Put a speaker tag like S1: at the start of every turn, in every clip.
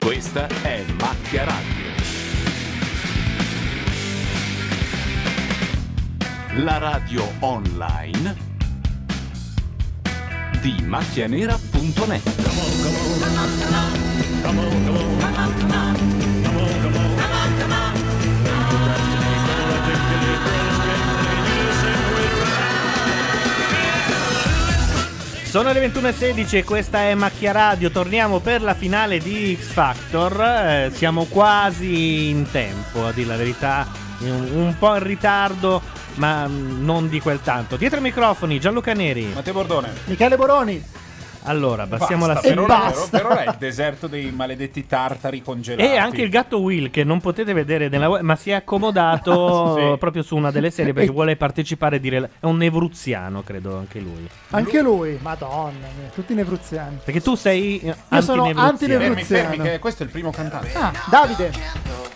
S1: Questa è Macchia Radio. La radio online di macchianera.net.
S2: Sono le 21.16 e questa è Macchia Radio, torniamo per la finale di X Factor, eh, siamo quasi in tempo a dire la verità, un, un po' in ritardo ma mm, non di quel tanto. Dietro i microfoni Gianluca Neri. Matteo Bordone. Michele Boroni. Allora, passiamo
S3: Basta,
S2: la
S3: per ora, per ora è il deserto dei maledetti tartari congelati.
S2: E anche il gatto Will che non potete vedere nella web, ma si è accomodato
S3: Sì.
S2: proprio su una delle serie perché vuole partecipare, dire, è un nevruziano credo anche lui.
S4: Anche lui, madonna mia, tutti nevruziani.
S2: Perché tu sei eh,
S4: Io sono
S2: antinevruziano.
S3: Fermi, fermi, che questo è il primo cantante.
S4: Ah, Davide,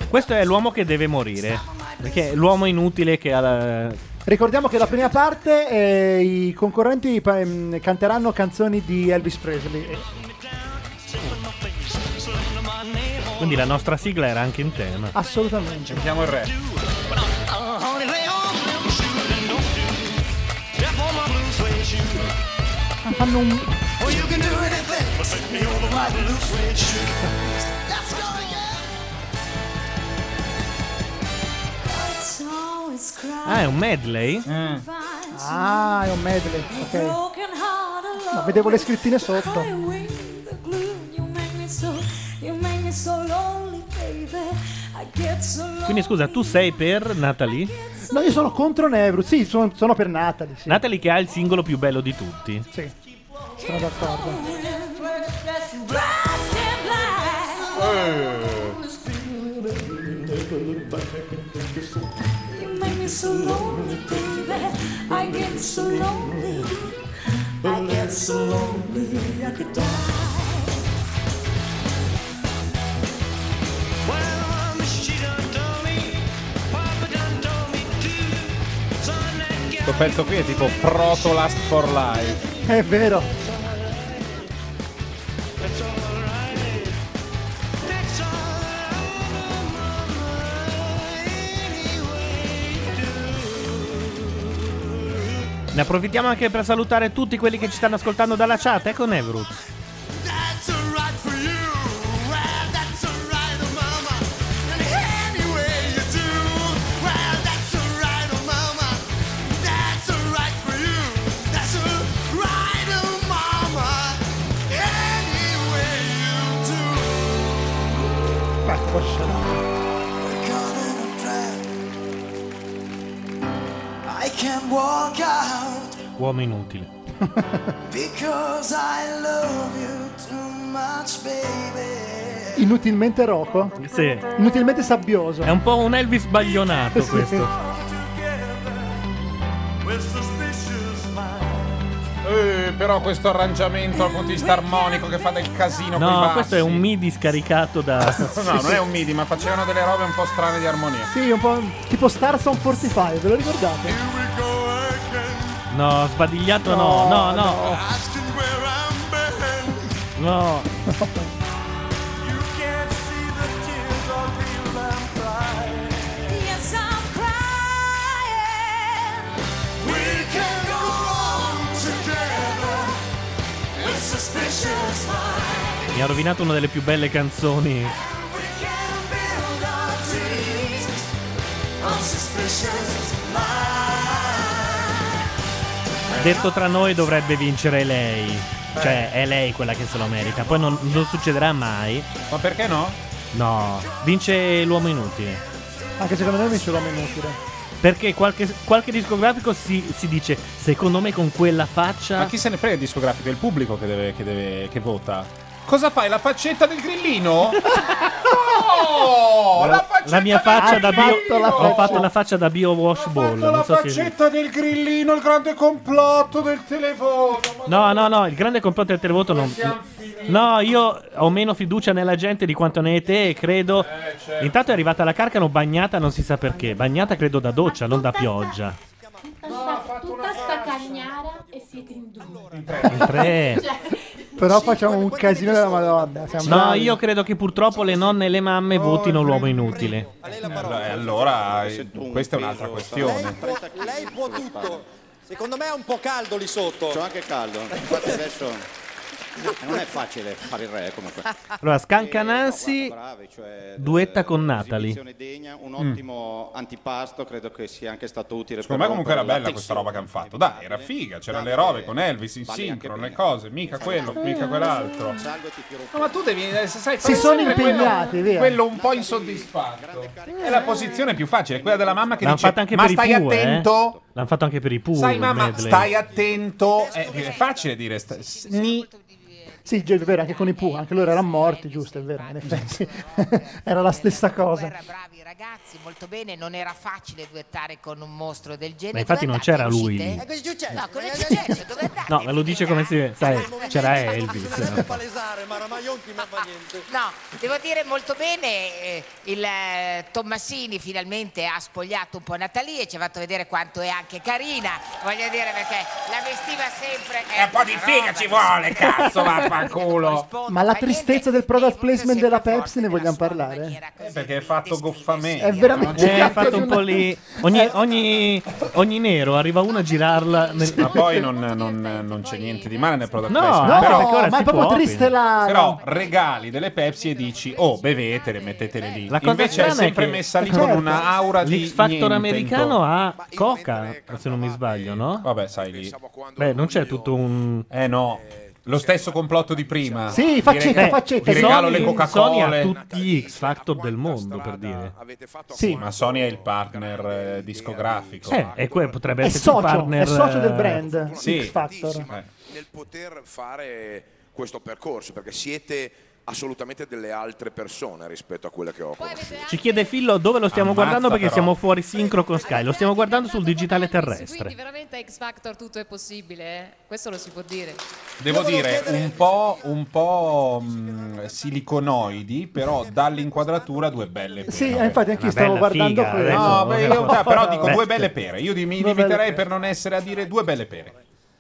S2: Questo è l'uomo che deve morire. Perché è l'uomo inutile che ha. la-
S4: ricordiamo che la prima parte eh, i concorrenti pa- ehm, canteranno canzoni di Elvis Presley.
S2: Quindi la nostra sigla era anche in tema.
S4: Ah, Assolutamente.
S3: Sentiamo il re.
S4: Ah, Fanno un...
S2: Ah, è un medley?
S4: Eh. Ah, è un medley, ok. Ma vedevo le scrittine sotto.
S2: Quindi scusa, tu sei per Natalie?
S4: No, io sono contro Nevru. Sì, sono, sono per Natalie. Sì,
S2: Natalie che ha il singolo più bello di tutti.
S4: sì. Sono d'accordo.
S3: Questo pezzo qui è tipo Proto Last for Life.
S4: È vero.
S2: Ne approfittiamo anche per salutare tutti quelli che ci stanno ascoltando dalla chat. Ecco Nevruz.
S5: oh, oh, oh, I can walk out
S2: Uomo inutile.
S5: because I love you too much, baby.
S4: Inutilmente roco.
S2: Sì. È
S4: Inutilmente sabbioso.
S2: un po' un Elvis baglionato
S4: Sì.
S2: questo.
S3: Eh, però questo arrangiamento al puntista armonico che fa del casino con i
S2: No,
S3: bassi.
S2: questo è un MIDI scaricato da.
S3: No, non è un midi, ma facevano delle robe un po' strane di armonia.
S4: Sì, un po' tipo Stars on 45, ve lo ricordate?
S2: No, sbadigliato no, no, no. No. Mi ha rovinato una delle più belle canzoni. Detto tra noi dovrebbe vincere lei. Cioè,
S3: Eh.
S2: è lei quella che se lo merita. Poi non, non succederà mai.
S3: Ma perché no?
S2: No, vince l'uomo inutile.
S4: Anche secondo me mi ce l'ho inutile.
S2: Perché qualche, qualche discografico si, si dice, secondo me con quella faccia...
S3: Ma chi se ne frega il discografico? È il pubblico che, deve, che, deve, che vota. Cosa fai? La faccetta del grillino?
S2: Ah.
S3: Oh, la faccetta
S2: La mia faccia
S3: del
S2: da bio...
S3: grillino!
S2: Ho fatto la faccia da bio wash
S3: Ho
S2: ball.
S3: fatto la
S2: Non so se...
S3: faccetta del grillino, il grande complotto del telefono.
S2: No, no, no, il grande complotto del televoto non...
S3: siamo finiti.
S2: No, io ho meno fiducia nella gente di quanto ne hai te e credo...
S3: certo.
S2: Intanto è arrivata la Carcano bagnata, non si sa perché. Bagnata credo da doccia, non da pioggia.
S6: Tutta sta, tutta sta cagnara e siete in due.
S2: In tre...
S6: Cioè,
S4: Però facciamo un casino della Madonna. siamo
S2: No,
S4: bravi.
S2: io credo che purtroppo le nonne e le mamme votino l'uomo inutile.
S3: Allora, allora, eh, questa è un'altra questione.
S7: Lei può, lei può tutto. Secondo me è un po' caldo lì sotto.
S8: C'ho anche caldo, infatti adesso non è facile fare il re comunque.
S2: Allora, Scancanansi duetta con Natalie.
S8: Esibizione degna, un ottimo antipasto, credo che sia anche stato utile.
S3: Secondo me comunque era bella questa roba che hanno fatto. Dai, era figa, c'erano le robe con Elvis in sincrono, le cose, mica quello, mica quell'altro. No, ma tu devi eh, se sai,
S4: Si
S3: fare
S4: sono
S3: sempre
S4: impegnati,
S3: quello,
S4: via.
S3: quello un po' insoddisfatto. È la posizione più facile, quella della mamma che
S2: L'hanno
S3: dice
S2: fatto anche
S3: "Ma
S2: per i
S3: stai
S2: Pooh, eh.
S3: attento".
S2: L'hanno fatto anche per i Pooh.
S3: Sai
S2: il
S3: mamma,
S2: medley.
S3: stai attento. Eh, È, facile dire sta- sni.
S4: Sì, è vero, anche con i Pooh, anche loro erano morti, giusto, è vero, in effetti. Era la stessa cosa.
S9: Guerra, bravi ragazzi, molto bene. Non era facile duettare con un mostro del genere.
S2: Ma infatti
S9: Dove
S2: non c'era
S9: andate?
S2: lui
S9: Uscite?
S2: lì.
S7: E cosa è successo?
S9: No, Eh, cosa è successo? Dove andate?
S2: No, me lo dice come si Sai, c'era Elvis.
S7: Bisognerebbe palesare, ma Ramaionchi non fa niente.
S9: No, devo dire molto bene, eh, il eh, Tommasini finalmente ha spogliato un po' Natalie e ci ha fatto vedere quanto è anche carina, voglio dire perché la vestiva sempre...
S3: E un po' di figa ci vuole, cazzo, vaffanculo.
S4: Ma la tristezza del product placement della Pepsi, ne vogliamo parlare?
S3: perché è fatto goffamente.
S4: È veramente-
S2: Eh, ha fatto un po' lì. Ogni, ogni- ogni nero arriva uno a girarla. nel-
S3: Ma poi non, non- non c'è niente di male nel prodotto.
S2: No,
S4: No,
S2: perché
S3: però,
S2: ora
S4: ma
S2: si
S4: è proprio
S2: può,
S4: triste
S2: quindi.
S4: la...
S3: però regali delle Pepsi e dici "Oh, bevetele, mettetele lì".
S2: La cosa
S3: Invece è
S2: strana è
S3: sempre
S2: che-
S3: messa lì
S4: Certo.
S3: con una aura di
S2: L'X Factor
S3: niente
S2: americano
S3: intorno.
S2: ha coca, se non mi sbaglio, no?
S3: Vabbè, sai lì.
S2: Beh, non c'è tutto un...
S3: Eh no, lo stesso complotto di prima.
S4: Sì, faccetta, faccetta.
S3: Ti regalo le
S2: Sony- Sony ha
S3: Coca-Cola.
S2: tutti gli X Factor del mondo, per dire.
S3: Sì, ma Sony è il partner eh, discografico.
S2: Eh, e que- potrebbe
S4: È
S2: essere più
S4: socio,
S2: partner...
S4: è socio del
S2: eh,
S4: brand,
S3: Sì.
S4: X Factor.
S3: Eh.
S10: nel poter fare questo percorso perché siete assolutamente delle altre persone rispetto a quelle che ho conosciuto.
S2: Ci chiede Fillo dove lo stiamo
S3: Ammazza,
S2: guardando perché
S3: però.
S2: siamo fuori sincro con Sky. Lo stiamo guardando sul digitale terrestre.
S11: veramente X Factor tutto è possibile, eh? questo lo si può dire.
S3: Devo dire, un po', un po', mh, siliconoidi, però dall'inquadratura due belle pere.
S4: Sì, eh, infatti anch'io
S2: Una
S4: stavo
S2: bella
S4: guardando
S2: figa,
S4: quello.
S2: adesso-
S3: No,
S2: no,
S3: beh,
S2: no.
S3: io dai, però dico
S2: Beh,
S3: due belle pere. Io di- mi
S4: Due belle
S3: limiterei
S4: pere.
S3: per non essere a dire due belle pere.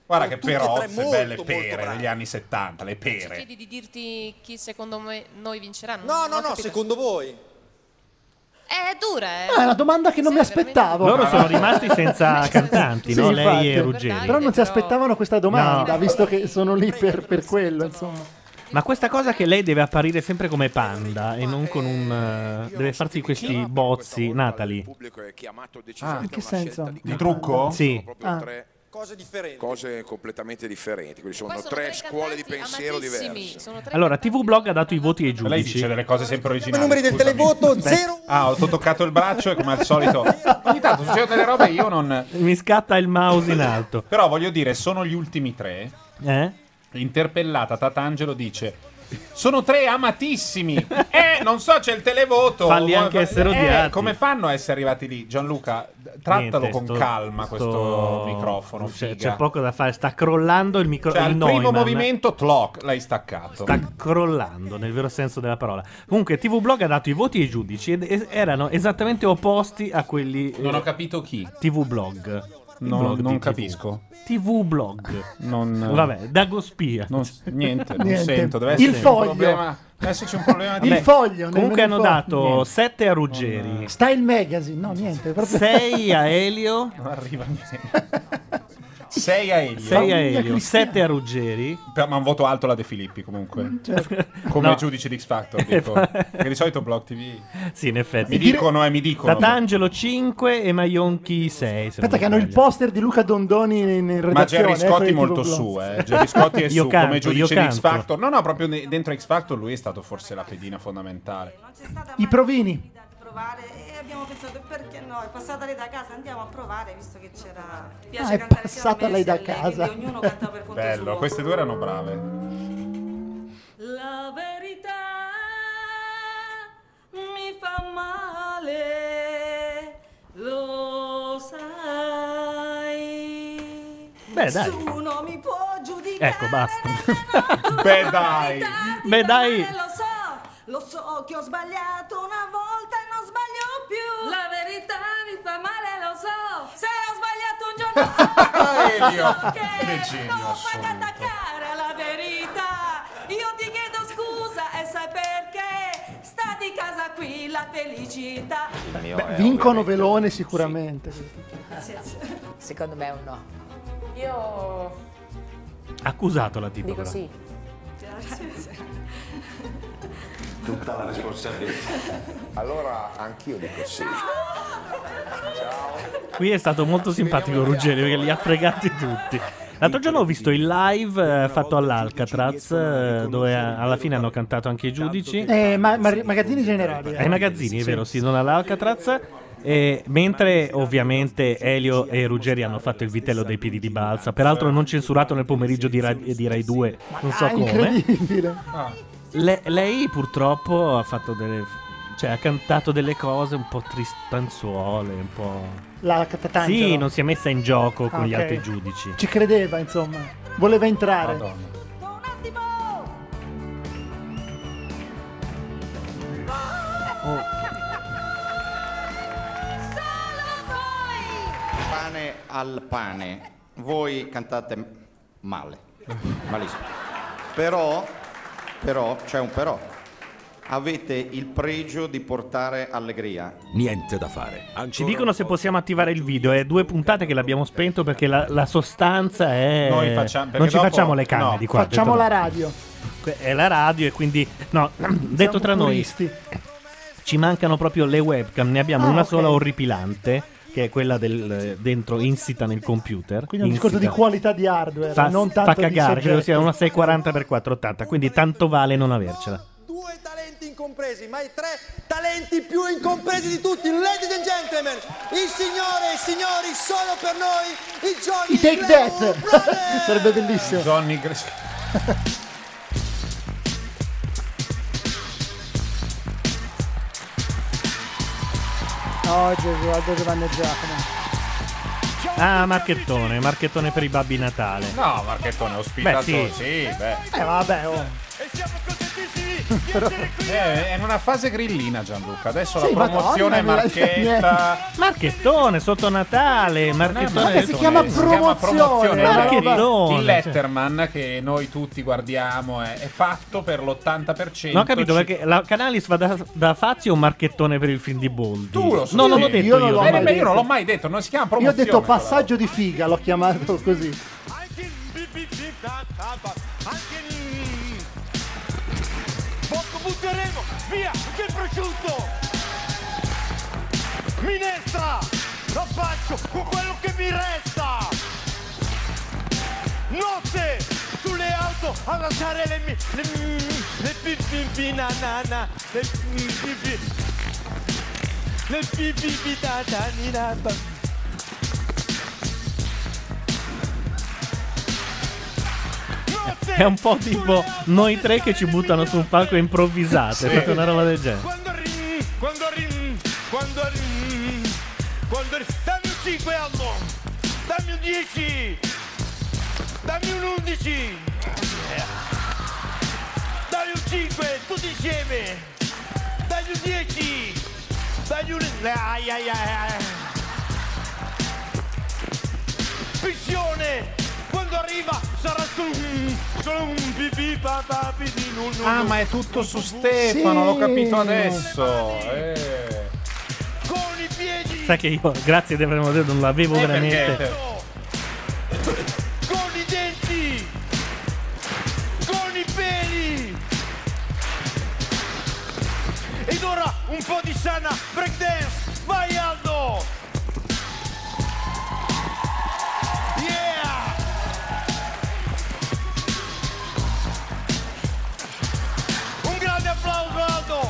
S3: Guarda che
S7: Tutte e
S3: però,
S7: tre
S3: se
S7: molto,
S3: belle
S7: molto
S3: pere
S7: brave.
S3: degli anni 70, le
S11: Ci
S3: pere.
S11: chiedi di dirti chi secondo me noi vincerà? Non-
S7: No,
S11: non
S7: no,
S11: ho
S7: no,
S11: capito.
S7: secondo voi.
S11: È dura, eh?
S4: Ah, è una domanda che non
S11: Sì,
S4: mi
S11: veramente.
S4: aspettavo.
S2: Loro sono rimasti senza cantanti,
S4: Sì,
S2: no?
S4: infatti.
S2: Lei e Ruggeri.
S4: Però non si aspettavano questa domanda,
S2: No.
S4: visto che sono lì per, per quello, insomma.
S2: Ma questa cosa che lei deve apparire sempre come panda e non con un... eh, deve farsi questi bozzi, Natalie.
S10: Il pubblico è chiamato
S2: Ah.
S4: Cioè,
S10: decisamente
S4: in che
S10: a una
S4: senso?
S10: scelta
S3: Di
S10: di
S3: trucco?
S2: Sì.
S10: Sono proprio
S4: Ah.
S10: tre
S7: Cose differenti.
S10: cose completamente differenti, quindi sono,
S11: Poi
S10: tre, scuole di
S11: cantanti
S10: pensiero
S11: amatissimi,
S10: diverse.
S11: sono tre
S2: Allora,
S11: cantanti
S2: TV Blog ha dato i voti ai
S3: Ma Lei
S2: giudici.
S3: dice delle cose sempre
S7: I
S3: originali.
S7: numeri del
S3: scusami.
S7: televoto 0
S3: Ah, ho toccato il braccio e come al solito... Ogni tanto succedono delle robe e io non...
S2: Mi scatta il mouse in alto.
S3: Però voglio dire, sono gli ultimi tre.
S2: Eh?
S3: Interpellata, Tatangelo dice... Sono tre amatissimi. Eh, non so, c'è il televoto.
S2: Falli
S3: Come
S2: anche
S3: fa-
S2: essere
S3: eh,
S2: odiati.
S3: come fanno a essere arrivati lì? Gianluca, d- trattalo
S2: Niente,
S3: con
S2: sto-
S3: calma questo
S2: sto-
S3: microfono.
S2: C'è,
S3: Oh, figa.
S2: c'è poco da fare, sta crollando il microfono.
S3: Cioè, al primo movimento, Tlock, l'hai staccato.
S2: Sta crollando nel vero senso della parola. Comunque, TV Blog ha dato i voti ai giudici ed es- erano esattamente opposti a quelli. eh,
S3: Non ho capito chi.
S2: TV Blog. Il
S3: No,
S2: blog di
S3: non
S2: TV.
S3: capisco.
S2: TV Blog.
S3: Non, eh,
S2: Vabbè, Dagospia.
S3: non s- niente, non
S4: Niente.
S3: sento. Deve
S4: Il
S3: esserci
S4: foglio.
S3: Eh Un problema, deve esserci un problema di.
S4: Il foglio.
S2: Comunque hanno
S4: nemmeno il foglio,
S2: dato
S4: niente.
S2: 7 a Ruggeri,
S4: Style Magazine, no, niente. Proprio
S2: 6 a Elio,
S3: Non arriva niente. 6 a Elio.
S2: 6 a Elio, 7 a Ruggeri. Certo.
S3: Per- Ma un voto alto la De Filippi comunque. Come
S4: Certo.
S2: No. Esatto.
S3: giudice di X Factor, dico. Perché di solito Block TV.
S2: Sì, in
S3: Mi
S2: effetti.
S3: dicono, eh, mi dicono.
S2: Tatangelo 5 e Maionchi 6.
S4: Aspetta, che hanno il poster di Luca Dondoni in, in redazione.
S3: Ma Gerry
S4: eh, con
S3: Scotti
S4: il
S3: molto
S4: tipo
S3: su,
S4: blu.
S3: eh. Gerry Scotti è
S2: Io
S3: su
S2: canto,
S3: come
S2: io
S3: giudice di X
S2: canto.
S3: Factor. No, no, proprio ne- dentro X Factor lui è stato forse la pedina fondamentale.
S4: I provini.
S5: da provare e abbiamo pensato perché no, è passata lei da casa, andiamo a provare visto che c'era Ti
S4: Ah,
S5: piace
S4: è
S5: cantare
S4: passata
S5: sia a me
S4: lei
S5: sia a
S4: da
S5: quindi
S4: casa.
S5: ognuno canta per conto
S3: Bello,
S5: suo.
S3: queste due erano brave.
S5: La verità mi fa male, lo sai.
S2: Beh, dai.
S5: Nessuno mi può giudicare.
S2: Ecco, basta.
S5: no,
S3: Beh,
S5: la
S3: dai.
S5: verità ti
S2: Beh,
S5: fa
S2: dai.
S5: male, Lo so, lo so che ho sbagliato una volta e non sbaglio più. La verità mi fa male, lo so. Se ho sbagliato un giorno
S3: Elio,
S5: che
S3: che genio
S5: non fai che
S3: assoluto.
S5: attaccare alla verità.
S12: la felicità.
S4: Beh, vincono Velone sicuramente.
S9: Secondo me è un no.
S12: Io
S2: Accusato la tipa. però.
S10: Tutta la responsabilità. Allora anch'io dico sì.
S2: Qui è stato molto simpatico Ruggero che li ha fregati tutti. L'altro giorno ho visto il live eh, fatto all'Alcatraz eh, dove a- alla fine hanno cantato anche i giudici.
S4: Eh, ma- ma- magazzini generali. eh.
S2: Ai magazzini, è vero, sì, non all'Alcatraz. E mentre ovviamente Elio e Ruggeri hanno fatto il vitello dei piedi di balsa, peraltro non censurato nel pomeriggio di Rai, di Rai 2, non so
S4: Ah,
S2: come.
S4: incredibile.
S3: Ah.
S2: Le- lei purtroppo ha fatto delle. cioè ha cantato delle cose un po' tristanzuole, un po'.
S4: La Catatangelo.
S2: Sì, non si è messa in gioco con
S4: Ah,
S2: gli
S4: ok.
S2: altri giudici.
S4: Ci credeva, insomma. Voleva entrare.
S8: Pane al pane. Voi cantate male, malissimo. Però, però, c'è un però. Avete il pregio di portare allegria.
S13: Niente da fare.
S2: Ci dicono se possiamo attivare il video. È due puntate che l'abbiamo spento perché la, la sostanza è.
S3: Noi facciamo-
S2: non
S3: perché
S2: ci
S3: dopo-
S2: facciamo le canne
S3: no.
S2: di qua. detto-
S4: Facciamo la radio.
S2: Que- è la radio e quindi no, detto tra
S4: puristi.
S2: noi ci mancano proprio le webcam, ne abbiamo
S4: Ah,
S2: una
S4: ok.
S2: sola orripilante che è quella del eh, dentro insita nel computer.
S4: Quindi è un discorso di
S2: Insita.
S4: qualità di hardware,
S2: Fa,
S4: non
S2: fa
S4: tanto di
S2: cagare, credo
S4: soggetto.
S2: sia una 640x480, quindi tanto vale non avercela.
S14: talenti incompresi, ma i tre talenti più incompresi di tutti. Ladies and gentlemen, il signore e i signori solo per noi, il Johnny
S4: I Take
S14: Glamour
S4: That. Sarebbe bellissimo.
S3: Johnny Gres-
S4: Oh, Gio- guarda Giovanni e Giacomo.
S2: Ah, marchettone, marchettone per i babbi Natale.
S3: No, Marchettone è ospitato.
S2: Beh, sì.
S3: beh.
S4: Eh, vabbè, oh.
S3: Eh, è una fase grillina Gianluca. Adesso
S2: Sì,
S3: la promozione
S2: Madonna,
S3: marchetta.
S2: Marchettone sotto Natale, marchettone.
S3: Vabbè, si chiama
S2: Si
S3: promozione,
S2: Marchettone. cioè.
S3: il Letterman che noi tutti guardiamo è, è fatto per l'80%.
S2: Non ho capito
S3: Ci-
S2: perché la Canalis va da, da Fazio o marchettone per il film di Boldi?
S3: Tu lo so.
S2: No, non l'ho
S3: Sì,
S2: detto
S3: io
S2: io.
S3: non l'ho
S2: dai.
S3: mai Eh, beh, io non l'ho mai detto, non si chiama
S4: Io ho
S3: promozione.
S4: detto passaggio di figa, l'ho chiamato così.
S7: Botto butteremo via che prosciutto minestra la faccio con quello che mi resta notte sulle auto a lasciare le mi le mi le pi pi pi na na na le pi pi pi le pi pi pi da da ni na ba.
S2: È un po' tipo noi tre che ci buttano su un palco improvvisate. È
S7: Sì.
S2: proprio una roba del genere.
S7: Quando rin, quando rin, quando rin, quando rin. Dammi un 5 Almo, dammi un 10, dammi un 11, dammi un 5, tutti insieme, dammi un 10, dammi un... Ai ai ai ai. Missione, quando arriva sarà su, solo un pipì papà pipì nu, nu,
S3: Ah,
S7: nu.
S3: ma è tutto su Stefano,
S7: Sì.
S3: l'ho capito adesso. eh.
S7: Con i piedi,
S2: Sai che io, grazie di avermelo detto, non l'avevo
S3: Eh,
S2: veramente.
S3: perché?
S7: con i denti, con i peli. Ed ora un po' di sana breakdance, vai Aldo! Yeah! Un grande applauso Aldo!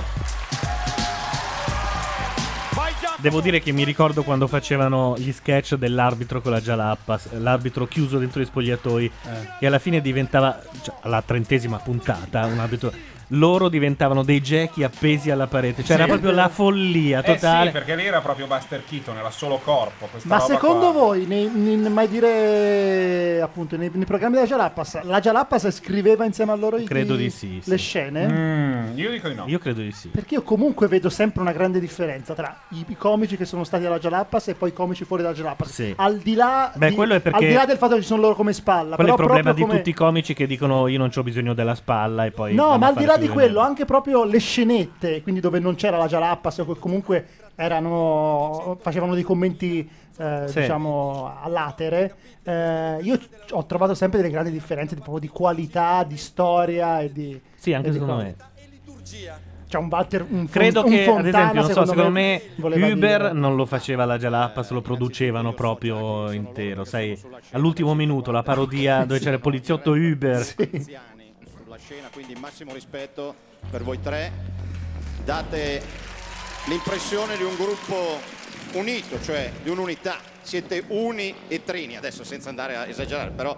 S7: Vai Giacomo!
S2: Devo dire che mi ricordo quando facevano gli sketch dell'arbitro con la giallappa, s- l'arbitro chiuso dentro gli spogliatoi,
S3: Eh.
S2: che alla fine diventava, cioè alla trentesima puntata, un arbitro, loro diventavano dei gechi appesi alla parete. Cioè
S3: Sì.
S2: era proprio la follia
S3: Eh sì,
S2: totale.
S3: perché lì era proprio Buster Keaton, era solo corpo. questa
S4: Ma
S3: roba
S4: secondo
S3: qua.
S4: voi, nei, nei- mai dire appunto nei, nei programmi della Jalappas, la Jalappas scriveva insieme a loro i-
S2: Credo di sì,
S4: Mm, le
S2: sì.
S4: scene?
S3: Mm, io dico di no.
S2: Io credo di sì.
S4: Perché io comunque vedo sempre una grande differenza tra i, i comici che sono stati alla Jalappas e poi i comici fuori dalla Jalappas.
S2: Sì.
S4: Al, di là
S2: Beh,
S4: di-
S2: quello è perché-
S4: al di là del fatto che ci sono loro come spalla.
S2: Quello è il
S4: però
S2: problema di
S4: proprio come-
S2: tutti i comici che dicono io non ho bisogno della spalla e poi...
S4: No,
S2: vanno
S4: ma
S2: a
S4: al di
S2: fare
S4: là là di
S2: più
S4: quello, anche proprio le scenette, quindi dove non c'era la Jalappa, se comunque erano, facevano dei commenti, eh,
S2: Sì.
S4: diciamo, a latere, eh, io c- ho trovato sempre delle grandi differenze di, proprio di qualità, di storia e di...
S2: Sì, anche
S4: e di
S2: secondo
S4: cose.
S2: me.
S4: C'è un Walter, un, Fon-
S2: Credo
S4: un
S2: che, ad
S4: Fontana,
S2: esempio, non so, secondo me,
S4: voleva
S2: Uber
S4: dire. Eh,
S2: non lo faceva la Jalappa, se lo producevano proprio intero, sai, all'ultimo minuto la parodia dove c'era il poliziotto Uber.
S8: sulla scena, quindi massimo rispetto per voi tre. Date l'impressione di un gruppo unito, cioè di un'unità. Siete uni e trini, adesso senza andare a esagerare, però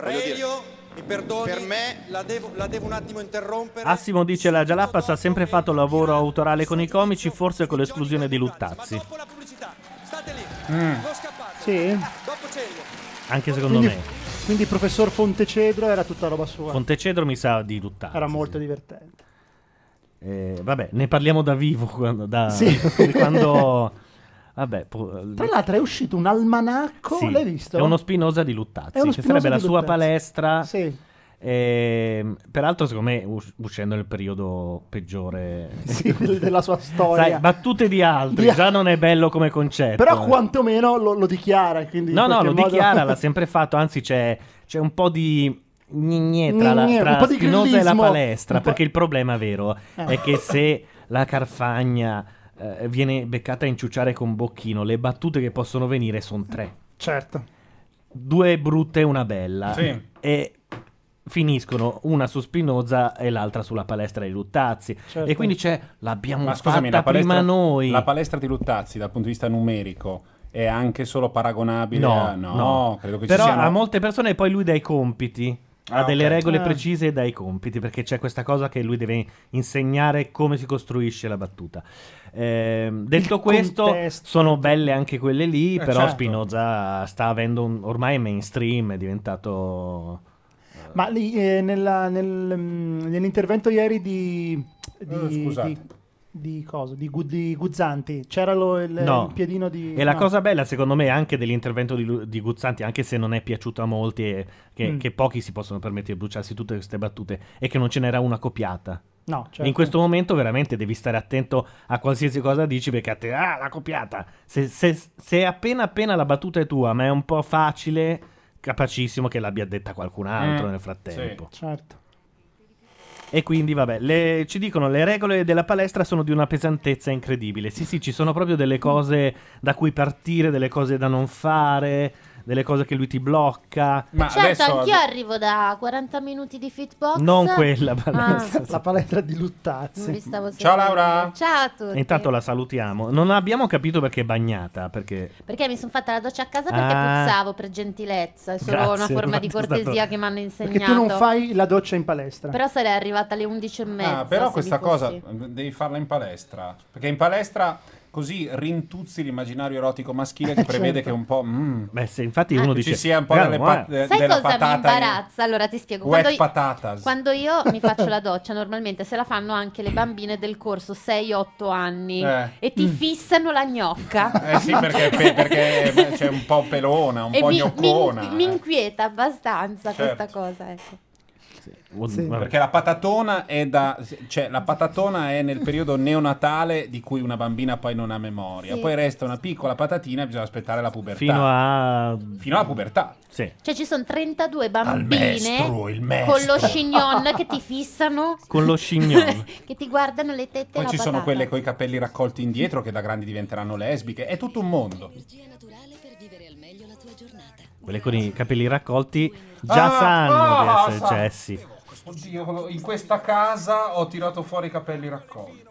S8: voglio dire,
S15: Reio, mi perdoni, per me la devo, la devo un attimo interrompere.
S2: Assimo dice la Jalappas ha sempre fatto lavoro autorale con i comici, forse con l'esclusione di Luttazzi.
S3: Mm.
S4: Sì.
S2: Anche secondo
S4: Quindi-
S2: me.
S4: Quindi il professor Fontecedro era tutta roba sua.
S2: Fontecedro mi sa di Luttazzi.
S4: era molto divertente.
S2: Eh, vabbè, ne parliamo da vivo quando... Da,
S4: Sì.
S2: di quando vabbè, po-
S4: Tra l'altro è uscito un almanacco,
S2: Sì,
S4: l'hai visto?
S2: È uno Spinoza di Luttazzi,
S4: È uno
S2: che
S4: Spinoza
S2: sarebbe la
S4: di
S2: sua
S4: Luttazzi.
S2: palestra.
S4: Sì.
S2: Ehm, peraltro, secondo me, us- uscendo nel periodo peggiore
S4: Sì, del- della sua storia.
S2: Sai, battute di altri,
S4: Di-
S2: già non è bello come concetto.
S4: Però quantomeno lo, lo dichiara. Quindi
S2: eh, No,
S4: in
S2: no,
S4: qualche
S2: lo
S4: modo-
S2: dichiara, l'ha sempre fatto, anzi c'è, c'è un po' di gnigne tra, la,
S4: Gnigne, un
S2: tra
S4: po' di
S2: Spinoza e la
S4: grillismo.
S2: palestra,
S4: Un po'- Eh.
S2: perché il problema vero è che se la Carfagna eh, viene beccata a inciucciare con Bocchino, le battute che possono venire sono tre.
S4: Certo.
S2: Due brutte e una bella.
S4: Sì.
S2: E finiscono una su Spinoza e l'altra sulla palestra di Luttazzi.
S3: Certo.
S2: E quindi c'è, l'abbiamo
S3: Ma
S2: fatta
S3: scusami, la palestra,
S2: prima noi.
S3: la palestra di Luttazzi dal punto di vista numerico è anche solo paragonabile
S2: No,
S3: a... eh? No,
S2: no.
S3: credo che
S2: Però
S3: ci siano...
S2: a molte persone poi lui dà i compiti. ha
S3: Ah,
S2: delle
S3: ok.
S2: regole
S3: Ah.
S4: Eh.
S2: precise e dà i compiti, perché c'è questa cosa che lui deve insegnare come si costruisce la battuta. Ehm, detto questo,
S3: contesto.
S2: sono belle anche quelle lì,
S3: Eh,
S2: però
S3: certo.
S2: Spinoza sta avendo un, ormai è mainstream, è diventato...
S4: Ma lì, eh, nella- nel, mm, nell'intervento ieri di. di,
S3: Eh, scusate.
S4: di, di cosa? Di, Gu- di Guzzanti c'era lo- il,
S2: No.
S4: il piedino di.
S2: E la
S4: no.
S2: cosa bella, secondo me, anche dell'intervento di, Lu- di Guzzanti, anche se non è piaciuto a molti, e che,
S4: Mm.
S2: che pochi si possono permettere di bruciarsi tutte queste battute, è che non ce n'era una copiata.
S4: No,
S3: cioè-
S4: certo.
S2: In questo momento veramente devi stare attento a qualsiasi cosa dici perché a te, ah, la copiata. Se, se- se appena appena la battuta è tua, ma è un po' facile, capacissimo che l'abbia detta qualcun altro
S4: Mm,
S2: nel frattempo.
S4: sì, certo.
S2: E quindi, vabbè, le- ci dicono le regole della palestra sono di una pesantezza incredibile. Sì, sì, ci sono proprio delle cose da cui partire, delle cose da non fare, delle cose che lui ti blocca. Ma
S6: Certo, anch'io arrivo da 40 minuti di fitbox.
S2: Non
S6: Ah,
S2: quella
S6: palestra.
S2: palestra.
S4: La palestra di Luttazzi.
S2: Ciao, Laura.
S6: Ciao a tutti.
S2: Intanto la salutiamo. Non abbiamo capito perché è bagnata, perché
S6: Perché mi sono fatta la doccia a casa perché
S2: Ah.
S6: puzzavo per gentilezza, è solo
S2: Grazie,
S6: una forma di
S2: ma è stato-
S6: cortesia che mi hanno insegnato.
S4: Perché tu non fai la doccia in palestra.
S6: Però sarei arrivata alle 11 e mezza.
S3: Ah, però
S6: se
S3: questa
S6: vi
S3: cosa
S6: fossi.
S3: eh, devi farla in palestra. Perché in palestra così rintuzzi l'immaginario erotico maschile che prevede
S6: certo.
S3: che un po'. mm,
S2: Beh, se infatti uno
S3: ci
S2: dice,
S3: sia un po'
S2: "Guarda,
S3: delle
S2: guarda".
S3: pat- eh. de-
S6: Sai
S3: della
S6: cosa mi
S3: patata.
S6: imbarazza? Allora ti spiego.
S3: Wet
S6: Quando io,
S3: patatas.
S6: quando io mi faccio la doccia, normalmente se la fanno anche le bambine del corso 6-8 anni
S3: Eh.
S6: e ti fissano la gnocca.
S3: Eh sì, perché, pe- perché c'è un po' pelona, un
S6: e
S3: po'
S6: mi,
S3: gnoccona. eh.
S6: mi- mi inquieta abbastanza
S3: Certo.
S6: questa cosa. Ecco.
S2: vabbè.
S3: Perché la patatona è da. Cioè, la patatona è nel periodo neonatale di cui una bambina poi non ha memoria.
S6: Sì.
S3: Poi resta una piccola patatina e bisogna aspettare la pubertà.
S2: fino a...
S3: Fino alla pubertà.
S2: Sì.
S6: Cioè ci sono 32 bambine
S3: mestro, il mestro.
S6: con lo scignon che ti fissano,
S2: Con lo scignon.
S6: che ti guardano le tette e
S3: Poi
S6: la
S3: ci
S6: patata.
S3: sono quelle con i capelli raccolti indietro che da grandi diventeranno lesbiche. È tutto un mondo.
S2: Quelle con i capelli raccolti già sanno
S3: ah,
S2: di essere
S3: sa-
S2: Jessie.
S3: Oddio, in questa casa ho tirato fuori i capelli raccolti.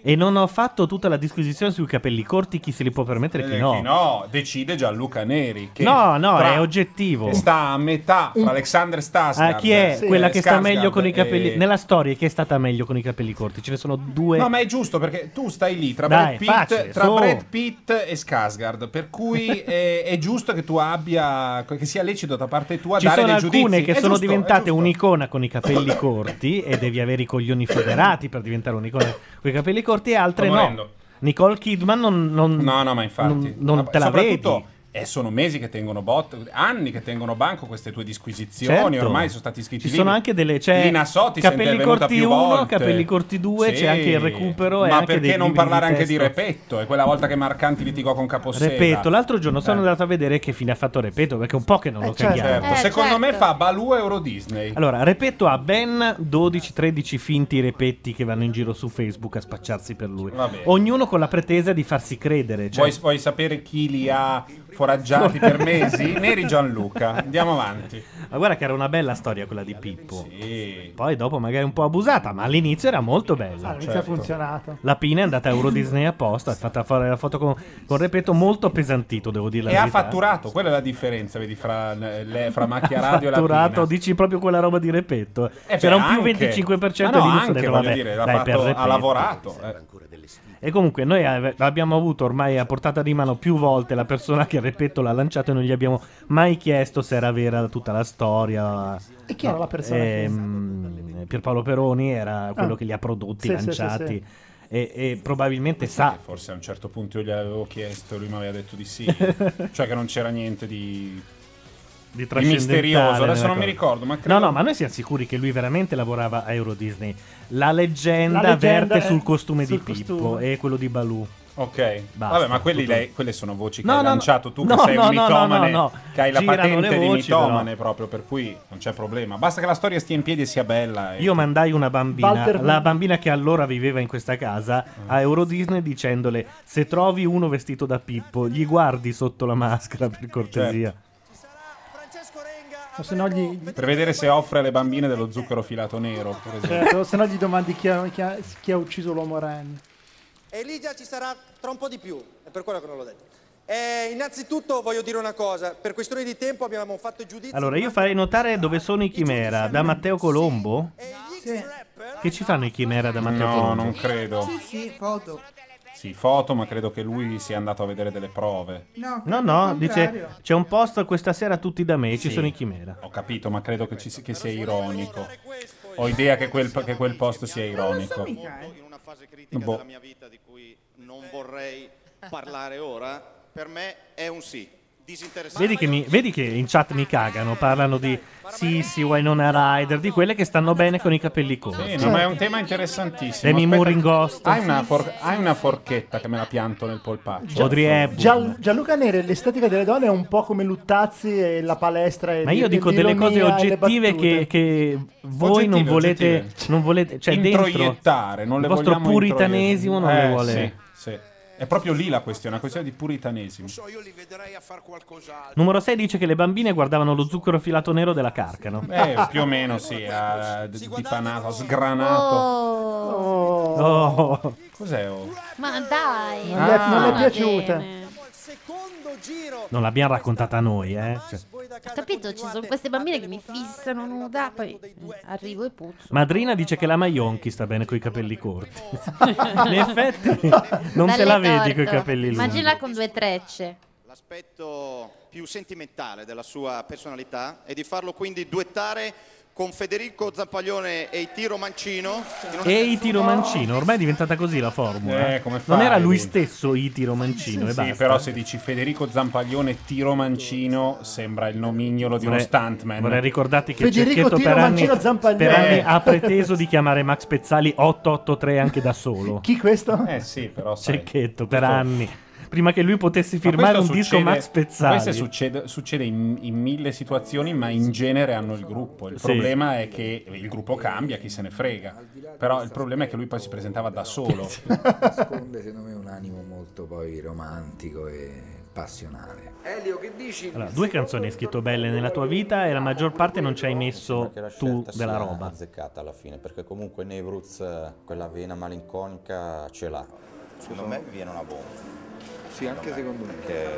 S2: E non ho fatto tutta la disquisizione sui capelli corti, chi se li può permettere e chi no.
S3: Eh, Chi no, decide Gianluca Neri. Che
S2: No, no,
S3: tra-
S2: è oggettivo. Mm.
S3: che sta a metà fra Alexander Stasgaard
S2: Ah, chi è
S3: Sì.
S2: quella che sta
S3: Skarsgård
S2: meglio con i capelli?
S3: e-
S2: Nella storia, chi è stata meglio con i capelli corti? Ce ne sono due.
S3: No, ma è giusto perché tu stai lì tra,
S2: Dai,
S3: Brad, Pitt,
S2: facile,
S3: tra
S2: su.
S3: Brad Pitt e Skarsgård, per cui è, è giusto che tu abbia, che sia lecito da parte tua
S2: Ci
S3: dare
S2: sono
S3: dei
S2: alcune
S3: giudizi.
S2: che
S3: È
S2: sono
S3: giusto, è
S2: diventate
S3: giusto.
S2: un'icona con i capelli corti e devi avere i coglioni foderati per diventare un'icona con i capelli corti e altre
S3: Sto
S2: no.
S3: morendo.
S2: Nicole Kidman non, non-
S3: No, no, ma infatti.
S2: non, non
S3: Ma
S2: te la vedi.
S3: soprattutto E sono mesi che tengono botto, anni che tengono banco queste tue disquisizioni,
S2: Certo.
S3: ormai sono stati iscritti
S2: Ci
S3: lì.
S2: sono anche delle. C'è
S3: Lina Sotti se ne è
S2: capelli
S3: venuta
S2: corti
S3: più
S2: 1,
S3: volte.
S2: capelli corti 2,
S3: Sì.
S2: c'è anche il recupero. e
S3: Ma
S2: anche
S3: perché
S2: dei
S3: non
S2: libri
S3: parlare anche di
S2: testo.
S3: Repetto? È quella volta che Marcanti litigò con Capossela.
S2: Repetto, l'altro giorno sono
S3: Eh.
S2: andato a vedere che fine ha fatto Repetto perché è un po' che non lo
S3: Certo, Eh.
S2: caghiamo.
S3: secondo me fa Balù Euro Disney.
S2: Allora, Repetto ha ben 12-13 finti repetti che vanno in giro su Facebook a spacciarsi per lui.
S3: Va bene.
S2: Ognuno con la pretesa di farsi credere. Cioè,
S3: Vuoi, vuoi sapere chi li ha foraggiati per mesi? Neri Gianluca. Andiamo avanti.
S2: Ma guarda che era una bella storia quella di Pippo. Poi dopo magari un po' abusata, ma all'inizio era molto bella.
S4: All'inizio Ah,
S3: Certo.
S4: ha funzionato.
S2: La Pina è andata a Euro Disney apposta, è fatta fare la foto con, con Repetto molto appesantito, devo dire la
S3: E ha
S2: verità.
S3: fatturato, quella è la differenza, vedi, fra, eh, le- fra macchia
S2: Ha
S3: radio e la
S2: fatturato,
S3: pina.
S2: dici proprio quella roba di Repetto.
S3: Eh,
S2: C'era
S3: beh,
S2: un più
S3: anche.
S2: 25%
S3: Ma no,
S2: di
S3: anche, voglio dire, l'ha fatto- ha lavorato. eh.
S2: E comunque noi ave- abbiamo avuto ormai a portata di mano più volte la persona che Repetto l'ha lanciato e non gli abbiamo mai chiesto se era vera tutta la storia.
S4: E chi era la persona che-
S2: Ehm, Pierpaolo Peroni era quello
S4: Ah.
S2: che li ha prodotti,
S4: Sì, sì,
S2: lanciati.
S4: sì, sì.
S2: E, e probabilmente sa.
S3: Forse a un certo punto io gli avevo chiesto, lui mi aveva detto di sì. cioè che non c'era niente di, di misterioso. Adesso non mi ricordo, ma credo...
S2: ecco. No, no, ma noi siamo sicuri che lui veramente lavorava a Euro Disney. La leggenda,
S3: La leggenda
S2: verte
S3: è-
S2: sul costume
S3: sul
S2: di Pippo
S3: costume.
S2: e quello di Baloo.
S3: Ok,
S2: Basta,
S3: vabbè, ma quelli
S2: tutto.
S3: lei- quelle sono voci che
S2: No,
S3: hai
S2: no, no.
S3: lanciato tu, che
S2: No,
S3: sei
S2: no,
S3: un
S2: no,
S3: mitomane,
S2: no, no.
S3: che hai la
S2: Girano le
S3: patente di
S2: voci,
S3: mitomane proprio, per cui non c'è problema. Basta che la storia stia in piedi e sia bella. eh. e-
S2: Io mandai una bambina,
S3: Walter-
S2: la bambina che allora viveva in questa casa,
S3: Ah.
S2: a Euro Disney dicendole: Se trovi uno vestito da Pippo, gli guardi sotto la maschera per cortesia.
S3: Certo.
S4: O se no gli,
S3: Per vedere se offre alle bambine dello zucchero filato nero, per esempio.
S4: certo, se no gli domandi chi ha, chi ha- chi ha ucciso l'uomo ragno.
S7: E lì già ci sarà tra un po' di più, è per quello che non l'ho detto. Eh, innanzitutto voglio dire una cosa, per questione di tempo abbiamo fatto i giudizi.
S2: Allora, io farei notare dove sono i chimera da Matteo Colombo.
S7: Cioè,
S2: Che ci fanno i chimera da Matteo
S3: No,
S2: Colombo?
S3: non credo.
S16: sì, foto.
S3: Sì, foto, ma credo che lui sia andato a vedere delle prove.
S16: No,
S2: No, no,
S16: al contrario.
S2: dice c'è un post questa sera tutti da me, ci sono i chimera.
S3: Ho capito, ma credo che, ci si- che sia ironico. Ho idea che quel, che quel posto sia ironico.
S8: in una fase critica
S3: Boh.
S8: della mia vita di cui non vorrei parlare ora, per me è un sì. Disinteressante.
S2: Vedi che, mi- vedi che in chat mi cagano, parlano di Sissi, Winona Rider, di quelle che stanno bene con i capelli corti.
S3: Sì, no, ma è un tema interessantissimo.
S2: Demi
S3: Aspetta,
S2: Moore in Ghost.
S3: Hai una, for- hai una forchetta che me la pianto nel polpaccio.
S2: Cioè, Audrey Hepburn.
S4: Gian- Gianluca Nere, l'estetica delle donne è un po' come Luttazzi e la palestra. E
S2: Ma io dico delle cose
S4: l'ironia e le
S2: oggettive
S4: battute.
S2: Cioè, che, che voi non
S4: Oggettive,
S2: volete,
S4: oggettive.
S2: non volete, cioè dentro
S3: Introiettare, non le
S2: il vostro
S3: vogliamo
S2: puritanesimo non le
S3: introiettare.
S2: vuole.
S3: Eh, sì, sì. È proprio lì la questione, è una questione di puritanesimo.
S2: Numero 6 dice che le bambine guardavano lo zucchero filato nero della carcano.
S3: Eh, più o meno sì, ha d- dipanato, ha sgranato.
S2: Oh.
S3: Cos'è? oh?
S6: Ma dai,
S3: Ah.
S4: Non le è- non le è
S6: va
S4: piaciuta.
S6: bene.
S2: Non l'abbiamo raccontata noi, eh. Cioè,
S6: Ho capito, ci sono queste bambine che mi fissano nuda, poi eh, arrivo e puzzo.
S2: Madrina dice che la Maionchi sta bene coi capelli corti. In effetti, non te
S6: Dalle
S2: la vedi
S6: torto.
S2: coi capelli lunghi.
S6: Immaginala con due trecce.
S8: L'aspetto più sentimentale della sua personalità e di farlo quindi duettare con Federico Zampaglione e Tiro Mancino. in una-
S2: E Iti Romancino, ormai è diventata così la formula.
S3: Eh, come
S2: non
S3: fai?
S2: era lui stesso Iti Romancino e
S3: Sì,
S2: basta.
S3: però se dici Federico Zampaglione Tiro Mancino sembra il nomignolo di uno
S2: Vorrei-
S3: stuntman.
S2: Vorrei ricordarti che
S4: Federico
S2: Cecchetto
S4: Tiro
S2: per anni,
S4: Mancino Zampaglione.
S2: per anni
S4: Eh.
S2: ha preteso di chiamare Max Pezzali 883 anche da solo.
S4: Chi questo?
S3: Eh sì, però sai.
S2: Cecchetto per
S3: Questo-
S2: anni. Prima che lui potesse
S3: Ma
S2: firmare un
S3: questo
S2: disco
S3: succede-
S2: Max Pezzali.
S3: Questo succede, succede in, in mille situazioni, ma in genere hanno il gruppo. Il
S2: Sì.
S3: problema è che il gruppo cambia, chi se ne frega. Però il problema è che lui poi si presentava da solo.
S17: nasconde secondo me un animo molto poi romantico e passionale.
S5: Elio, che dici?
S2: Allora, due canzoni hai scritto belle nella tua vita e la maggior parte non ci hai messo tu della roba.
S18: azzeccata alla fine, perché comunque Nevruz eh, quella vena malinconica ce l'ha.
S8: Secondo me viene una bomba.
S18: Sì, anche secondo me.
S8: Perché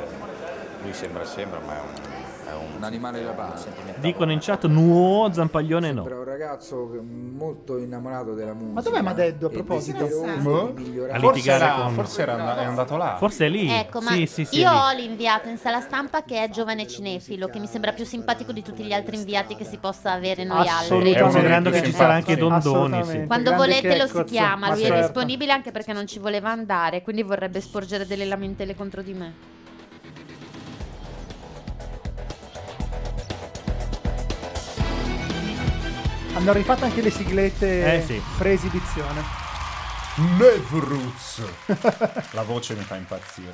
S8: lui sembra, sembra, ma è un, è un, animale da
S18: parte.
S2: Dicono in chat nuo, zampaglione no.
S17: Era un ragazzo che- molto innamorato della musica.
S4: dov'è Madeddu, a
S17: e
S4: proposito?
S17: desideroso di
S4: Boh.
S17: migliorare-
S2: A litigare con- Forse è lì.
S6: Ecco, ma
S2: Sì, sì, sì, è
S6: io
S2: lì.
S6: ho l'inviato in sala stampa che è giovane cinefilo, che mi sembra più simpatico di tutti gli altri inviati che si possa avere noi altri.
S2: Assolutamente. Considerando che ci sarà anche Dondoni.
S4: Assolutamente.
S2: sì.
S6: Quando
S4: Grande
S6: volete lo si
S4: Checco,
S6: chiama,
S4: ma
S6: lui è
S4: certo.
S6: disponibile anche perché non ci voleva andare, quindi vorrebbe sporgere delle lamentele contro di me.
S4: Hanno rifatto anche le siglette
S3: Eh, sì.
S4: pre-esibizione.
S3: Nevruz. La voce mi fa impazzire.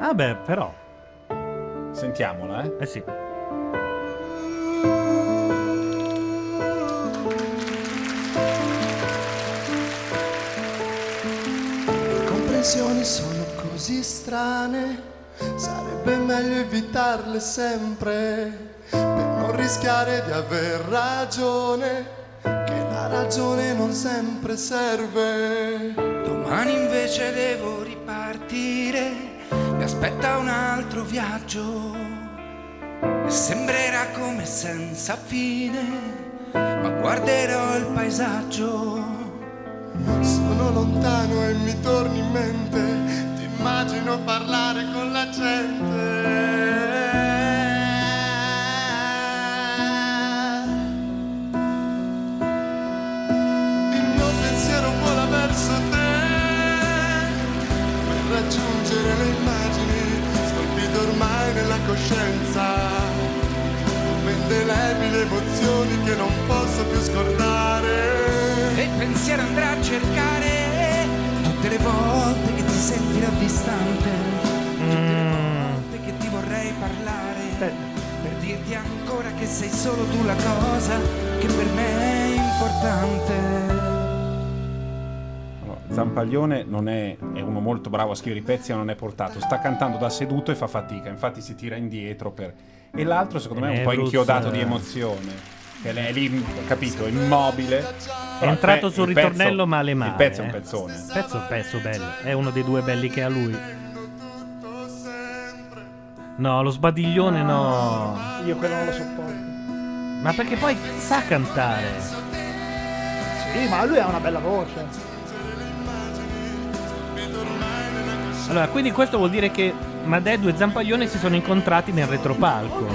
S2: Ah beh, però.
S3: Sentiamola, eh?
S2: Eh sì.
S5: Comprensioni sono così strane, sarebbe meglio evitarle sempre, per non rischiare di aver ragione, che la ragione non sempre serve.
S13: Domani invece devo ripartire, mi aspetta un altro viaggio. E sembrerà come senza fine, ma guarderò il paesaggio.
S5: Sono lontano e mi torni in mente, ti immagino parlare con la gente. Il mio pensiero vola verso te, per raggiungere le immagini, scolpite ormai nella coscienza, come indelebili emozioni che non posso più scordare.
S13: E il pensiero andrà a cercare tutte le volte che ti sentirò distante, tutte le volte che ti vorrei parlare, per dirti ancora che sei solo tu la cosa che per me è importante.
S3: Allora, Zampaglione non è, è uno molto bravo a scrivere i pezzi, ma non è portato. Sta cantando da seduto e fa fatica, infatti si tira indietro. Per... E l'altro, secondo me, è un po'
S2: Nevruz,
S3: inchiodato
S2: eh.
S3: di emozione. Che è lì, capito, immobile.
S2: È
S3: Però il
S2: entrato
S3: pe-
S2: sul
S3: il pezzo-
S2: ritornello male male.
S3: Il pezzo è un
S2: eh.
S3: pezzone.
S2: Il pezzo è un pezzo bello. È uno dei due belli che ha lui. No, lo sbadiglione no.
S4: Io quello non lo sopporto.
S2: Ma perché poi sa cantare.
S4: Sì, ma lui ha una bella voce.
S2: Allora, quindi questo vuol dire che Madeddu e Zampaglione si sono incontrati nel retropalco.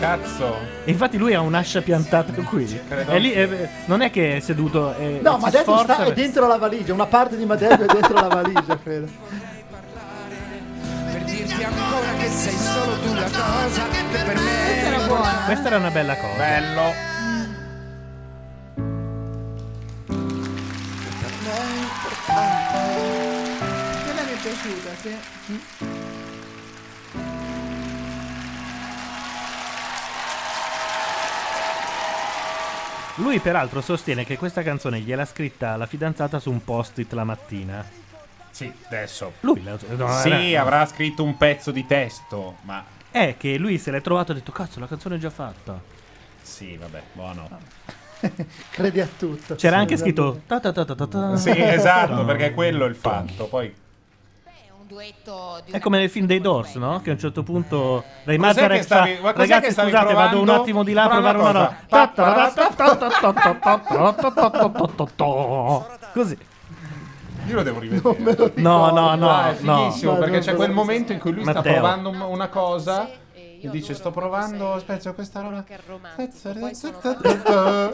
S3: Cazzo.
S2: E infatti lui ha un'ascia piantata qui.
S3: Credo.
S2: È lì, è- non è che è seduto e
S4: No,
S2: si
S4: ma adesso
S2: sforza
S4: sta è
S2: per-
S4: dentro la valigia, una parte di Madeddu è dentro la valigia, credo.
S13: Per dirti ancora che sei solo tu la cosa che per me è importante.
S2: Questa era una bella cosa.
S3: Bello.
S16: Quella mi è piaciuta, sì.
S2: Lui peraltro sostiene che questa canzone gliel'ha scritta la fidanzata su un post-it la mattina.
S3: Sì, adesso.
S2: Lui la- no,
S3: sì,
S2: era-
S3: avrà scritto un pezzo di testo, ma.
S2: È che lui se l'è trovato e ha detto cazzo la canzone è già fatta.
S3: Sì, vabbè, buono.
S4: Credi a tutto.
S2: C'era
S4: Sì,
S2: anche scritto...
S4: veramente.
S2: ta ta ta ta ta ta.
S3: Sì, esatto, perché quello è il fatto. Poi
S2: È come nel film dei Doors, no? Che a un certo punto Ray
S3: Cos'è
S2: Manzarek
S3: che stavi-
S2: fa,
S3: ma cos'è
S2: Ragazzi
S3: che stavi
S2: scusate, vado un
S3: provando?
S2: attimo di là a
S3: Prova
S2: provare una
S3: una
S2: roba. Ta ta ta ta ta ta ta ta ta ta ta ta ta ta ta. Così.
S3: Io lo devo rivedere.
S2: No, no,
S3: Ah,
S2: no,
S3: è
S2: no.
S3: fighissimo, perché c'è quel momento in cui lui sta
S2: Matteo.
S3: provando un- una cosa e dice sto provando, aspetta, questa roba.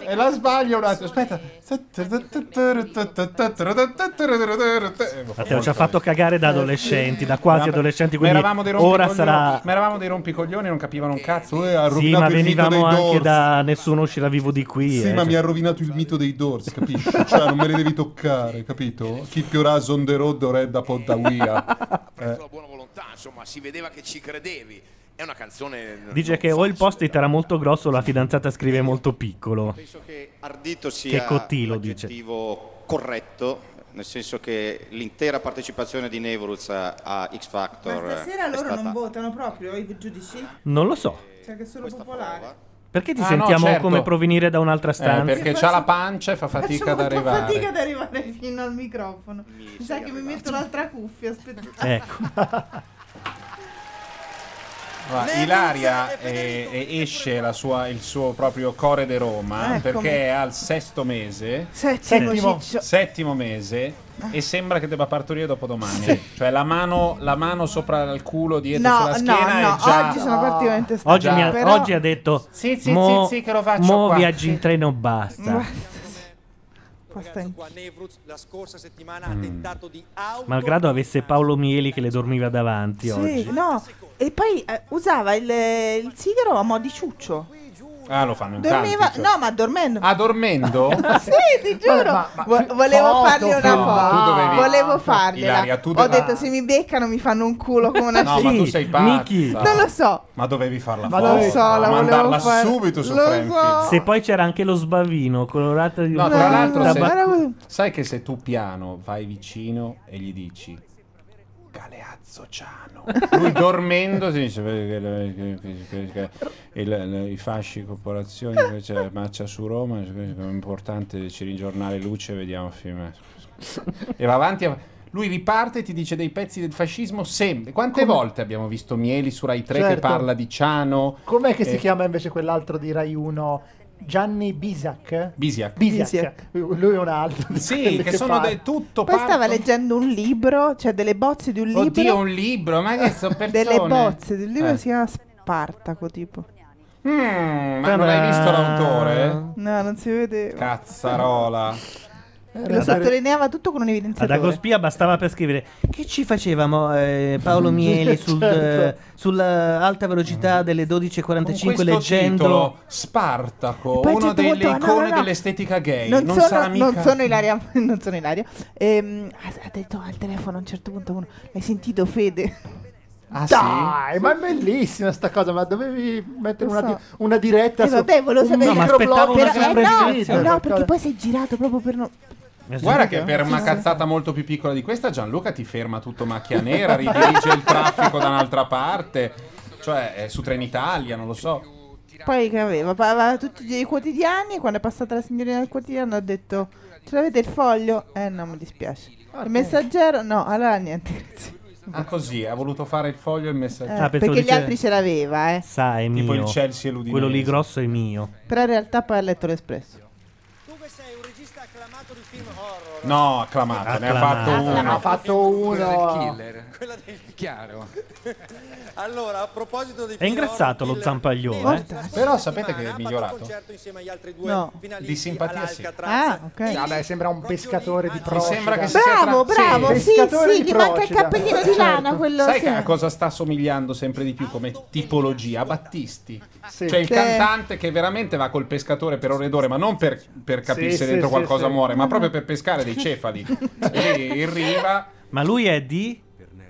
S3: E la sbaglia un attimo, aspetta.
S2: Matteo ci ha fatto cagare da adolescenti, da quasi adolescenti,
S3: Ma
S2: quindi
S3: Eh, eravamo dei
S2: ora
S3: rompicoglioni-
S2: sarà
S3: Ma eravamo dei rompicoglioni, non capivano un cazzo. Eh, ha
S2: Sì,
S3: rovinato
S2: ma
S3: il mito dei
S2: venivamo anche
S3: Doors.
S2: da nessuno uscirà vivo di qui.
S19: Sì,
S2: eh,
S19: ma
S2: cioè.
S19: mi ha rovinato il mito dei Doors, capisci? Cioè, non me li devi toccare, capito? Chi piorà on the road red da Poddawia.
S4: Eh.
S3: Eh,
S10: Apprezzo la buona volontà, insomma, si vedeva che ci credevi. È una canzone.
S2: Dice che o il post-it era molto grosso, la fidanzata scrive molto piccolo.
S8: Ardito sia
S2: Che Cottilo dice.
S8: l'aggettivo corretto, nel senso che l'intera partecipazione di Nevruz a, a X
S16: Ma
S8: Factor
S16: stasera
S8: è
S16: loro
S8: stata
S16: non votano proprio i giudici?
S2: Non lo so.
S16: Cioè che sono popolari.
S2: Perché ti
S3: Ah, no,
S2: sentiamo
S3: certo.
S2: come provenire da un'altra
S3: Eh,
S2: stanza?
S3: perché c'ha la pancia e fa
S16: Faccio
S3: fatica ad
S16: molta
S3: arrivare.
S16: fatica ad arrivare fino al microfono. Mi, sa che mi metto l'altra cuffia, aspetta.
S2: Ecco.
S3: Allora, Ilaria eh, eh, esce la sua- il suo proprio core de Roma
S16: Eccomi.
S3: perché è al sesto mese,
S16: Settimo, ciccio. Ah.
S3: settimo mese e sembra che debba partorire dopodomani. Cioè la mano, la mano sopra il culo dietro
S16: No,
S3: sulla
S16: no,
S3: schiena
S16: no,
S3: è già...
S16: oggi sono particolarmente stanca,
S2: Oggi, mi ha,
S16: però-
S2: oggi ha detto:
S16: Sì, sì,
S2: mo,
S16: sì, sì, che lo faccio
S2: Mo
S16: qua."
S2: viaggi in
S16: Sì.
S2: treno, basta.
S16: Basta
S20: Qua Nevruz la scorsa settimana ha tentato di auto
S2: Mm. Malgrado avesse Paolo Mieli che le dormiva davanti
S16: Sì,
S2: oggi.
S16: no. E poi eh, usava il, il sigaro a mo' di ciuccio.
S3: Ah, lo fanno in
S16: Dormiva,
S3: tanti. cioè.
S16: no, ma dormendo.
S3: Ah, dormendo?
S16: sì, ti giuro. Vo- volevo
S3: foto,
S16: fargli una
S3: foto. Tu
S16: foto.
S3: dovevi-
S16: Volevo fargliela.
S3: Ilaria, tu
S16: Ho
S3: devi-
S16: detto se mi beccano mi fanno un culo come una
S3: No, ma tu sei pazza.
S16: Non lo so.
S3: Ma dovevi farla
S16: Ma lo
S3: foto,
S16: so, la volevo
S3: mandarla
S16: fare-
S3: subito su
S16: lo
S3: Friendfeed.
S16: so.
S2: Se poi c'era anche lo sbavino colorato di
S3: No, tra l'altro,
S2: da
S3: se-
S2: ba-
S3: sai che se tu piano vai vicino e gli dici Galeazzo Ciano, lui dormendo si dice "Vedi che- che- che- che- che- che- il- il- i fasci corporazioni che c'è marcia su Roma è importante ci rigiornare luce vediamo a fine e va avanti av- lui riparte e ti dice dei pezzi del fascismo sempre quante volte abbiamo visto Mieli su Rai 3 che
S4: Certo.
S3: parla di Ciano
S4: Com'è che
S3: Eh,
S4: si chiama invece quell'altro di Rai 1? Gianni Bisac?
S3: Bisiak
S4: Bisiak. Lui è un altro.
S3: Sì, che sono de- tutto
S16: Poi
S3: parto-
S16: stava leggendo un libro, cioè delle bozze di un libro.
S3: Oddio, un libro, ma che sono persone?
S16: Delle bozze di un libro
S3: Eh.
S16: che si chiama Spartaco, tipo.
S3: Mm, ma non hai visto l'autore?
S16: No, non si vede.
S3: Cazzarola.
S16: Lo sottolineava tutto con un
S2: Ad
S16: evidenziatore.
S2: Agospia bastava per scrivere che ci facevamo eh, Paolo Mieli sul,
S16: Certo.
S2: sull'alta velocità delle
S3: Con
S2: 12.45
S3: questo
S2: leggendo
S3: titolo, Spartaco,
S16: Poi a un
S3: uno
S16: certo
S3: delle
S16: punto, no,
S3: icone
S16: no, no.
S3: dell'estetica gay.
S16: Non,
S3: Non,
S16: sono,
S3: sarà mica...
S16: non sono Ilaria. Non sono Ilaria. Ehm, ha ha detto al telefono a un certo punto uno, Hai sentito Fede?
S4: Ah, Dai, ma è bellissima sta cosa, ma dovevi mettere
S16: Lo
S4: una,
S16: so.
S4: di- una diretta
S16: Eh,
S4: su
S16: vabbè, volevo
S4: un
S16: sapere- No, ma
S4: microblog
S2: aspettavo una
S4: su
S16: Eh,
S4: Friends
S16: no,
S4: Video,
S16: no, perché
S4: qualcosa.
S16: poi sei girato proprio per no-
S3: Guarda che per
S16: Sì,
S3: una
S16: sì.
S3: cazzata molto più piccola di questa Gianluca ti ferma tutto macchia nera, ridirige il traffico da un'altra parte, cioè eh, su Trenitalia, non lo so.
S16: Poi che aveva? Pa- Aveva tutti i quotidiani. Quando è passata la signorina del quotidiano, ha detto: Ce l'avete il foglio? Eh, no, mi dispiace.
S4: Ah,
S16: Il messaggero? No, allora niente. grazie.
S3: Ah, così, ha voluto fare il foglio e il messaggio.
S16: Eh, perché gli altri ce l'aveva, eh.
S2: sa è
S3: Tipo
S2: mio
S3: il Chelsea e l'Udinese.
S2: quello lì grosso è mio
S16: Però in realtà poi ha letto l'espresso.
S3: No, acclamato, ne ha
S2: Acclamato.
S3: fatto uno.
S4: Ha fatto uno.
S7: Quella del
S5: Chiaro.
S7: Allora, a proposito di
S2: è ingrassato lo zampaglione eh?
S3: Però sapete che è migliorato?
S7: concerto insieme agli altri due
S3: No.
S7: finalisti
S3: Di simpatia sì.
S16: Ah,
S7: all'Alcatraz.
S4: Sì, vabbè, sembra un pescatore di
S3: Mi
S4: procida.
S3: sembra che si sia
S16: Bravo, Oh,
S3: tra-
S16: bravo. Sì,
S4: Pescatore
S16: sì,
S4: di
S16: gli manca il
S4: Procida.
S16: cappellino di
S4: Certo.
S16: lana. Quello
S3: Eh, Sai
S16: sì.
S3: che a cosa sta somigliando sempre di più come tipologia? A Battisti.
S4: Sì.
S3: Cioè il
S4: Sì.
S3: cantante che veramente va col pescatore per ore ed ore, ma non per, per capire
S2: Sì,
S3: se
S2: sì,
S3: dentro
S2: sì,
S3: qualcosa
S2: sì.
S3: muore, ma proprio
S4: Mm-hmm.
S3: per pescare dei cefali. e lì in riva...
S2: ma lui è di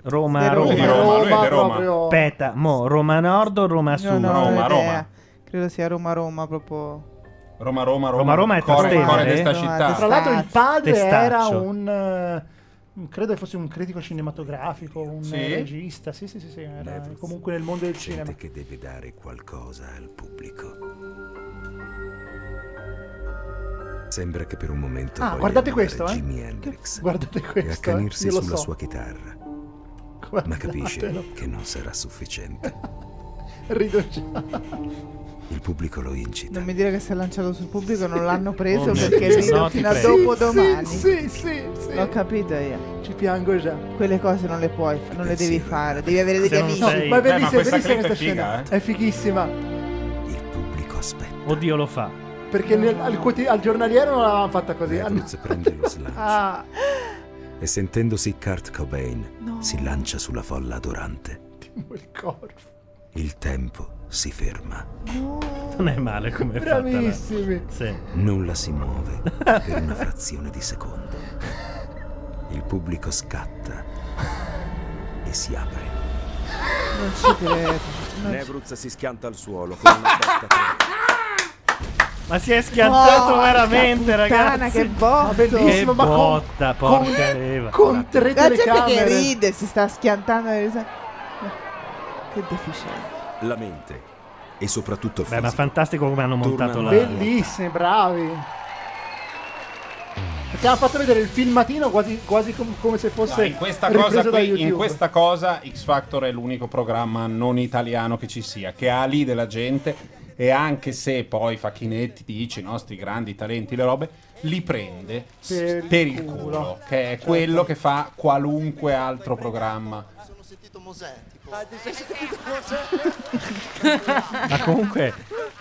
S2: Roma
S3: Di Roma.
S2: Roma,
S3: Di Roma, lui è di Roma. proprio-
S2: aspetta mo Roma Nord o Roma
S16: No,
S2: Sud
S16: no, non ho
S3: Roma,
S16: idea.
S3: Roma.
S16: Credo sia Roma, Roma proprio.
S3: Roma, Roma, Roma.
S2: Roma, Roma è
S3: cuore,
S2: Trastevere.
S3: cuore di sta
S2: Roma,
S3: città.
S4: Tra l'altro il padre
S2: Testaccio.
S4: era un... eh, Credo che fosse un critico cinematografico, un
S3: Sì?
S4: eh, regista, sì sì sì, sì, era Eh, comunque nel mondo del cinema.
S13: che deve dare qualcosa al pubblico. Sembra che per un momento
S4: Ah,
S13: voglia
S4: guardate
S13: emulare
S4: questo, eh.
S13: Jimi Hendrix
S4: Guardate
S13: e
S4: questo, eh,
S13: accanirsi
S4: io lo
S13: sulla
S4: so.
S13: sua chitarra. Ma
S4: Guardatelo.
S13: capisce che non sarà sufficiente.
S4: Rido già.
S13: Il pubblico lo incita.
S16: Non mi dire che si è lanciato sul pubblico, non l'hanno preso
S13: Oh, mio
S16: perché
S13: Dio.
S16: rido
S13: No, ti
S16: fino a
S13: prego.
S16: dopo domani.
S4: Sì, sì, sì, sì.
S16: L'ho capito io.
S4: Ci piango già.
S16: Quelle cose non le puoi, fa- non le devi fare, devi avere degli
S2: Se non
S16: amici.
S2: sei-
S4: Ma è
S2: Beh, ma
S4: bellissima,
S2: questa
S4: bellissima
S2: clip
S4: questa
S2: è figa,
S4: scena.
S2: eh.
S4: È fighissima.
S2: oddio lo fa
S4: Perché nel- al, quoti- al giornaliero non l'avevano fatta così. hanno-
S13: Edwards prende lo slancio
S4: Ah,
S13: e sentendosi Kurt Cobain
S4: No.
S13: si lancia sulla folla adorante.
S4: il corpo.
S13: Il tempo si ferma.
S2: non è male come è fatta la-
S4: Bravissimi.
S2: sì.
S13: Nulla si muove per una frazione di secondo. Il pubblico scatta e si apre.
S16: Non ci credo. Non ci-
S13: Nevruz si schianta al suolo con una botta
S2: ma si è schiantato
S16: Porca
S2: veramente
S16: puttana,
S2: ragazzi
S16: che botto.
S2: Ma bellissimo, ma con- botta porca leva
S4: con tre
S16: La gente che
S4: telecamere.
S16: ride si sta schiantando. le risa- Che deficiente.
S13: la mente e soprattutto il
S2: beh ma
S13: fisico.
S2: fantastico come hanno montato la
S4: Bellissimi, bravi. Perché hanno fatto vedere il filmatino quasi, quasi com- come se fosse
S3: No, in, questa
S4: ripreso
S3: cosa
S4: da
S3: qui-
S4: YouTube.
S3: in questa cosa X Factor è l'unico programma non italiano che ci sia, che ha lì della gente e anche se poi Facchinetti dice i nostri grandi talenti, le robe, li prende s-
S4: Per
S3: per,
S4: il
S3: il culo, che è quello che fa qualunque altro programma.
S5: Sono sentito mosetico.
S2: ma comunque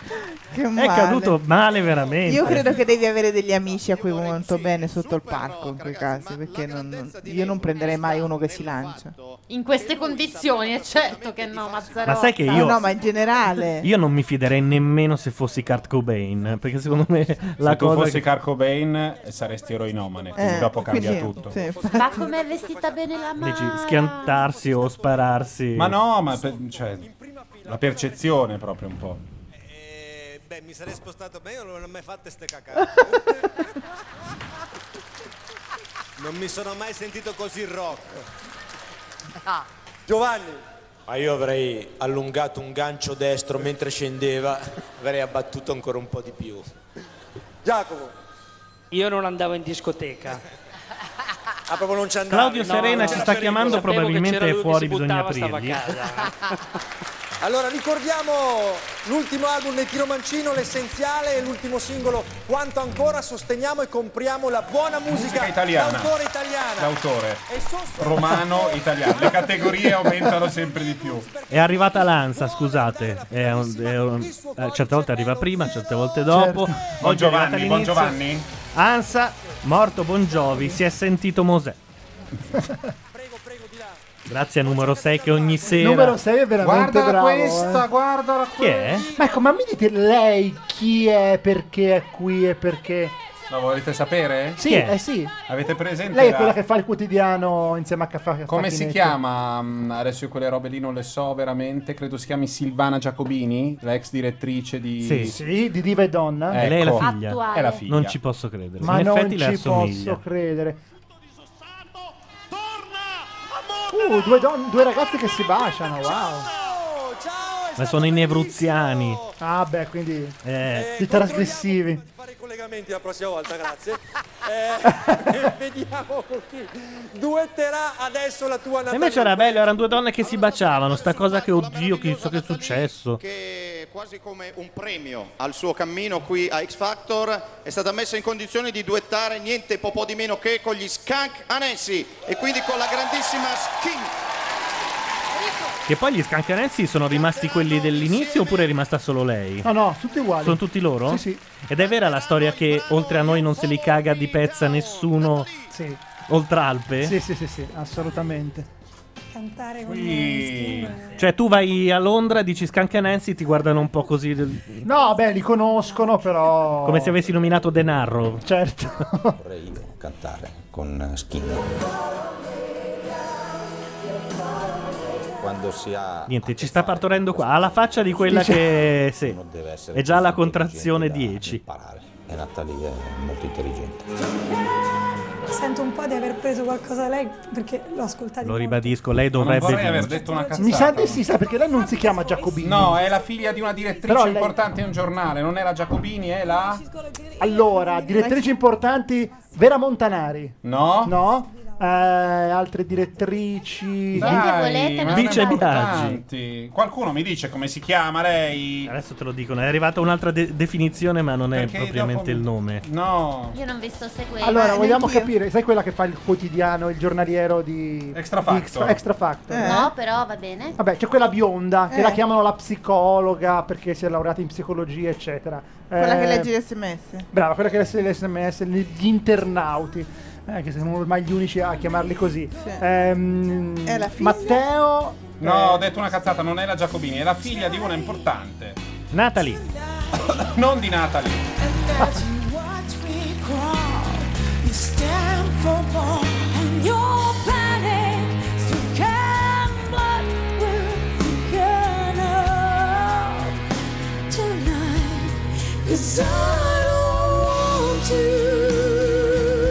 S16: Che
S2: È
S16: male.
S2: caduto male veramente.
S16: Io credo che devi avere degli amici a cui vuoi molto bene sotto il palco in quei casi, perché non- non- io non prenderei mai uno che si lancia.
S6: In queste condizioni è certo che no, Mazzarotta.
S2: Ma sai che
S16: No,
S2: io-
S16: No, ma in generale.
S2: Io non mi fiderei nemmeno se fossi Kurt Cobain, perché secondo me la
S3: se tu
S2: cosa
S3: fossi
S2: che-
S3: Kurt Cobain eh, saresti eroinomane, quindi
S16: Eh,
S3: dopo cambia
S16: quindi-
S3: tutto.
S16: sì.
S6: Ma com'è vestita bene la mamma?
S2: Dici, schiantarsi o spararsi.
S3: Ma no, ma per- cioè, la percezione proprio un po'.
S17: Beh, mi sarei spostato bene, non ho mai fatto ste cacate. non mi sono mai sentito così rock.
S7: Ah.
S17: Giovanni. Ma io avrei allungato un gancio destro mentre scendeva, avrei abbattuto ancora un po' di più.
S7: Giacomo.
S21: Io non andavo in discoteca.
S7: Ah, proprio non ci andava.
S2: Claudio Serena ci sta chiamando, probabilmente è fuori, bisogna aprirgli.
S7: Allora ricordiamo l'ultimo album del Tiro Mancino, l'essenziale e l'ultimo singolo Quanto ancora sosteniamo e compriamo la buona musica,
S3: Musica italiana.
S7: d'autore italiana.
S3: L'autore
S7: E sostenere
S3: romano italiano. Le categorie aumentano sempre di più.
S2: È arrivata l'ANSA, scusate. È un- è un- eh, certe volte arriva prima, certe volte dopo.
S3: Certo.
S2: Oggi
S3: Buon
S2: è
S3: Giovanni,
S2: arrivata
S3: buon
S2: all'inizio.
S3: Giovanni?
S2: ANSA, morto Bon Jovi, si è sentito Mosè. Grazie a numero 6 che ogni sera...
S4: Numero 6 è veramente
S3: Guardala
S4: bravo.
S3: questa,
S4: eh.
S3: guardala
S2: Chi è?
S4: Ma ecco, ma mi dite lei chi è, perché è qui e perché...
S3: Lo volete sapere?
S4: Sì, Chi è? eh sì.
S3: Avete presente?
S4: Lei è
S3: la-
S4: quella che fa il quotidiano insieme a Caffè.
S3: Come si chiama? mm, Adesso io quelle robe lì non le so veramente. Credo si chiami Silvana Giacobini, la ex direttrice di.
S2: Sì.
S4: Sì, di Diva e Donna.
S2: E lei è la
S3: Ecco.
S2: figlia.
S4: Attuale. È la figlia.
S2: Non ci posso credere.
S4: Ma
S2: In
S4: non
S2: effetti le
S4: ci
S2: assomiglia.
S4: posso credere. Uh, due, don- due ragazze che si baciano, wow.
S2: Ma sono i nevruziani.
S4: Ah beh, quindi
S2: Eh.
S4: i trasgressivi.
S7: i collegamenti la prossima volta, grazie. Eh, vediamo con chi duetterà adesso la tua
S2: E
S7: Natalia.
S2: invece era bello, erano due donne che si baciavano. Sta cosa che, oddio, chissà che è successo.
S8: Che quasi come un premio al suo cammino qui a X Factor è stata messa in condizione di duettare niente po' po' di meno che con gli Skank Anensi e quindi con la grandissima Skin.
S2: Che poi gli scancanensi sono rimasti quelli dell'inizio oppure è rimasta solo lei?
S4: No, no, tutti uguali.
S2: Sono tutti loro?
S4: Sì, sì.
S2: Ed è vera la storia che oltre a noi non se li caga di pezza nessuno
S4: Sì.
S2: oltre Alpe?
S4: Sì, sì, sì, sì, assolutamente.
S22: Cantare con
S4: Eh,
S2: Cioè tu vai a Londra, dici scancanensi, ti guardano un po' così del-
S4: No, beh, li conoscono, però.
S2: come se avessi nominato De Narro.
S4: Certo.
S23: Vorrei cantare con Skin. Quando si ha
S2: Niente, ci sta partorendo qua. Ha la faccia di quella che... Sì.
S23: Uno deve essere
S2: È già alla
S23: così
S2: contrazione
S23: intelligente
S2: 10.
S23: e Natalie è molto intelligente.
S22: Sento un po' di aver preso qualcosa da lei perché l'ho ascoltata.
S2: Lo ribadisco, lei dovrebbe...
S3: vorrei aver
S2: vincere.
S3: detto una cazzata.
S4: Mi sa di sì, sa perché lei non si chiama Giacobini.
S3: No, è la figlia di una
S4: Però
S3: direttrice
S4: lei-
S3: importante in un giornale. Non è la Giacobini, è la.
S4: Allora, direttrici importanti, Vera Montanari.
S3: No?
S4: No? Eh, altre direttrici.
S3: ma sono importanti. Qualcuno mi dice come si chiama lei?
S2: Adesso te lo dicono, è arrivata un'altra de- definizione ma non è
S3: Perché
S2: propriamente
S3: dopo-
S2: il nome.
S3: No.
S6: Io non vi sto seguendo.
S4: Allora, vogliamo capire, sai quella che fa il quotidiano, il giornaliero di
S3: Extra
S4: di
S3: Factor.
S4: Extra, Extra Factor,
S16: Eh?
S4: no?
S6: No, però va bene.
S4: Vabbè, c'è quella bionda che
S6: Eh.
S4: la chiamano la psicologa perché si è laureata in psicologia, eccetera.
S16: Quella che
S4: Eh,
S16: legge gli sms.
S4: Brava, quella che legge gli sms, gli internauti. eh, che siamo ormai gli unici a chiamarli così. Ehm,
S3: È la figlia?
S4: Matteo. eh,
S3: No, ho detto una cazzata, non è la Giacobini, è la figlia di una importante.
S2: Natalie.
S3: non di Natalie.
S5: As you watch me crawl, you stand for more, and your panic still can blood will begin up tonight. 'Cause I don't want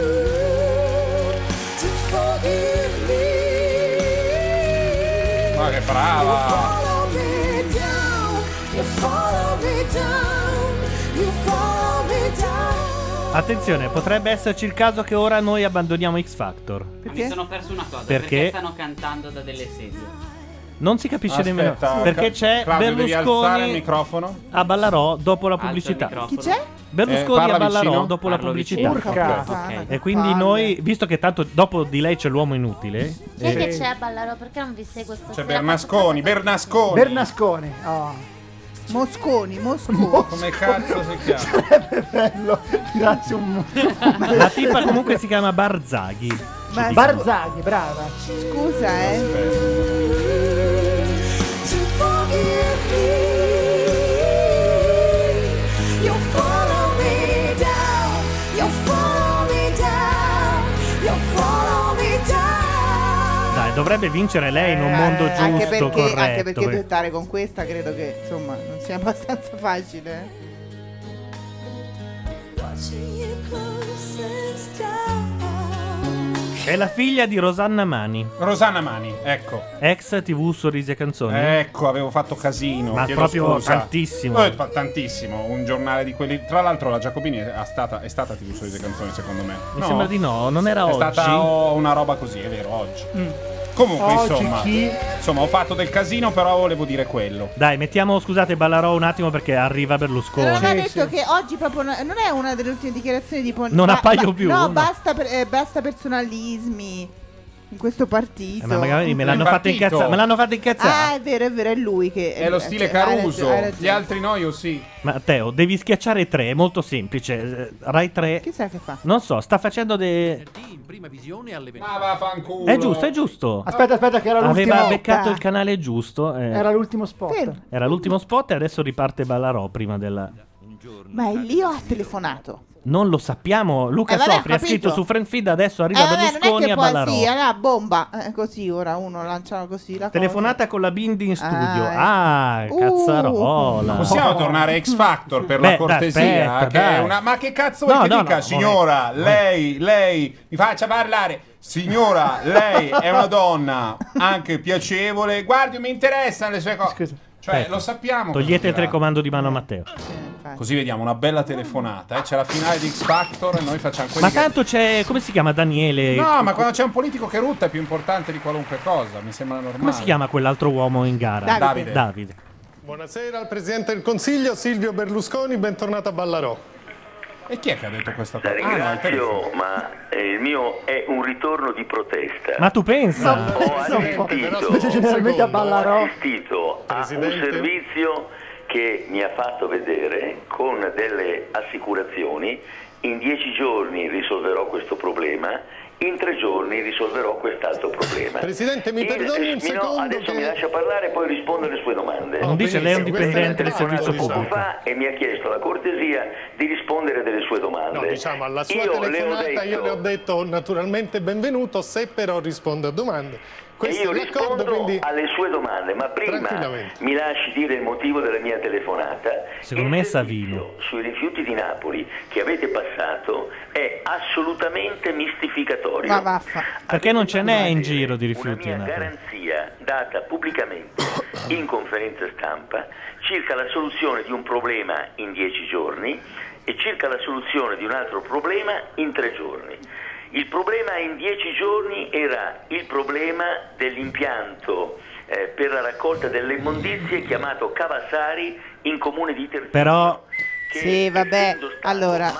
S5: you to forgive me.
S3: Ma che brava!
S5: Follow me down, you follow me down, you follow me down.
S2: Attenzione, potrebbe esserci il caso che ora noi abbandoniamo X Factor.
S24: Mi sono perso una cosa.
S2: Perché?
S24: Perché, stanno cantando da delle sedie?
S2: Non si capisce nemmeno
S3: Aspetta,
S2: perché
S3: Ca-
S2: c'è
S3: Claudio, devi alzare il
S2: Berlusconi
S3: microfono.
S2: a Ballarò dopo la
S3: Alza il
S2: pubblicità.
S3: microfono. Chi c'è? Eh,
S2: Berlusconi
S3: parla
S2: a Ballarò
S3: vicino?
S2: dopo la
S3: Parlo
S2: pubblicità.
S3: vicino. Urca. Ok.
S2: E quindi
S6: Palle.
S2: noi, visto che tanto dopo di lei c'è l'uomo inutile,
S6: Chi è
S2: eh,
S6: che c'è a Ballarò? Perché non vi seguo stasera?
S3: C'è Bernasconi, Bernasconi.
S4: oh. Bernasconi.
S16: Mosconi, Mosconi.
S3: Come cazzo si chiama?
S4: Sarebbe bello tirarsi un...
S2: La tipa comunque si chiama Barzaghi. ci diciamo, dicono.
S4: Barzaghi, brava.
S16: Scusa, eh.
S5: You follow me down, you follow me down, you follow me down.
S2: Dai, dovrebbe vincere lei in un mondo giusto,
S16: Eh, anche perché,
S2: corretto.
S16: anche perché
S2: perché-
S16: dettare con questa credo che insomma non sia abbastanza facile. eh.
S5: Watching you close and down.
S2: È la figlia di Rosanna Mani.
S3: Rosanna Mani, ecco.
S2: Ex TV Sorrisi e Canzoni.
S3: Ecco, avevo fatto casino.
S2: Ma
S3: chiedo
S2: proprio
S3: scusa.
S2: tantissimo.
S3: Eh, fa- tantissimo. Un giornale di quelli. Tra l'altro, la Giacobini è stata, è stata TV Sorrisi e Canzoni, secondo me.
S2: Mi sembra di no, non era oggi?
S3: è stata oh, una roba così, è vero, oggi. Mm. Comunque,
S2: Oggi
S3: insomma,
S2: chi-
S3: insomma, ho fatto del casino, però volevo dire quello.
S2: Dai, mettiamo, scusate, ballarò un attimo perché arriva Berlusconi.
S16: Non aveva detto che oggi proprio no- non è una delle ultime dichiarazioni tipo
S2: Non appaio più,
S16: No,
S2: no.
S16: basta, per- eh, basta personalismi in questo partito.
S2: Eh, ma magari me l'hanno fatto
S3: Partito.
S2: incazzare. Me l'hanno fatto
S16: Ah,
S2: incazzare.
S16: è vero, è vero, è lui che
S3: È lo stile
S16: cioè, hai ragione, hai
S3: Caruso.
S16: ragione.
S3: Gli altri no, io sì.
S2: Matteo, devi schiacciare 3, è molto semplice. Eh, Rai 3.
S16: Chissà che fa.
S2: Non so, sta facendo dei.
S25: in prima visione alle 20.
S3: Ma vaffanculo.
S2: È giusto, è giusto.
S4: Aspetta, aspetta, che era l'ultimo.
S2: Aveva beccato il canale giusto. eh.
S4: Era l'ultimo spot.
S2: Era l'ultimo spot e adesso riparte Ballarò prima della...
S16: Ma è lì o ha telefonato?
S2: Non lo sappiamo, Luca
S16: Eh, vabbè, ho
S2: Sofri ha
S16: capito.
S2: scritto su Friend Feed, adesso arriva
S16: eh, vabbè, non è
S2: Berlusconi
S16: che
S2: a
S16: poi
S2: Ballarò.
S16: sì, allora bomba, eh, così ora uno lanciava così la
S2: Telefonata con la Bindi in studio.
S16: Ah,
S2: Ah,
S16: ecco.
S2: cazzarola.
S3: Ma Possiamo tornare a X Factor per
S2: Beh,
S3: la
S2: dai,
S3: cortesia?
S2: aspetta,
S3: che è
S2: dai.
S3: Eh, una- Ma che cazzo
S2: No,
S3: vuoi che
S2: no,
S3: dica,
S2: no,
S3: signora?
S2: momento.
S3: lei, lei, mi faccia parlare. Signora, lei è una donna anche piacevole. Guardi, mi interessano le sue cose. Cioè,
S2: Aspetta.
S3: lo sappiamo. eh. cosa
S2: Togliete il
S3: dirà.
S2: telecomando di mano a Matteo.
S3: Così vediamo una bella telefonata. eh. C'è la finale di X Factor e noi facciamo quelli
S2: Ma
S3: che-
S2: tanto c'è... come si chiama Daniele?
S3: No, ma quando c'è un politico che rutta è più importante di qualunque cosa. Mi sembra normale.
S2: Come si chiama quell'altro uomo in gara?
S3: Davide. Davide.
S2: Davide.
S8: Buonasera al Presidente del Consiglio Silvio Berlusconi, bentornato a Ballarò.
S3: E chi è che ha detto questa
S8: La
S3: cosa? Ah, no, il telefono.
S26: Ringrazio, ma eh, il mio è un ritorno di protesta.
S2: Ma tu pensa?
S26: Ho assistito,
S4: Specie generalmente a Ballarò.
S26: assistito a un servizio che mi ha fatto vedere con delle assicurazioni in dieci giorni risolverò questo problema, in tre giorni risolverò quest'altro problema.
S8: Presidente, mi
S26: Il-
S8: perdoni un
S26: no,
S8: secondo
S26: Eh, adesso
S8: che-
S26: mi lascia parlare e poi rispondo alle sue domande.
S3: Oh,
S2: Non dice lei è un
S26: Questa
S2: dipendente del
S26: telefonata
S2: servizio
S26: poco
S2: pubblico.
S26: fa e mi ha chiesto la cortesia di rispondere delle sue domande.
S8: No, diciamo, alla sua
S26: Io le ho
S8: telefonata io
S26: detto-
S8: le ho detto naturalmente benvenuto, se però risponde a domande.
S26: e io
S8: Questo è l'accordo,
S26: rispondo
S8: quindi...
S26: alle sue domande, ma prima
S8: Tranquillamente.
S26: mi lasci dire il motivo della mia telefonata.
S2: Secondo me è Savino.
S26: Sui rifiuti di Napoli che avete passato è assolutamente mistificatorio.
S16: Ma vaffa.
S2: Perché non ce n'è in giro di rifiuti a Napoli?
S26: garanzia data pubblicamente in conferenza stampa circa la soluzione di un problema in dieci giorni e circa la soluzione di un altro problema in tre giorni. Il problema in dieci giorni era il problema dell'impianto eh, per la raccolta delle immondizie chiamato Cavassari in comune di Terzo.
S2: Però
S16: Sì, vabbè. Allora,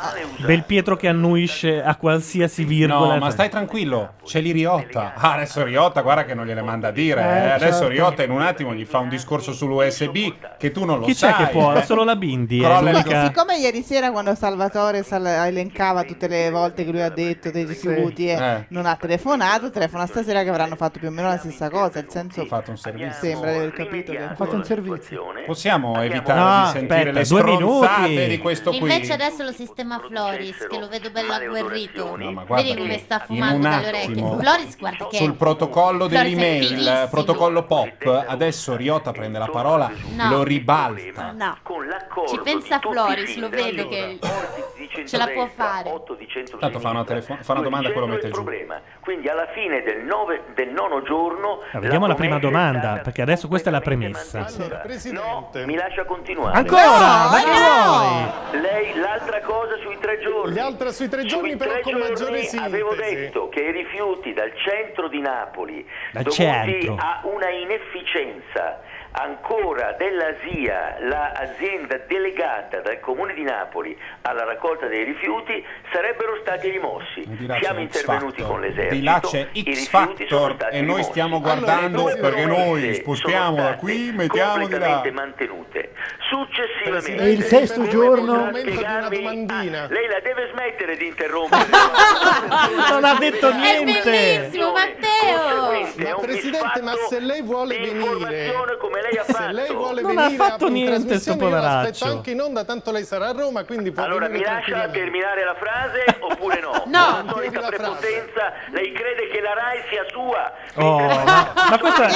S2: Belpietro che annuisce a qualsiasi virgola.
S3: No, ma stai tranquillo, c'è lì Riotta. Ah, adesso Riotta, guarda che non gliele manda a dire. eh.
S2: Eh,
S3: Adesso
S2: certo.
S3: Riotta in un attimo gli fa un discorso sull'USB che tu non lo
S2: Chi c'è
S3: sai.
S2: che può?
S3: eh.
S2: Solo la Bindi. eh,
S3: Crolla
S2: l'unica-
S16: Comunque, siccome ieri sera quando Salvatore sal- elencava tutte le volte che lui ha detto dei rifiuti e
S3: Eh.
S16: non ha telefonato, telefona stasera che avranno fatto più o meno la stessa cosa. Il senso
S3: fatto un servizio.
S16: sembra di aver capito che
S4: fatto un servizio.
S3: Possiamo evitare
S2: No,
S3: di sentire
S2: aspetta,
S3: le
S2: due
S3: stronzate
S2: minuti.
S3: di questo qui?
S6: Invece adesso lo sistema Floris, che lo vedo bello agguerrito.
S3: No, ma guarda
S6: Vedi come
S3: che
S6: sta
S3: in un
S6: fumando dalle
S3: attimo-
S6: orecchie. Floris, guarda che
S3: Sul protocollo
S6: Flores è
S3: dell'email,
S6: finissimo.
S3: eh, protocollo POP, adesso Riotta prende la parola,
S6: No.
S3: lo ribalta.
S6: No. Ci
S26: l'accordo
S6: pensa
S26: di tutti
S6: Floris,
S26: i
S6: lo
S26: sindaci.
S6: vedo che
S26: di
S6: ce la può
S26: centrodestra,
S6: fare.
S3: Tanto fa una, telefo- fa una domanda e poi lo mette giù.
S26: problema. Quindi alla fine del, nove, del nono giorno...
S2: Ah, vediamo la prima domanda, perché adesso questa è la premessa.
S26: No, mi lascia continuare.
S2: Ancora? ma che vuoi?
S26: Lei l'altra cosa sui tre giorni. L'altra
S8: sui tre
S26: giorni
S8: però con maggiore
S26: Avevo
S8: sintesi.
S26: detto che i rifiuti dal centro di Napoli
S2: Dal
S26: dovuti
S2: centro.
S26: a una inefficienza ancora della SIA, l'azienda delegata dal Comune di Napoli alla raccolta dei rifiuti, sarebbero stati rimossi.
S3: Di là
S26: Siamo
S3: c'è X
S26: intervenuti con
S3: Factor.
S26: l'esercito.
S3: Di là c'è
S26: i
S3: X
S26: rifiuti sono
S3: Factor
S26: stati
S3: e noi
S26: rimossi.
S3: stiamo guardando
S26: Allora, le
S3: perché noi
S26: promesse
S3: spostiamo
S26: sono
S3: da qui,
S26: state
S3: mettiamo di là.
S26: completamente mantenute.
S4: E
S26: Successivamente
S4: il sesto giorno...
S27: Ah,
S26: lei la deve smettere di interrompere.
S2: Non ha detto niente.
S26: Matteo!
S28: Ma Presidente, ma se lei vuole venire, se lei vuole
S2: Non ha
S28: venire
S2: fatto
S28: a, in
S2: niente,
S28: trasmissione,
S2: sto
S28: io l'aspetto
S2: poveraccio.
S28: anche in onda, tanto lei sarà a Roma, quindi può
S26: Allora mi
S28: venire
S26: lascia
S28: tranquillamente.
S26: terminare la frase oppure no?
S28: No.
S26: La solita prepotenza, lei crede che la RAI sia sua?
S2: Oh, ma, ma questo è,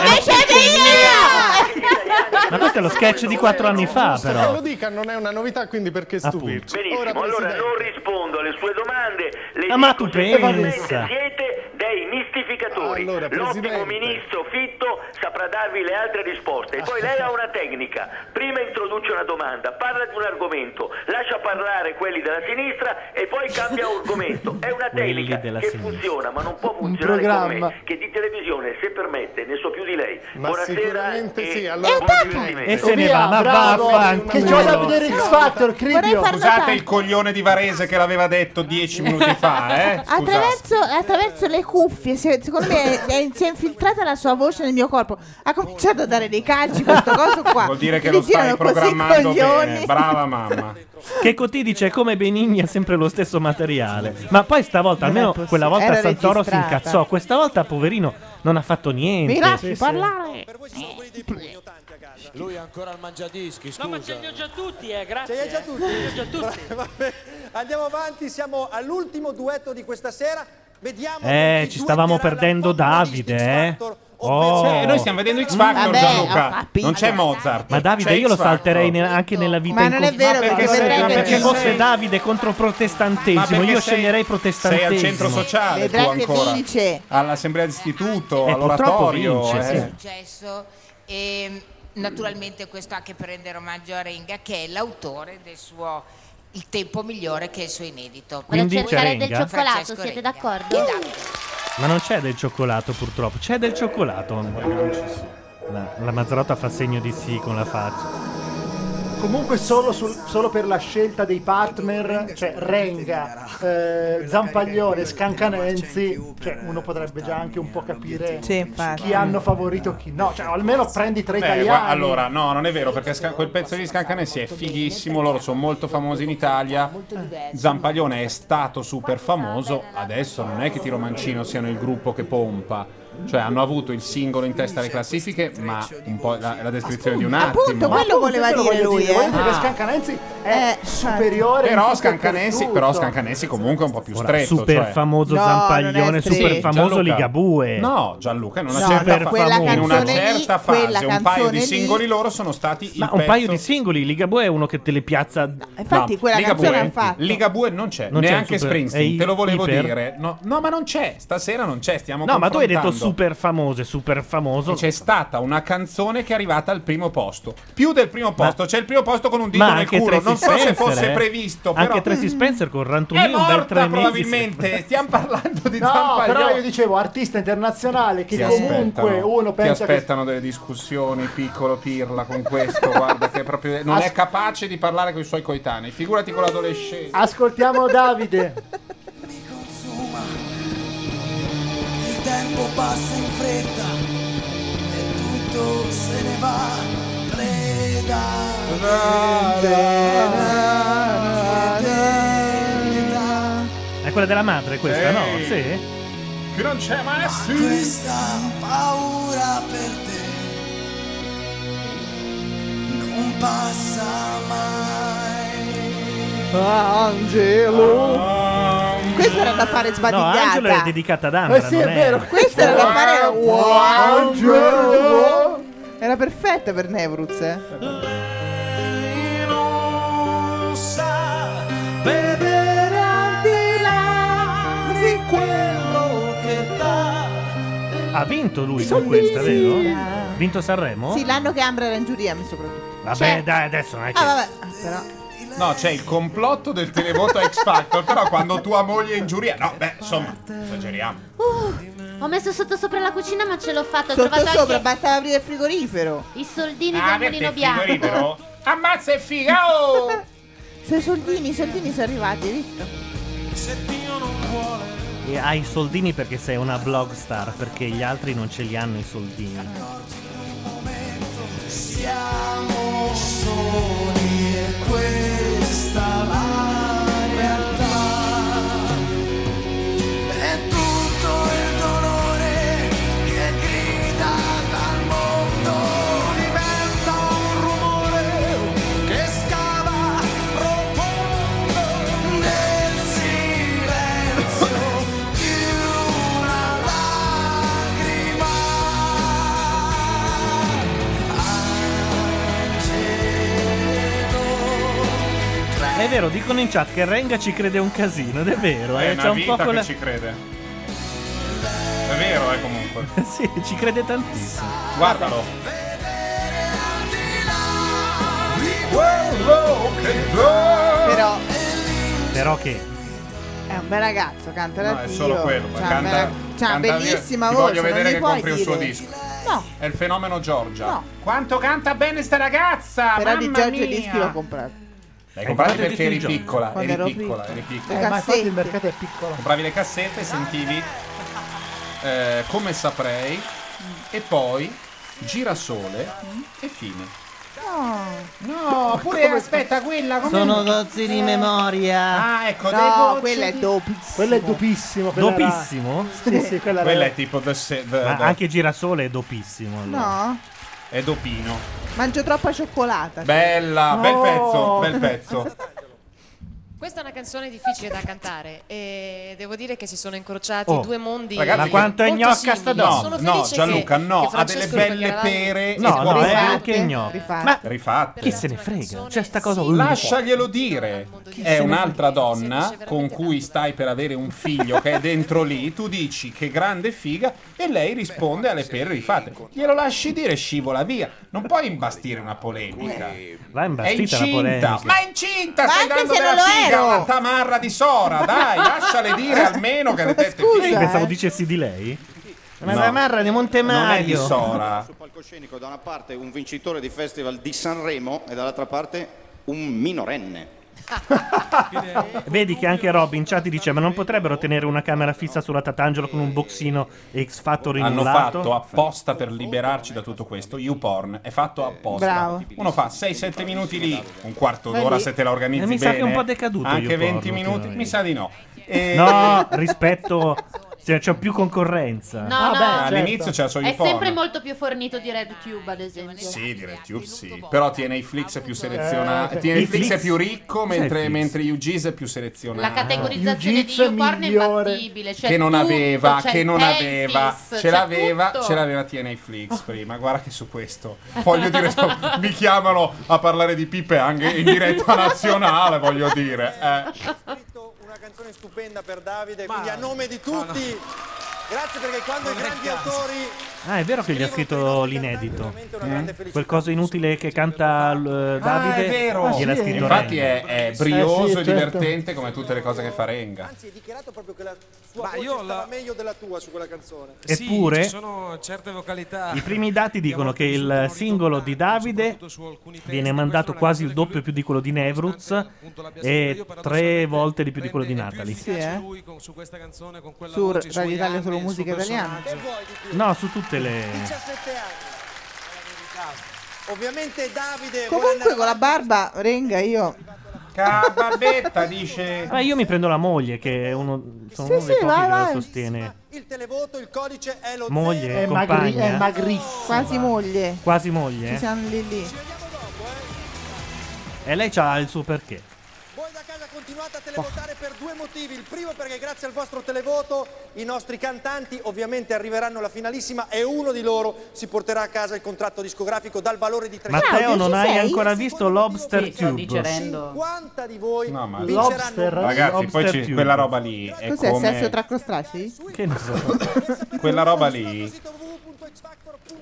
S2: ma questo è lo sketch di quattro anni fa,
S28: Giusto che
S2: però.
S28: lo dica, non è una novità, quindi perché
S2: Appunto.
S28: stupirci?
S26: Benissimo, allora non rispondo alle sue domande. Le
S2: Ah, ma
S26: dico
S2: tu
S26: semplicemente
S2: pensa.
S26: Siete dei mistificatori.
S28: Allora,
S26: L'ottimo
S28: Presidente.
S26: ministro Fitto saprà darvi le altre risposte. E poi lei ha una tecnica. Prima introduce una domanda, parla di un argomento, lascia parlare quelli della sinistra e poi cambia argomento. È una tecnica
S2: della
S26: che funziona, ma non può
S4: Un
S26: funzionare con
S4: programma...
S26: me. Che di televisione, se permette, ne so più di lei.
S28: Ma
S26: Buonasera.
S28: sicuramente
S26: e
S28: sì,
S26: allora buon divertimento.
S2: E se ne va, ma
S4: bravo,
S2: vaffanculo.
S4: che ci vada a vedere X Factor, Cridio.
S3: Scusate il coglione di Varese che l'aveva detto dieci minuti fa, eh? Scusate.
S16: Attraverso, attraverso le cuffie, se- secondo me è- è- si è infiltrata la sua voce nel mio corpo. Ha cominciato a dare dei calci, questo coso qua.
S3: Vuol dire che
S16: Li
S3: lo stai
S16: Ah, girano così i
S3: programmando
S16: coglioni.
S3: bene. Brava mamma.
S2: Che Coti dice come Benigni ha sempre lo stesso materiale. Ma poi stavolta,
S16: Non è
S2: almeno
S16: possibile.
S2: quella volta
S16: Era
S2: Santoro si
S16: registrata.
S2: incazzò. Questa volta, poverino, non ha fatto niente.
S16: Mi lasci parlare? Eh.
S5: Lui è ancora al mangiadischi, scusa.
S29: No, ma ce li ho già tutti, eh, grazie.
S7: Ce li hai già
S29: eh.
S7: tutti?
S29: Ce li ho già tutti.
S7: Vabbè, Andiamo avanti, siamo all'ultimo duetto di questa sera. Vediamo
S2: Eh, ci stavamo perdendo Davide, eh. Oh.
S3: Cioè, noi stiamo vedendo X Factor,
S16: Vabbè, ah, ho
S3: Gianluca.
S16: capito.
S3: Non c'è Mozart.
S2: Ma Davide,
S3: c'è
S2: io lo
S3: X Factor.
S2: salterei ne- anche nella vita
S16: Ma
S2: in
S16: non è
S2: cui-
S16: vero,
S2: Ma
S16: perché
S2: perché,
S16: vorrebbe-
S2: ma perché
S16: sei-
S2: fosse Davide contro
S3: Ma
S2: protestantesimo,
S3: perché
S2: io
S3: sei-
S2: sceglierei
S3: Sei
S2: protestantesimo.
S3: al centro sociale tu
S16: Vedrai che
S3: ancora.
S16: vince.
S3: All'assemblea d'istituto,
S2: Eh, purtroppo
S3: all'oratorio.
S2: vince,
S3: eh.
S2: sì.
S9: successo e mm, naturalmente questo anche prende omaggio a Renga che è l'autore del suo Il tempo migliore che è il suo inedito. Esatto.
S2: Quindi c'è
S9: cercare
S2: Renga?
S9: cioccolato, siete d'accordo?
S2: Ma non c'è del cioccolato, purtroppo. C'è del cioccolato. La, la Mazzarotta fa segno di sì con la faccia.
S4: Comunque solo, sul- solo per la scelta dei partner, cioè Renga, eh, Zampaglione, Scancanenzi, cioè uno potrebbe già anche un po' capire
S16: Sì, infatti.
S4: chi hanno favorito e chi no, cioè almeno prendi tre
S3: Beh,
S4: italiani.
S3: gua- allora, no, non è vero, perché Sca- quel pezzo di Scancanessi è fighissimo, loro sono molto famosi in Italia. Zampaglione è stato super famoso, adesso non è che Tiro Mancino siano il gruppo che pompa. Cioè, hanno avuto il singolo in testa alle classifiche, ma un po' la, la descrizione di un attimo.
S16: Appunto, quello voleva
S4: quello
S16: dire
S4: voglio
S16: lui,
S4: dire,
S16: eh.
S4: voglio dire che Scancanensi è superiore in
S3: Però
S4: tutto e per
S3: Scancanensi,
S4: tutto.
S3: però Scancanensi comunque è un po' più
S2: Ora,
S3: stretto.
S2: super
S3: cioè.
S2: famoso No, Zampaglione, non è super stretto. famoso Ligabue.
S3: No, Gianluca, in una
S2: No,
S3: certa,
S2: no,
S3: fa-
S2: quella
S3: in una
S2: canzone lì-
S3: certa
S16: quella
S3: fase, un paio
S16: canzone
S3: di
S16: lì-
S3: singoli loro sono stati il
S2: Ma un paio
S3: pezzo-
S2: di singoli, Ligabue è uno che te le piazza.
S16: Eh, infatti,
S3: No,
S16: quella
S3: Ligabue-
S16: canzone ha fatto.
S3: Ligabue non c'è,
S2: Non c'è
S3: neanche
S2: super- è
S3: Springsteen,
S2: i-
S3: te lo volevo
S2: iper?
S3: dire. No, no, ma non c'è, stasera non c'è, stiamo
S2: No, ma tu hai detto
S3: confrontando.
S2: super famoso, è super famoso.
S3: E C'è stata una canzone che è arrivata al primo posto. Più del primo posto, c'è il primo posto con un dito
S2: Ma
S3: nel
S2: anche
S3: culo.
S2: Tracy
S3: Non so se
S2: Spencer,
S3: fosse
S2: eh.
S3: previsto,
S2: Anche
S3: però
S2: Tracy Spencer con Rantuni
S3: è
S2: un bel tre
S3: morta
S2: mesi.
S3: probabilmente. eh, Stiamo parlando di
S4: No,
S3: Zampaglione.
S4: però io dicevo artista internazionale che
S3: Ti
S4: comunque
S3: aspettano,
S4: uno
S3: ti
S4: pensa che
S3: aspettano delle discussioni, piccolo pirla con questo, guarda che è proprio non è capace di parlare con i suoi coetanei, figurati con
S16: Mm.
S3: l'adolescente.
S4: Ascoltiamo Davide.
S5: Il tempo passa in fretta e tutto se ne va. Preda.
S2: È quella della madre questa, no?
S5: Ehi.
S2: Sì.
S3: Qui non c'è ma nessuno.
S5: Questa paura per te non passa mai.
S16: Angelo. Questa era da fare
S2: No,
S16: sbadigliata.
S2: Angelo è dedicata ad Ambra,
S16: Eh sì,
S2: non
S16: è vero. Questa era da fare
S4: Wow, Angelo.
S16: Era perfetta per Nevruz. eh.
S5: non sa vedere al di là di quello che dà.
S2: Ha vinto lui con questa, vero? Ha vinto Sanremo?
S16: Sì, l'anno che Ambra era in giuria, mi soprattutto.
S2: Vabbè,
S16: Cioè-
S2: dai, adesso non è che.
S16: Ah, vabbè. Ah, Però.
S3: No, c'è il complotto del televoto a X Factor, però quando tua moglie è in giuria, no, beh, insomma, esageriamo.
S16: Uh,
S6: Ho messo sotto sopra la cucina, ma ce l'ho fatta. Ho
S16: Sotto
S6: trovato
S16: sopra,
S6: anche
S16: bastava aprire il frigorifero.
S6: i soldini
S16: Ah,
S6: del
S16: avete
S6: mulino
S16: il frigorifero?
S6: bianco.
S3: Ammazza e figa! Oh!
S16: Se i Cioè, soldini, i soldini sono arrivati, hai visto?
S2: E hai i soldini perché sei una blog star, perché gli altri non ce li hanno i soldini.
S5: Siamo soli e questa la realtà. È tutto il dolore che grida dal mondo. Diventa un rumore che scava profondo nel silenzio di una lacrima.
S2: È vero, dicono in chat che Renga ci crede un casino, ed è vero,
S3: È
S2: eh,
S3: una
S2: c'è un
S3: vita
S2: po' quella...
S3: che ci crede. È vero, eh, comunque.
S2: sì, ci crede tantissimo.
S3: Guardalo. Oh!
S16: Però
S2: Però che
S16: è un bel ragazzo, canta Cioè, da
S3: No, è
S16: Dio.
S3: solo quello, ma
S16: C'ha
S3: canta-
S16: una
S3: canta via-
S16: bellissima
S3: Ti
S16: voce.
S3: voglio vedere
S16: non gli
S3: che
S16: puoi
S3: compri un
S16: dire.
S3: suo disco.
S16: No.
S3: È il fenomeno Giorgia.
S16: Quanto canta bene sta ragazza! Però di
S3: mamma
S16: Giorgio
S3: mia.
S16: i dischi l'ho comprato.
S3: L'hai comprato
S4: comprato
S3: perché
S4: il
S3: eri
S4: disco di
S3: piccola,
S4: Giorgia.
S3: eri
S4: Quando ero
S3: piccola,
S4: piccola.
S3: eri
S4: Eh, ma
S3: piccola.
S4: infatti il mercato è piccolo.
S3: Compravi le cassette, sentivi eh, come saprei e poi girasole e fine.
S16: No,
S5: No, pure
S16: aspetta, quella Eh.
S5: Sono
S2: gozzi di memoria.
S5: Ah, ecco, dei
S16: No,
S5: gocci
S16: quella è
S5: di-
S16: dopissima.
S4: Quella è dopissimo. quella era-
S2: Dopissimo?
S4: Sì, sì, quella, era-
S3: Quella è tipo the, se- the-
S2: Ma
S3: the-
S2: anche girasole è dopissimo. allora.
S16: No,
S3: è dopino.
S16: mangio troppa cioccolata.
S3: Bella, bel
S16: No.
S3: pezzo, bel pezzo.
S9: Questa è una canzone difficile da cantare e devo dire che si sono incrociati
S3: Oh,
S9: due mondi.
S3: ragazzi, Ma quanto è
S9: molto
S3: gnocca
S9: simili.
S3: sta donna.
S9: Sono
S3: Ah, No,
S9: felice
S3: Gianluca,
S9: che-
S3: no,
S9: che
S3: ha delle
S9: Francesco
S3: belle
S9: Beccarani-
S3: pere
S2: No,
S3: e
S2: no, è
S3: buone.
S2: anche gnocco.
S3: Rifatte.
S2: Ma
S3: Rifatte.
S2: chi se ne frega? C'è Cioè, sta cosa
S3: Lasciaglielo dire. È un'altra donna con cui stai per avere un figlio che è dentro lì. Tu dici che grande figa e lei risponde alle pere rifatte. Glielo lasci dire, scivola via. Non puoi imbastire una polemica.
S2: Va
S3: È
S2: imbastita la
S3: incinta.
S2: polemica.
S3: Ma è incinta,
S16: Ma
S3: stai
S16: anche
S3: dando
S16: se non
S3: della
S16: lo
S3: figa
S16: ero.
S3: a una tamarra di Sora. Dai, lasciale dire almeno che le tette
S2: Io pensavo dicessi di lei. Una
S3: No.
S2: tamarra di Montemario.
S3: Non è di Sora.
S8: Sul palcoscenico da una parte un vincitore di festival di Sanremo e dall'altra parte un minorenne.
S2: Vedi che anche Rob in chat dice: Ma non potrebbero tenere una camera fissa sulla Tatangelo con un boxino e X Factor
S3: Hanno
S2: inullato?
S3: fatto apposta per liberarci da tutto questo. YouPorn è fatto apposta.
S2: Bravo.
S3: Uno fa 6-7 minuti lì, un quarto
S2: Vai
S3: d'ora
S2: lì.
S3: se te la organizzi
S2: Eh, mi sa
S3: bene.
S2: che è un po' decaduto
S3: Anche
S2: YouPorn
S3: 20 minuti, mi sa di no. E-
S2: No, rispetto. cioè, c'è più concorrenza.
S6: No, no,
S3: Ah, all'inizio c'era solo
S6: È
S3: YouPorn.
S6: sempre molto più fornito di RedTube, ad esempio.
S3: Sì, DirecTube sì, però tiene i Flix più selezionati,
S2: Eh,
S3: tiene i
S2: i
S3: Flix è
S2: Flix?
S3: più ricco,
S2: Cos'è
S3: mentre,
S2: Flix?
S3: mentre UGs è più selezionato.
S6: La categorizzazione di YouPorn è imbattibile. Cioè
S3: che non
S6: tutto,
S3: aveva,
S6: c'è
S3: che
S6: il
S3: non
S6: pelvis,
S3: aveva, ce
S6: c'è
S3: l'aveva,
S6: tutto.
S3: ce l'aveva TNA Flix prima. Guarda che su questo voglio dire, so- mi chiamano a parlare di pipe anche in diretta nazionale. Voglio dire, eh.
S7: Una canzone stupenda per Davide, quindi a nome di tutti, grazie perché quando i grandi autori
S2: Ah, è vero che gli ha scritto l'inedito. Mm? Quel coso inutile che canta eh, Davide.
S3: Eh? Ah, è vero.
S2: Gliel'ha scritto
S3: Infatti
S2: Renga.
S3: è, è brioso
S2: Eh sì,
S3: e
S2: certo.
S3: divertente come tutte le cose che fa Renga.
S7: Anzi, hai dichiarato proprio che la sua voce stava meglio della tua su quella canzone.
S2: Eppure-
S13: ci sono certe vocalità.
S2: I primi dati dicono che il singolo di Davide viene mandato quasi il doppio più di quello di Nevruz e tre volte di più di quello di Natalie.
S16: Sì, eh.
S13: su questa canzone con quella
S16: Su
S13: voce, i
S16: Radio
S13: suoi
S16: Italia
S13: anni,
S16: solo
S13: il suo
S16: musica italiana.
S13: personaggio.
S2: No, su tutte le.
S7: 17 anni. Ovviamente Davide
S16: Comunque con la barba, Renga, io...
S3: Cababetta
S7: Eh.
S3: dice...
S2: Ma Ah, io mi prendo la moglie, che è uno. Sono
S16: Sì,
S2: uno dei
S16: sì,
S2: pochi
S16: vai,
S2: che la
S16: vai.
S2: sostiene.
S7: il televoto, il codice è lo
S2: Moglie,
S3: Eh,
S7: zero.
S2: Eh, compagna.
S16: Quasi moglie.
S2: Quasi moglie.
S16: Ci
S2: eh?
S16: siamo lì lì.
S2: E lei ha il suo perché.
S7: Continuate a
S2: Oh.
S7: televotare per due motivi. Il primo perché grazie al vostro televoto i nostri cantanti ovviamente arriveranno alla finalissima e uno di loro si porterà a casa il contratto discografico dal valore di 3
S2: Matteo, non hai ancora visto Lobster Cube?
S7: 50 di voi
S3: No, ma
S7: vinceranno
S3: Ragazzi, poi
S2: Lobster
S3: c'è
S2: Tube.
S3: quella roba lì è
S16: Cos'è,
S3: come...
S16: sesso tra crostracci?
S2: Che ne so.
S3: Quella roba lì,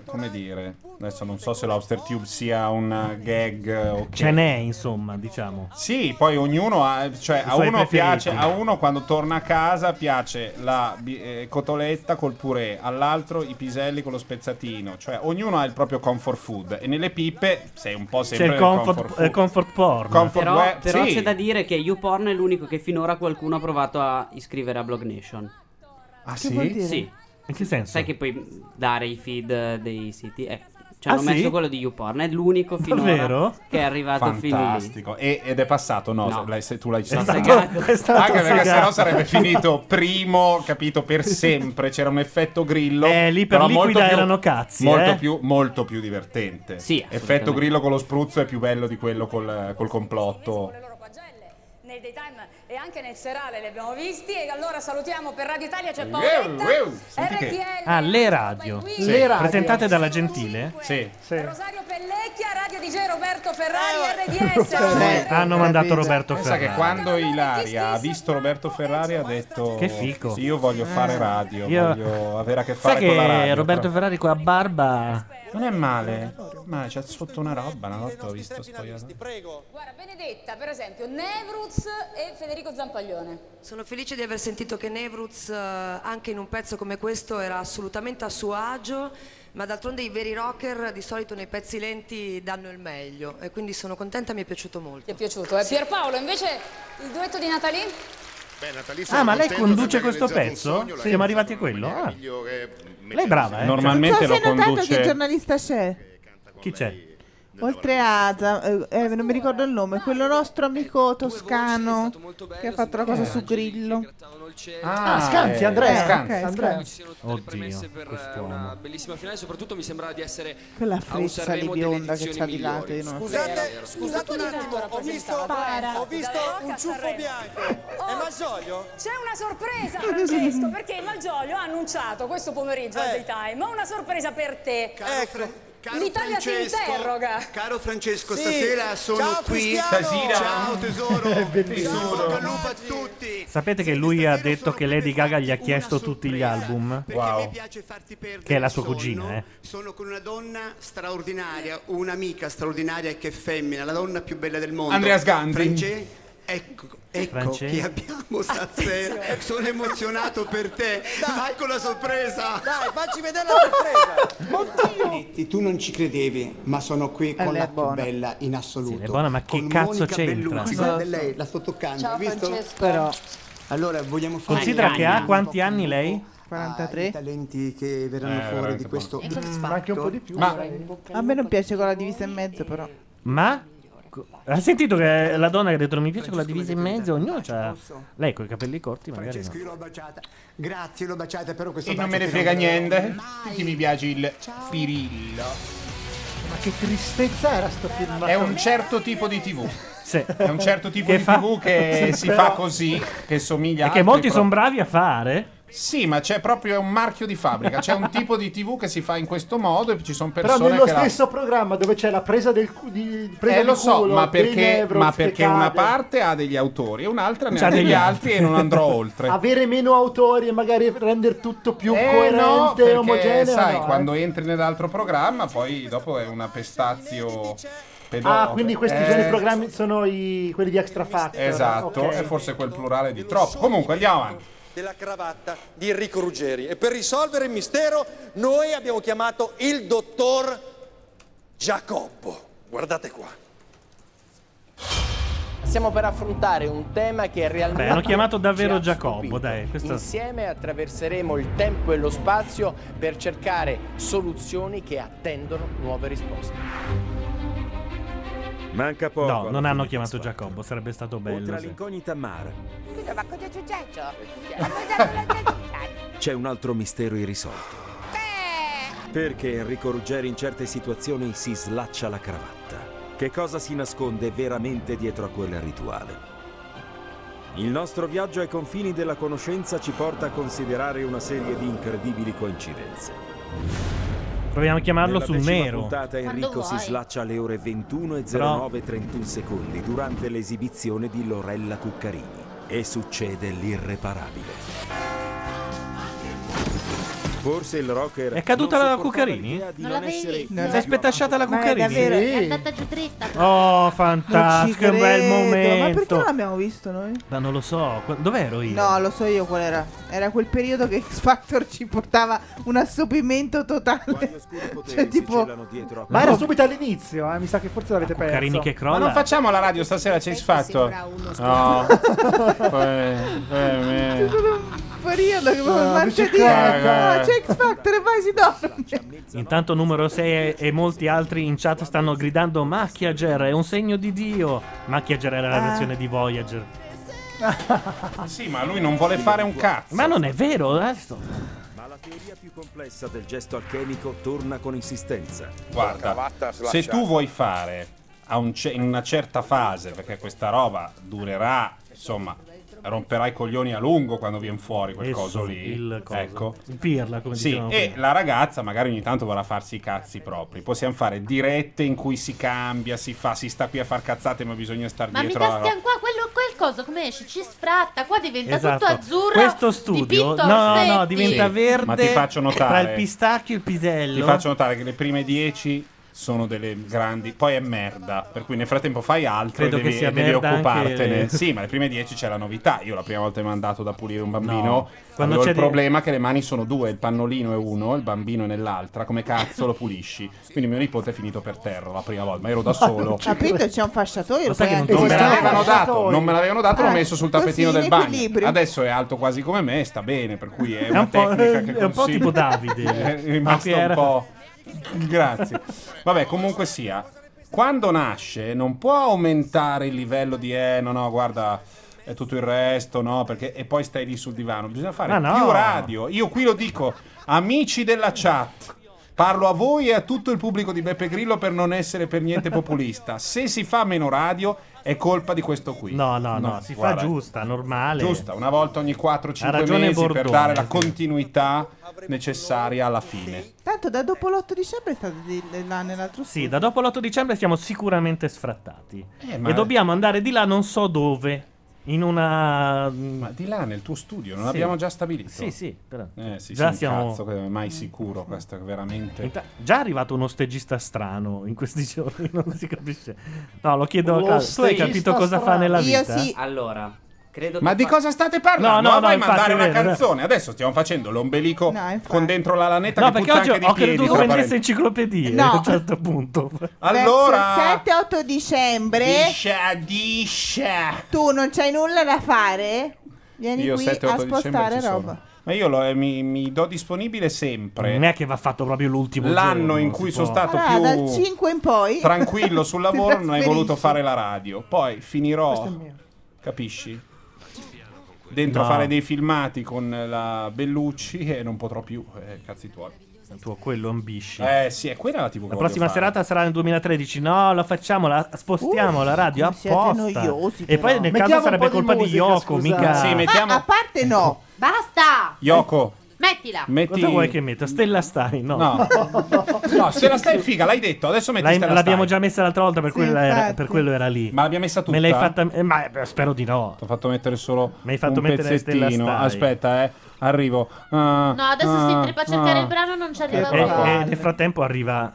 S3: come dire, adesso non so se l'Obster Tube sia un gag o che...
S2: Ce n'è, insomma, diciamo.
S3: Sì, poi ognuno uno, ha- cioè,
S2: I
S3: a
S2: suoi
S3: uno,
S2: preferiti.
S3: piace, a uno quando torna a casa piace la bi- eh, cotoletta col purè, all'altro i piselli con lo spezzatino. Cioè, ognuno ha il proprio comfort food. E nelle pippe sei un po'
S2: C'è
S3: sempre
S2: il comfort,
S3: food.
S2: eh, comfort porn.
S3: Comfort
S5: Però,
S3: web-
S5: però
S3: sì.
S5: c'è da dire che YouPorn è l'unico che finora qualcuno ha provato a iscrivere a Blog Nation.
S3: Ah
S5: si?
S3: sì? vuol dire?
S5: Sì.
S2: In che senso?
S5: Sai che puoi dare i feed eh, dei siti? Eh, ci hanno
S3: Ah,
S5: messo
S3: sì?
S5: quello di YouPorn, è l'unico finora
S3: Davvero?
S5: che è arrivato fin lì.
S3: Fantastico. E- ed è passato, no,
S5: No.
S3: se- l'hai- se tu l'hai
S5: stato-
S3: saltato.
S5: è stato
S3: Anche perché
S5: fregato.
S3: sennò sarebbe finito primo, capito, per sempre. C'era un effetto grillo.
S2: Eh, lì per
S3: però
S2: lì
S3: molto
S2: guida
S3: più-
S2: erano cazzi,
S3: Molto,
S2: eh.
S3: più, molto più divertente.
S5: Sì, assolutamente.
S3: Effetto grillo con lo spruzzo è più bello di quello col, col complotto.
S12: Nel daytime e anche nel serale li abbiamo visti. E allora salutiamo per Radio Italia c'è Paoletta.
S3: Eh, eh, senti che-
S12: RTL.
S2: Ah, le radio.
S12: Sì. Le radio.
S2: Presentate dalla Gentile?
S3: Sì.
S12: Rosario Pellecchia, Radio DJ Roberto Ferrari, RDS.
S2: Eh, Hanno mandato Roberto
S3: Eh, Pensa che
S2: Ferrari.
S3: quando Ilaria ha visto Roberto Ferrari ha detto
S2: Che fico. Eh.
S3: "Sì, io voglio fare radio,
S2: Io-
S3: voglio avere a che
S2: Sai
S3: fare con la
S2: che
S3: radio.
S2: Roberto Ferrari con la barba...
S3: Non è male, ma c'è sotto una roba, una volta ho visto spogliato.
S12: Guarda, Benedetta, per esempio, Nevruz e Federico Zampaglione.
S22: Sono felice di aver sentito che Nevruz eh, anche in un pezzo come questo era assolutamente a suo agio, ma d'altronde i veri rocker di solito nei pezzi lenti danno il meglio e quindi sono contenta, mi è piaciuto molto. Ti è
S12: piaciuto? Eh, Pierpaolo, invece il duetto di Natalì?
S2: Ah, ma lei conduce questo pezzo? Siamo arrivati a quello? Ah. Lei è brava, eh?
S3: Normalmente
S16: Non so
S3: lo
S16: se hai notato che
S3: conduce...
S16: giornalista c'è.
S2: Chi c'è?
S16: Oltre a, Za- eh, eh, non mi ricordo il nome, quello nostro amico toscano che ha fatto la cosa su Grillo.
S3: Ah,
S4: Scanzi,
S16: eh,
S4: Andrea.
S16: Scanzi,
S4: ok, Andrea.
S16: Scanzi.
S22: Ci sono tutte le premesse per
S3: Oh,
S22: eh, una bellissima finale. Soprattutto mi sembrava di essere
S16: Quella
S22: a un
S16: frezza lì
S22: Sanremo delle
S16: bionda che
S22: edizioni
S16: c'ha di lato.
S22: migliori.
S16: Io non
S7: Scusate, scusate un attimo, ho visto,
S12: rappresentava.
S7: ho visto un ciuffo bianco. È Malgioglio?
S12: C'è una sorpresa, Francesco, perché il Malgioglio ha annunciato questo pomeriggio al
S7: Eh.
S12: daytime una sorpresa per te. Ecco,
S30: caro
S12: L'Italia si
S30: Francesco.
S12: interroga.
S30: Caro Francesco,
S12: Sì.
S30: Ecco, stasera sono
S12: Ciao,
S30: qui.
S12: Cristiano.
S30: Stasera. Ciao tesoro.
S2: Bellissimo.
S30: Bocca al lupo a tutti.
S2: Sapete che lui ha detto che Lady Gaga gli ha chiesto tutti gli album?
S30: Wow.
S2: Che è la sua cugina, eh.
S30: Sono con una donna straordinaria, un'amica straordinaria che è femmina, la donna più bella del mondo.
S3: Andrea Sganzi.
S30: France- Ecco, ecco
S3: France-
S30: chi abbiamo stasera.
S5: ecco.
S30: Sono emozionato per te. Vai con la sorpresa.
S7: Dai, facci vedere la sorpresa.
S30: Metti, Tu non ci credevi, ma sono qui con
S7: lei
S30: la
S7: è
S30: più
S7: buona.
S30: bella in assoluto.
S2: Sì, è buona, ma che
S30: Con
S2: cazzo
S30: Monica
S2: c'entra?
S30: Bellucci,
S2: Cosa-
S30: guarda lei, la sto toccando,
S12: Ciao,
S30: hai visto?
S12: Francesco. Però-
S30: Allora, vogliamo fare
S2: Considera che ha quanti
S30: anni
S2: anni lei?
S30: 43 talenti che
S2: Eh,
S30: verranno fuori
S2: veramente
S30: di questo
S16: buono.
S30: X
S16: Ma anche un po' di
S30: Factor.
S16: più, Ma- magari. A me non piace quella divisa e mezzo, però.
S2: Ma? Co- Ha sentito che la donna che ha detto non mi piace con la divisa in mezzo? Ognuno c'ha... Lei con i capelli corti magari
S30: Francesco, io
S2: no.
S30: l'ho baciata. Grazie, l'ho baciata, però questo
S3: E non me ne
S30: bacio
S3: frega
S30: fenomenale.
S3: niente. Tutti mi piace il pirillo.
S4: Ma che tristezza era sto film.
S3: È un certo tipo di TV.
S2: Sì.
S3: È un certo tipo
S2: Che
S3: di
S2: fa-
S3: TV che
S2: Sì,
S3: si
S2: però-
S3: fa così, che somiglia a.
S2: E che
S3: altri
S2: molti
S3: pro-
S2: sono bravi a fare.
S3: Sì, ma c'è proprio un marchio di fabbrica. C'è un tipo di TV che si fa in questo modo e ci sono
S4: Però
S3: persone
S4: nello
S3: che la-
S4: stesso programma dove c'è la presa del cu- di, presa
S3: Eh, lo
S4: di
S3: so,
S4: culo,
S3: ma
S4: dei
S3: perché,
S4: Nevrons
S3: ma
S4: che
S3: perché una
S4: cade.
S3: parte ha degli autori e un'altra ne
S4: C'ha
S3: ha degli
S4: degli
S3: altri e non andrò oltre.
S4: Avere meno autori e magari rendere tutto più
S3: Eh
S4: coerente,
S3: no, perché
S4: omogeneo.
S3: sai,
S4: no, eh.
S3: quando entri nell'altro programma, poi dopo è una pestazio pedofila.
S4: Ah, quindi questi sono i programmi, sono i, quelli di Extra Factor.
S3: Eh, Esatto,
S4: ok.
S3: e forse quel plurale di troppo. Comunque andiamo avanti.
S7: della cravatta di Enrico Ruggeri. E per risolvere il mistero noi abbiamo chiamato il dottor Giacobbo. Guardate qua.
S31: Stiamo per affrontare un tema che è realmente...
S2: Beh, hanno chiamato davvero
S31: ci ha
S2: Giacobbo, dai. Questo...
S31: Insieme attraverseremo il tempo e lo spazio per cercare soluzioni che attendono nuove risposte.
S13: Manca poco.
S2: No, non hanno chiamato Giacobbo, sarebbe stato bello.
S13: Oltre
S2: sì.
S13: all'incognita Mar,
S9: Scusa, ma cosa è successo?
S13: c'è un altro mistero irrisolto. Perché Enrico Ruggeri in certe situazioni si slaccia la cravatta? Che cosa si nasconde veramente dietro a quel rituale? Il nostro viaggio ai confini della conoscenza ci porta a considerare una serie di incredibili coincidenze.
S2: Proviamo a chiamarlo
S13: Nella
S2: sul
S13: decima
S2: nero.
S13: puntata Enrico si slaccia alle ore 21 e
S2: Però-
S13: 09 31 secondi durante l'esibizione di Lorella Cuccarini e succede l'irreparabile. Forse il rocker
S2: È caduta
S13: non
S2: la
S13: sopportava
S2: Cuccarini?
S13: l'idea di
S2: Non
S13: non
S2: la vedi?
S13: essere
S2: No.
S13: il
S2: Si è spettasciata la
S13: più amato.
S2: Cuccarini?
S16: Davvero?
S2: Sì.
S16: È andata giù dritta.
S2: Oh, fantastico, che
S16: Non ci
S2: bel
S16: credo.
S2: momento.
S16: Ma perché non l'abbiamo visto noi?
S2: Ma non lo so, qua- dov'ero io?
S16: No, lo so io qual era. Era quel periodo che X Factor ci portava un assopimento totale. cioè, tipo.
S4: Ma era subito all'inizio, eh, mi sa che forse l'avete perso.
S2: Cuccarini che
S3: Ma
S2: crolla.
S3: non facciamo la radio stasera, ci hai fatto? No. Poi- poi me-
S16: Periodo
S4: Ah,
S16: che proprio
S3: No, eh,
S16: martedì.
S2: bicicletta.
S16: Ah, c'è X Factor e vai si dorme.
S2: Intanto numero 6 e, e molti altri in chat stanno gridando Macchiager è un segno di Dio. Macchiager era la
S3: Ah.
S2: versione di Voyager.
S3: Sì, ma lui non vuole fare un cazzo.
S2: Ma non è vero, eh? adesso.
S13: Ma la teoria più complessa del gesto alchemico torna con insistenza.
S3: Guarda, se tu vuoi fare a un ce- in una certa fase, perché questa roba durerà, insomma, romperai i coglioni a lungo quando viene fuori quel
S2: Esso,
S3: coso lì.
S2: il coso.
S3: Ecco.
S2: Il pirla, come
S3: Sì,
S2: dicevamo
S3: e
S2: prima.
S3: la ragazza magari ogni tanto vorrà farsi i cazzi propri. Possiamo fare dirette in cui si cambia, si fa, si sta qui a far cazzate, ma bisogna star
S6: Ma
S3: dietro.
S6: mica
S3: alla
S6: stiamo qua, quello, quel coso come esce? Ci sfratta, qua diventa
S3: Esatto.
S6: tutto azzurro.
S2: Questo studio
S6: dipinto a
S2: no, no, no,
S6: rossetti.
S2: diventa
S3: Sì,
S2: verde.
S3: ma ti faccio notare-
S2: Tra il pistacchio e il pisello.
S3: Ti faccio notare che le prime 10 sono delle grandi, poi è merda, per cui nel frattempo fai altro
S2: Credo
S3: e
S2: che
S3: devi,
S2: sia
S3: e devi
S2: merda anche-
S3: occupartene. Sì, ma le prime 10 c'è la novità. Io la prima volta che mi è andato da pulire un
S2: No.
S3: bambino,
S2: Quando
S3: quando
S2: c'è
S3: c'è il
S2: di-
S3: problema che le mani sono due, il pannolino è uno, il bambino è nell'altra, come cazzo lo pulisci? Quindi mio nipote è finito per terra la prima volta, ma ero da solo.
S6: Cioè,
S16: Capito? C'è un fasciatoio.
S2: Lo sai
S16: puoi
S2: che non ti-
S16: anche
S3: Non me
S16: usare.
S3: l'avevano dato, non me l'avevano dato, l'ho
S16: Ah,
S3: messo sul
S16: così,
S3: tappetino
S16: in
S3: del bagno.
S16: equilibrio.
S3: Adesso è alto quasi come me, sta bene, per cui è
S2: È
S3: una
S2: un po', eh,
S3: tecnica che
S2: è un po'
S3: consiglio.
S2: tipo Davide.
S3: È rimasto
S2: Ma chi era?
S3: un po'. Grazie. Vabbè, comunque sia, quando nasce non può aumentare il livello di eh no no, guarda è tutto il resto, no, perché e poi stai lì sul divano, bisogna fare
S2: Ma Ah, no.
S3: più radio. Io qui lo dico, amici della chat. Parlo a voi e a tutto il pubblico di Beppe Grillo per non essere per niente populista. Se si fa meno radio è colpa di questo qui.
S2: No, no, no, si
S3: guarda,
S2: fa giusta, normale.
S3: Giusta, una volta ogni 4-5
S2: Ha ragione
S3: mesi per
S2: Bordone,
S3: dare la
S2: sì.
S3: continuità necessaria alla fine.
S16: Tanto da dopo l'8 dicembre è stato di, di là nell'altro
S2: Sì, da dopo l'8 dicembre siamo sicuramente sfrattati.
S3: Eh, ma-
S2: E dobbiamo andare di là, non so dove. In una. mm,
S3: Ma di là nel tuo studio, non
S2: Sì.
S3: abbiamo già stabilito?
S2: Sì, sì, però-
S3: Eh, sì,
S2: Già
S3: sì,
S2: siamo- Mm.
S3: un cazzo che è mai sicuro questo, che veramente...
S2: Inta- già è arrivato uno stagista strano in questi giorni, non si capisce. No, lo chiedo a
S32: Lo
S2: Claudio. Tu hai
S32: stagista
S2: capito cosa fa
S32: strano.
S2: nella
S32: Io
S2: vita?
S32: sì. Allora, credo
S3: Ma di cosa state parlando?
S2: No, no,
S3: Ma
S2: no,
S3: vai a
S2: infatti,
S3: mandare
S2: è
S3: una
S2: vero, è vero.
S3: canzone. Adesso stiamo facendo l'ombelico con dentro la lanetta
S2: No,
S3: che
S2: perché
S3: puzza
S2: oggi
S3: anche
S2: ho
S3: di piedi.
S2: creduto
S3: tra
S2: vendesse
S3: parentesi.
S2: enciclopedie
S16: No.
S2: a un certo punto.
S3: Allora...
S16: Verso il 7-8 dicembre.
S3: Discia, discia.
S16: Tu non c'hai nulla da fare? Vieni
S3: Io
S16: qui
S3: 7-8
S16: a
S3: dicembre
S16: spostare
S3: ci sono.
S16: roba.
S3: Ma io lo- eh, mi, mi do disponibile sempre.
S2: Non è che va fatto proprio l'ultimo
S3: L'anno
S2: giorno,
S3: in
S2: si
S3: cui
S2: può.
S3: sono stato
S16: Allora, Ah, dal
S3: più
S16: 5 in poi.
S3: tranquillo sul lavoro,
S16: Ti
S3: non hai
S16: trasferisci.
S3: voluto fare la radio. Poi finirò... Capisci? Dentro a
S2: No.
S3: fare dei filmati con la Bellucci e non potrò più, eh, cazzi tuoi.
S2: Tu a quello ambisci.
S3: Eh sì, è quella la TV
S2: La prossima serata sarà nel 2013. No, la facciamo, la spostiamo
S16: Uh,
S2: la radio
S16: come siete
S2: apposta.
S16: noiosi,
S2: e poi
S16: però.
S2: nel
S16: Mettiamo
S2: caso
S16: un
S2: sarebbe
S16: po' di
S2: colpa di,
S16: musica,
S2: Yoko,
S16: scusate.
S2: mica.
S3: Sì, mettiamo-
S16: Ah, a parte no.
S6: Basta!
S3: Yoko,
S6: Mettila!
S3: metti...
S2: Cosa vuoi che metta? Stella Stai? No.
S3: No. No, se la stai figa, l'hai detto, adesso metti
S2: L'hai-
S3: Stella Stai.
S2: l'abbiamo già messa l'altra volta, per,
S3: Sì,
S2: quella era-
S3: infatti.
S2: per quello era lì.
S3: Ma l'abbiamo messa tutta?
S2: Me l'hai fatta. eh, ma eh, spero di no.
S3: Ti ho fatto mettere solo
S2: Mi hai fatto
S3: un
S2: mettere Stella
S3: pezzettino.
S2: Stai.
S3: Aspetta, eh, arrivo. Ah,
S6: No, adesso si
S3: ah,
S6: intreppa a cercare
S3: ah. eh,
S6: il brano, non ci arriva
S2: E,
S3: Eccola qua.
S6: mai.
S2: e nel frattempo arriva.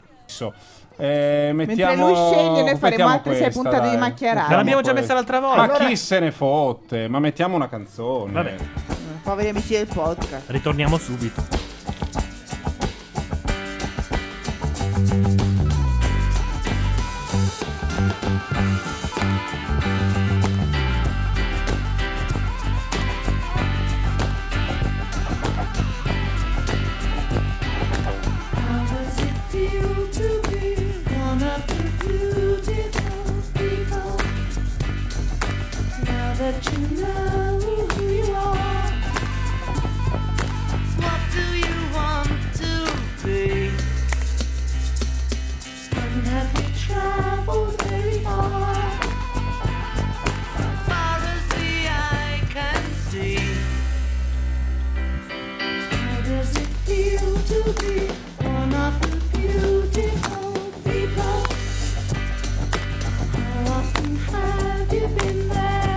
S3: Eh,
S16: Mentre
S3: mettiamo,
S16: lui sceglie, noi faremo
S3: mettiamo
S16: altre sei
S3: questa,
S16: puntate di
S3: dai.
S16: macchia
S3: Mettiamo
S16: radio. Ma l'abbiamo già
S3: questa.
S16: messa l'altra volta.
S3: Ma
S16: Allora-
S3: chi se ne fotte? Ma mettiamo una canzone.
S2: Vabbè.
S16: Poveri amici del podcast.
S2: Ritorniamo subito.
S5: How does it feel to be one of the beautiful people? Now that you know who you are, what do you want to be? And have you traveled very far? Far as the eye can see. How does it feel to be one of the beautiful people? How often have you been there?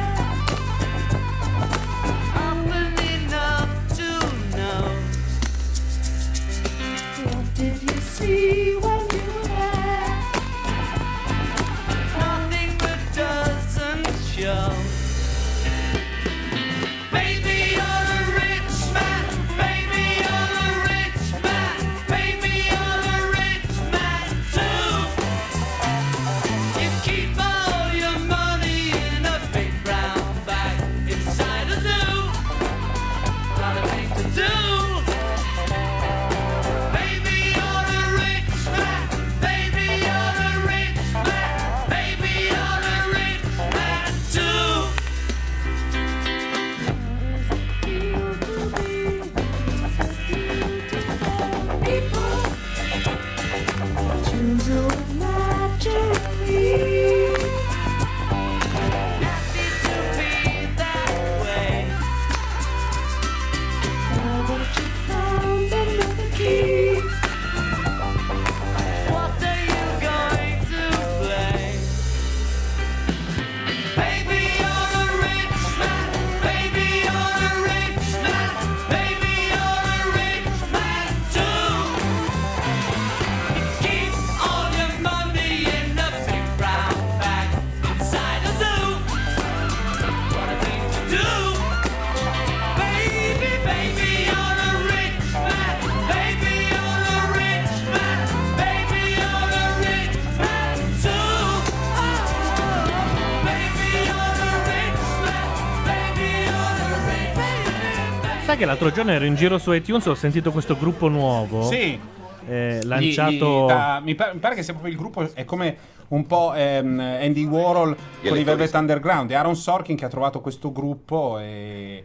S2: sai che l'altro giorno ero in giro su iTunes e ho sentito questo gruppo nuovo.
S3: Sì.
S2: eh,
S3: Gli-
S2: lanciato.
S3: gli- da- mi, pa- mi pare che sia proprio il gruppo, è come un po' ehm, Andy Warhol con i
S2: elettronici.
S3: Velvet Underground. È Aaron Sorkin che ha trovato questo gruppo e...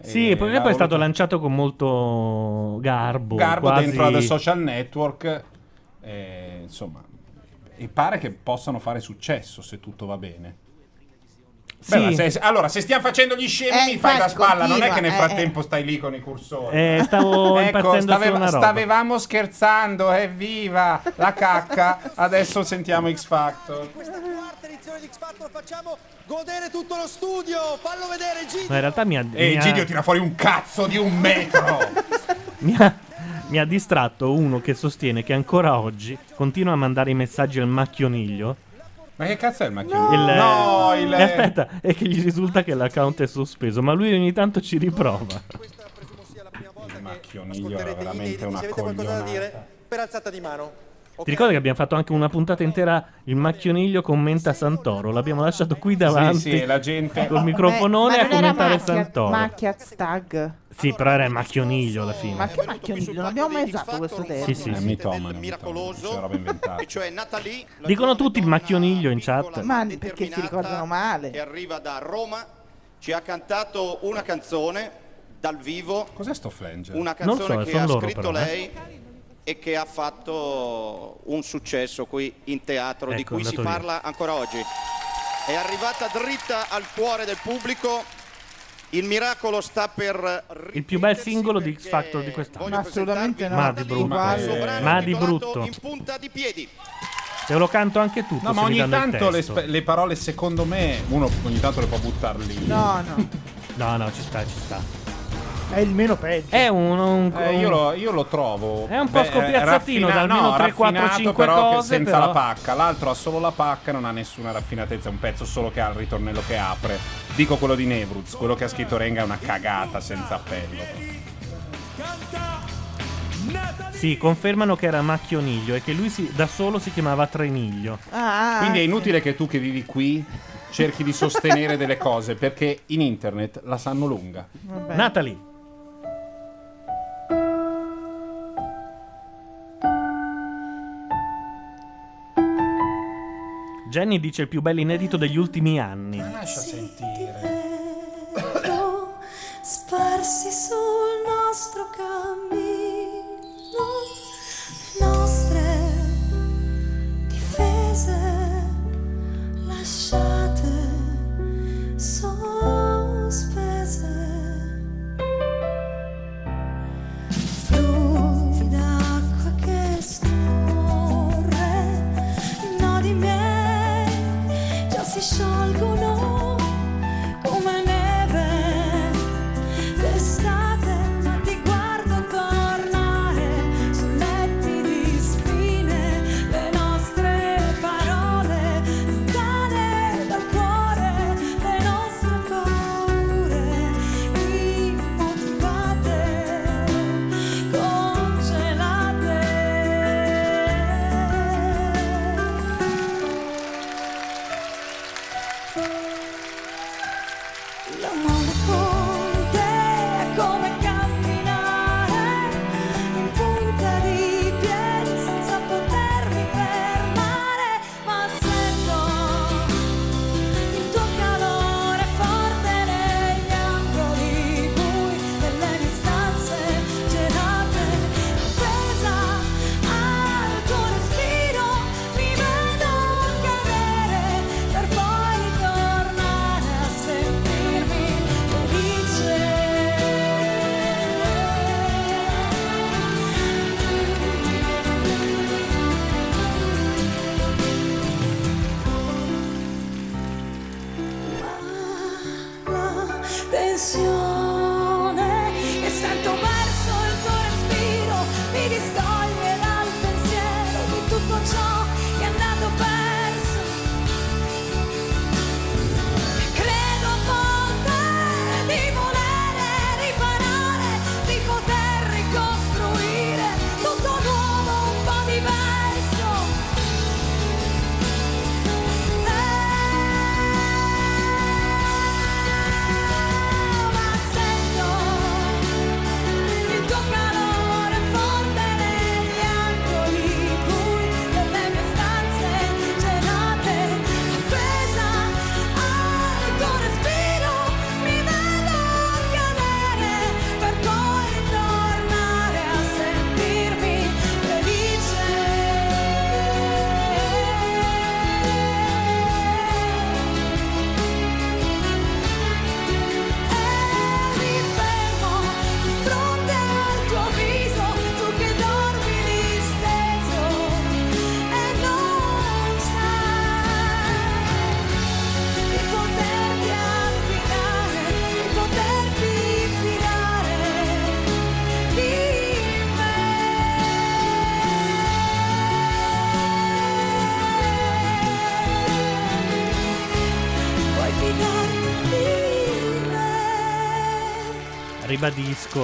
S2: Sì,
S3: e
S2: poi,
S3: l'ha
S2: poi è stato
S3: voluto-
S2: lanciato con molto garbo.
S3: Garbo
S2: quasi-
S3: dentro al social network. eh, insomma, e pare che possano fare successo se tutto va bene.
S2: Sì.
S3: Bella, se- allora, se stiamo facendo gli scemi,
S2: Eh,
S3: mi fai la
S2: infatti,
S3: spalla. non è
S2: continua,
S3: che nel
S2: eh,
S3: frattempo stai lì con i cursori.
S2: Eh, stavo
S3: ecco,
S2: impazzendo su
S3: staveva-
S2: una roba.
S3: stavevamo scherzando. Evviva la cacca. Adesso sentiamo X Factor.
S7: Godere tutto lo studio, fallo vedere Gigi.
S2: Ma in realtà mi ha.
S3: E
S2: mi ha-
S3: Gidio tira fuori un cazzo di un metro.
S2: mi ha, mi ha distratto uno che sostiene che ancora oggi continua a mandare i messaggi al macchioniglio.
S3: Ma che cazzo è il macchino?
S2: Il-
S3: no, il.
S2: E aspetta, è che gli risulta che l'account è sospeso, ma lui ogni tanto ci riprova.
S3: Il macchioniglio era veramente una
S7: Cosa da
S3: coglionata.
S7: dire? Per alzata di mano.
S2: Ti ricordi che abbiamo fatto anche una puntata intera il macchioniglio commenta Santoro? L'abbiamo lasciato qui davanti
S3: sì, la gente-
S2: col microfonone
S16: Beh,
S2: a
S16: ma non era
S2: commentare
S16: macchia-
S2: Santoro.
S16: Macchia Stag.
S2: Sì, però era il macchioniglio alla fine.
S16: Ma che macchioniglio? Non abbiamo mai usato questo
S2: Sì,
S16: termine.
S2: sì,
S3: Eh,
S2: sì.
S3: roba inventata.
S8: cioè Natalie,
S2: Dicono tutti il macchioniglio in chat.
S16: Ma perché si ricordano male.
S8: che arriva da Roma, ci ha cantato una canzone dal vivo.
S3: Cos'è sto flange?
S8: Una
S3: Non
S8: canzone
S3: so,
S8: che
S3: son
S8: ha
S3: loro
S8: scritto
S3: però, eh.
S8: lei e che ha fatto un successo qui in teatro di
S2: Ecco,
S8: cui
S2: è
S8: si
S2: andato via.
S8: parla ancora oggi. È arrivata dritta al cuore del pubblico. Il miracolo sta per
S2: Il più bel singolo di X Factor di quest'anno.
S16: Ma assolutamente no.
S2: Ma di brutto.
S16: Uguale.
S2: Ma di brutto. Te lo canto anche tu.
S3: No,
S2: se
S3: ma
S2: mi
S3: ogni
S2: danno il
S3: tanto le,
S2: testo.
S3: spe- le parole, secondo me, uno ogni tanto le può buttare lì.
S16: No, no.
S2: No, no, ci sta, ci sta.
S4: È il meno peggio.
S2: È un.
S3: Eh, io, lo, io lo trovo.
S2: È un po' scopiazzatino,
S3: raffina-
S2: da almeno
S3: no,
S2: 3, 4,
S3: raffinato,
S2: 5
S3: però che
S2: cose,
S3: senza
S2: però.
S3: la pacca. L'altro ha solo la pacca, non ha nessuna raffinatezza. È un pezzo solo che ha il ritornello che apre. Dico quello di Nevruz, quello che ha scritto Renga è una cagata senza appello.
S2: Sì, confermano che era macchioniglio e che lui si- da solo si chiamava Treniglio.
S16: Ah,
S3: Quindi è inutile che tu che vivi qui cerchi di sostenere delle cose perché in internet la sanno lunga.
S16: Vabbè.
S2: Natalie. Jenny dice il più bello inedito degli ultimi anni.
S3: Lascia sentire.
S22: Vento sparsi sul nostro cammino, nostre difese lasciate sospese. Fluida acqua che scorre, nodi miei già si sciolgono come neve d'estate ma ti guardo tornare su letti di spine le nostre parole lontane dal cuore le nostre paure immotivate congelate L'amore con te è come camminare in punta di piedi senza potermi fermare, ma sento il tuo calore forte negli angoli bui, nelle distanze gelate, appesa al tuo respiro mi vedo cadere per poi tornare a sentirmi felice. Ma la tensione che sento verso il tuo respiro mi distoglie dal pensiero di tutto ciò che è andato perso. Credo a volte di volere riparare, di poter ricostruire tutto nuovo, un po' diverso. Eh, ma
S2: ribadisco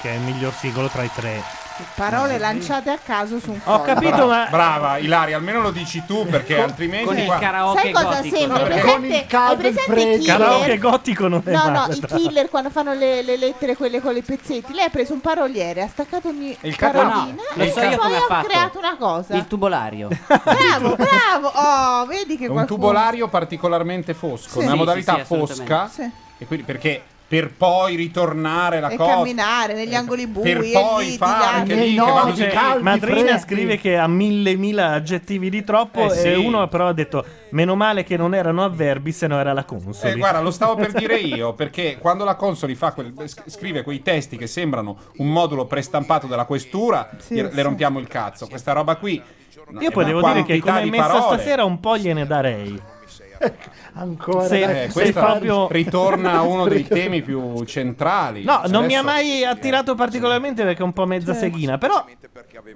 S2: che è il miglior singolo tra i tre.
S16: Parole lanciate a caso su un foglio.
S2: Ho capito, ma.
S3: Brava, Ilaria, almeno lo dici tu perché altrimenti.
S16: con il
S3: qua-
S16: karaoke Sai cosa gotico. sembra?
S3: No, perché-
S16: Presente- Hai caldo e presente freddo. i killer?
S2: Karaoke gotico non è
S16: No, no,
S2: male,
S16: i
S2: tra
S16: killer quando fanno le, le lettere quelle con le pezzetti. Lei ha preso un paroliere, ha staccato ogni
S5: Il
S16: parolina
S5: catena- No, lo so
S16: e
S5: io
S16: poi
S5: come ha
S16: ha
S5: fatto.
S16: creato una cosa.
S5: Il tubolario.
S16: Bravo, bravo. Oh, vedi che
S3: È un
S16: qualcuno...
S3: tubolario particolarmente
S16: Sì.
S3: fosco, una
S16: Sì,
S3: modalità
S16: sì, sì,
S3: fosca.
S16: assolutamente.
S3: E quindi perché per poi ritornare la
S16: e
S3: cosa.
S16: camminare negli angoli bui
S3: per
S16: e
S3: poi
S16: lì, di
S3: fare
S16: là.
S3: che lì, che vanno sui caldi,
S2: Madrina
S3: freddi.
S2: scrive che ha mille mila aggettivi di troppo
S3: Eh,
S2: e
S3: sì.
S2: uno però ha detto meno male che non erano avverbi se no era la consoli.
S3: Eh, guarda, lo stavo per dire io, perché quando la Consoli fa quel- sc- scrive quei testi che sembrano un modulo prestampato della questura,
S2: Sì,
S3: gli- le
S2: sì.
S3: rompiamo il cazzo. Questa roba qui. eh,
S2: Io poi devo dire che come è messa stasera un po' gliene darei.
S4: Ancora.
S2: Se-
S4: dai.
S3: Eh,
S2: sei
S3: questo
S2: proprio-
S3: ritorna a uno dei temi più centrali. Cioè,
S2: No, non mi ha
S3: Adesso-
S2: mai attirato particolarmente perché è un po' mezza
S3: Certo.
S2: seghina, però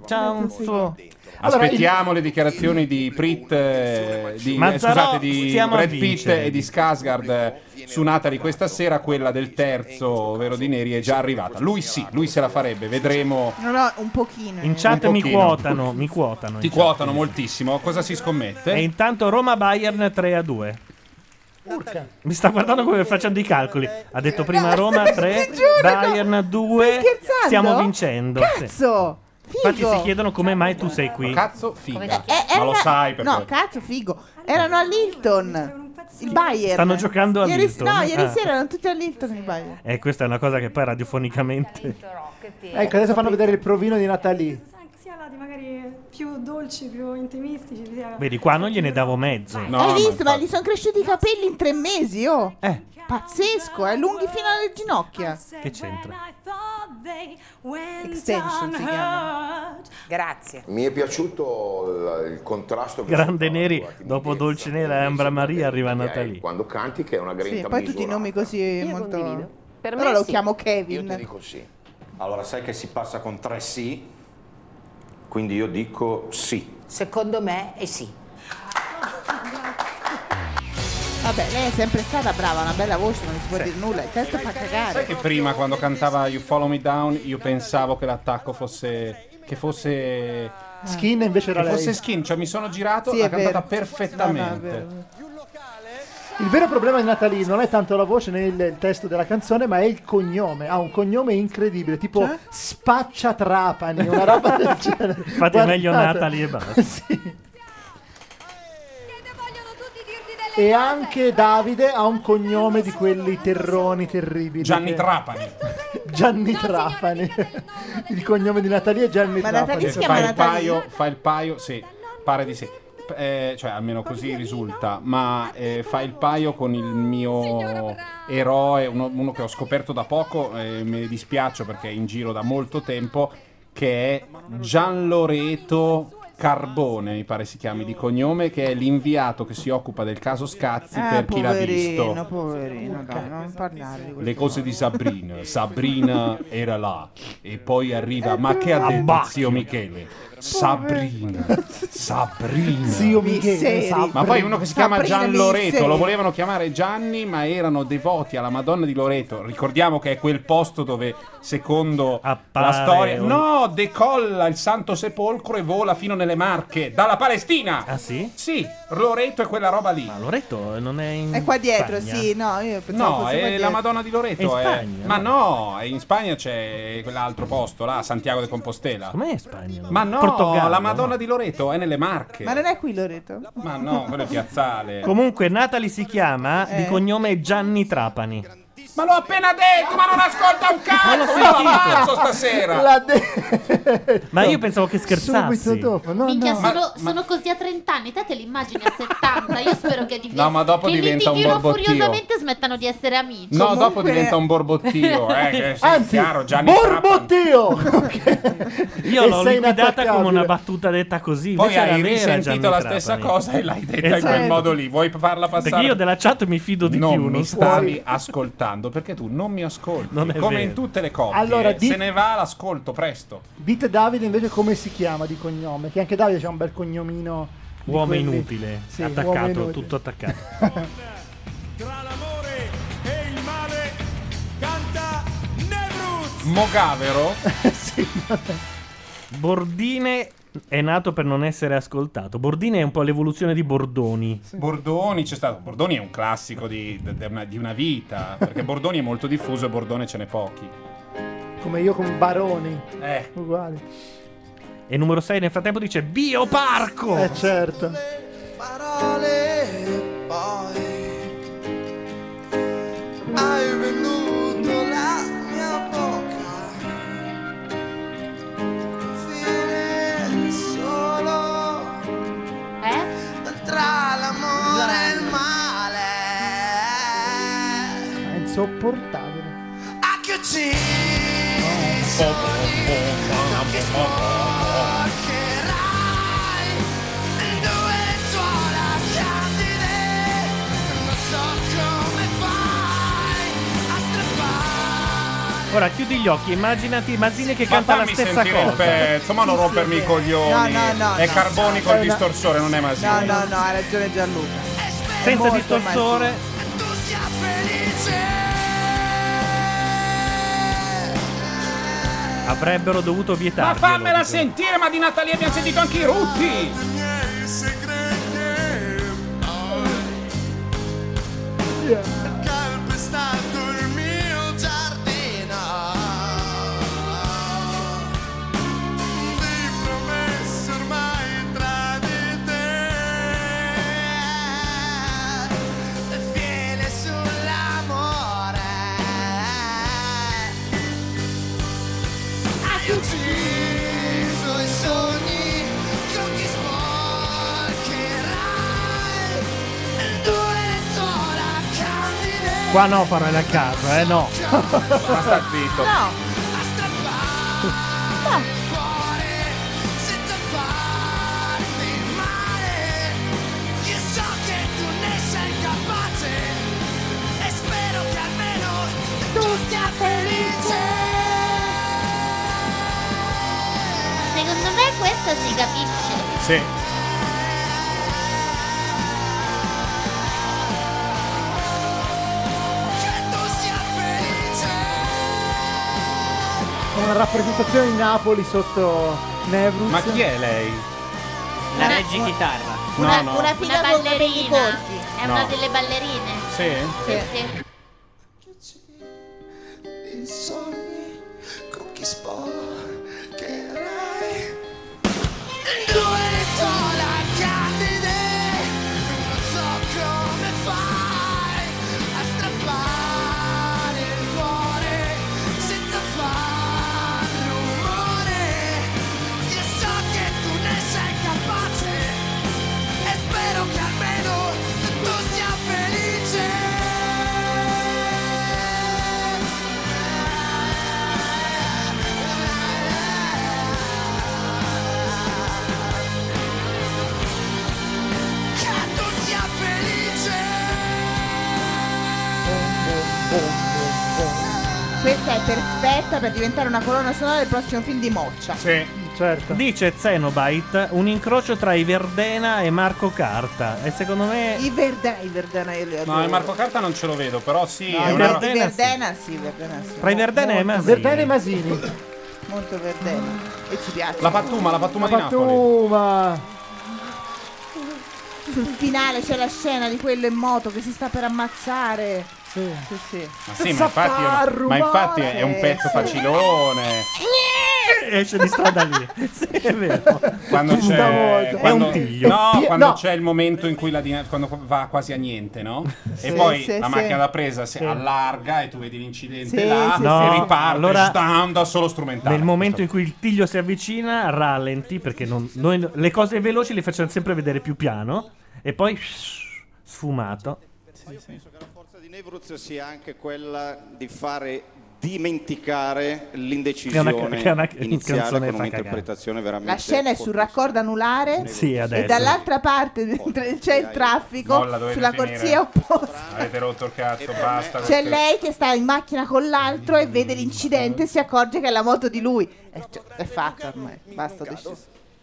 S2: c'ha un suo...
S3: Aspettiamo le dichiarazioni di Prit, eh, di, eh,
S2: Mazzarò,
S3: scusate, di
S2: stiamo a
S3: Brad Pitt
S2: vincere.
S3: e di Skarsgård eh, su Natali questa sera, quella del terzo, ovvero di Neri, è già arrivata. Lui sì, lui se la farebbe, vedremo.
S16: No, no, un pochino. eh.
S2: In chat
S3: Un
S2: mi
S3: pochino.
S2: quotano, mi quotano.
S3: Ti
S2: in chat.
S3: quotano moltissimo, cosa si scommette?
S2: E intanto Roma-Bayern 3 a 2.
S4: Urca.
S2: Mi sta guardando come facendo i calcoli. Ha detto prima Roma 3,
S16: giuro, no.
S2: Bayern 2.
S16: scherzando?
S2: Stiamo vincendo. sì.
S16: Cazzo! Figo.
S2: Infatti si chiedono come mai tu sei qui.
S3: Cazzo, figa.
S16: Eh,
S2: Ma lo
S16: era-
S2: sai perché.
S16: No, cazzo, figo. Erano all'Hilton. Il Bayern.
S2: Stanno giocando
S16: Ieri-
S2: all'Hilton?
S16: No, ieri
S2: Ah.
S16: sera erano tutti all'Hilton il Bayern.
S2: E Eh, questa è una cosa che poi radiofonicamente.
S4: Ecco, adesso fanno vedere il provino di Natalie.
S22: Sia lati magari più dolci, più intimistici. Sia...
S2: Vedi, qua non gliene davo mezzo.
S16: Hai visto? Ma, gli sono cresciuti i capelli in tre mesi, oh!
S3: Eh.
S16: Pazzesco, è lunghi fino alle ginocchia.
S2: Che c'entra?
S16: Extension si chiama.
S22: Grazie.
S8: Mi è piaciuto il, il contrasto che
S2: Grande Neri, dopo Dolce Nera e Ambra Maria arriva Natalie.
S8: quando canti che è una
S16: Sì,
S8: grinta
S16: poi tutti i
S8: misurata.
S16: nomi così molto.
S8: Per me
S16: Però lo
S8: sì.
S16: chiamo
S8: Io ti
S16: Kevin.
S8: dico sì. Allora sai che si passa con tre sì? Quindi io dico sì.
S33: Secondo me è sì.
S16: Vabbè, lei è sempre stata brava, una bella voce, non si può dire nulla, il testo fa
S3: Sai
S16: cagare.
S3: che prima quando cantava You Follow Me Down io pensavo che l'attacco fosse che fosse
S4: Skin invece era
S3: che
S4: lei.
S3: fosse Skin, cioè mi sono girato
S4: Sì,
S3: e
S4: è
S3: ha
S4: vero. No,
S3: cantata
S4: no, è
S3: perfettamente.
S4: vero. Il vero problema di Natalie non è tanto la voce né il, il testo della canzone, ma è il cognome. Ha un cognome incredibile, tipo Spaccia Trapani, una roba del genere.
S2: Cioè? Infatti è meglio
S4: Guardate.
S2: Natalie e basta.
S4: Sì. E anche Davide ha un cognome di quelli terroni terribili.
S3: Gianni
S4: che-
S3: Trapani.
S4: Gianni Trapani. Il cognome di Natalie è Gianni Trapani.
S3: Cioè, fa il paio, fa il paio, sì, pare di sì. P- eh, cioè, almeno così risulta, ma eh, fa il paio con il mio eroe, uno, uno che ho scoperto da poco, eh, me dispiaccio perché è in giro da molto tempo, che è Gianloreto Carbone, mi pare si chiami di cognome, che è l'inviato che si occupa del caso Scazzi
S16: Ah,
S3: per chi l'ha
S16: poverino,
S3: visto.
S16: poverino, dai, non parlare di
S3: Le
S16: questo.
S3: cose di Sabrina. Sabrina era là. E poi arriva. Ma che ha detto
S2: Abbacchio.
S3: zio Michele? Sabrina. Sabrina.
S4: Zio Michele, Misteri. Sabrina.
S3: Ma poi uno che si chiama
S4: Sabrina
S3: Gian Loreto.
S4: Misteri.
S3: Lo volevano chiamare Gianni, ma erano devoti alla Madonna di Loreto. Ricordiamo che è quel posto dove, secondo la storia.
S2: un-
S3: No, decolla il Santo Sepolcro e vola fino nelle Marche. Dalla Palestina.
S2: Ah sì?
S3: Sì, Loreto è quella roba lì. Ma
S2: Loreto non è in
S16: È qua dietro,
S3: Spagna?
S16: sì, no, io pensavo
S3: No,
S16: fosse qua
S3: è
S16: dietro.
S3: la Madonna di Loreto.
S2: È in
S3: eh.
S2: Spagna,
S3: Ma no, è in Spagna c'è quell'altro posto, là, Santiago de Compostela.
S2: Com'è in Spagna?
S3: Ma no,
S2: Portogallo,
S3: la
S2: no?
S3: Madonna di Loreto è nelle Marche.
S16: Ma non è qui Loreto?
S3: Ma no, quello è piazzale.
S2: Comunque Natalie si chiama
S3: Eh.
S2: di cognome Gianni Trapani.
S3: Ma l'ho appena detto, ma non ascolta un
S4: Ma l'ho
S3: cazzo!
S4: sentito.
S3: Ma ammazzo stasera!
S4: L'ha detto.
S2: Ma io pensavo che
S4: Subito
S2: scherzassi.
S4: dopo, no,
S6: Minchia,
S4: no.
S6: sono, sono così a 30 anni, te te li immagini a 70. Io spero che, div-
S3: No, ma dopo
S6: che li
S3: diventa un
S6: litighino
S3: borbottio.
S6: furiosamente smettano di essere amici.
S3: No, dopo diventa un borbottio, eh, che sì,
S6: Anzi,
S3: chiaro, Gianni
S2: Io
S4: Borbottio!
S3: E
S2: l'ho
S3: sei
S2: liquidata
S3: inattaccabile.
S2: come una battuta detta così.
S3: Poi
S2: invece era
S3: hai
S2: vera Gianni
S3: risentito la
S2: Trapani.
S3: stessa cosa e l'hai detta in
S2: Esatto.
S3: quel modo lì. Vuoi farla passare?
S2: Perché io della chat mi fido di
S3: non
S2: più, non
S3: mi
S2: so.
S3: stavi ascoltando perché tu non mi ascolti
S2: Non è
S3: come
S2: vero.
S3: in tutte le coppie
S4: Allora, di-
S3: se ne va l'ascolto presto
S4: Dite Davide invece come si chiama di cognome, che anche Davide c'ha un bel cognomino. di
S2: Uomo
S4: quelli-
S2: inutile,
S4: Sì,
S2: attaccato,
S4: uomo inutile.
S2: tutto attaccato.
S34: Tra l'amore e il male canta
S3: Mogavero?
S2: Bordine è nato per non essere ascoltato. Bordine è un po' l'evoluzione di Bordoni.
S3: Bordoni c'è stato. Bordoni è un classico di, de- de- una, di una vita. Perché Bordoni è molto diffuso e Bordone ce n'è pochi.
S4: Come io con Baroni.
S3: Eh.
S4: Uguale.
S2: E numero 6 nel frattempo dice Bioparco!
S4: Eh certo.
S5: Hai venuto la mia bocca Confine solo Tra l'amore e il male
S4: È insopportabile.
S5: A che ci sono che sporcherai in due suola candide Non so come fai a strappare
S2: Ora chiudi gli occhi, immaginati Mazzini che
S3: Ma
S2: canta la
S3: fammi
S2: stessa
S3: sentire
S2: cosa.
S3: il pezzo, ma non
S2: Sì, sì,
S3: rompermi
S2: è
S3: i
S2: vero.
S3: coglioni.
S16: No, no, no,
S3: È
S16: no.
S3: Carboni col
S16: No, no.
S3: distorsore, non è Masini.
S16: No, no, no, hai ragione Gianluca.
S2: Senza
S16: Molto
S2: distorsore. Avrebbero dovuto
S3: Ma
S2: vietarglielo.
S3: fammela
S2: dicono.
S3: sentire, ma di Natalia abbiamo sentito anche i rutti.
S5: miei segreti Ha calpestato il mio giardino Di promesse ormai tradite Fiele sull'amore Hai ucciso i sogni Che occhi sporcherai Due sola candide
S2: Qua no, parola a caso, eh no.
S3: Ma sta zitto.
S5: No. A strappare il cuore senza farti male. Io so che tu ne sei capace e spero che almeno tu sia felice.
S6: Secondo me questo si capisce.
S3: Sì.
S4: È una rappresentazione di Napoli sotto Nevruz.
S3: Ma chi è lei?
S6: La
S2: reggichitarra.
S6: Una,
S3: no, no.
S6: una figa
S35: Una
S6: con
S35: ballerina.
S6: capelli corti. È una
S3: No.
S6: delle ballerine.
S3: Sì?
S6: Sì, sì.
S5: I sogni con chi sporcherai. Due sola candide, non so come fai a strappare il cuore senza far rumore. Io so che tu ne sei capace e spero che almeno tu sia felice. Che tu sia
S16: Questa è perfetta per diventare una colonna sonora del prossimo film di Moccia.
S2: certo. Dice Zenobite un incrocio tra i Verdena e Marco Carta. E secondo me.
S16: I Verdena, i Verdena io li
S3: No,
S16: adoro.
S3: il Marco Carta non ce lo vedo, però sì.
S16: No,
S3: è
S16: i
S3: una-
S16: Ver- i Verdena sì, i Verdena sì.
S2: Tra i Verdena e Masini.
S4: Verdene e Masini.
S16: Molto Verdena. E ci piace.
S3: La pattuma, la pattuma di Napoli.
S4: Pattuma.
S16: Sul finale c'è la scena di quello in moto che si sta per ammazzare. Sì, sì.
S3: Ma sì, ma infatti, ma infatti è un pezzo facilone.
S2: Eh, Esce di strada lì. Sì, è vero.
S3: Quando c'è,
S2: È
S3: quando,
S2: un tiglio.
S3: No,
S2: Pi-
S3: quando
S2: no.
S3: c'è il momento in cui la dina- quando va quasi a niente, no?
S2: Sì,
S3: e poi
S2: sì,
S3: la
S2: sì.
S3: macchina da presa si
S2: Sì.
S3: allarga e tu vedi l'incidente
S2: Sì,
S3: là
S2: sì,
S3: e
S2: sì.
S3: riparte
S2: Allora-
S3: stam, da solo strumentale.
S2: Nel momento in cui il tiglio si avvicina, rallenti perché non- noi le cose veloci le facciamo sempre vedere più piano e poi sfumato.
S8: forza di Nevruz sia anche quella di fare
S2: È
S8: dimenticare
S2: una-
S8: l'indecisione
S2: è una-
S8: iniziale
S2: canzone
S8: con
S2: fa
S8: un'interpretazione veramente
S16: La scena è sul raccordo anulare
S2: Sì,
S16: e
S2: adesso.
S16: dall'altra parte mentre c'è il traffico
S3: Molla, dovete
S16: sulla
S3: finire.
S16: corsia opposta.
S3: Avete rotto il cazzo, basta.
S16: C'è
S3: questo-
S16: lei che sta in macchina con l'altro e vede l'incidente e si accorge che è la moto di lui. Eh, cioè, è fatta ormai, basta. ho deciso.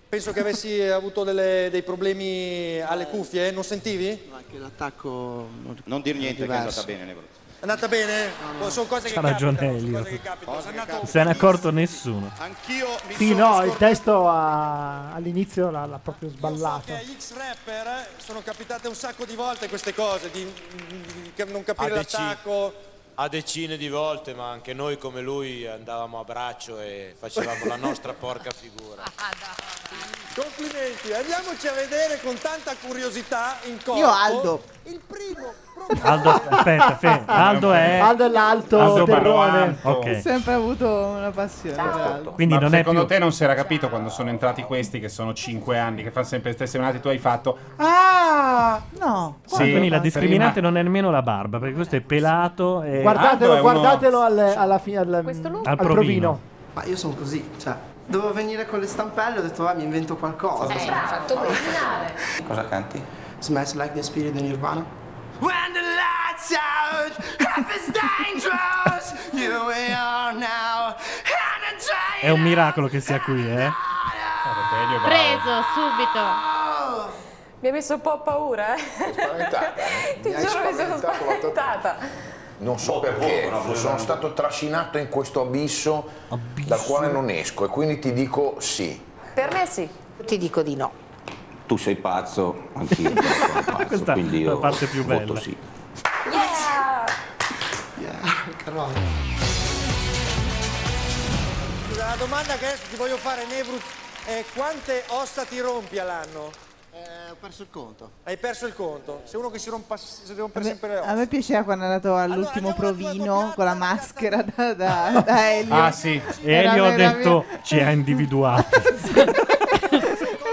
S7: Penso che avessi avuto delle- dei problemi alle cuffie, non sentivi?
S8: Non dir niente che è andata
S7: Diverso.
S8: bene Nevruz.
S7: Andata bene? Sono cose che
S2: C'ha ragione
S7: capitano, sono
S2: Elio.
S7: cose che capitano. Sono andato-
S2: Non se n'è accorto nessuno.
S7: Anch'io mi
S4: Sì,
S7: sono
S4: no, il
S7: scordato-
S4: testo ha- all'inizio l'ha, l'ha proprio sballato.
S7: Gli X-Rapper eh, sono capitate un sacco di volte queste cose, di mm, mm, non capire
S36: Ah, dici?
S7: l'attacco.
S36: A decine di volte, ma anche noi come lui andavamo a braccio e facevamo la nostra porca figura.
S7: Complimenti, andiamoci a vedere con tanta curiosità in corpo.
S16: Io Aldo.
S7: Il primo
S2: Aldo, aspetta, fermo. Aldo è.
S16: Aldo è l'alto
S2: Aldo
S16: terrone.
S2: Barone.
S16: Ho
S2: Ok.
S16: sempre avuto una passione
S3: Certo.
S16: per l'alto.
S2: Quindi
S3: Ma
S2: non è
S3: secondo
S2: più-
S3: te non si era capito quando sono entrati questi che sono 5 anni che fanno sempre le stesse menate tu hai fatto
S16: Ah, no.
S3: Sì,
S2: Sì, quindi la
S3: prima-
S2: discriminante non è nemmeno la barba, perché questo è pelato. E...
S4: Guardatelo, guardatelo al, alla fi- al, al
S2: Ah, Al provino.
S4: provino.
S8: Ma io sono così, cioè. Dovevo venire con le stampelle, ho detto va, mi invento qualcosa.
S5: Eh, bravo, fatto originale.
S8: Cosa canti? Smash like the spirit di Nirvana.
S5: When the lights out, life is dangerous. You are now energized.
S2: È un miracolo che sia qui, eh.
S37: Preso subito.
S11: Mi ha messo un po' paura, eh. Ti
S10: Mi hai
S11: giuro che sono
S10: spaventato la tua-
S11: spaventata.
S10: Non so
S38: boh,
S10: perché,
S17: no,
S10: sono
S17: veramente.
S10: stato trascinato in questo abisso, dal quale non esco e quindi ti dico sì.
S11: Per me sì.
S5: Ti dico di no.
S17: Tu sei pazzo, anch'io sono pazzo,
S2: Questa
S17: quindi
S2: è
S17: io
S2: la parte più
S17: voto
S2: bella.
S17: sì.
S7: Scusa, la domanda che adesso ti voglio fare, Nevruz, è quante ossa ti rompi all'anno? Eh, ho perso il conto. Hai perso il conto? Sei uno che si rompa, si rompe sempre le
S16: A
S7: ossa.
S16: me piaceva quando è andato all'ultimo provino con la maschera da, da, da Elio.
S2: Ah, sì. E
S16: Era
S2: Elio ha
S16: meraviglioso.
S2: detto ci ha individuato.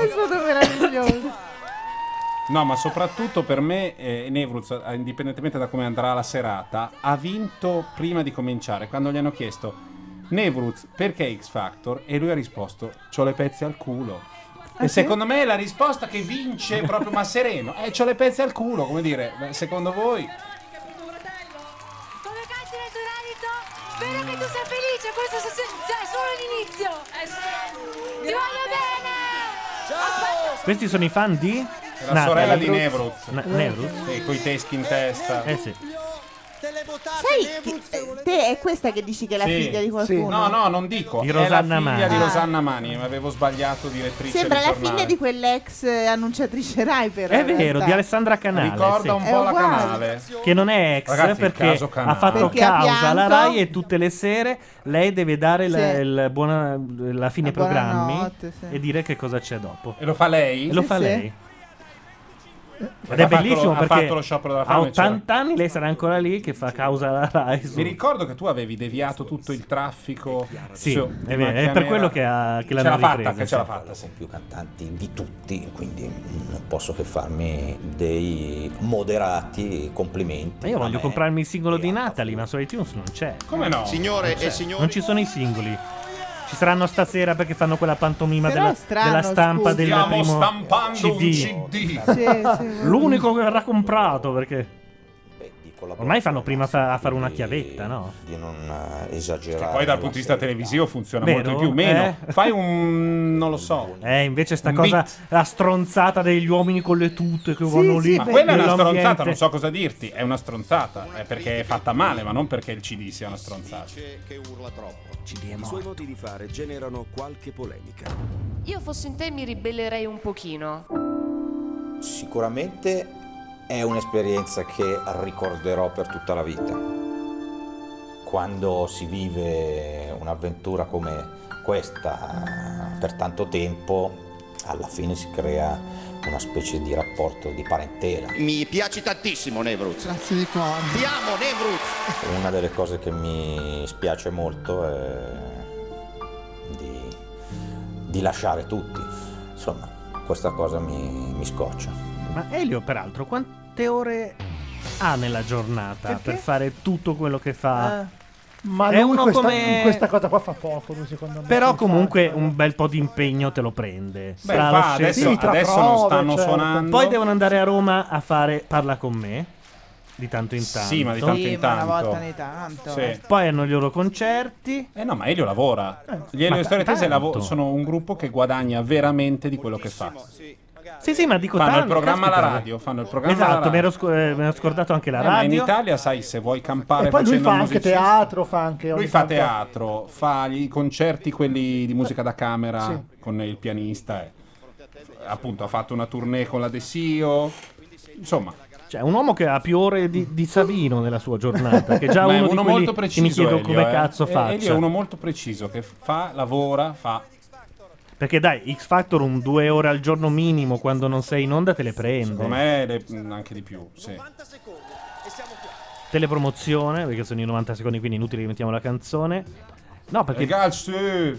S16: È stato meraviglioso.
S3: No, ma soprattutto per me eh, Nevruz, eh, indipendentemente da come andrà la serata, ha vinto prima di cominciare. Quando gli hanno chiesto Nevruz perché X Factor e lui ha risposto "C'ho le pezze al culo".
S2: Ah,
S3: e
S2: sì?
S3: secondo me è la risposta che vince proprio ma sereno. Eh, c'ho le pezze al culo, come dire, beh, secondo voi?
S39: Come canti nel tuo radito? Spero che tu sia felice, questo è solo l'inizio. Ti voglio bene!
S2: Questi sono i fan di.
S3: La
S2: Nat-
S3: sorella di
S2: Nevruz.
S3: Nevruz.
S2: Na- Nevruz?
S3: E coi teschi in testa.
S2: Eh sì.
S16: Sai, chi- eh, te è questa che dici che è la
S3: Sì,
S16: figlia di
S3: sì.
S16: qualcuno?
S3: No, no, non dico.
S2: Di
S3: È
S2: Rosanna
S3: la figlia
S2: Mani.
S3: di Rosanna Mani, ma avevo sbagliato direttrice
S16: Sembra
S3: di
S16: la
S3: giornale.
S16: figlia di quell'ex eh, annunciatrice Rai, però.
S2: È
S16: in
S2: vero,
S16: realtà.
S2: di Alessandra Canale.
S3: Ricorda
S2: sì.
S3: un
S16: È
S3: po' la
S16: uguale.
S3: canale.
S2: Che non è ex
S3: Ragazzi, il
S2: perché
S3: caso
S2: ha
S3: Canale.
S2: fatto
S16: Perché ha
S2: causa alla
S16: pianto.
S2: Rai e tutte le sere lei deve dare la,
S16: Sì.
S2: il buona- la fine
S16: La
S2: programmi
S16: buonanotte, sì.
S2: e dire che cosa c'è dopo.
S3: E lo fa lei?
S2: E lo
S3: Sì,
S2: fa
S3: sì.
S2: lei. Ed
S3: Ha
S2: è
S3: fatto-
S2: bellissimo
S3: ha
S2: perché
S3: fatto lo sciopero della
S2: a
S3: fame, cioè.
S2: 80 anni lei sarà ancora lì che fa causa alla Rai. su-
S3: Mi ricordo che tu avevi deviato tutto il traffico.
S2: Sì,
S3: su-
S2: è vero, è per quello che, ha, che
S3: Ce l'ha
S2: l'hanno
S3: fatta,
S2: ripresa.
S3: che ce
S2: sì.
S3: l'ha fatta, sì.
S17: Sono più cantanti di tutti, quindi non posso che farmi dei moderati complimenti.
S2: Ma io
S17: a
S2: voglio
S17: me.
S2: comprarmi il singolo di Natalie, ma su iTunes non c'è.
S17: Come no? Signore
S2: Non c'è.
S17: e signori-
S2: Non ci sono i singoli. Ci saranno stasera perché fanno quella pantomima
S16: Però
S2: della,
S16: è strano,
S2: della stampa
S16: scusi.
S2: del
S16: Stiamo
S2: primo
S16: stampando un CD. Sì, sì.
S2: L'unico che verrà comprato perché... Ormai fanno prima fa- a fare una chiavetta, no?
S17: Di non eh, esagerare.
S3: Che poi
S17: la
S3: dal punto di vista televisivo funziona
S2: Vero?
S3: molto di più. Meno.
S2: Eh?
S3: Fai un. non lo so.
S2: Eh, invece sta
S3: Un
S2: cosa,
S3: beat.
S2: la stronzata degli uomini con le tute che vanno lì.
S3: ma quella è una
S2: nell'ambiente.
S3: stronzata, non so cosa dirti. È una stronzata. È perché è fatta male, ma non perché il CD sia una stronzata.
S17: Che urla troppo.
S13: I suoi modi di fare generano qualche polemica.
S9: Io fossi in te mi ribellerei un pochino.
S17: Sicuramente è un'esperienza che ricorderò per tutta la vita. Quando si vive un'avventura come questa per tanto tempo, alla fine si crea una specie di rapporto di parentela.
S40: Mi piaci tantissimo Nevruz.
S8: Grazie di cuore.
S40: Ti amo Nevruz.
S17: Una delle cose che mi spiace molto è di, di lasciare tutti. Insomma, questa cosa mi, mi scoccia.
S2: Ma Elio, peraltro, quante ore ha nella giornata
S4: Perché?
S2: per fare tutto quello che fa?
S5: Ah.
S4: Eh, Ma
S2: È
S4: lui
S2: uno
S4: questa,
S2: come-
S4: in questa cosa qua fa poco, lui, secondo me.
S2: Però
S4: Sul
S2: comunque un bel po' di impegno te lo prende.
S4: Beh,
S2: Tra
S4: fa,
S2: lo scelto-
S4: adesso- Sì, tra adesso non prove, stanno certo. suonando.
S2: Poi devono andare a Roma a fare Parla con me. Di tanto in tanto.
S3: Sì, ma di tanto
S16: Sì,
S3: in
S16: ma una
S3: tanto.
S16: volta ogni tanto.
S3: Sì.
S2: Poi hanno i loro concerti.
S3: Eh no, ma Elio lavora. Gli
S2: Eh, Ma
S3: Elio Storie Tese
S2: tanto.
S3: lavo- sono un gruppo che guadagna veramente di quello che fa.
S2: Sì, sì, ma dico
S3: Fanno
S2: Ecco, tanto,
S3: il programma alla
S2: caspita.
S3: radio, fanno il programma
S2: Esatto,
S3: alla
S2: mi ero sc- eh, mi ero scordato anche la
S3: Eh, ma in
S2: radio.
S3: Italia, sai, se vuoi campare
S4: E poi lui
S3: facendo
S4: fa
S3: il
S4: anche
S3: musicista-
S4: teatro, fa anche...
S3: Lui
S4: ogni
S3: fa
S4: tanto-
S3: teatro, fa i concerti, quelli di musica da camera
S4: Sì.
S3: con il pianista. eh. Appunto, ha fatto una tournée con la De Sio. Insomma,
S2: Cioè, un uomo che ha più ore di, di Savino nella sua giornata. Che è Eh, già
S3: Ma è
S2: uno, di quelli
S3: molto
S2: che
S3: preciso.
S2: mi chiedo
S3: Elio,
S2: come
S3: eh.
S2: cazzo
S3: E-
S2: faccia.
S3: Elio è uno molto preciso che fa, lavora, fa.
S2: Perché dai, X Factor un due ore al giorno minimo quando non sei in onda te le prende.
S3: Secondo me le- mh, anche di più. Sì.
S2: Telepromozione, perché sono i 90 secondi, quindi inutile che mettiamo la canzone. No, perché.
S3: Ragazzi,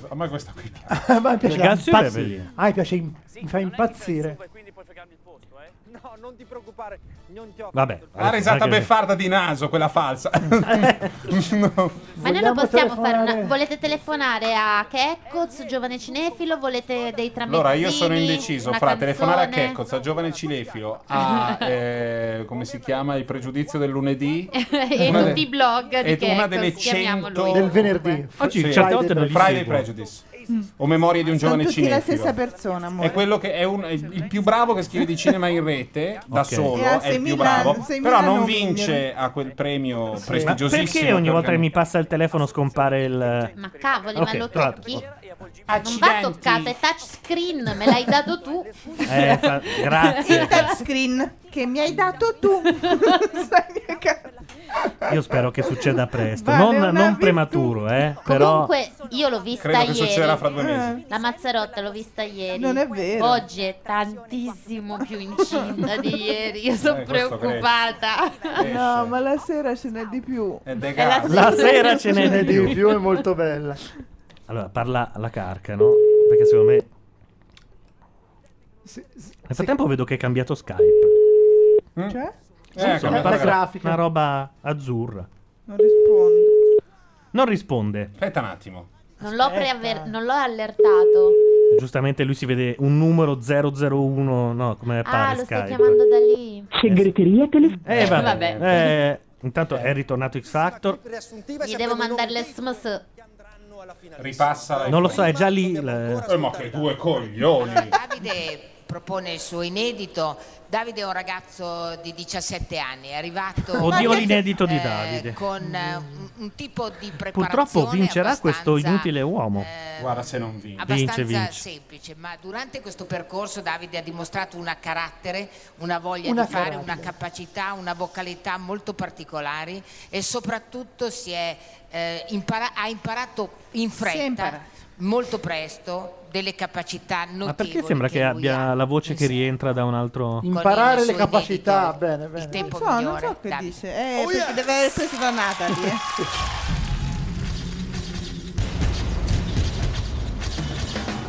S3: a me questa qui
S4: A me piace
S2: Le canzoni
S4: impazz-
S2: è bellina.
S4: Ah, mi piace, im- mi fa impazzire.
S2: Vabbè. eh,
S3: La risata
S2: Anche-
S3: beffarda di naso, quella falsa.
S6: Ma noi non
S4: Vogliamo
S6: possiamo fare
S4: telefonare?
S6: una. Volete telefonare a Checcoz, giovane cinefilo? Volete dei tramezzini?
S3: Allora, io sono indeciso
S6: una
S3: fra telefonare a
S6: canzone?
S3: Checcoz, a Giovane Cinefilo, a eh, come si chiama il pregiudizio del lunedì
S6: e
S3: Una
S6: tutti i blog di
S3: ed una delle
S6: Checcoz, chiamiamolo
S3: 100
S6: lui. Del
S4: venerdì.
S2: Oggi certe volte non li
S3: Friday
S2: seguo.
S3: Prejudice o Memorie di un
S16: Mm. Sono
S3: giovane
S16: tutti la
S3: cinefilo.
S16: stessa persona, amore.
S3: È quello che è, un- è il più bravo che scrive di cinema in rete, da
S2: Ok.
S3: solo,
S16: E a
S3: è il più
S16: 6.000
S3: bravo,
S16: 6.000
S3: però non
S16: non
S3: vince
S16: vince.
S3: a quel premio
S2: Sì.
S3: prestigiosissimo.
S2: Ma perché ogni volta che mi passa il teleno telefono scompare il.
S6: Ma cavoli,
S2: Ok,
S6: ma lo
S2: tra l'altro.
S6: tocchi? Non va
S3: Accidenti.
S6: toccato, è touchscreen, me l'hai dato tu.
S2: Eh, fa- grazie.
S16: Il touchscreen che mi hai dato tu.
S2: Io spero che succeda presto.
S16: Vale,
S2: Non,
S16: una
S2: non
S16: virtù.
S2: prematuro, eh. Però.
S6: Comunque, io l'ho vista
S2: Credo che
S6: ieri.
S2: succederà fra due mesi.
S6: La Mazzarotta l'ho vista ieri.
S16: Non è vero.
S6: Oggi è tantissimo più incinta di ieri. Io sono
S16: Eh, questo
S6: preoccupata.
S16: No, ma la sera ce n'è di più.
S3: È
S2: la La sera ce n'è di più.
S4: è molto bella.
S2: Allora, parla la carca, no? Perché secondo me. Nel frattempo vedo che è cambiato Skype. Mm?
S16: Cioè?
S2: Sì,
S5: Eh,
S2: sono
S4: cambiato
S2: passata-
S4: la grafica.
S2: Una roba azzurra.
S16: Non rispondo.
S2: Non risponde.
S3: Aspetta un attimo.
S6: Non l'ho, preavver- non l'ho allertato.
S2: Giustamente lui si vede un numero 001, no, come
S6: Ah,
S2: appare
S6: lo stai
S2: Skype.
S6: chiamando da lì.
S2: Segreteria telefonica. Eh, vabbè.
S6: Vabbè.
S2: Eh, intanto è ritornato X Factor.
S6: Gli devo mandare l'SMS.
S3: Ripassa
S2: Non lo so, è già lì. il-
S3: Eh, ma che due coglioni.
S9: Davide propone il suo inedito. Davide è un ragazzo di 17 anni, è arrivato
S2: Oddio
S9: eh,
S2: l'inedito di Davide.
S9: con eh, un, un tipo di preparazione
S2: Purtroppo vincerà questo inutile uomo.
S3: Guarda se non vince.
S2: Vince,
S9: abbastanza
S2: vince.
S9: semplice, ma durante questo percorso Davide ha dimostrato una carattere, una voglia
S11: Una
S9: di fare,
S11: carattere.
S9: una capacità, una vocalità molto particolari e soprattutto si è, eh, impara- ha imparato in fretta, molto presto, delle capacità notevoli.
S2: Ma perché sembra che abbia la voce che rientra da un altro.
S4: Imparare le
S9: suo
S4: capacità, bene, bene.
S16: Non so, non so che dice. Eh, perché deve aver preso da Natalie. eh.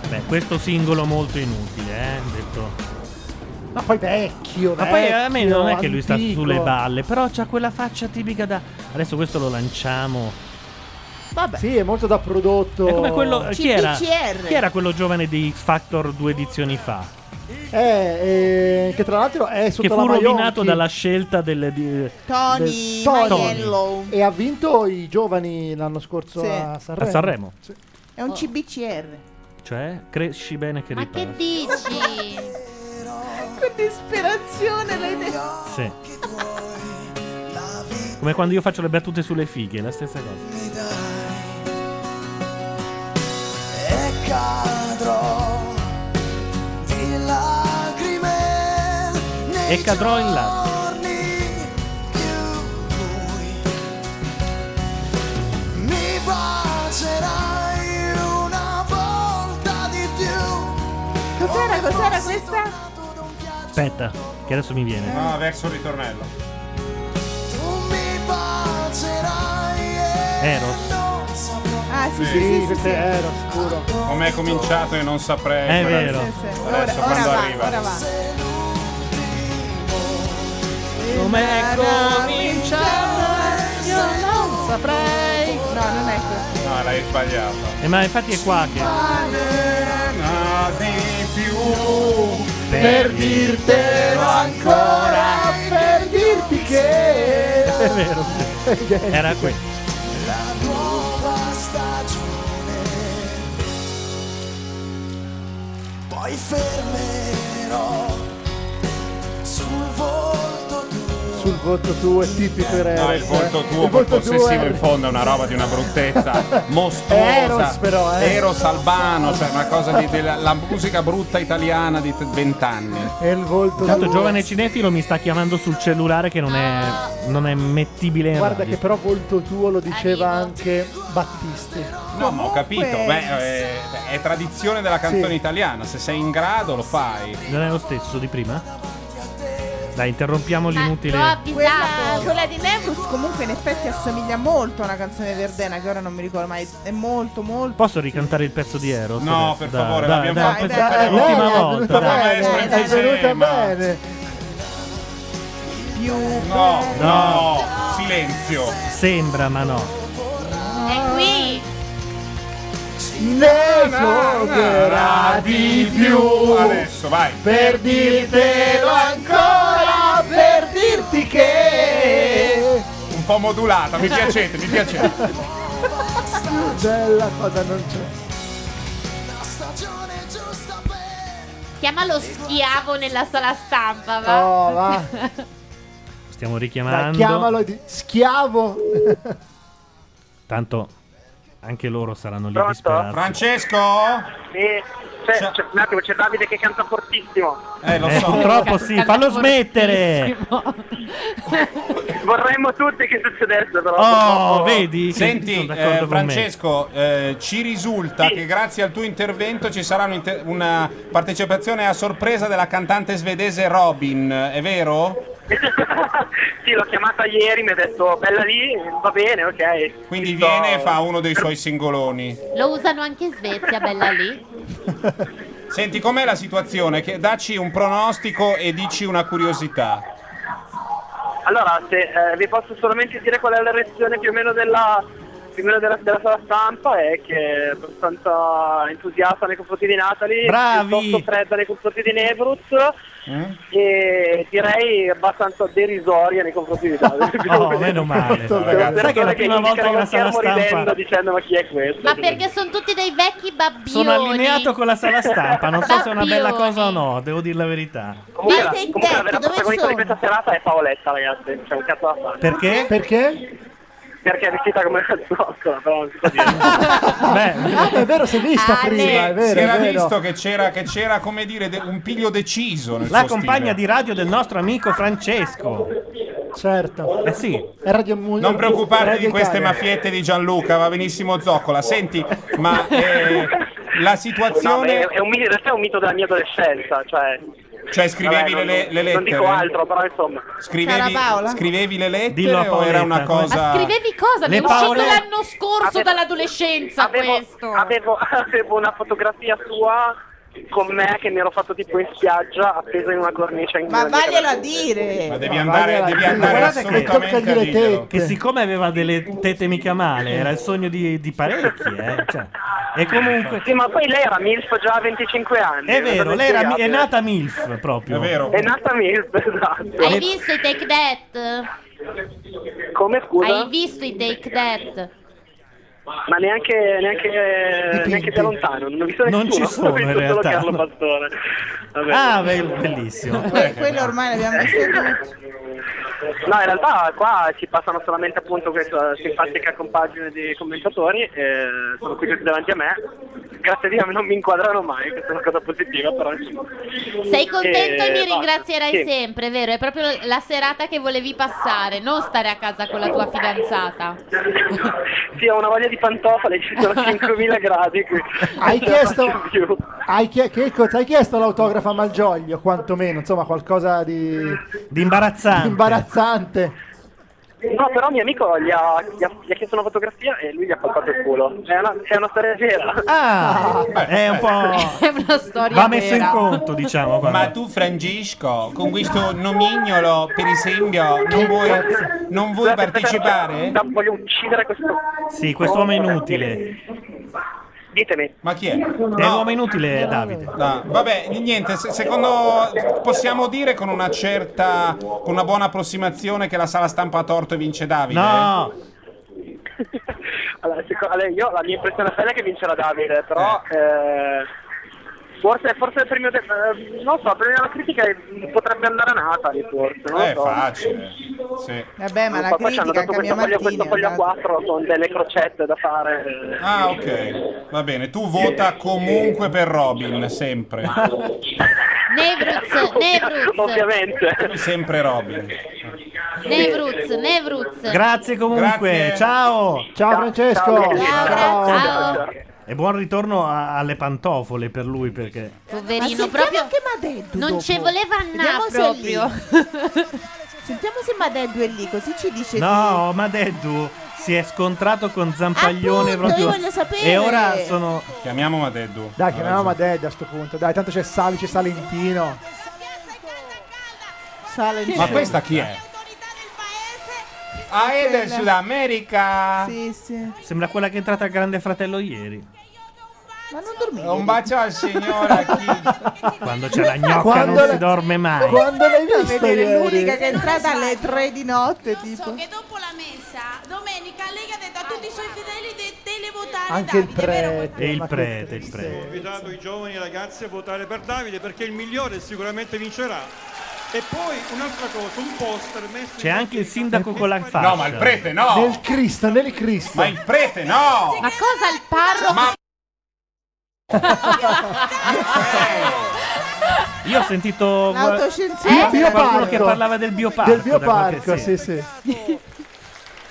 S2: Beh, questo singolo molto inutile, eh. Detto.
S4: Ma poi vecchio,
S2: Ma poi eh, a me
S4: vecchio,
S2: non è che lui sta
S4: antico.
S2: sulle balle, però c'ha quella faccia tipica da. Adesso questo lo lanciamo.
S4: Vabbè. Sì, è molto da prodotto.
S2: È come quello. Chi era?
S4: CPCR.
S2: Chi era quello giovane di X Factor due edizioni fa?
S4: Eh, eh, che tra l'altro è sotto
S2: Che
S4: la
S2: fu rovinato
S4: Maionchi.
S2: dalla scelta del. di-
S4: Del- E ha vinto i giovani l'anno scorso
S16: Sì.
S4: a Sanremo.
S2: A Sanremo.
S4: Sì.
S16: È un CBCR.
S2: Cioè, cresci bene che ripari.
S16: dici? che disperazione l'hai detto.
S2: Sì. Come quando io faccio le battute sulle fighe, la stessa cosa.
S5: e cadrò di lacrime nei
S2: E cadrò in là.
S5: giorni più bui. Mi bacerai una volta di più.
S16: Cos'era, cos'era questa?
S2: Aspetta, che adesso mi viene.
S3: No, Ah, verso il ritornello.
S5: Mi bacerai
S2: Eros.
S16: Ah, sì, sì,
S3: Sì,
S16: sì. sì,
S3: questo
S16: sì.
S3: è
S4: Ero scuro.
S3: Come è cominciato e non saprei.
S2: È
S3: guarda.
S2: vero. Sì,
S16: sì.
S3: Adesso
S16: Ora-
S3: quando
S16: ora va,
S3: arriva.
S16: ora va.
S2: Com'è
S16: cominciata? Io non saprei. No, non è questo.
S3: No, l'hai sbagliato.
S2: Eh, ma infatti è qua che.
S5: Parlerà di più
S2: per
S5: dirtelo ancora per dirti che
S2: È vero. Era qui.
S5: la nuova stagione poi fermerò
S4: sul volto tuo è tipico Eros.
S3: Eh, No, il volto tuo
S4: Il
S3: col
S4: volto tuo
S3: possessivo
S4: è-
S3: in fondo è una roba di una bruttezza mostruosa.
S4: È Eros però, eh.
S3: Eros albano, cioè una cosa di- della la musica brutta italiana di t- vent'anni.
S4: È il volto
S2: Tanto
S4: tuo.
S2: giovane cinefilo mi sta chiamando sul cellulare che non è, non è mettibile in
S4: Guarda
S2: radio.
S4: che Eh, però volto tuo lo diceva anche Battisti.
S3: No, ma ho capito, beh, eh, beh, è tradizione della canzone
S4: Sì.
S3: italiana, se sei in grado lo fai.
S2: Non è lo stesso di prima? Dai, interrompiamo l'inutile.
S16: Ah, Quella, quella di Nevrus comunque in effetti assomiglia molto a una canzone verdena che ora non mi ricordo mai, è molto molto...
S2: Posso ricantare il pezzo di Eros?
S3: No,
S2: adesso?
S3: per
S2: Dai,
S3: favore,
S2: dai,
S3: l'abbiamo
S2: dai,
S3: fatto
S2: dai,
S3: per
S2: dai,
S3: la
S2: l'ultima
S3: prima
S2: volta.
S3: volta,
S2: dai.
S3: maestro,
S4: Eh, è
S3: sì, sì,
S4: venuta
S3: ma-
S4: bene.
S16: Più
S3: No,
S16: bella.
S3: no, silenzio.
S2: Sembra, ma no.
S5: E qui
S4: Ne giocherà di più.
S3: Adesso vai.
S4: Per dirtelo ancora, per dirti che...
S3: Un po' modulata, mi piacete, mi piacete.
S4: Bella cosa non c'è.
S6: Chiama lo schiavo nella sala stampa, va?
S4: Oh, va.
S2: Stiamo
S4: Dai,
S2: richiamando.
S4: chiamalo e di... Schiavo.
S2: Tanto anche loro saranno lì a disperarsi.
S3: Francesco?
S27: Sì, c'è, c'è- un attimo, c'è Davide che canta fortissimo.
S3: Eh,
S2: Eh, purtroppo sì, fallo smettere.
S27: Vorremmo tutti che succedesse,
S2: Oh,
S27: però. purtroppo-
S2: vedi?
S3: Senti,
S2: Sono d'accordo
S3: eh,
S2: con
S3: Francesco, eh, ci risulta che grazie al tuo intervento ci sarà un inter- una partecipazione a sorpresa della cantante svedese Robin, è vero?
S27: Sì, l'ho chiamata ieri, mi ha detto bella lì, va bene, ok.
S3: Quindi
S27: Ci
S3: viene e
S27: sto.
S3: fa uno dei suoi singoloni.
S6: Lo usano anche in Svezia, bella lì.
S3: Senti, com'è la situazione? Che- dacci un pronostico e dici una curiosità.
S27: Allora, se, eh, vi posso solamente dire qual è la reazione più o meno della, più o meno della, della sala stampa è che è abbastanza entusiasta nei confronti di Natalie,
S2: Bravi!
S27: piuttosto fredda nei confronti di Nevruz Eh?
S3: Mm?
S27: e direi abbastanza derisoria nei confronti di Davide.
S2: Oh, meno male.
S27: Ragazzi,
S2: Sai che è la prima volta che una sala
S27: stiamo ridendo
S2: stampa.
S27: dicendo ma chi è questo?
S6: Ma perché sono tutti dei vecchi babbioni.
S2: Sono allineato con la sala stampa. Non so se è una bella
S6: Babbioni.
S2: cosa o no, devo dire la verità.
S27: Comunque, la, comunque la vera protagonista di questa serata è Paoletta, ragazzi. C'è un cazzo da fare.
S2: Perché?
S4: Perché?
S27: Perché è vestita come una zoccola, però non si può dire.
S4: Ah, è vero, si è vista prima, è vero.
S3: si
S4: è
S3: era
S4: vero.
S3: visto che c'era, che c'era, come dire, de- un piglio deciso nel
S2: La
S3: suo
S2: compagna
S3: stile.
S2: di radio del nostro amico Francesco.
S4: Certo.
S2: Eh sì.
S4: È Radio Mu-
S3: Non preoccuparti
S4: Radio
S3: di queste
S4: Italia.
S3: mafiette di Gianluca, va benissimo Zoccola. Senti, ma eh, la
S27: No, ma è,
S3: situazione...
S27: è un mito, in realtà è un mito della mia adolescenza, cioè...
S3: Cioè, scrivevi
S27: Vabbè,
S3: le-
S27: non-
S3: le
S27: Non dico
S3: lettere?
S27: altro, però insomma...
S3: Scrivevi, scrivevi le
S2: Dillo a
S3: lettere o
S2: Paoletta,
S3: era una
S2: come-
S3: cosa...
S6: Ma scrivevi cosa? Mi
S3: Le
S6: è uscito
S3: Paole-
S6: l'anno scorso dall'adolescenza questo.
S27: Avevo, avevo una fotografia sua con me che mi ero fatto tipo in spiaggia appesa in una cornice in
S16: Ma
S27: una mia
S16: vaglielo a
S27: cameretta.
S16: dire!
S3: Ma devi andare, devi andare
S2: Guardate che-
S3: assolutamente a dirglielo.
S2: Che siccome aveva delle tete mica male, era il sogno di, di parecchi, eh. Cioè, e comunque.
S27: Sì, ma poi lei era MILF già a 25 anni.
S2: È vero, lei era- è
S27: Spiegabile.
S2: nata MILF proprio.
S3: È vero.
S27: È nata MILF, esatto.
S6: Hai visto i Take That?
S27: Come scusa?
S6: Hai visto i Take That?
S27: Ma neanche, neanche, eh, neanche da lontano, non ho visto
S2: Non
S27: nessuno.
S2: ci sono,
S27: ho visto
S2: in
S27: solo
S2: realtà,
S27: Carlo
S2: no.
S27: Pastore. Vabbè.
S2: Ah, be- bellissimo.
S16: Que- quello ormai l'abbiamo visto tutti.
S27: Eh, No, in realtà qua ci passano solamente appunto questa simpatica compagine di commentatori, eh, sono qui tutti davanti a me. Grazie a Dio non mi inquadrano mai, questa è una cosa positiva, però insomma.
S6: Sei contento e, mi
S27: basta.
S6: ringrazierai
S27: Eh, Sì.
S6: sempre, vero? È proprio la serata che volevi passare, non stare a casa con la tua fidanzata.
S27: Sì, ho una voglia di pantofole, ci sono 5.000 gradi qui.
S4: Hai
S27: Non ce la
S4: chiesto-
S27: faccio più.
S4: Hai, chie- che cosa- hai chiesto l'autografo a Malgioglio, quantomeno, insomma, qualcosa di
S2: Di imbarazzante.
S4: imbarazzante.
S27: No, però mio amico gli ha, gli ha- gli ha chiesto una fotografia e lui gli ha colpato il culo. È una, è una storia vera.
S2: Ah, è un
S3: Eh,
S2: po'.
S6: È una storia
S2: Va messo in
S6: vera.
S2: conto, diciamo. guarda.
S3: Ma tu, Francesco, con questo nomignolo, per esempio, non vuoi, non vuoi partecipare?
S27: No, voglio uccidere questo.
S2: Sì, questo uomo è inutile.
S27: Ditemi.
S3: Ma chi è?
S2: È
S3: No,
S2: l'uomo inutile, eh, Davide.
S3: Ah, vabbè, niente, se- secondo possiamo dire con una certa con una buona approssimazione che la sala stampa ha torto e vince Davide.
S2: No,
S27: Allora, seco- allora, io la mia impressione bella è che vincerà Davide, però eh, Forse, forse il premio, de- eh, non so, il premio della critica è- mm, potrebbe andare a Natali, forse. Non
S3: Eh,
S27: lo so.
S3: facile. Sì.
S16: Vabbè, Eh, ma
S27: Non
S16: la
S27: so, poi ci hanno dato
S16: critica cambia
S27: questo foglio,
S16: Martini.
S27: questo foglio
S16: andate.
S27: 4 con delle crocette da fare.
S3: Ah, ok. Va bene, tu vota comunque per Robin, sempre.
S6: Nevruz, Nevruz.
S3: Sempre Robin.
S6: Nevruz, Nevruz.
S2: Grazie comunque,
S3: Grazie.
S2: ciao.
S4: Ciao Francesco.
S2: Ciao,
S6: Ciao. Ciao.
S2: E buon ritorno a- alle pantofole per lui perché...
S6: Poverino, proprio. non ci voleva
S16: Vediamo
S6: andare
S16: se è lì.
S6: proprio.
S16: Sentiamo se Madeddu è lì, così ci dice.
S2: No, ma Deddu si è scontrato con Zampaglione
S16: Appunto,
S2: proprio.
S16: io voglio sapere.
S2: E ora sono...
S3: Chiamiamo Madeddu.
S4: Dai, chiamiamo Madedda a sto punto. Dai, tanto c'è Savic e Salentino.
S16: Salentino.
S3: Ma questa chi è? Ah, è del Sud America.
S16: Sì, sì.
S2: Sembra quella che è entrata al Grande Fratello ieri.
S16: Ma non dormivi.
S3: Un bacio al signore.
S2: Quando c'è la gnocca
S4: Quando
S2: non
S4: la-
S2: si dorme mai.
S4: Quando l'hai visto
S16: Vedere
S4: ieri?
S16: l'unica che è entrata alle tre di notte, tipo.
S41: Dopo la messa, domenica lei ha detto a tutti i suoi fedeli di televotare
S4: Anche il
S41: Davide, vero?
S4: prete.
S2: E il
S4: ma che
S2: prete, il prete.
S42: invitato i giovani ragazzi a votare per Davide perché il migliore sicuramente vincerà. E poi un'altra cosa, un poster messo
S2: C'è anche il sindaco con la fascia.
S3: No, ma il prete no.
S4: Nel Cristo, nel Cristo.
S3: Ma il prete no.
S6: Ma cosa il parroco?
S2: Io ho sentito
S16: L'autoscienziato.
S2: C'era
S16: Il
S2: qualcuno
S16: bioparco.
S2: che parlava del bioparco.
S4: Del
S2: da qualche
S4: bioparco,
S2: sera.
S4: sì, sì.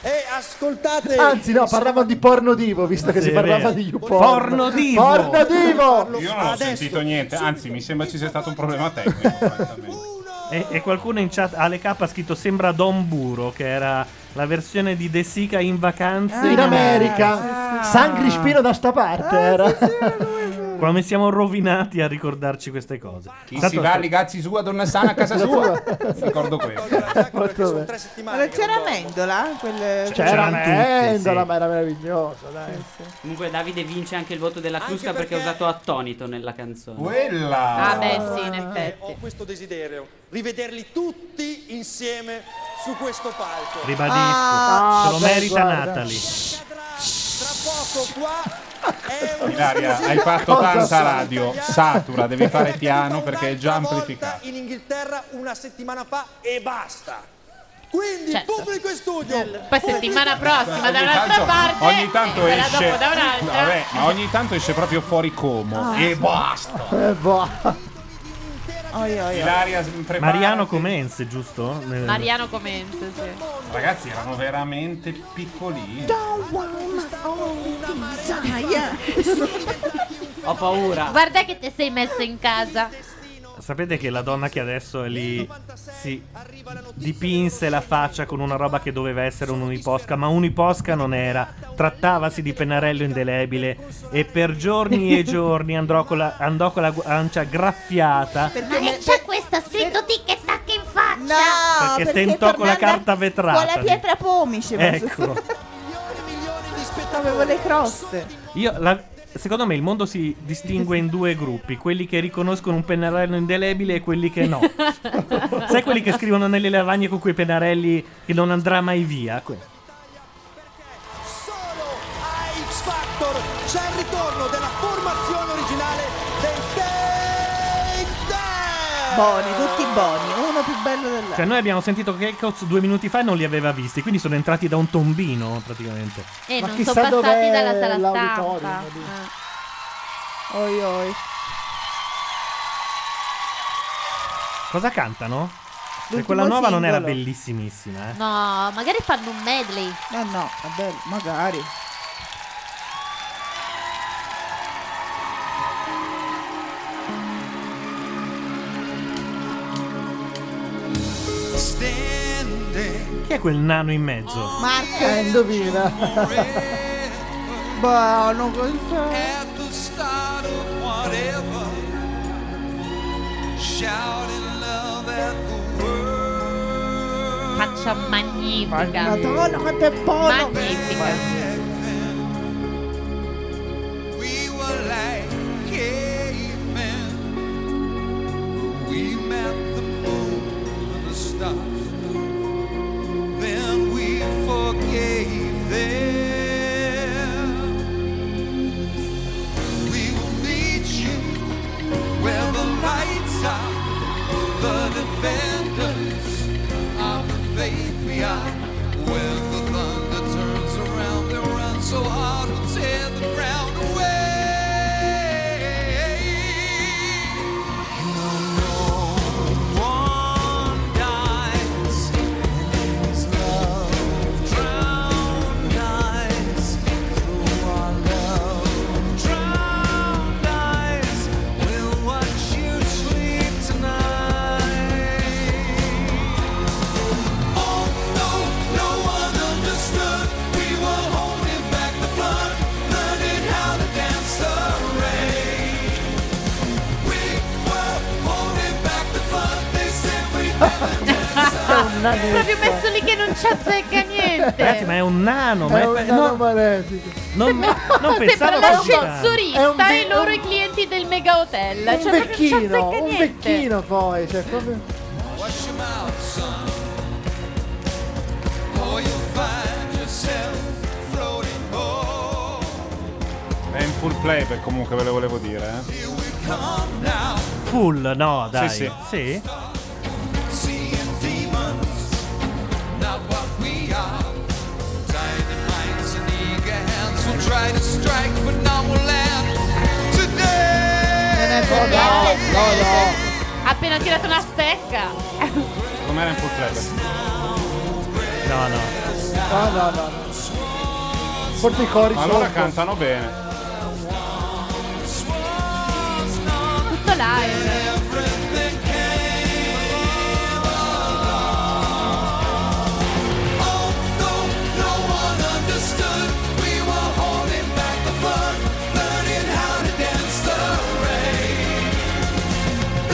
S7: E ascoltate.
S4: Anzi, no, parlavamo di porno divo, visto che
S2: Sì,
S4: si
S2: è
S4: parlava
S2: vero.
S4: di YouPorn.
S2: Porno divo.
S4: Porno divo.
S3: Io non ho sentito niente, anzi mi sembra ci sia stato un problema tecnico.
S2: E, e qualcuno in chat AleK ha scritto sembra Don Buro, che era la versione di De Sica in vacanza
S4: Ah. In America.
S2: Ah.
S4: San Crispino da sta parte era.
S2: Come siamo rovinati a ricordarci queste cose.
S3: Chi si va a ligarsi su a donna sana a casa sua? Ricordo questo.
S4: Molto bene.
S16: Ma c'era Mendola? Quel...
S4: C'era
S30: C'erano tutti,
S4: Mendola,
S30: sì.
S4: ma era meraviglioso, dai.
S30: Comunque Davide vince anche il voto della Crusca perché ha usato attonito nella canzone.
S3: Quella!
S6: Ah, beh, sì, in effetti.
S7: Eh, Ho questo desiderio, rivederli tutti insieme su questo palco.
S2: Ribadisco,
S7: Ah,
S2: se lo
S7: beh,
S2: merita
S7: guarda.
S2: Natalie.
S7: Poco qua è un
S3: Ilaria, hai fatto tanta radio, satura, devi fare piano perché è già amplificato.
S7: in Inghilterra una settimana fa e basta. Quindi
S2: Certo.
S7: pubblico in studio.
S6: Poi settimana prossima da
S3: Ogni
S6: un'altra
S3: tanto-
S6: parte.
S3: Ogni tanto
S6: e quella
S3: esce,
S6: dopo da un'altra.
S3: vabbè, ma ogni tanto esce proprio fuori Como
S6: Ah.
S3: e basta.
S4: Eh, boh.
S3: Ilaria, preparati.
S2: Mariano Comense, giusto? Nel-
S6: Mariano Comenza, sì.
S3: Ragazzi, erano veramente piccolini.
S30: Ho paura.
S6: Guarda che te sei messo in casa.
S2: Sapete che la donna che adesso è lì si dipinse la faccia con una roba che doveva essere un uniposca, ma uniposca non era. Trattavasi di pennarello indelebile e per giorni e giorni andrò con la- andò con la guancia graffiata
S6: Ma che c'è questa scritto ti che stacca in faccia?
S16: No,
S2: perché,
S16: perché
S2: stentò con la
S16: tornando a-
S2: carta
S16: Con la
S2: vetrata.
S16: pietra pomice. ma-
S2: Ecco.
S16: Avevo le croste.
S2: Io, la- secondo me il mondo si distingue in due gruppi, quelli che riconoscono un pennarello indelebile e quelli che no. Sai quelli che scrivono nelle lavagne con quei pennarelli che non andrà mai via? Que-
S7: A X Factor c'è il ritorno della formazione originale del
S16: Boni, tutti boni. Uno più bello dell'altro.
S2: Cioè noi abbiamo sentito che Coz due minuti fa e non li aveva visti, quindi sono entrati da un tombino praticamente.
S6: E
S41: Eh,
S4: Ma
S6: non
S4: chissà
S6: sono passati
S4: dov'è
S6: dalla sala
S4: l'auditorium,
S6: stampa.
S4: lì.
S6: Ah.
S16: Oi, oi.
S2: Cosa cantano? Perché
S16: L'ultimo
S2: quella nuova non era
S16: singolo.
S2: bellissimissima, eh.
S6: No, magari fanno un medley.
S4: Eh
S16: No, no, vabbè, magari.
S2: Chi è quel nano in mezzo?
S16: Marco.
S4: Eh, indovina.
S41: eh,
S16: Buono questo.
S6: Faccia magnifica.
S16: Madonna, quanto è buono.
S6: Magnifica.
S5: Then we forgave them. We will meet you Oh,
S4: Nanna
S6: È proprio messo lì che non ci azzecca
S2: Ragazzi,
S6: niente.
S2: ma è un nano. ma
S4: È
S2: è-
S4: un
S2: no,
S4: nano paretico.
S2: non, non
S6: Sembra
S2: pensavo fosse
S4: È un
S6: l'ascensorista
S4: ve-
S6: e loro i clienti del mega hotel.
S4: Un
S6: cioè, proprio non ci
S4: vecchino,
S6: azzecca
S4: un
S6: niente.
S4: vecchino poi, cioè proprio...
S5: Wash your mouth, son. Or you'll find yourself floating home.
S13: È in full playback comunque ve lo volevo dire. eh.
S5: Come now,
S2: Full, no, dai.
S13: Sì,
S2: Sì?
S5: seeing demons, not what we are. Tiny minds and eager hands will try to strike, but none will land. Today.
S6: Ha appena tirato una stecca.
S13: Com'era in full playback?
S2: No, no.
S4: No, Ah, no, no. Forse i cori
S13: Allora
S4: sono-
S13: cantano bene.
S6: Tutto live.
S5: Oh, No one understood. We were holding back the fun, learning how to dance the rain.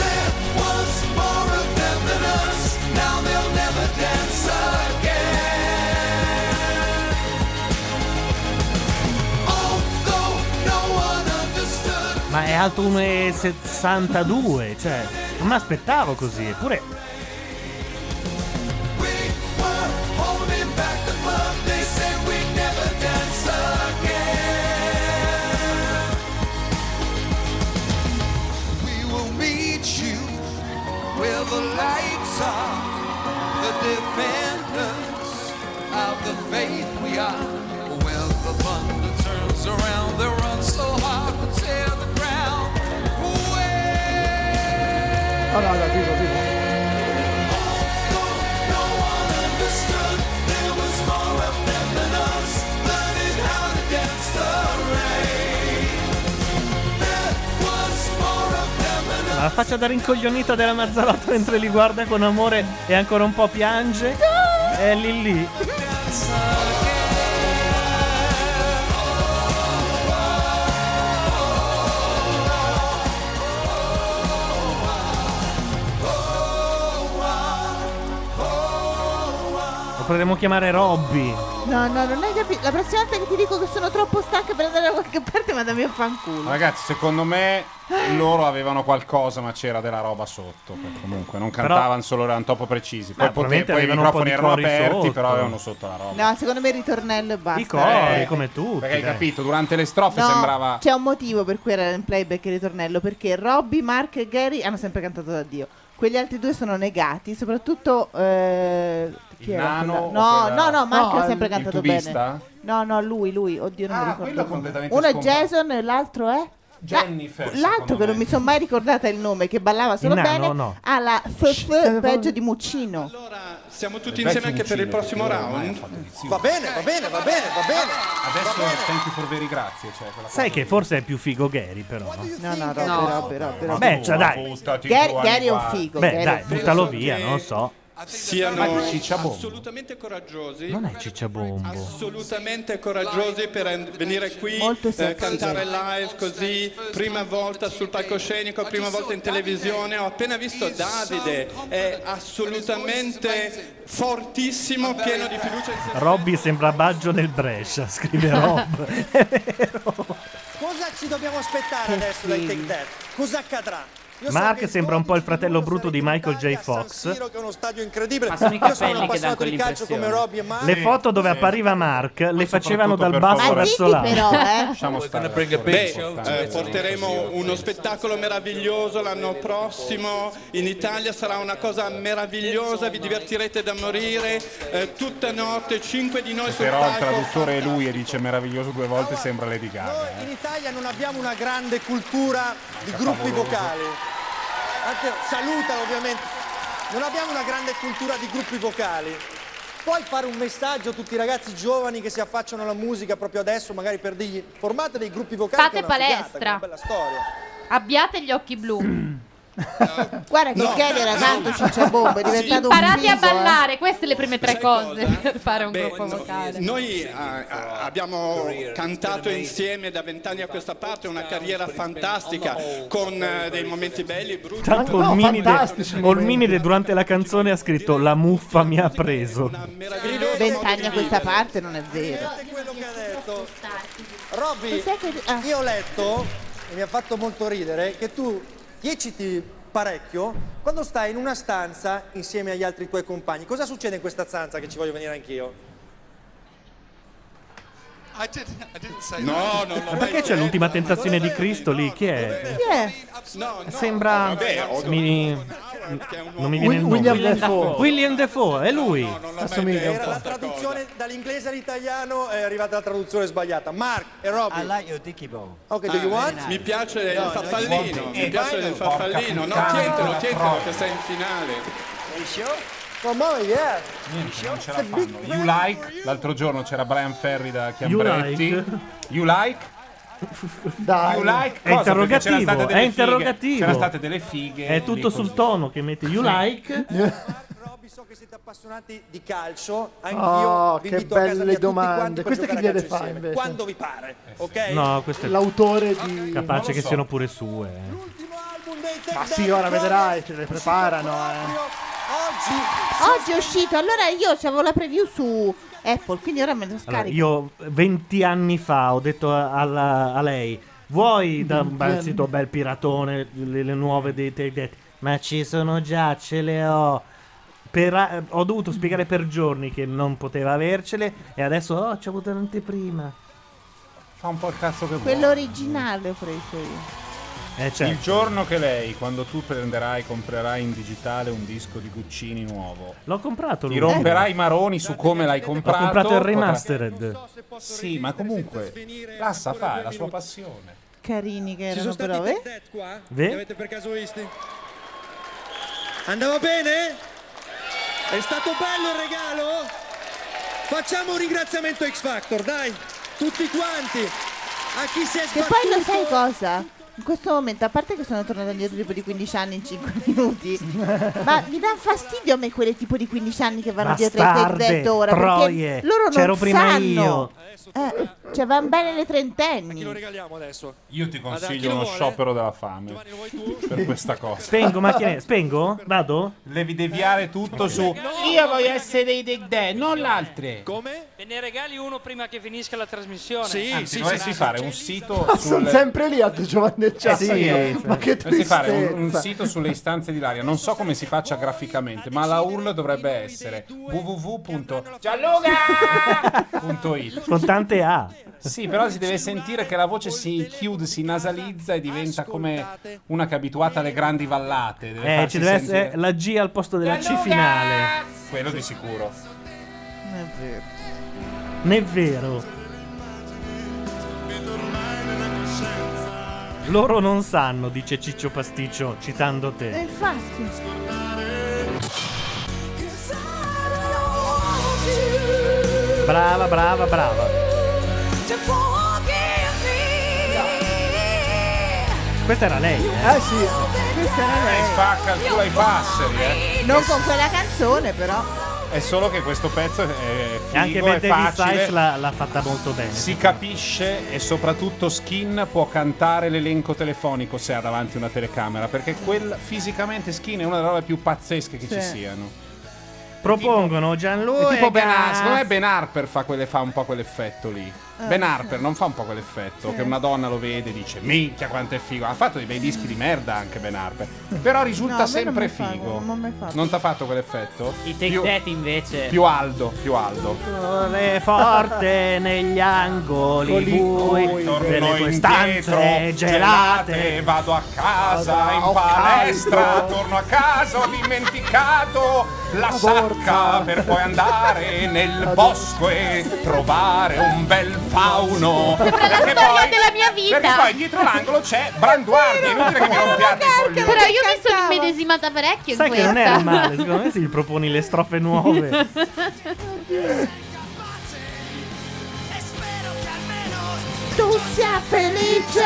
S5: There was more of them than us. Now they'll never dance again. Although no one understood.
S2: Ma è alto 1,62. Cioè, non mi aspettavo così. Eppure,
S5: We're holding back the fun. They said we'd never dance again. We will meet you where the lights are. The defenders of the faith we are. Well, the thunder turns around. They run so hard to tear the ground.
S4: No, no, no, dico, dico.
S5: No one understood. There was more of them than us, learning how to dance the rain. There was more of them than us.
S2: la faccia da rincoglionita della Mazzarotto mentre li guarda con amore e ancora un po' piange. È lì lì. Lo potremmo chiamare Robby.
S16: No, no, non hai capito. La prossima volta che ti dico che sono troppo stanca per andare da qualche parte, ma da me fanculo.
S13: Ragazzi, secondo me loro avevano qualcosa, ma c'era della roba sotto. perché Comunque, non
S2: Però-
S13: cantavano solo, erano troppo precisi. Poi,
S2: Ma
S13: pote-
S2: probabilmente
S13: poi i
S2: avevano un po'
S13: microfoni
S2: di
S13: erano
S2: cori
S13: aperti,
S2: sotto.
S13: però avevano sotto la roba.
S16: No, secondo me il ritornello e basta.
S13: Eh,
S2: come tutti.
S13: Perché hai
S2: dai.
S13: capito, durante le strofe
S16: No,
S13: sembrava.
S16: c'è un motivo per cui era in playback il ritornello, perché Robby, Mark e Gary hanno sempre cantato da Dio. Quegli altri due sono negati, soprattutto eh, chi
S13: Il
S16: era
S13: nano
S16: quello?
S13: o
S16: No,
S13: quella-
S16: no, no, Mark
S13: No,
S16: ha sempre
S13: il-
S16: cantato
S13: il tubista?
S16: bene. No, no, lui, lui, oddio, non
S13: Ah,
S16: mi ricordo.
S13: quello
S16: il nome.
S13: completamente
S16: Uno è
S13: scomparso.
S16: Jason e l'altro è
S13: Jennifer,
S16: L'altro che non mi sono mai ricordata il nome, che ballava solo
S2: Il nano,
S16: bene,
S2: no.
S16: ha la FF peggio di Muccino.
S30: Siamo tutti insieme anche per il prossimo round.
S7: Va bene, va bene, va bene, va bene.
S13: Adesso thank you for very grazie. Cioè, quella
S2: Sai che forse è più figo Gary, però.
S16: No, no, Robby,
S13: No.
S16: Robby, Robby, Robby.
S2: Beh, cioè, dai.
S13: Buttati
S16: Gary-
S13: giù,
S16: Gary è un
S13: qua.
S16: figo.
S2: Beh,
S16: Gary
S2: dai,
S16: è un figo.
S2: buttalo via, non so.
S30: Siano
S2: Ma Ciccia Bombo.
S30: assolutamente coraggiosi.
S2: Non è cicciabombo.
S30: assolutamente coraggiosi per en- venire qui
S16: Molto sexy.
S30: eh, cantare live così prima volta sul palcoscenico prima volta in televisione ho appena visto Davide è assolutamente fortissimo pieno di fiducia in se
S2: Robby sembra Baggio nel Brescia, scrive Rob.
S7: Cosa ci dobbiamo aspettare adesso dai Take That? Cosa accadrà? Io so che
S2: Mark
S7: il
S2: sembra un po' il fratello brutto di Michael J. Fox.
S7: Siro, che è uno stadio incredibile.
S2: Ma sono i
S7: Io sono un
S2: capelli che danno
S7: appassionato di calcio come Robbie e Mario.
S2: Le foto dove appariva Mark le facevano dal
S30: soprattutto, per
S2: basso
S30: favore.
S2: verso
S30: Ma
S2: l'alto.
S30: zitti
S13: Lasciamo stare.
S30: Beh, eh, porteremo uno spettacolo meraviglioso l'anno prossimo in Italia, sarà una cosa meravigliosa, vi divertirete da morire eh, tutta notte, cinque di noi sul
S13: Però il
S30: palco.
S13: traduttore è lui e dice meraviglioso due volte, sembra Lady Gaga. eh.
S7: In Italia non abbiamo una grande cultura di gruppi
S13: Cavolo.
S7: vocali. Matteo, salutalo ovviamente. Non abbiamo una grande cultura di gruppi vocali. Puoi fare un messaggio a tutti i ragazzi giovani che si affacciano alla musica proprio adesso, magari per dirgli formate dei gruppi vocali.
S6: Fate
S7: che è una figata,
S6: palestra.
S7: che è una bella storia.
S6: Abbiate gli occhi blu.
S16: Guarda che
S6: No.
S16: Kelly era tanto cicciabombo, Cioè, boh, è diventato
S6: Imparate
S16: un
S6: a
S16: viso, eh.
S6: ballare, queste le prime tre cose per fare un gruppo vocale.
S30: Noi ah, ah, abbiamo cantato insieme da vent'anni a questa parte una carriera fantastica con eh, dei momenti belli, brutti.
S2: Tanto
S30: però
S2: Olminide,
S30: fantastici momenti.
S2: Olminide durante la canzone ha scritto La muffa mi ha preso.
S16: Vent'anni a questa parte non è vero.
S7: Robby,
S6: ah.
S7: io ho letto, e mi ha fatto molto ridere, che tu ecciti parecchio quando stai in una stanza insieme agli altri tuoi compagni. Cosa succede in questa stanza che ci voglio venire anch'io?
S43: I didn't, I didn't say
S2: No,
S43: that.
S2: no, no. Perché c'è l'ultima tentazione di Cristo lì? Chi è?
S16: Chi è?
S2: Sembra. mi- Mm, Non mi viene il nome.
S4: William Dafoe.
S2: William Dafoe, è lui.
S4: Assomiglia un
S7: La traduzione dall'inglese all'italiano è arrivata la traduzione sbagliata. Mark e Robby. I like your Ah, dicky bow. Ok, do you want?
S30: Ah, eh, Mi piace
S7: No,
S30: il
S7: no,
S30: farfallino,
S7: you
S30: mi piace
S7: want it.
S30: il farfallino. No,
S7: Porca
S30: tientelo,
S7: puttana,
S30: tientelo
S7: troia.
S30: che sei in finale.
S7: Come on, yeah.
S3: Niente, non ce la fanno. You like? L'altro giorno c'era Brian Ferry da
S2: You
S3: Chiambretti. You like? You like?
S2: È
S3: Cosa? Perché c'erano
S2: interrogativo,
S3: state
S2: è
S3: delle
S2: interrogativo.
S3: Fighe. C'erano state delle fighe.
S2: È tutto
S3: lì così.
S2: sul tono che mette you like.
S7: appassionati di calcio, anch'io
S4: Oh,
S7: vi
S4: che
S7: invito a casa mia
S4: belle
S7: tutti quanti
S4: domande.
S7: per
S4: Queste chi
S7: giocare a
S4: gliele
S7: calcio
S4: fa
S7: insieme,
S4: invece?
S7: Quando vi pare, ok?
S2: No, questo è
S4: L'autore di... non
S2: Capace
S4: lo
S2: che
S4: so.
S2: siano pure sue. eh.
S4: Ma sì, ora vedrai, ce le preparano. eh.
S16: Oggi è uscito, allora io avevo la preview su Apple, quindi ora me lo
S2: Allora,
S16: scarico.
S2: io 20 anni fa ho detto a, alla- a lei:
S3: Mm,
S2: Vuoi da un
S16: 20
S2: bel
S16: anni.
S2: sito bel piratone le, le nuove dei Take That?" Ma ci sono già, ce le ho. Per a- ho dovuto spiegare per giorni che non poteva avercele e adesso oh, ci ho avuto l'anteprima.
S3: Fa un po' il cazzo che vuole.
S16: Quello originale ho preso io.
S2: Eh, certo.
S3: Il giorno che lei, quando tu prenderai, comprerai in digitale un disco di Guccini nuovo,
S2: L'ho comprato
S3: ti
S2: lui.
S3: romperai i maroni su come l'hai
S2: Ho
S3: comprato.
S2: comprato il
S3: potrà-
S2: remastered.
S3: Sì, ma comunque la sa fare, è la sua passione.
S16: Carini che
S7: Ci sono
S16: erano
S7: stati
S16: però, eh?
S7: Tech Dead qua?
S3: Ve?
S7: Li avete per caso visti? Andava bene? È stato bello il regalo? Facciamo un ringraziamento a X Factor, dai! Tutti quanti! A chi si è
S16: Che poi lo sai
S7: sbattuto!
S16: cosa? In questo momento, a parte che sono tornata indietro tipo di 15 anni in 5 minuti, ma mi dà fastidio a me quelle tipo di 15 anni che vanno dietro ai
S2: Bastarde,
S16: tech dead ora.
S2: troie,
S16: perché loro non
S2: c'ero prima
S16: sanno.
S2: io.
S16: Eh, cioè, vanno bene le trentenni.
S7: Regaliamo adesso.
S3: Io ti
S7: Guarda, chi lo
S3: consiglio uno
S7: vuole?
S3: sciopero della fame per questa cosa.
S2: Spengo macchine, spengo? Vado?
S3: Devi deviare tutto su.
S5: Io voglio essere i Dig Day, non l'altre.
S7: Come?
S5: Ve ne regali uno prima che finisca la trasmissione. Ah,
S3: Anzi, dovresti fare un
S2: Ah,
S3: sito
S4: Ma
S3: sul...
S4: sono sempre lì a De Giovanni e
S2: Eh Cioè,
S4: Ciabatta. Ma che
S3: Dovresti fare un-
S4: tristezza.
S3: un, sito sulle istanze di Laria. Non so come si faccia graficamente, ma la URL dovrebbe essere www.gianluca.it.
S2: Con tante A.
S3: Sì, però si deve sentire che la voce si chiude, si nasalizza e diventa come una che è abituata alle grandi vallate. Deve
S2: Eh,
S3: farsi
S2: ci deve
S3: sentire-
S2: essere la G al posto della C finale.
S3: Quello di sicuro.
S2: Nel vero. Loro non sanno, dice Ciccio Pasticcio, citando
S16: Eh,
S2: te.
S16: infatti.
S2: Brava, brava, brava. Questa era lei.
S3: Ah,
S2: Eh
S16: sì. Questa era
S3: lei
S16: lei.
S3: spacca il culo ai passeri, eh.
S16: Non con quella canzone, però.
S3: È solo che questo pezzo è
S2: E anche
S3: figo, è
S2: Bette Size
S3: facile.
S2: l'ha, l'ha fatta molto bene.
S3: Si capisce e soprattutto Skin può cantare l'elenco telefonico se ha davanti una telecamera, perché quel, fisicamente Skin è una delle robe più pazzesche che
S2: Sì.
S3: ci siano.
S2: Propongono Gianluca.
S3: È tipo Ben Harper, secondo me Ben Harper fa, quelle- fa un po' quell'effetto lì.
S2: Ah,
S3: ben
S2: sì.
S3: Harper non fa un po' quell'effetto
S2: Sì.
S3: che una donna lo vede e dice minchia quanto è figo. Ha fatto dei bei dischi di merda anche Ben Harper, però risulta
S16: No, a me non
S3: sempre
S16: mi fa,
S3: figo.
S16: non mi ha fatto.
S3: Non ti ha fatto quell'effetto?
S5: I Take
S3: Più-
S5: That invece.
S3: Più aldo, più aldo.
S2: Sole forte negli angoli
S3: Lì
S2: bui
S3: poi torno
S2: delle tue stanze
S3: indietro,
S2: gelate.
S3: vado a casa in
S2: ho
S3: palestra,
S2: caldo.
S3: torno a casa, ho dimenticato la sacca per poi andare nel bosco e trovare un bel fauno.
S6: Sembra la
S3: Perché
S6: storia
S3: poi-
S6: della mia vita.
S3: Perché poi dietro l'angolo c'è Branduardi, è inutile che mi rompiate i coglioni.
S6: Però io mi sono immedesimata parecchio
S2: Sai
S6: in
S2: che
S6: questa.
S2: non era male, secondo me si proponi le strofe nuove.
S16: Tu sia felice.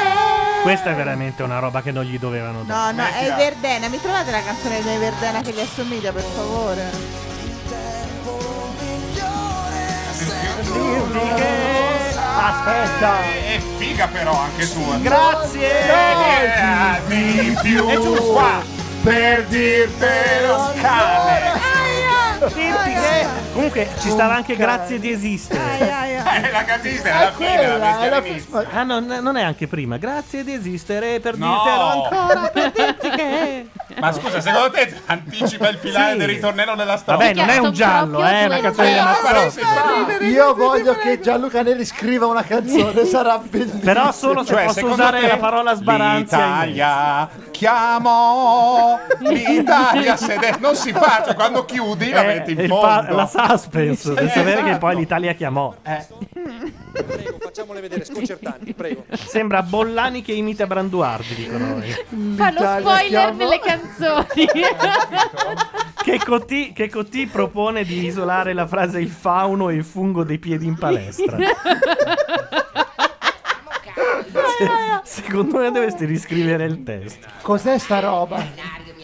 S2: Questa è veramente una roba che non gli dovevano dare.
S16: No, no, è Verdena. Mi trovate la canzone di Verdena che gli assomiglia, per favore?
S2: Aspetta.
S3: È figa però anche eh, tua.
S2: Grazie.
S3: Vedermi più
S2: È giusto.
S3: qua per dirtelo cane.
S2: Dirti che comunque ci stava anche grazie di esistere.
S3: Eh, la catista è la fine, la vista all'inizio.
S2: Ah, no, n- non è anche prima. Grazie di esistere per
S3: No.
S2: dirtelo ancora, per dirti che
S3: Ma scusa, secondo te anticipa il finale
S2: Sì.
S3: del ritornello della storia?
S2: Vabbè, non è un giallo, eh, una canzone di
S3: Eh,
S2: Mazzotti.
S4: Io voglio che Gianluca Neri scriva una canzone, sarà bellissimo.
S2: Però solo se
S3: Cioè,
S2: posso
S3: secondo
S2: usare
S3: te
S2: la parola sbaranzia.
S3: L'Italia chiamò l'Italia sede- non si fa, cioè quando chiudi la
S2: Eh,
S3: metti in
S2: il
S3: fondo.
S2: pa- la suspense, per
S3: Eh,
S2: sapere che
S3: esatto. Eh.
S2: poi l'Italia chiamò.
S7: Prego, facciamole vedere, sconcertanti, prego.
S2: Sembra Bollani che imita Branduardi, dicono noi.
S6: Fa lo spoiler delle canzoni.
S2: Che Cotti, che Cotti propone di isolare la frase il fauno e il fungo dei piedi in palestra.
S1: Eh,
S2: Se- secondo me dovresti riscrivere il testo.
S4: Cos'è sta roba?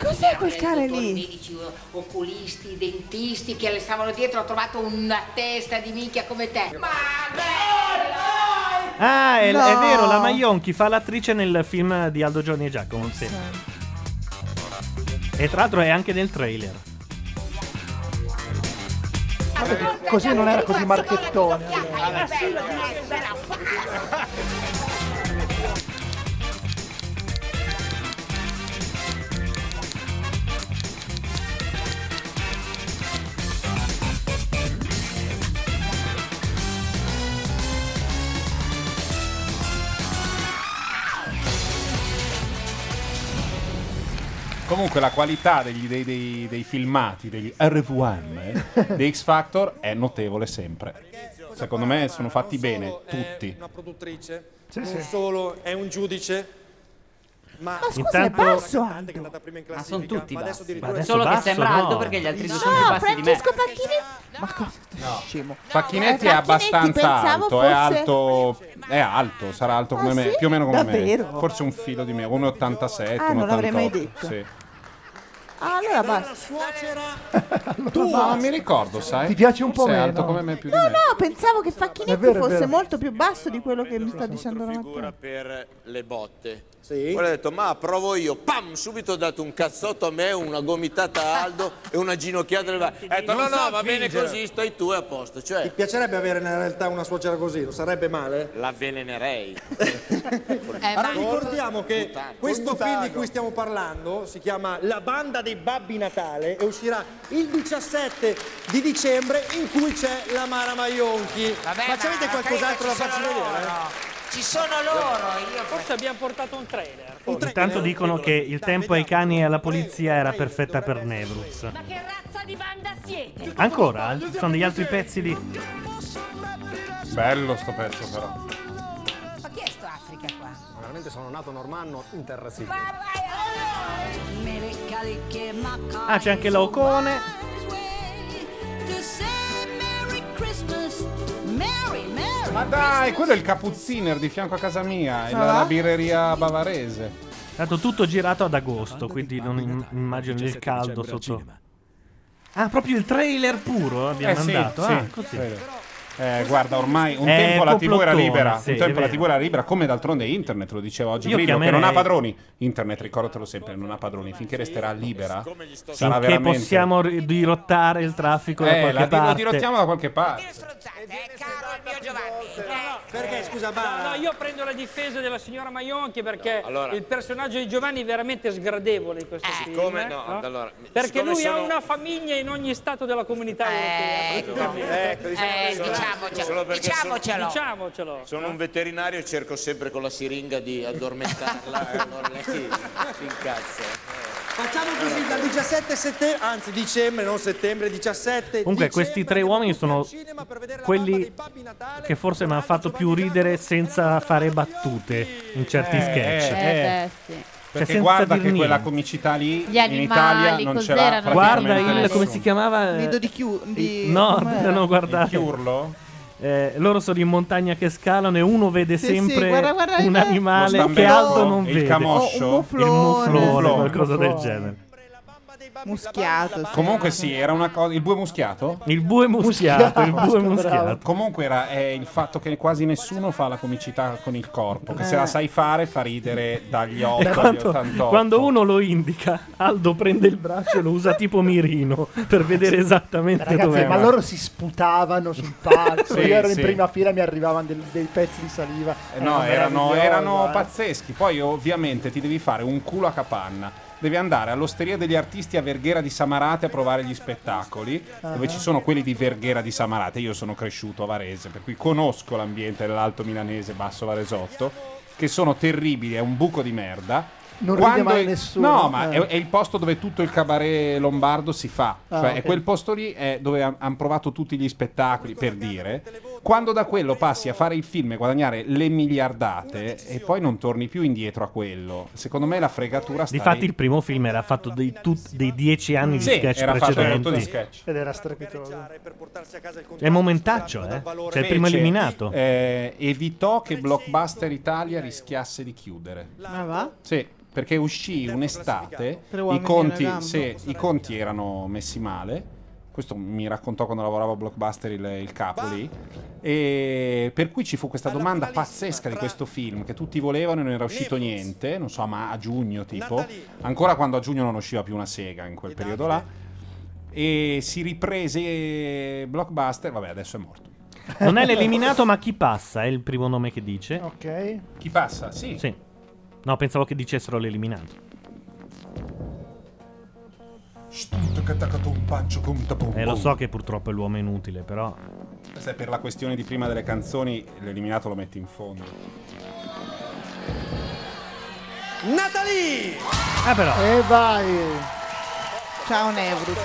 S16: Cos'è quel cane lì?
S9: medici, o- oculisti, dentisti che le stavano dietro, ho trovato una testa di minchia come te. Ma
S2: Ah, è,
S9: No.
S2: è vero, la Maionchi fa l'attrice nel film di Aldo Giorni e Giacomo. sì. E tra l'altro è anche nel trailer.
S4: Così non era così marchettone. allora.
S3: Comunque la qualità degli- dei, dei- dei filmati, degli RVM, eh, di X Factor è notevole sempre. Secondo me sono fatti bene tutti.
S7: Una produttrice,
S3: Sì,
S7: non
S3: sì.
S7: solo è un giudice. Ma,
S16: Ma scusa, è basso alto.
S7: Ma sono tutti
S16: bassi.
S7: addirittura
S16: Ma adesso
S44: Solo che
S16: basso,
S44: sembra
S16: no.
S44: alto perché gli altri due
S16: No,
S44: sono più bassi di me.
S16: Francesco Pacchini. Ma cosa?
S3: Scemo. Facchinetti
S16: No,
S3: è
S16: ma Eh, Facchinetti
S3: abbastanza
S16: pensavo
S3: alto, è
S16: fosse-
S3: alto, è alto, sarà alto come
S16: Ah,
S3: me,
S16: sì?
S3: più o meno come
S16: Davvero?
S3: me. Forse un filo di me, 1,87,
S16: Ah, non l'avrei mai
S3: 1,88,
S16: detto.
S3: sì.
S16: Ah, allora basta.
S3: Tu non mi ricordo, sai?
S4: Ti piace un po'
S3: Sei
S4: meno?
S3: alto come me più di
S16: No,
S3: me.
S16: no, pensavo che
S4: È
S16: Facchinetti
S4: vero, è
S16: fosse
S4: vero.
S16: molto più basso di quello che mi sta dicendo la mattina.
S38: per le botte. Sì. Poi ho detto, ma provo io. Pam, subito ho dato un cazzotto a me, una gomitata a Aldo e una ginocchiata. Ho detto, Ecco, no,
S7: Non
S38: no,
S7: so
S38: va bene
S7: fingere."
S38: così, stai tu e a posto. Cioè,
S7: Ti piacerebbe avere in realtà una suocera così? Non sarebbe male?
S38: l'avvelenerei.
S7: Allora ricordiamo che questo film di cui stiamo parlando si chiama La banda dei Babbi Natale e uscirà il 17 di dicembre in cui c'è la Mara Maionchi. ma
S9: avete
S7: c'avete qualcos'altro da farci vedere?
S9: Ci sono loro, io
S10: Forse abbiamo portato un trailer.
S2: Intanto dicono che il tempo ai cani e alla polizia era perfetta per Nevruz.
S22: razza di banda siete?
S2: Ancora? Ci sono degli altri pezzi di.
S3: Bello sto pezzo però.
S9: Ma chi è sto Africa qua?
S7: Veramente sono nato normanno in terra sì.
S2: Ah, c'è anche Laucone.
S3: Ma dai, quello è il Capuzziner di fianco a casa mia, è
S16: Ah.
S3: la, la birreria bavarese.
S2: Tanto tutto girato ad agosto, quindi non im- immagino il caldo sotto. Ah, proprio il trailer puro abbiamo
S3: Eh sì,
S2: mandato.
S3: sì,
S2: ah, così.
S3: vero. Eh, guarda, ormai un
S2: È
S3: tempo la TV era
S2: complottone,
S3: libera,
S2: sì,
S3: un tempo
S2: è
S3: la
S2: vero.
S3: TV era libera, come d'altronde internet, lo diceva oggi
S2: Io
S3: Grillo, che non
S2: chiamerei-
S3: ha padroni. Internet, ricordatelo sempre, non ha padroni, finché resterà libera sarà
S2: Finché
S3: veramente
S2: possiamo ri- dirottare il traffico da
S3: Eh,
S2: qualche
S3: la di- lo
S2: parte.
S3: dirottiamo da qualche parte.
S7: Perché scusa, Bara?
S10: Eh, No, no, io prendo la difesa della signora Maionchi perché
S38: allora.
S10: il personaggio di Giovanni è veramente sgradevole in questo film.
S38: Come
S10: eh,
S38: no? Allora, mi-
S10: Perché
S38: siccome
S10: lui
S38: sono-
S10: ha una famiglia in ogni stato della comunità europea.
S38: Ecco, diciamo che sono- solo perché sono-
S10: Diciamocelo.
S38: Sono un veterinario e cerco sempre con la siringa di addormentarla. e allora lei si, si incazza.
S7: Facciamo così dal 17 settembre, anzi dicembre, non settembre, 17
S2: Comunque,
S7: dicembre.
S2: questi tre uomini sono quelli che forse mi hanno fatto più ridere senza fare battute in certi
S3: Eh,
S2: sketch.
S3: eh,
S6: eh, sì.
S2: Cioè,
S3: Perché
S2: senza
S3: guarda
S2: dir
S3: che quella
S2: niente.
S3: comicità lì
S6: Gli
S3: in
S6: animali,
S3: Italia non ce l'ha
S6: cos'erano?
S3: praticamente
S2: Guarda eh, il.
S3: nessuno.
S2: come si chiamava?
S16: Nido di chiù- di-
S2: No,
S16: com'era?
S2: no, guardate.
S3: Il Chiurlo?
S2: eh, loro sono in montagna che scalano e uno vede
S16: Sì,
S2: sempre
S16: sì, guarda, guarda,
S2: un
S16: eh.
S2: animale
S16: Lo
S2: che
S16: stambecco,
S2: altro non
S16: il
S2: vede.
S16: camoscio. O un
S2: il
S16: muflone.
S2: muflone,
S16: Muflone.
S2: qualcosa del
S16: Muflone.
S2: genere.
S16: Muschiato. sì.
S3: Comunque sì, era una cosa. Il bue muschiato?
S2: Il bue muschiato, il bue
S3: Bravo.
S2: muschiato.
S3: Comunque era eh, il fatto che quasi nessuno fa la comicità con il corpo. Che se
S2: Eh.
S3: la sai fare fa ridere dagli 8
S2: Da
S3: agli
S2: quanto-
S3: 88.
S2: quando uno lo indica, Aldo prende il braccio e lo usa tipo mirino per vedere esattamente dove
S4: Ragazzi, ma loro si sputavano sul palco.
S2: Sì,
S4: Io ero
S2: sì.
S4: in prima fila, mi arrivavano del- dei pezzi di saliva.
S3: Eh no,
S4: Era
S3: erano,
S4: meraviglioso,
S3: erano
S4: eh.
S3: pazzeschi. Poi ovviamente ti devi fare un culo a capanna. Devi andare all'Osteria degli Artisti a Verghera di Samarate a provare gli spettacoli,
S4: Ah.
S3: dove ci sono quelli di Verghera di Samarate. Io sono cresciuto a Varese, per cui conosco l'ambiente dell'Alto Milanese, Basso Varesotto, che sono terribili, è un buco di merda.
S4: Non ride mai nessuno,
S3: No, ma
S4: eh.
S3: è, è il posto dove tutto il cabaret lombardo si fa.
S4: Ah,
S3: cioè,
S4: ok.
S3: è quel posto lì è dove hanno provato tutti gli spettacoli, per dire. Quando da quello passi a fare il film e guadagnare le miliardate e poi non torni più indietro a quello, secondo me la fregatura sta
S2: Difatti,
S3: lì.
S2: il primo film era fatto dei, tut- dei dieci anni di
S3: Sì,
S2: sketch
S3: era fatto tutto di
S2: precedenti.
S3: sketch.
S4: Ed era strepitoso.
S2: È momentaccio, eh? Cioè, il primo
S3: Fece,
S2: eliminato.
S3: eh, evitò che Blockbuster Italia rischiasse di chiudere.
S16: Ma Ah, va?
S3: Sì, perché uscì un'estate,
S16: Per
S3: i
S16: uomini
S3: conti,
S16: alla gamba.
S3: sì, i conti erano messi male. Questo mi raccontò quando lavoravo a Blockbuster il, il capo lì. E per cui ci fu questa domanda pazzesca di questo film che tutti volevano e non era uscito niente, non so, ma a giugno tipo, ancora quando a giugno non usciva più una sega in quel periodo là. E si riprese Blockbuster, vabbè, adesso è morto.
S2: Non è l'eliminato, ma chi passa? È il primo nome che dice.
S4: Ok.
S3: Chi passa? Sì.
S2: Sì. No, pensavo che dicessero l'eliminato. Eh, lo so che purtroppo è l'uomo inutile, però.
S3: Se per la questione di prima delle canzoni, l'eliminato lo metti in fondo.
S7: Natalie!
S2: Ah, però.
S5: Eh,
S4: E vai!
S16: Ciao Nevruz.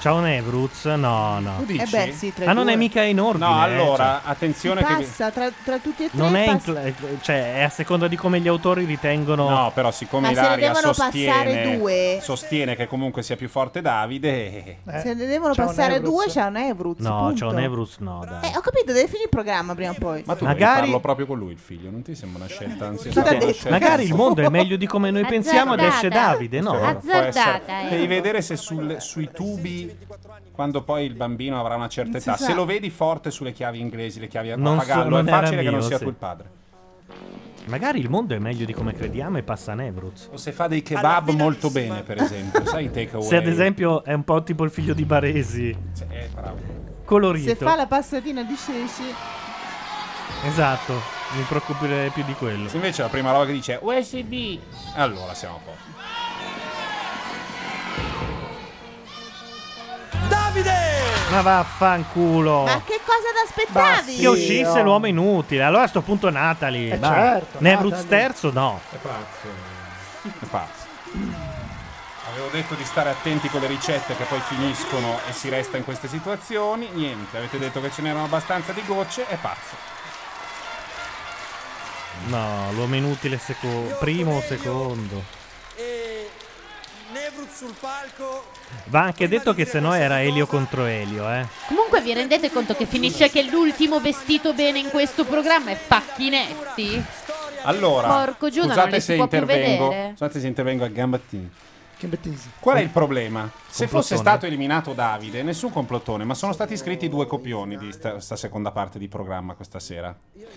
S2: Ciao Nevruz. No, no.
S16: Tu dici? Eh beh, sì, tra i
S2: ah, non
S16: due.
S2: è mica in ordine.
S3: No,
S2: eh,
S3: allora,
S2: cioè.
S3: attenzione
S16: Si
S3: che...
S16: passa tra, tra tutti e tre.
S2: Non è, in
S16: passa-
S2: cl- cioè, è a seconda di come gli autori ritengono.
S3: No, però siccome
S16: Ma se ne
S3: Ilaria
S16: devono
S3: sostiene,
S16: passare due?
S3: sostiene che comunque sia più forte Davide... eh,
S16: Se ne devono
S3: Ciao
S16: passare
S3: Nevruz.
S16: due, c'è un Evruz.
S2: Eh. No,
S16: punto.
S2: c'è un Evrus, no, dai.
S16: Eh, ho capito, deve finire il programma prima o poi.
S3: Ma tu
S2: Magari-
S3: devi farlo proprio con lui il figlio, non ti sembra una scelta ansiosa?
S16: Chi
S3: Cioè,
S16: l'ha detto?
S2: Magari il mondo è meglio di come noi pensiamo ed esce
S6: Azzardata.
S2: Davide, no?
S6: Azzardata, eh.
S3: Cioè, Devi vedere se sul- sui tubi, quando poi il bambino avrà una certa
S6: Non si
S3: età,
S6: sa.
S3: se lo vedi forte sulle chiavi inglesi, le chiavi a
S2: Non so-
S3: pagarlo,
S2: non
S3: è
S2: era
S3: facile che
S2: mio,
S3: non sia
S2: sì.
S3: tu il padre.
S2: Magari il mondo è meglio di come crediamo e passa Nevruz.
S3: O se fa dei kebab molto bene, per esempio, sai i takeaway?
S2: Se ad esempio è un po' tipo il figlio di Baresi,
S3: Cioè, eh, bravo.
S2: colorito.
S16: Se fa la passatina di Ceci,
S2: Esatto, mi preoccuperei più di quello.
S3: Se invece la prima roba che dice è USB, allora siamo a posto.
S2: Ma vaffanculo.
S16: ma che cosa ti aspettavi?
S2: che uscisse l'uomo inutile. Allora a sto punto Natalie.
S16: Eh,
S2: va.
S16: certo,
S2: Nevruz
S16: Natalie.
S2: terzo no.
S3: È pazzo. È pazzo. Avevo detto di stare attenti con le ricette che poi finiscono e si resta in queste situazioni. Niente, avete detto che ce n'erano abbastanza di gocce, è pazzo.
S2: No, l'uomo inutile seco- primo o secondo.
S7: Nevruz sul palco.
S2: Va anche detto che se no era Elio contro Elio, eh.
S6: Comunque vi rendete conto che finisce che l'ultimo vestito bene in questo programma è Pacchinetti?
S3: Allora,
S6: Porco Giuda, non
S3: scusate
S6: li si
S3: se
S6: può più
S3: intervengo.
S6: vedere.
S3: Scusate se intervengo a gambattini. Qual è il problema? Se fosse
S2: complottone.
S3: stato eliminato Davide, nessun complottone, ma sono stati iscritti due copioni di sta, sta seconda parte di programma questa sera.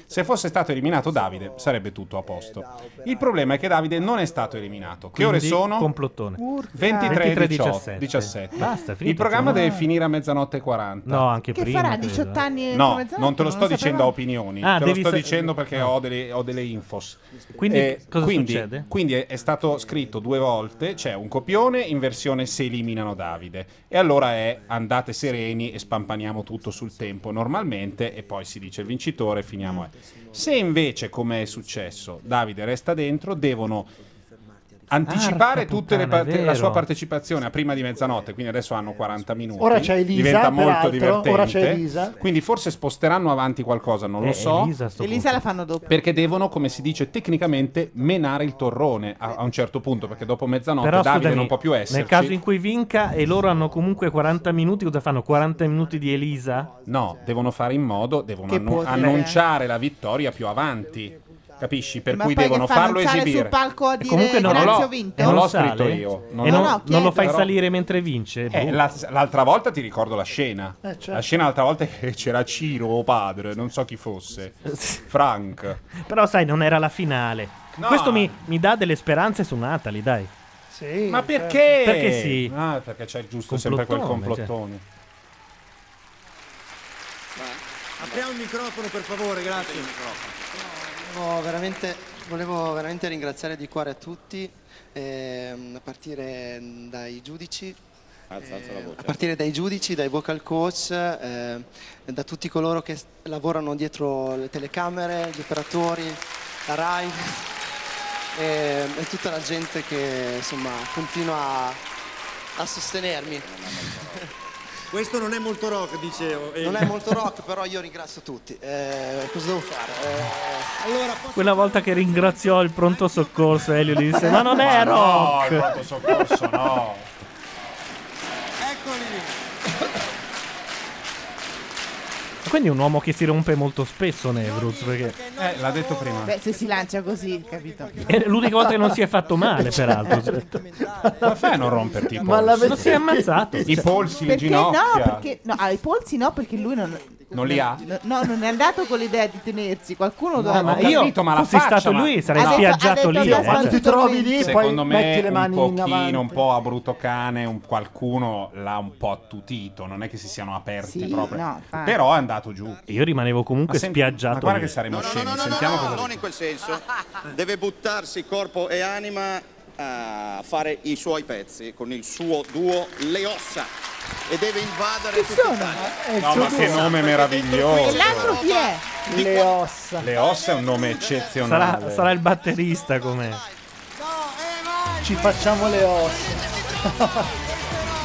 S3: Se fosse stato eliminato Davide, sarebbe tutto a posto. Il problema è che Davide non è stato eliminato. Che ore
S2: Quindi,
S3: sono?
S2: Complottone.
S3: 23,
S2: 23,
S3: 17.
S2: 17. Basta, è finito,
S3: Il programma
S2: insomma.
S3: deve finire a mezzanotte e 40.
S2: No, anche
S16: Che
S2: prima.
S16: farà
S2: credo,
S16: 18
S2: eh.
S16: anni e
S3: No,
S16: mezzonotte?
S3: non te lo sto
S16: sapevamo.
S3: dicendo a opinioni,
S2: Ah,
S3: te lo
S2: devi
S3: sto
S2: sa-
S3: dicendo perché ho delle, ho delle infos.
S2: Quindi cosa
S3: Eh, quindi-
S2: succede?
S3: Quindi è, è stato scritto due volte, c'è un copione in versione se eliminano Davide e allora è andate sereni e spampaniamo tutto sul tempo normalmente e poi si dice il vincitore e finiamo. eh. Se invece come è successo Davide resta dentro, devono anticipare
S2: Arca
S3: tutte le
S2: puttana,
S3: parte-
S2: è vero.
S3: la sua partecipazione a prima di mezzanotte, quindi adesso hanno 40 minuti.
S4: Ora c'è Elisa,
S3: diventa molto
S4: peraltro,
S3: divertente.
S4: ora c'è Elisa.
S3: Quindi forse sposteranno avanti qualcosa, non
S2: Eh,
S3: lo so.
S2: Elisa a sto
S16: Elisa la fanno dopo.
S3: Perché devono, come si dice tecnicamente, menare il torrone a, a un certo punto, perché dopo mezzanotte
S2: Però
S3: Davide
S2: scusami,
S3: non può più esserci.
S2: Nel caso in cui vinca e loro hanno comunque 40 minuti, cosa fanno? 40 minuti di Elisa?
S3: No, devono fare in modo, devono
S2: Che
S3: annu-
S2: può dire.
S3: annunciare la vittoria più avanti. Capisci? Per
S16: Ma
S3: cui
S16: poi che
S3: devono
S16: fa,
S3: farlo
S16: non sale
S3: esibire.
S16: sul palco a dire
S3: comunque non
S16: "Grazie,
S3: l'ho-
S16: ho vinto"?
S3: non l'ho
S2: Non sale?
S3: scritto io.
S2: E
S3: l'ho-
S2: non- non lo fai
S3: Però-
S2: salire mentre vince?
S3: Eh,
S2: Boh.
S3: la- l'altra volta ti ricordo la scena.
S2: Eh, certo.
S3: La scena l'altra volta è che c'era Ciro o padre, non so chi fosse. Frank.
S2: Però sai, non era la finale.
S3: No.
S2: Questo mi, mi dà delle speranze su Natali, dai.
S4: certo.
S3: Ma
S16: certo.
S3: perché?
S2: Perché sì.
S3: Ah, perché c'è giusto sempre quel
S2: Complottone, cioè.
S3: complottone.
S7: Apriamo il microfono per favore, grazie.
S5: Volevo veramente, volevo veramente ringraziare di cuore a tutti, ehm, a partire dai giudici.
S8: Alza, alza la voce.
S5: A partire dai giudici, dai vocal coach, eh, da tutti coloro che s- lavorano dietro le telecamere, gli operatori, la RAI e, e tutta la gente che insomma continua a, a sostenermi.
S7: Questo non è molto rock, dicevo. eh.
S5: Non è molto rock, però io ringrazio tutti. Eh, cosa devo fare? Eh, allora,
S2: Quella volta che ringraziò il pronto soccorso, Elio gli disse: Ma non
S5: Ma
S2: è
S5: no,
S2: rock!
S5: il pronto soccorso
S3: no.
S2: Quindi è un uomo che si rompe molto spesso, Nevruz. Perché
S3: Eh, l'ha detto prima.
S16: Beh, se si lancia così, capito?
S2: è l'unica volta che non si è fatto male,
S3: Certo.
S2: peraltro.
S3: Ma fai a non romperti i
S2: Ma
S3: polsi?
S2: l'avete- Non si è ammazzato.
S16: cioè.
S3: I polsi, le
S16: Perché
S3: ginocchia.
S16: no? Perché no, ah, i polsi no, perché lui non.
S3: Non li ha?
S16: No, no, non è andato con l'idea di tenersi, qualcuno
S3: No, ma io- Capito, ma la
S2: fossi
S3: faccia,
S2: stato
S3: ma-
S2: lui, sarei
S16: Ah, Ha detto-
S2: spiaggiato
S16: ha detto
S2: lì.
S16: adesso
S2: eh,
S16: quando
S2: cioè.
S16: ti trovi lì,
S3: Secondo me
S4: metti le mani
S3: un
S4: in
S3: pochino,
S4: avanti.
S3: un po' a brutto cane, un- qualcuno l'ha un po' attutito, non è che si siano aperti
S16: Sì,
S3: proprio.
S16: no, infatti.
S3: Però è andato giù.
S2: Certo. Io rimanevo comunque
S3: Ma sem-
S2: spiaggiato.
S3: ma guarda
S2: lì.
S3: che saremo scemi,
S8: No, no, no,
S3: sentiamo
S8: no,
S3: cosa
S8: non in quel senso. Deve buttarsi corpo e anima a fare i suoi pezzi con il suo duo Le Ossa e deve invadere tutta Italia.
S3: No, ma che nome meraviglioso.
S16: E l'altro chi Eh, è?
S4: Le ossa.
S3: Le ossa è un nome eccezionale.
S2: Sarà, sarà il batterista com'è.
S4: Ci facciamo le ossa.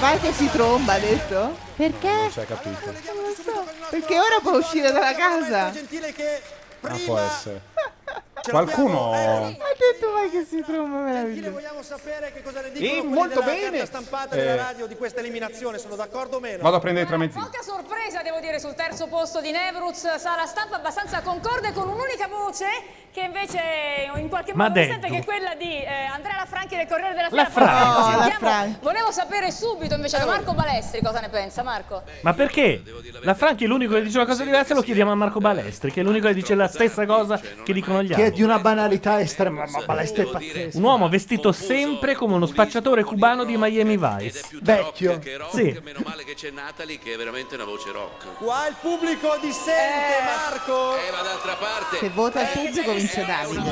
S16: Vai che si tromba, ha detto? Perché?
S3: Cioè, capito?
S16: Non lo so. Perché ora può uscire dalla casa.
S3: Ma può essere. Qualcuno
S16: Ha detto vai che si tromba meraviglioso.
S7: Eh, Vogliamo sapere che cosa ne
S3: Eh,
S7: dicono quelli
S3: molto
S7: della
S3: bene.
S7: carta stampata
S3: Eh.
S7: della radio di questa eliminazione, sono d'accordo o meno?
S3: vado a prendere i tre mezzi.
S12: Poca sorpresa, devo dire, sul terzo posto di Nevruz, sala stampa abbastanza concorde con un'unica voce che invece in qualche
S2: Ma
S12: modo
S2: dentro.
S12: sente che è quella di eh, Andrea Lafranchi del Corriere della
S2: La
S12: Sera. Poi
S2: Franchi.
S12: lo
S2: No, Oh, la
S12: sentiamo.
S2: Franchi.
S12: Volevo sapere subito invece da Marco Balestri cosa ne pensa, Marco.
S2: Ma perché? La Franchi è l'unico che dice una cosa diversa, lo chiediamo a Marco Balestri, che è l'unico che dice la stessa cosa che dicono gli
S4: Che è
S2: altri.
S4: di una banalità estrema, ma Balesta è pazzesco.
S2: Un uomo vestito sempre come uno spacciatore cubano di Miami Vice.
S4: Vecchio.
S2: Sì.
S1: Meno male che c'è Natalie che è veramente una voce rock.
S7: Qua il pubblico dissente, Marco!
S1: Eh, ma d'altra parte...
S16: Se vota il
S31: Eh,
S16: pubblico vince Davide.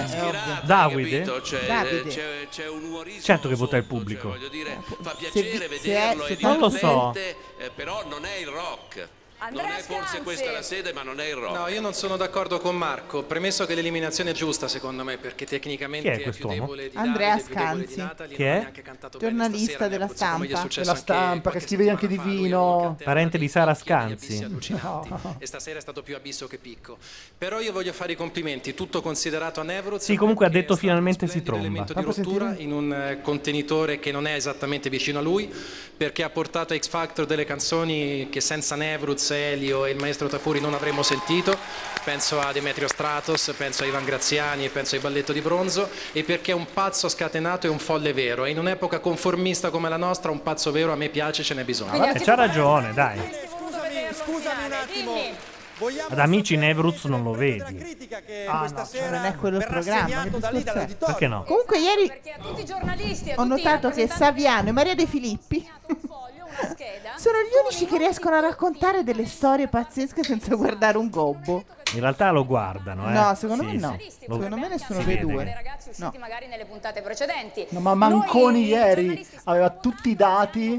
S2: Davide?
S1: C'è,
S16: Davide.
S1: c'è- c'è un umorismo cioè,
S2: Certo che vota il pubblico.
S1: voglio dire, fa
S16: Se
S1: piacere
S16: vi- se è-
S1: vederlo,
S16: se
S1: è
S16: fa-
S2: Non lo so.
S1: divertente, eh, però non è il rock.
S12: Andrea
S1: non è forse
S12: Scanzi.
S1: questa la sede, ma non è il rock.
S31: No, io non sono d'accordo con Marco, premesso che l'eliminazione è giusta secondo me, perché tecnicamente
S2: Chi è
S31: è, più
S2: quest'uomo?
S31: debole di
S16: Andrea
S31: Davide, più debole di
S16: Scanzi.
S31: Natalie,
S2: Chi
S31: non ha
S2: è?
S31: neanche cantato bene
S16: Giornalista
S31: stasera,
S16: della
S31: ne Abruzzo, come gli è
S16: stampa.
S4: La
S31: successo
S4: stampa che scrive anche di vino.
S2: Parente di Sara Scanzi.
S31: allucinanti, e stasera è stato più abisso che picco. Però io voglio fare i complimenti, tutto considerato a Nevruz.
S2: Sì, comunque ha detto finalmente si tromba.
S31: elemento di rottura in un eh, contenitore che non è esattamente vicino a lui perché ha portato a X Factor delle canzoni che senza Nevruz, Elio e il maestro Tafuri non avremmo sentito penso a Demetrio Stratos, penso a Ivan Graziani penso ai Balletto di Bronzo e perché è un pazzo scatenato e un folle vero e in un'epoca conformista come la nostra un pazzo vero a me piace ce n'è bisogno
S2: Vabbè, c'ha ragione, dai.
S7: Scusami, scusami un attimo. Vogliamo
S2: Ad amici Nevruz non lo vedi.
S7: che
S16: Ah,
S7: questa
S16: no,
S7: sera
S16: non è quello il
S7: verrà
S16: programma. Che
S7: segnato da lì
S16: discorso è?
S7: dall'auditorio.
S2: Perché no?
S16: Comunque, ieri
S12: Perché a tutti i giornalisti, a
S16: ho
S12: tutti i
S16: notato che
S12: rappresentanti
S16: Saviano e Maria De Filippi sono gli unici che riescono a raccontare delle storie pazzesche senza guardare un gobbo.
S2: In realtà lo guardano, eh.
S16: No, secondo
S2: Sì,
S16: me no.
S2: sì. Lo-
S16: Secondo me nessuno
S2: si
S16: dei
S2: vede
S16: due.
S2: che-
S12: ragazzi usciti magari nelle puntate precedenti.
S4: No, ma
S16: eh,
S4: Manconi ieri aveva tutti i dati,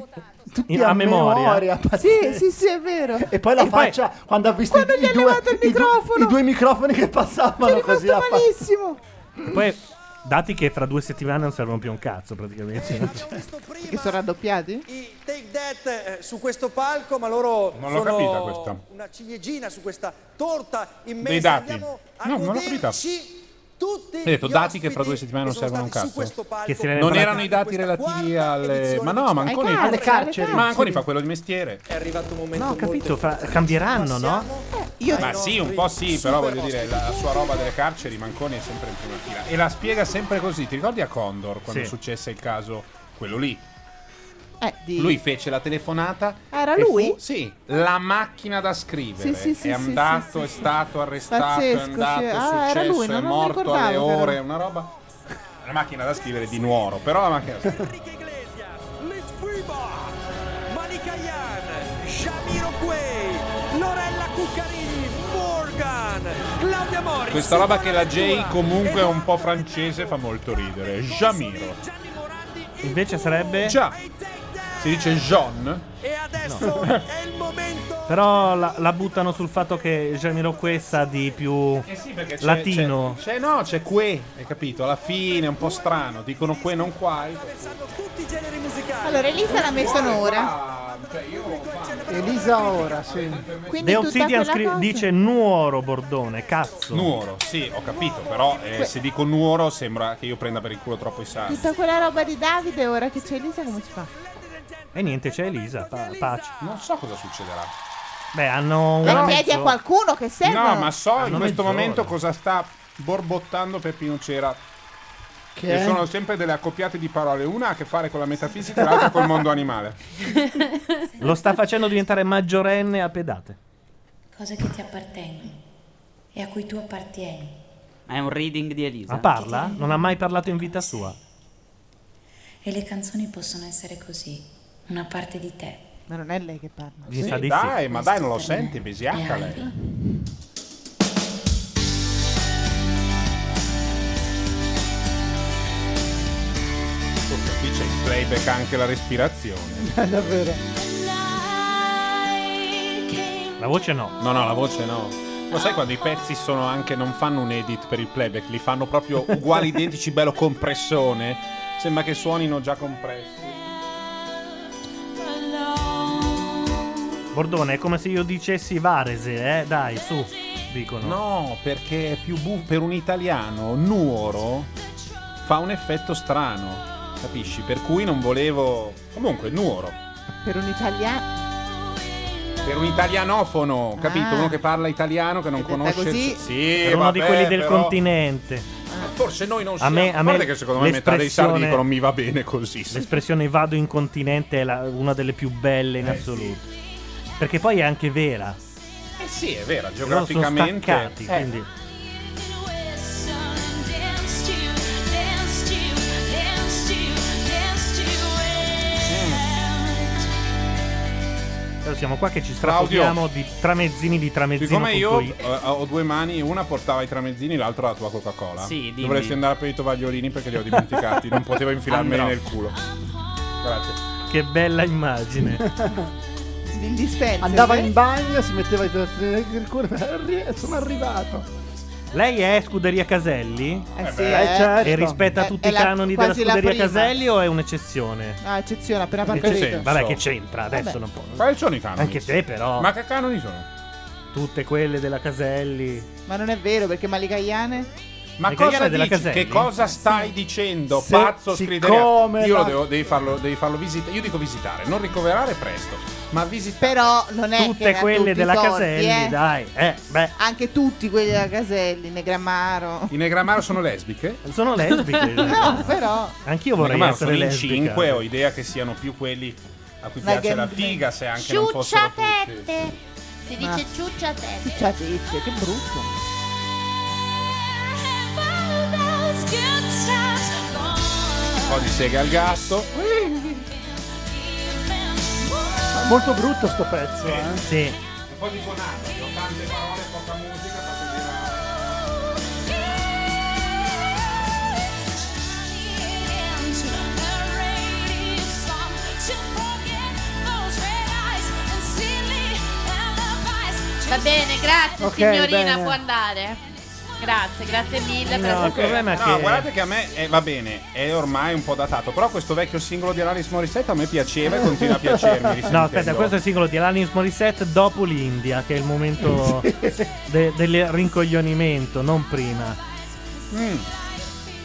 S4: tutti
S2: In- a
S4: a,
S2: memoria.
S4: memoria.
S16: Sì,
S4: pazzesco.
S16: sì, sì, è vero.
S4: E poi la faccia quando ha visto i, i due, i due- i due microfoni che passavano così la fa-
S16: malissimo.
S2: E Poi Dati che fra due settimane non servono più un cazzo praticamente.
S16: Che sono raddoppiati?
S7: Take That eh, su questo palco, ma loro
S2: Non l'ho
S7: sono
S2: capita questa.
S7: una ciliegina su questa torta immensa.
S3: Dei dati.
S7: Andiamo a
S3: No, non l'ho
S7: goderci
S3: capita.
S7: tutti
S3: Hai detto
S7: gli
S3: dati che fra
S7: ospiti
S3: due settimane non
S7: che sono
S3: servono un
S7: stati su
S3: cazzo.
S7: questo palco.
S3: non erano i dati relativi alle. Ma no, ma
S7: Ai
S3: Anconi,
S7: carceri, alle carceri.
S3: Ma Anconi fa quello di mestiere.
S7: È arrivato un momento
S2: No, ho capito,
S7: molto
S2: fa- Cioè, cambieranno, no?
S3: Ma sì, un po' sì, però voglio dire, la sua roba delle carceri, Manconi è sempre in prima fila. E la spiega sempre così. Ti ricordi a Condor quando
S2: Sì.
S3: successe il caso, quello lì?
S16: Eh, di...
S3: Lui fece la telefonata.
S16: Era
S3: e
S16: lui?
S3: fu- sì, la macchina da
S16: Sì,
S3: scrivere.
S16: sì, sì,
S3: è
S16: sì,
S3: andato,
S16: sì,
S3: è
S16: sì,
S3: stato arrestato, è
S16: Pazzesco, sì.
S3: andato, è
S16: Ah, era
S3: successo,
S16: lui,
S3: è
S16: non- non mi
S3: morto alle
S16: ricordavo che era
S3: ore,
S16: lui.
S3: una roba. La macchina da scrivere di Nuoro, però la macchina da scrivere.
S5: Jamiroquai, Lorella Cuccarini, Morgan, Claudia Morris.
S3: Questa roba che la J comunque è un po' francese fa molto ridere. Jamiro.
S2: Invece sarebbe.
S3: Già. Si dice John.
S5: E
S2: No.
S5: adesso è il momento.
S2: Però la, la buttano sul fatto che Jamiroquai sa di più
S3: Eh sì, perché c'è-
S2: latino.
S3: C'è, c'è- no, c'è que, hai capito? Alla fine è un po' strano. Dicono que, non quai.
S16: Allora, Elisa l'ha messo un'ora.
S4: Elisa ora, sì.
S16: Quindi
S2: The
S16: tutta
S2: Obsidian
S16: quella
S2: scri-
S16: cosa-
S2: dice Nuoro Bordone, cazzo.
S3: Nuoro, sì, ho capito. Però eh,
S16: Que-
S3: se dico nuoro sembra che io prenda per il culo troppo i sardi.
S16: Tutta quella roba di Davide, ora che c'è Elisa, come si fa?
S2: E niente, c'è Elisa, pa- pace.
S3: Non so cosa succederà.
S2: Beh, hanno una
S16: La chiedi a
S2: mezzo-
S16: qualcuno che serve.
S3: No, ma so in
S2: Hanno
S3: questo
S2: mezz'ora.
S3: momento cosa sta borbottando Peppino Cera.
S16: Che
S3: E
S16: è?
S3: sono sempre delle accoppiate di parole. Una ha a che fare con la metafisica, l'altra col mondo animale.
S2: Lo sta facendo diventare maggiorenne a pedate.
S17: cose che ti appartengono e a cui tu appartieni
S44: Ma è un reading di Elisa.
S2: Ma
S16: Esatto.
S2: parla? Non ha mai parlato in vita sua.
S17: e le canzoni possono essere così, una parte di te.
S16: Ma non è lei che parla.
S3: Sì, dai, ma dai, non lo senti, besiaca
S17: E
S3: lei. Oh, Qui c'è il playback anche la respirazione.
S4: Davvero.
S3: La voce no. No, no, la voce no. Lo sai quando i pezzi sono anche. non fanno un edit per il playback, li fanno proprio uguali, identici, bello compressione. Sembra che suonino già compressi.
S2: Bordone, è come se io dicessi Varese, eh? Dai, su, dicono.
S3: No, perché è più bu- per un italiano Nuoro fa un effetto strano, capisci? Per cui non volevo. Comunque, Nuoro.
S16: Per un italiano.
S3: Per un italianofono, capito?
S16: Ah.
S3: Uno che parla italiano, che non conosce.
S16: così?
S3: Sì,
S2: per uno di
S3: vabbè,
S2: quelli del
S3: però-
S2: continente.
S3: Forse noi non
S2: A
S3: siamo.
S2: me, a me
S3: Guarda che secondo me metà dei sardi
S2: l'espressione-
S3: dicono mi va bene così.
S2: L'espressione vado in continente è la- una delle più belle in
S3: Eh,
S2: assoluto. Perché poi è anche vera.
S3: Eh sì, è vera,
S2: Loro sono
S3: geograficamente. eh,
S2: staccati, quindi- Adesso siamo qua che ci
S3: Claudio.
S2: strappiamo di tramezzini di tramezzino.
S3: Siccome io eh, ho due mani, una portava i tramezzini, l'altra la tua Coca-Cola.
S2: Sì, dimmi.
S3: Dovresti andare per i tovagliolini perché li ho dimenticati. non potevo infilarmeli
S2: Andrò.
S3: nel culo. Grazie.
S2: Che bella immagine.
S16: Il dispenser.
S4: Andava
S16: eh?
S4: in bagno, si metteva i tazzini nel culo. "Arri- Sono arrivato.
S2: Lei è Scuderia Caselli?
S16: Eh sì, eh. certo.
S2: E rispetta
S16: È-
S2: tutti
S16: è
S2: i
S16: la-
S2: canoni della
S16: quasi la
S2: Scuderia
S16: prima.
S2: Caselli o è un'eccezione?
S16: Ah, eccezione, appena
S2: Che
S16: partito.
S2: c'entra? Vabbè, che c'entra? Adesso
S16: Vabbè.
S2: non può.
S3: Quali sono i canoni?
S2: Anche te, però.
S3: Ma che canoni sono?
S2: Tutte quelle della Caselli.
S16: Ma non è vero, perché Malicaiane...
S3: Ma
S2: Le
S3: cosa
S2: cagliare della
S3: dici?
S2: Caselli?
S3: Che cosa stai dicendo,
S2: Se-
S3: pazzo
S2: siccome
S3: scrideria? Io
S2: la-
S3: lo devo, devi farlo, devi farlo visitare. Io dico visitare, non ricoverare presto. Ma visitare.
S16: Però non è che
S2: Tutte
S16: era
S2: quelle
S16: tutti
S2: della
S16: i torti,
S2: Caselli,
S16: eh.
S2: dai. Eh, beh.
S16: Anche tutti quelli della Caselli, Negramaro.
S3: I Negramaro sono lesbiche?
S2: Sono lesbiche.
S16: No, però.
S2: Anch'io vorrei
S3: Negramaro
S2: essere
S3: sono in
S2: lesbica.
S3: cinque, ho idea che siano più quelli a cui
S16: La
S3: piace la
S16: gambling.
S3: figa, se anche non fossero
S6: Ciuccia
S3: tutti.
S6: tette. Si
S16: Ma-
S6: dice ciuccia tette.
S16: Ciuccia tette, che brutto.
S3: Un po' di sega al gatto.
S4: Ma Molto brutto sto pezzo, eh.
S2: Sì.
S3: Un po' di bonata, io ho tante parole, poca musica, faccio girare.
S6: Va bene, grazie
S4: Ok,
S6: signorina,
S4: bene.
S6: può andare. Grazie, grazie mille per
S13: No,
S6: aver-
S13: il problema è
S3: No,
S13: che-
S3: guardate che a me eh, va bene, è ormai un po' datato. Però questo vecchio singolo di Alanis Morissette a me piaceva e continua a piacermi.
S2: No,
S3: risentendolo.
S2: aspetta, questo è il singolo di Alanis Morissette dopo l'India, che è il momento de- del rincoglionimento, non prima.
S3: Mm.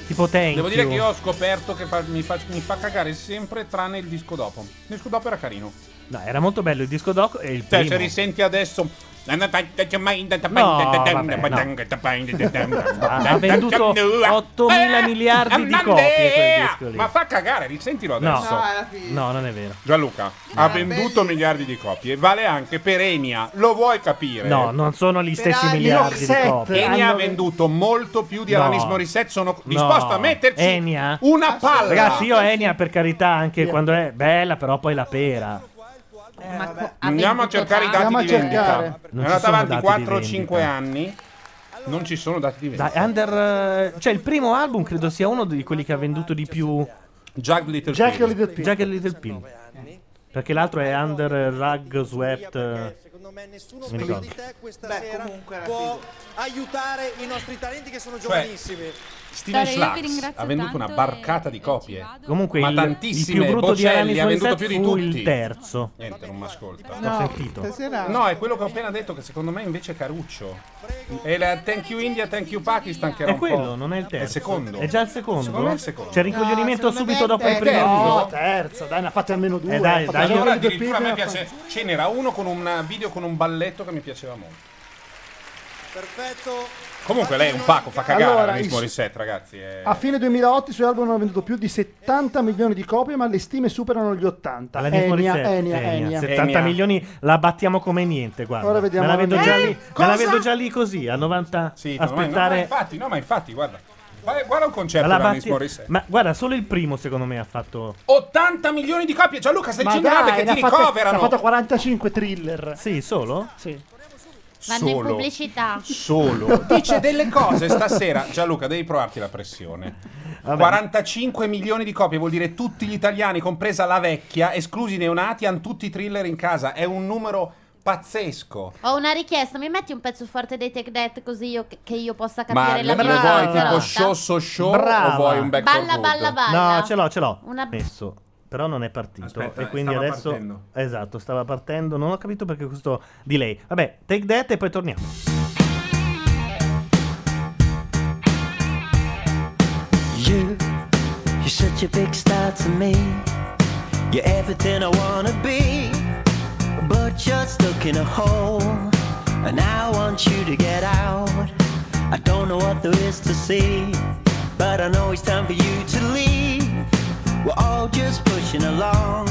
S2: Tipo Thank
S3: Devo dire
S2: You.
S3: che io ho scoperto che fa- mi, fa, mi fa cagare sempre tranne il disco dopo. Il disco dopo era carino.
S2: No, era molto bello il disco doc e il
S3: Cioè,
S2: primo.
S3: se risenti adesso.
S2: No, Ah, vabbè, no. Ha- ha venduto 8.000
S3: Eh,
S2: miliardi di copie quel disco lì.
S3: Ma fa cagare, risentilo
S2: No.
S3: adesso.
S2: No, alla fine. No, non è vero.
S3: Gianluca, ha venduto miliardi di copie. Vale anche per Enia. Lo vuoi capire?
S2: No, non sono gli stessi
S3: Enia
S2: miliardi di
S3: Morissette.
S2: copie.
S3: Enya ha venduto molto più di
S2: No.
S3: Alanis Morissette. Sono disposto a metterci
S2: Enya?
S3: una palla.
S2: Ragazzi, io Enia per carità anche quando è bella, però poi la pera. Eh,
S3: Andiamo a cercare i dati
S2: Andiamo a
S3: di
S2: cercare.
S3: vendita. È
S2: Non ci
S3: andata
S2: sono
S3: avanti
S2: dati
S3: 4 o
S2: di
S3: 5 anni. Non ci sono dati di vendita.
S2: Dai, under, eh, cioè il primo album credo sia uno di quelli che ha venduto di più.
S3: Jack Little
S2: Jack
S3: Pill.
S2: Little Pill. Jack Little Pill. Perché l'altro è Under eh, Rug Swept. eh, Non mi ricordo.
S7: questa sera può aiutare i nostri talenti che sono giovanissimi.
S3: Cioè, Steven Schlax ha venduto una barcata di copie.
S2: Comunque
S3: ma
S2: il,
S3: tantissime.
S2: il più brutto di Alanis
S3: Bocelli ha venduto
S2: Morissette
S3: più di
S2: fu
S3: tutti.
S2: il terzo.
S3: Niente, non mi ascolta.
S2: No, Ho sentito. stasera-
S3: No, è quello che ho appena detto, che secondo me invece è Caruccio. E la Thank You India, Thank You Pakistan, che era
S2: È
S3: un po'-
S2: quello, non è il terzo.
S3: È il secondo.
S2: È già il secondo.
S3: Secondo me è il secondo.
S2: C'è il rincoglionimento
S4: No, secondo
S2: subito
S4: me è
S2: dopo il
S4: il
S2: primo.
S4: terzo. No, terzo, dai, ne ha fatti almeno due.
S2: Eh, dai,
S4: Ha fatto
S2: dai,
S4: Jack
S3: Allora
S4: Little
S3: addirittura a
S4: Pill,
S3: me
S4: ne ha
S3: piace. Ce n'era uno con un video con un balletto che mi piaceva molto.
S7: Perfetto.
S3: Comunque lei è un pacco, fa cagare
S4: Allora,
S3: Alanis
S4: il-
S3: Morissette, ragazzi. è-
S4: A fine 2008 i suoi album hanno venduto più di 70 milioni di copie, ma le stime superano gli 80.
S2: Alanis Morissette,
S4: Enya,
S2: Enya,
S4: Enya.
S2: 70 milioni la battiamo come niente, guarda.
S4: Ora vediamo
S2: me, la vedo
S4: la-
S2: già
S4: Eh,
S2: lì, me la
S4: cosa?
S2: vedo già lì così, a 90
S3: Sì, no, ma- No, ma
S2: aspettare
S3: infatti, no, ma infatti, guarda. Vai- Guarda un certo concerto
S2: la
S3: di Alanis
S2: batti-
S3: Morissette.
S2: Ma guarda, solo il primo secondo me ha fatto
S3: 80 milioni di copie. Gianluca, stai
S4: Ma
S3: generale
S4: dai,
S3: che
S4: ne ha
S3: ti
S4: fatte-
S3: ricoverano.
S4: ne Ha fatto 45 thriller.
S2: Sì, solo?
S4: Sì.
S6: Vanno in
S3: Solo.
S6: pubblicità.
S3: Solo. Dice delle cose stasera. Gianluca, devi provarti la pressione. 45 milioni di copie vuol dire tutti gli italiani, compresa la vecchia, esclusi i neonati, hanno tutti i thriller in casa. È un numero pazzesco.
S6: Ho una richiesta, mi metti un pezzo forte dei Tech Dead così io, che io possa capire la
S3: lo
S6: mia
S3: vuoi tipo
S6: canzone?
S3: show so show
S2: Brava.
S3: o vuoi un back
S6: Balla,
S3: for good?
S6: balla, balla.
S2: No, ce l'ho, ce l'ho.
S6: Una-
S2: Messo. Però non è partito.
S3: Aspetta, eh,
S2: e quindi
S3: stava
S2: adesso.
S3: partendo.
S2: Esatto, stava partendo. Non ho capito perché questo delay. Vabbè, take that e poi torniamo.
S45: You, you're such a big star to me. You're everything I wanna be, but you're stuck in a hole, and I want you to get out. I don't know what there is to see, but I know it's time for you to leave. We're all just pushing along,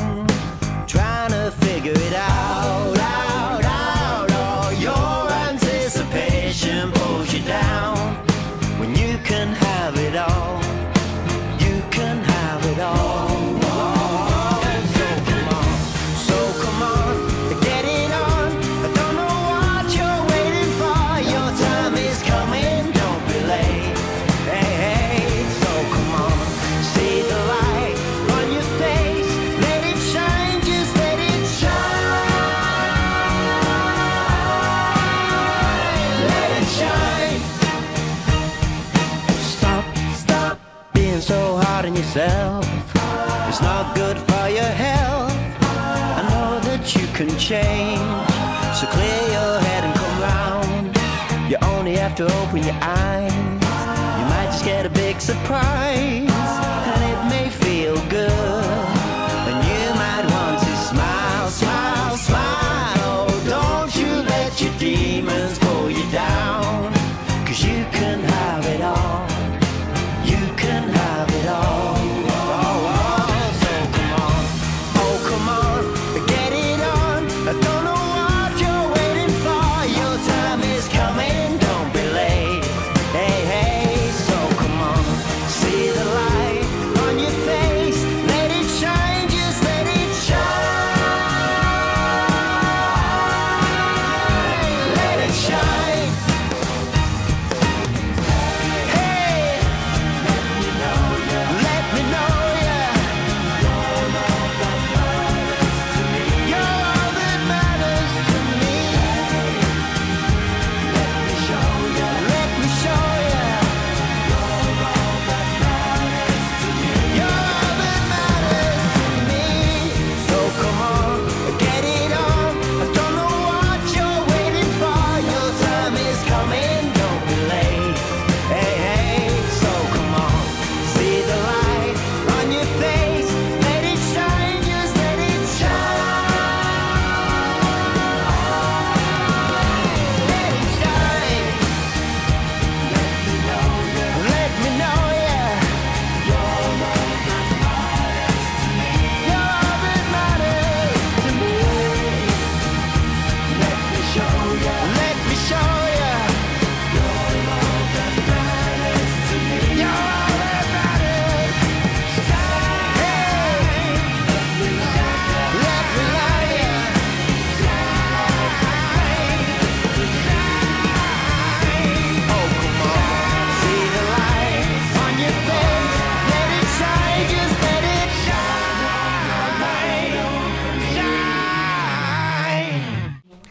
S45: trying to figure it out. Out, out, out. Your anticipation pulls you down when you can have it all. You can have it all. So come on, so come on, get it on. I don't know what you're waiting for. Your time is coming, don't be late. Hey, hey, so come on, see the light on your face. Let it shine, just let it shine. Let it shine. Stop, stop being so hard on yourself. It's not good for your health. I know that you can change. So clear your head and come round. You only have to open your eyes. You might just get a big surprise. And it may feel good. And you might want to smile, smile, smile. Oh, don't you let your demons pull you down. Cause you can have it all. You can have it all. Oh, oh, so come on. Oh, come on. Get it on. I don't know what you're waiting for. Your time is coming. Don't be late. Hey, hey, so come on. See the light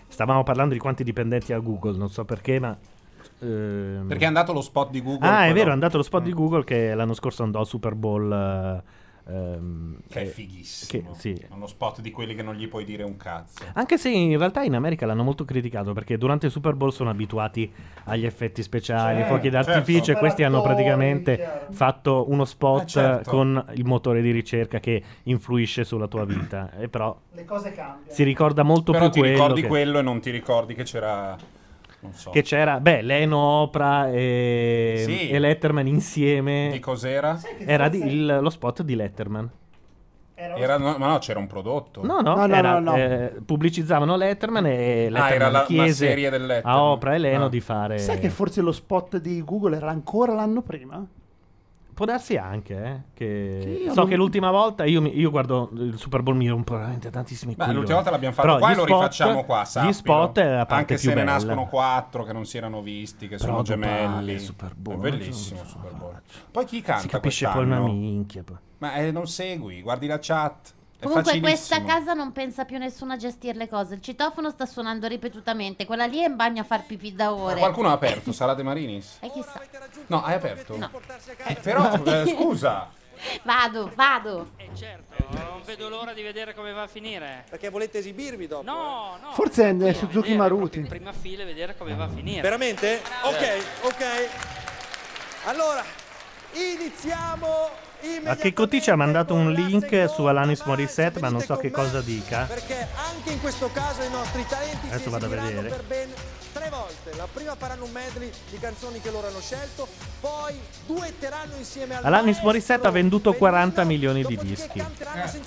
S2: Stavamo parlando di quanti dipendenti ha Google, non so perché, ma... ehm,
S3: Perché è andato lo spot di Google.
S2: Ah, è
S3: quello- Mm.
S2: vero, è andato lo spot di Google che l'anno scorso andò al Super Bowl. eh, ehm,
S3: Che è
S2: eh,
S3: fighissimo.
S2: che- sì.
S3: Uno spot di quelli che non gli puoi dire un cazzo.
S2: Anche se in realtà in America l'hanno molto criticato perché durante il Super Bowl sono abituati agli effetti speciali, ai
S3: Certo,
S2: fuochi d'artificio
S3: certo.
S2: e questi hanno
S3: Operatori,
S2: praticamente fatto uno spot
S3: Ah, certo.
S2: con il motore di ricerca che influisce sulla tua vita. E però
S4: Le cose cambiano.
S2: si ricorda molto
S3: Però
S2: più
S3: ti
S2: quello
S3: ricordi
S2: che-
S3: quello e non ti ricordi che c'era. Non so.
S2: che c'era, beh, Leno, Oprah e,
S3: Sì.
S2: e Letterman insieme.
S3: Di cos'era? Sai che
S2: Era
S3: forse-
S2: di- il- lo spot di Letterman.
S3: Era- no, ma no, c'era un prodotto.
S2: No, no, era- eh, pubblicizzavano Letterman e Letterman
S3: Ah, era la- la
S2: chiese
S3: serie del Letterman.
S2: a Oprah e Leno
S3: Ah.
S2: di fare...
S4: Sai che forse lo spot di Google era ancora l'anno prima?
S2: Può darsi anche, eh, che...
S4: Sì, io
S2: so
S4: non-
S2: che l'ultima volta io, mi- io guardo il Super Bowl mi rompo veramente tantissimi
S3: Beh,
S2: coglioni.
S3: l'ultima volta l'abbiamo fatto
S2: Però
S3: qua e
S2: gli
S3: lo
S2: spot-
S3: rifacciamo qua. sappilo.
S2: Gli spot è la parte
S3: Anche
S2: più
S3: se ne
S2: bella.
S3: nascono quattro che non si erano visti, che sono
S2: Però
S3: gemelli.
S2: totale, Super Bowl,
S3: È bellissimo.
S2: non so,
S3: Super Bowl. Poi chi canta?
S2: Si capisce poi
S3: quest'anno?
S2: una minchia. poi.
S3: Ma eh, non segui, guardi la chat. È
S6: Comunque questa
S3: facilissimo.
S6: casa non pensa più nessuno a gestire le cose. Il citofono sta suonando ripetutamente. Quella lì è in bagno a far pipì da
S3: Ma
S6: ore.
S3: Qualcuno ha aperto? Sara De Marinis?
S6: E chissà.
S3: No, hai aperto? Eh, però, eh, scusa.
S6: Vado, vado.
S10: Eh, certo. Non vedo l'ora di vedere come va a finire.
S7: Perché volete esibirvi dopo?
S10: No, no.
S4: Forse è nel Suzuki Maruti.
S10: Prima fila e vedere come va a finire.
S7: Veramente? Ok, ok. Allora, iniziamo
S2: Ma che Cotti ci ha mandato un link su Alanis Morissette, ma non so che cosa dica.
S7: perché anche in questo caso i nostri talenti si
S2: Adesso vado a
S7: esibiranno
S2: vedere.
S7: per ben tre volte. La prima faranno un medley di canzoni che loro hanno scelto, poi duetteranno insieme al
S2: Alanis
S7: maestro,
S2: Morissette ha venduto 40 milioni di dischi.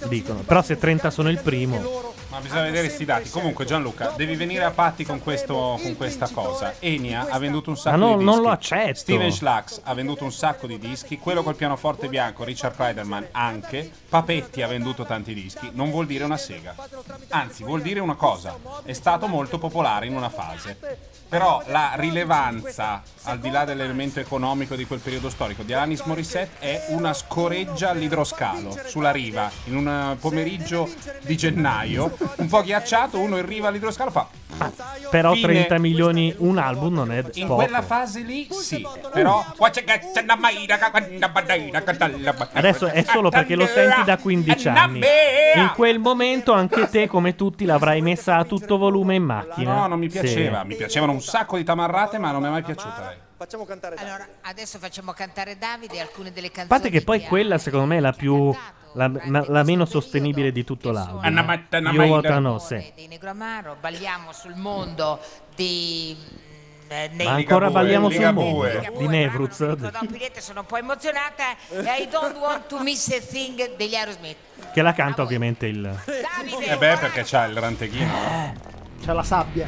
S2: Dicono, però se 30 sono il primo,
S3: Ma bisogna vedere questi dati. Comunque, Gianluca, devi venire a patti con, questo, con questa cosa. Enia ha venduto un sacco
S2: Ma ah, no,
S3: di dischi.
S2: non lo accetto.
S3: Steven Schlax ha venduto un sacco di dischi. Quello col pianoforte bianco, Richard Kleiderman, anche. Papetti ha venduto tanti dischi. Non vuol dire una sega. Anzi, vuol dire una cosa. È stato molto popolare in una fase. Però la rilevanza, al di là dell'elemento economico di quel periodo storico, di Alanis Morissette è una scoreggia all'idroscalo, sulla riva, in un eh, pomeriggio di gennaio, un po' ghiacciato, uno in riva all'idroscalo fa...
S2: però
S3: Fine.
S2: 30 milioni un album non è
S3: In
S2: poco.
S3: quella fase lì sì, però...
S2: Adesso è solo perché lo senti da 15 anni. In quel momento anche te, come tutti, l'avrai messa a tutto volume in macchina.
S3: No, non mi
S2: Sì.
S3: piaceva, mi piacevano un sacco di tamarrate, ma non mi è mai piaciuta. eh.
S7: Facciamo cantare
S9: Davide. Allora, adesso facciamo cantare Davide alcune delle
S2: A
S9: canzoni.
S2: parte che poi quella, secondo me, è la più. La, ma- la meno sostenibile di tutto
S9: Anna
S2: l'album.
S9: Matta, Anna
S2: Io
S9: Maida.
S2: voto no, sì.
S9: dei Negromaro, balliamo sul mondo di mm, eh, nei-
S2: Ma ancora balliamo sul
S9: Ligabue.
S2: mondo
S9: Ligabue,
S2: di Nevruz,
S9: bravo, Pirete, sono un po' emozionata e I don't want to miss a thing degli Aerosmith.
S2: che la canta ovviamente il. Eh.
S3: E Eh beh, perché c'ha il ranteghino.
S4: C'è la sabbia.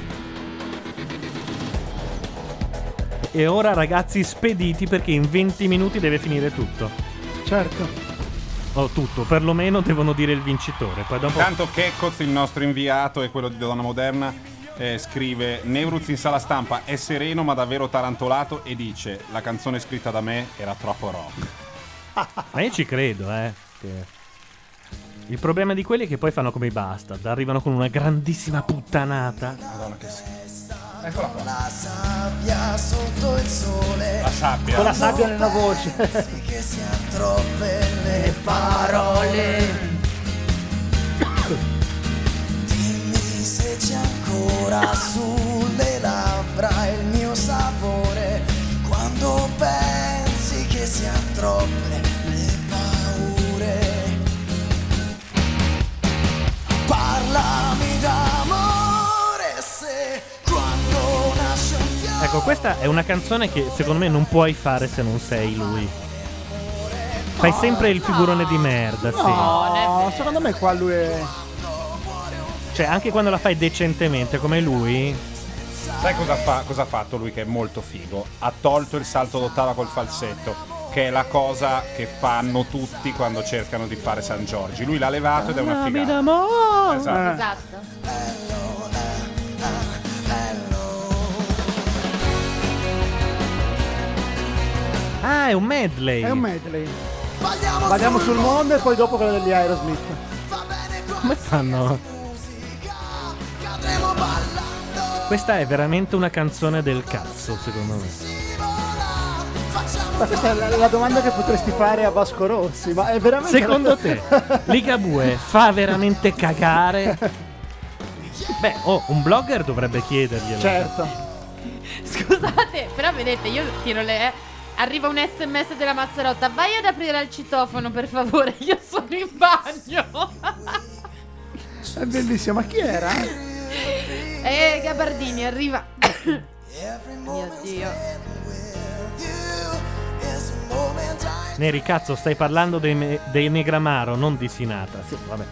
S2: E ora, ragazzi, spediti perché in 20 minuti deve finire tutto.
S4: Certo.
S2: O tutto, perlomeno devono dire il vincitore. Poi dopo.
S3: Intanto Checcoz, il nostro inviato e quello di Donna Moderna, eh, scrive Nevruz in sala stampa è sereno ma davvero tarantolato e dice la canzone scritta da me era troppo rock.
S2: Ma io ci credo, eh. che- Il problema di quelli è che poi fanno come i bastard. Arrivano con una grandissima puttanata.
S3: Madonna che
S5: Eccola qua. La sabbia sotto il sole.
S3: La sabbia.
S4: Con la sabbia nella voce.
S5: Che siano troppe le parole. Dimmi se c'è ancora sulle labbra il mio sapore. Quando pensi che siano troppe le paure. Parlami d'amore se quando nasce un fiore.
S2: Ecco, questa è una canzone che secondo me non puoi fare se non sei lui. Fai sempre il figurone di merda, sì.
S4: No, secondo me qua lui è.
S2: Cioè, anche quando la fai decentemente come lui.
S3: Sai cosa, fa- cosa ha fatto lui che è molto figo? Ha tolto il salto d'ottava col falsetto, che è la cosa che fanno tutti quando cercano di fare San Giorgi. Lui l'ha levato ed è una
S2: Ami
S3: figata.
S2: d'amore.
S3: Esatto.
S6: Esatto.
S2: Ah, è un medley.
S4: È un medley. Balliamo sul mondo e poi dopo quella degli Aerosmith.
S2: Come fanno?
S5: Cadremo ballando
S2: Questa è veramente una canzone del cazzo, secondo me.
S4: Ma questa è la, la domanda che potresti fare a Vasco Rossi, ma è veramente...
S2: Secondo te, Ligabue fa veramente cagare? Beh, oh, un blogger dovrebbe chiederglielo.
S4: Certo.
S6: Scusate, però vedete, io tiro le. eh, Arriva un sms della Mazzarotta, vai ad aprire al citofono per favore, io sono in bagno.
S4: È bellissimo, ma chi era?
S6: e Eh, Gabardini arriva. Mio Dio.
S2: Neri, cazzo, stai parlando dei, me- dei Negramaro, non di Sinatra. Sì, vabbè.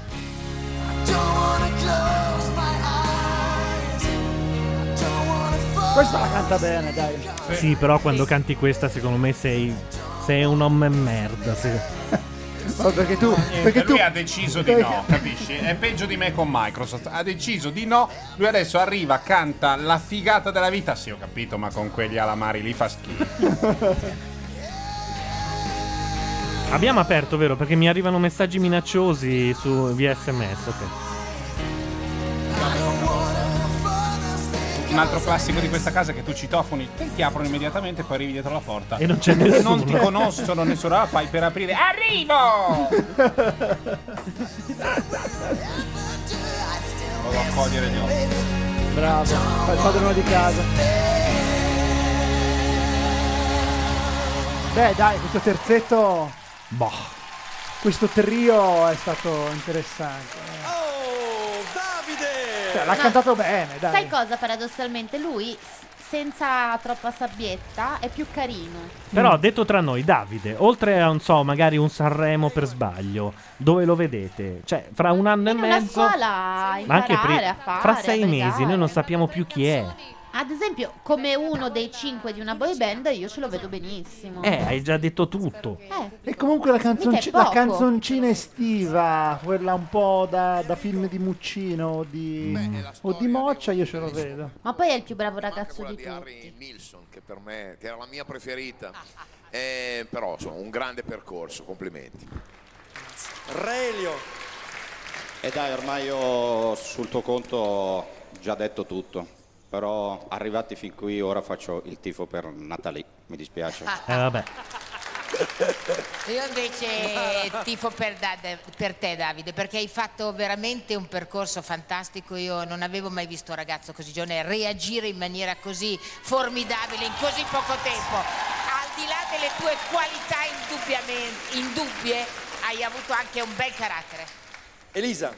S4: Questa la canta bene, dai.
S2: Sì, però quando canti questa, secondo me sei, sei un uomo e merda. sì.
S4: Ma Oh, perché tu...
S3: Perché lui ha deciso di no, capisci? È peggio di me con Microsoft. Ha deciso di no. Lui adesso arriva, canta la figata della vita. Sì, ho capito, ma con quegli alamari lì fa schifo.
S2: Abbiamo aperto, vero? Perché mi arrivano messaggi minacciosi su via sms. ok.
S3: Un altro classico di questa casa è che tu citofoni, te ti aprono immediatamente e poi arrivi dietro la porta.
S2: E non c'è nessuno.
S3: Non ti conoscono nessuno, ah, fai per aprire. Arrivo! Vado a cogliere gli occhi.
S4: Bravo, fai il padrone di casa. Beh, dai, questo terzetto...
S2: Boh.
S4: Questo trio è stato interessante. Davide! Cioè, l'ha
S6: No.
S4: cantato bene, dai.
S6: Sai cosa paradossalmente? Lui s- senza troppa sabbietta è più carino.
S2: Però detto tra noi, Davide, oltre a non so, magari un Sanremo per sbaglio, dove lo vedete? Cioè, fra un anno e
S6: In una
S2: mezzo,
S6: scuola a
S2: ma anche
S6: imparare
S2: pri-
S6: a fare.
S2: fra
S6: a
S2: sei mesi,
S6: ballare.
S2: noi non sappiamo più chi è.
S6: Ad esempio, come uno dei cinque di una boy band, io ce lo vedo benissimo.
S2: Eh, hai già detto tutto.
S4: E comunque la, canzonci-
S6: Mica è
S4: la
S6: poco.
S4: canzoncina estiva, quella un po' da, da film di Muccino o di, o di Moccia, io ce lo vedo.
S6: Ma poi è il più bravo ragazzo di
S30: di
S6: tutti.
S30: Harry Nilsson, che per me che era la mia preferita. Eh, però insomma, un grande percorso, complimenti.
S7: Relio.
S8: E dai, ormai io sul tuo conto ho già detto tutto. Però arrivati fin qui, ora faccio il tifo per Nathalie. Mi dispiace.
S2: Eh, vabbè.
S9: Io invece tifo per, da- da- per te Davide perché hai fatto veramente un percorso fantastico, io non avevo mai visto un ragazzo così giovane reagire in maniera così formidabile in così poco tempo, al di là delle tue qualità indubbiamente- indubbie hai avuto anche un bel carattere.
S7: Elisa.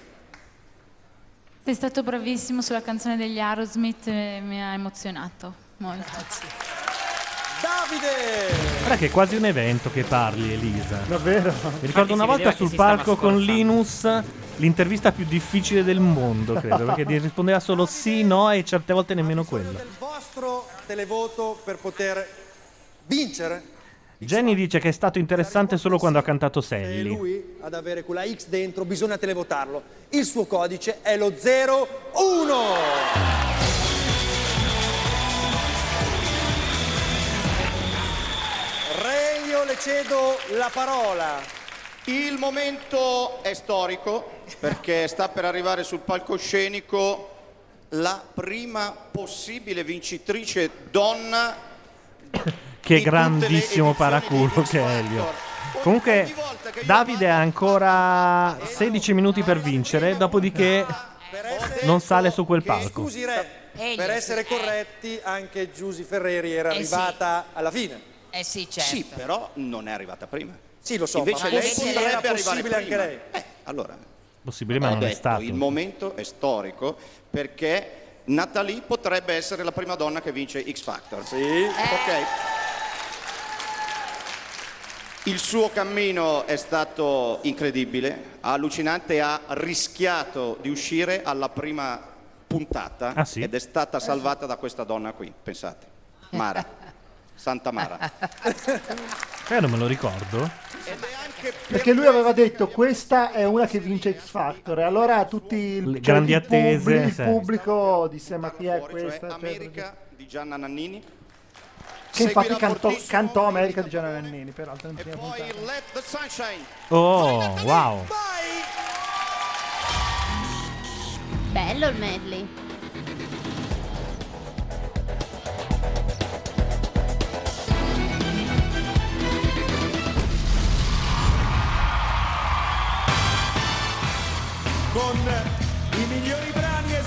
S11: Sei stato bravissimo sulla canzone degli Aerosmith, eh, mi ha emozionato molto.
S7: Davide!
S2: Guarda che è quasi un evento che parli, Elisa.
S4: Davvero?
S2: Mi ricordo una volta
S4: Infatti si vedeva che
S2: sul
S4: si stava
S2: palco con Linus l'intervista più difficile del mondo, credo, perché gli rispondeva solo sì, no e certe volte nemmeno quello.
S7: Vostro televoto per poter vincere
S2: Jenny dice che è stato interessante solo quando ha cantato
S7: e
S2: Sally.
S7: lui ad avere quella X dentro bisogna televotarlo. Il suo codice è lo 01.
S8: Regno, le cedo la parola. Il momento è storico perché sta per arrivare sul palcoscenico la prima possibile vincitrice donna
S2: Che grandissimo paraculo che è Elio. Comunque, Davide ha ancora 16 minuti per vincere, dopodiché non sale su quel palco.
S7: Scusi Re, per essere corretti anche Giusy Ferreri era
S9: Eh sì.
S7: arrivata alla fine.
S9: Eh sì, certo.
S8: Sì, però non è arrivata prima.
S7: Sì, lo so,
S8: Invece
S7: ma
S8: lei
S7: possibile
S8: potrebbe
S7: era
S8: arrivare
S7: possibile anche
S8: prima.
S7: lei.
S8: Eh, allora,
S2: Possibile, ma
S8: ho
S2: non è
S8: detto,
S2: stato.
S8: Ecco, Il momento è storico perché Nathalie potrebbe essere la prima donna che vince X Factor. Sì. Ok. Il suo cammino è stato incredibile, allucinante, ha rischiato di uscire alla prima puntata
S2: Ah,
S8: ed è stata salvata da questa donna qui, pensate. Mara, Santa Mara.
S2: Eh, non me lo ricordo.
S4: Perché lui aveva detto questa è una che vince X Factor e allora tutti il,
S2: Le grandi
S4: il pubblico-
S2: attese,
S4: il
S2: sì.
S4: pubblico disse ma chi è
S2: certo
S4: questa? Cioè, eccetera.
S8: Cioè, America di Gianna Nannini.
S4: che
S8: Seguirà
S4: infatti cantò,
S8: fortissimo
S4: cantò America di Gianna Nannini peraltro in prima puntata.
S8: Let the sunshine.
S2: Oh, wow.
S6: Bello il medley.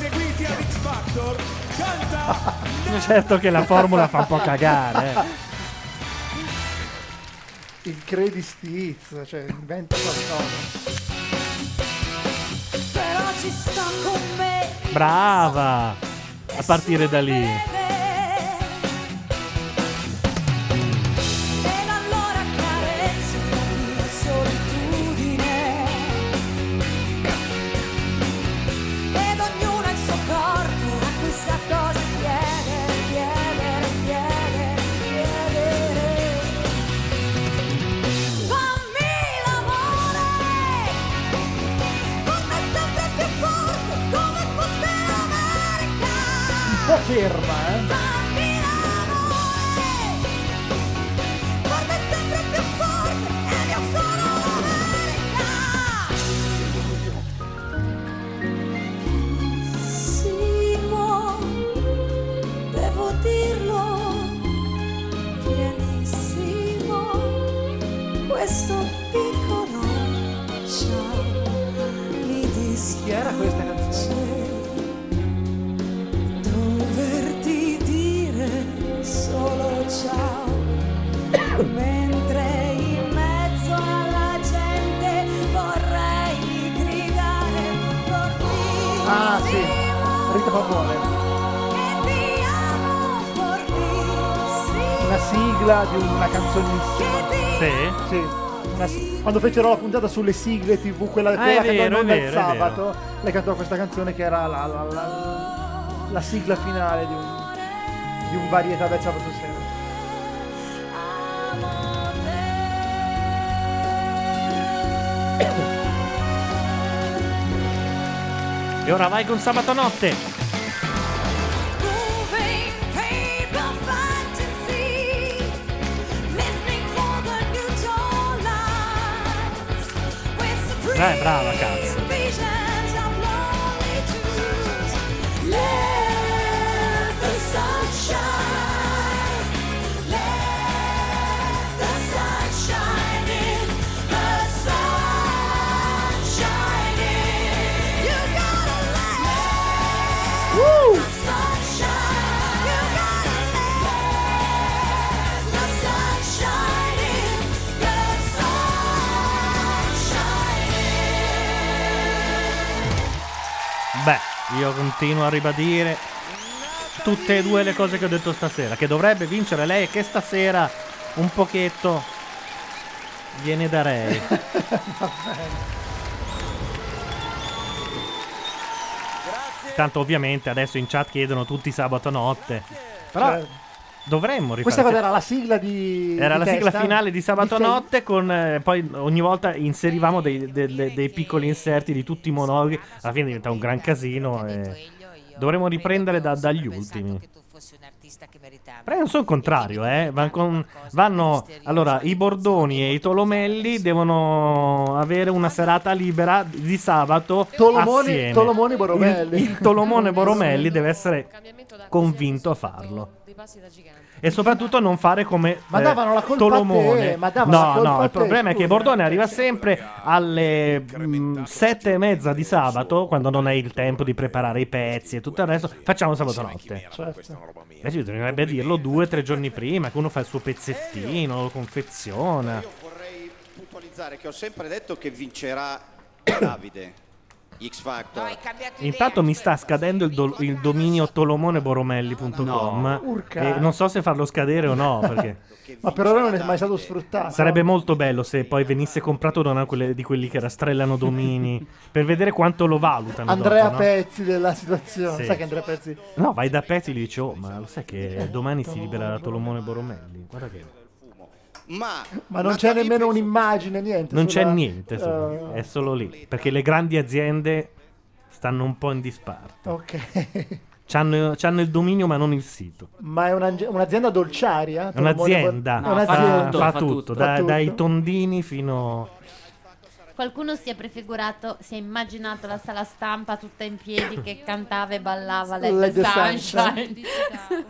S5: Factor canta
S2: Certo che la formula fa un po' cagare. eh.
S4: Il Credi Stiz, cioè inventa qualcosa.
S5: Però ci sta con me
S2: Brava! A partire da lì.
S5: Ed allora carezzi una mia solitudine Ed ognuna il suo corpo a questa cosa chiede, chiede, chiede, chiede Fammi l'amore Come sempre più forte, come fosse l'America
S4: Ferma, eh.
S5: Simo, devo dirlo, pianissimo, questo piccolo ciao mi dispiace doverti dire solo ciao, mentre in mezzo alla gente vorrei gridare fortissimo.
S4: Ah, sì. Rita Pavone. Una sigla di una canzonissima.
S2: Sì.
S4: Una si- Quando fecero la puntata sulle sigle TV, quella,
S2: Ah,
S4: quella
S2: è
S4: che
S2: vero,
S4: andò in
S2: è
S4: onda il
S2: vero, è vero.
S4: sabato, lei cantò questa canzone che era la, la- la- la sigla finale di un, di un varietà del sabato sera.
S2: E ora vai con sabato notte.
S5: Moving paper fantasy, listening for the new toll lines with
S2: Dai,
S5: supreme
S2: brava cazzo.
S5: visions of lonely truths. Let the sun shine. Let the sun shine in. The sun shine in. You gotta let the sun shine. You gotta let the sun shine in. The sun shine in.
S2: Beh, io continuo a ribadire tutte e due le cose che ho detto stasera. Che dovrebbe vincere lei e che stasera un pochetto gliene darei. Tanto ovviamente adesso in chat chiedono tutti sabato notte. Però
S4: Cioè,
S2: dovremmo rifare.
S4: Questa cosa era la sigla di.
S2: Era
S4: di
S2: la sigla
S4: testa?
S2: finale di sabato
S4: Fe-
S2: notte con eh, poi ogni volta inserivamo dei, de- de- dei piccoli inserti di tutti i monologhi, alla fine diventa un gran casino e dovremmo riprendere da- dagli ultimi. Però io non sono contrario, eh. Van con- vanno, allora, i Bordoni e i Tolomelli devono avere una serata libera di sabato
S4: Tolomoni-
S2: assieme.
S4: Tolomoni Boromelli.
S2: Il, il Tolomone Boromelli deve essere convinto a farlo. E soprattutto non fare come eh,
S4: Ma davano la colpa a te,
S2: Tolomone.
S4: ma davano
S2: no,
S4: la colpa
S2: no,
S4: a
S2: il
S4: te,
S2: problema è che
S4: scusa.
S2: Bordone arriva sempre alle mh, sette e mezza di sabato, quando non hai il tempo di preparare i pezzi e tutto il resto. Facciamo sabato notte. Certo. Invece bisognerebbe dirlo due o tre giorni prima, che uno fa il suo pezzettino, lo confeziona.
S8: puntualizzare che ho sempre detto che vincerà Davide X Factor.
S2: Intanto mi sta scadendo il, do- il dominio tolomoneboromelli.com.
S4: Urca.
S2: e Eh, non so se farlo scadere o no, perché...
S4: Ma per ora non è mai stato sfruttato.
S2: Sarebbe molto bello se poi venisse comprato da una quelle- di quelli che rastrellano domini per vedere quanto lo valutano.
S4: Andrea
S2: dopo, no?
S4: Pezzi della situazione.
S2: Sì.
S4: Sai che Andrea Pezzi.
S2: No, vai da pezzi e gli dici, oh, ma lo sai che domani si libera Tolomone Boromelli. Guarda che...
S8: Ma
S4: Ma non c'è nemmeno un'immagine, niente.
S2: Non c'è
S4: sulla-
S2: niente, su-
S4: Eh,
S2: è solo lì. Perché le grandi aziende stanno un po' in disparte.
S4: ok.
S2: C'hanno, c'hanno il dominio ma non il sito.
S4: Ma è un'ange- un'azienda dolciaria?
S2: È un'azienda, Ah,
S4: È un'azienda.
S2: fa tutto, da-
S4: Fa tutto.
S2: dai tondini fino...
S6: Qualcuno si è prefigurato, si è immaginato la sala stampa tutta in piedi che cantava e ballava Let the
S2: Let the
S6: Sunshine.
S2: sunshine.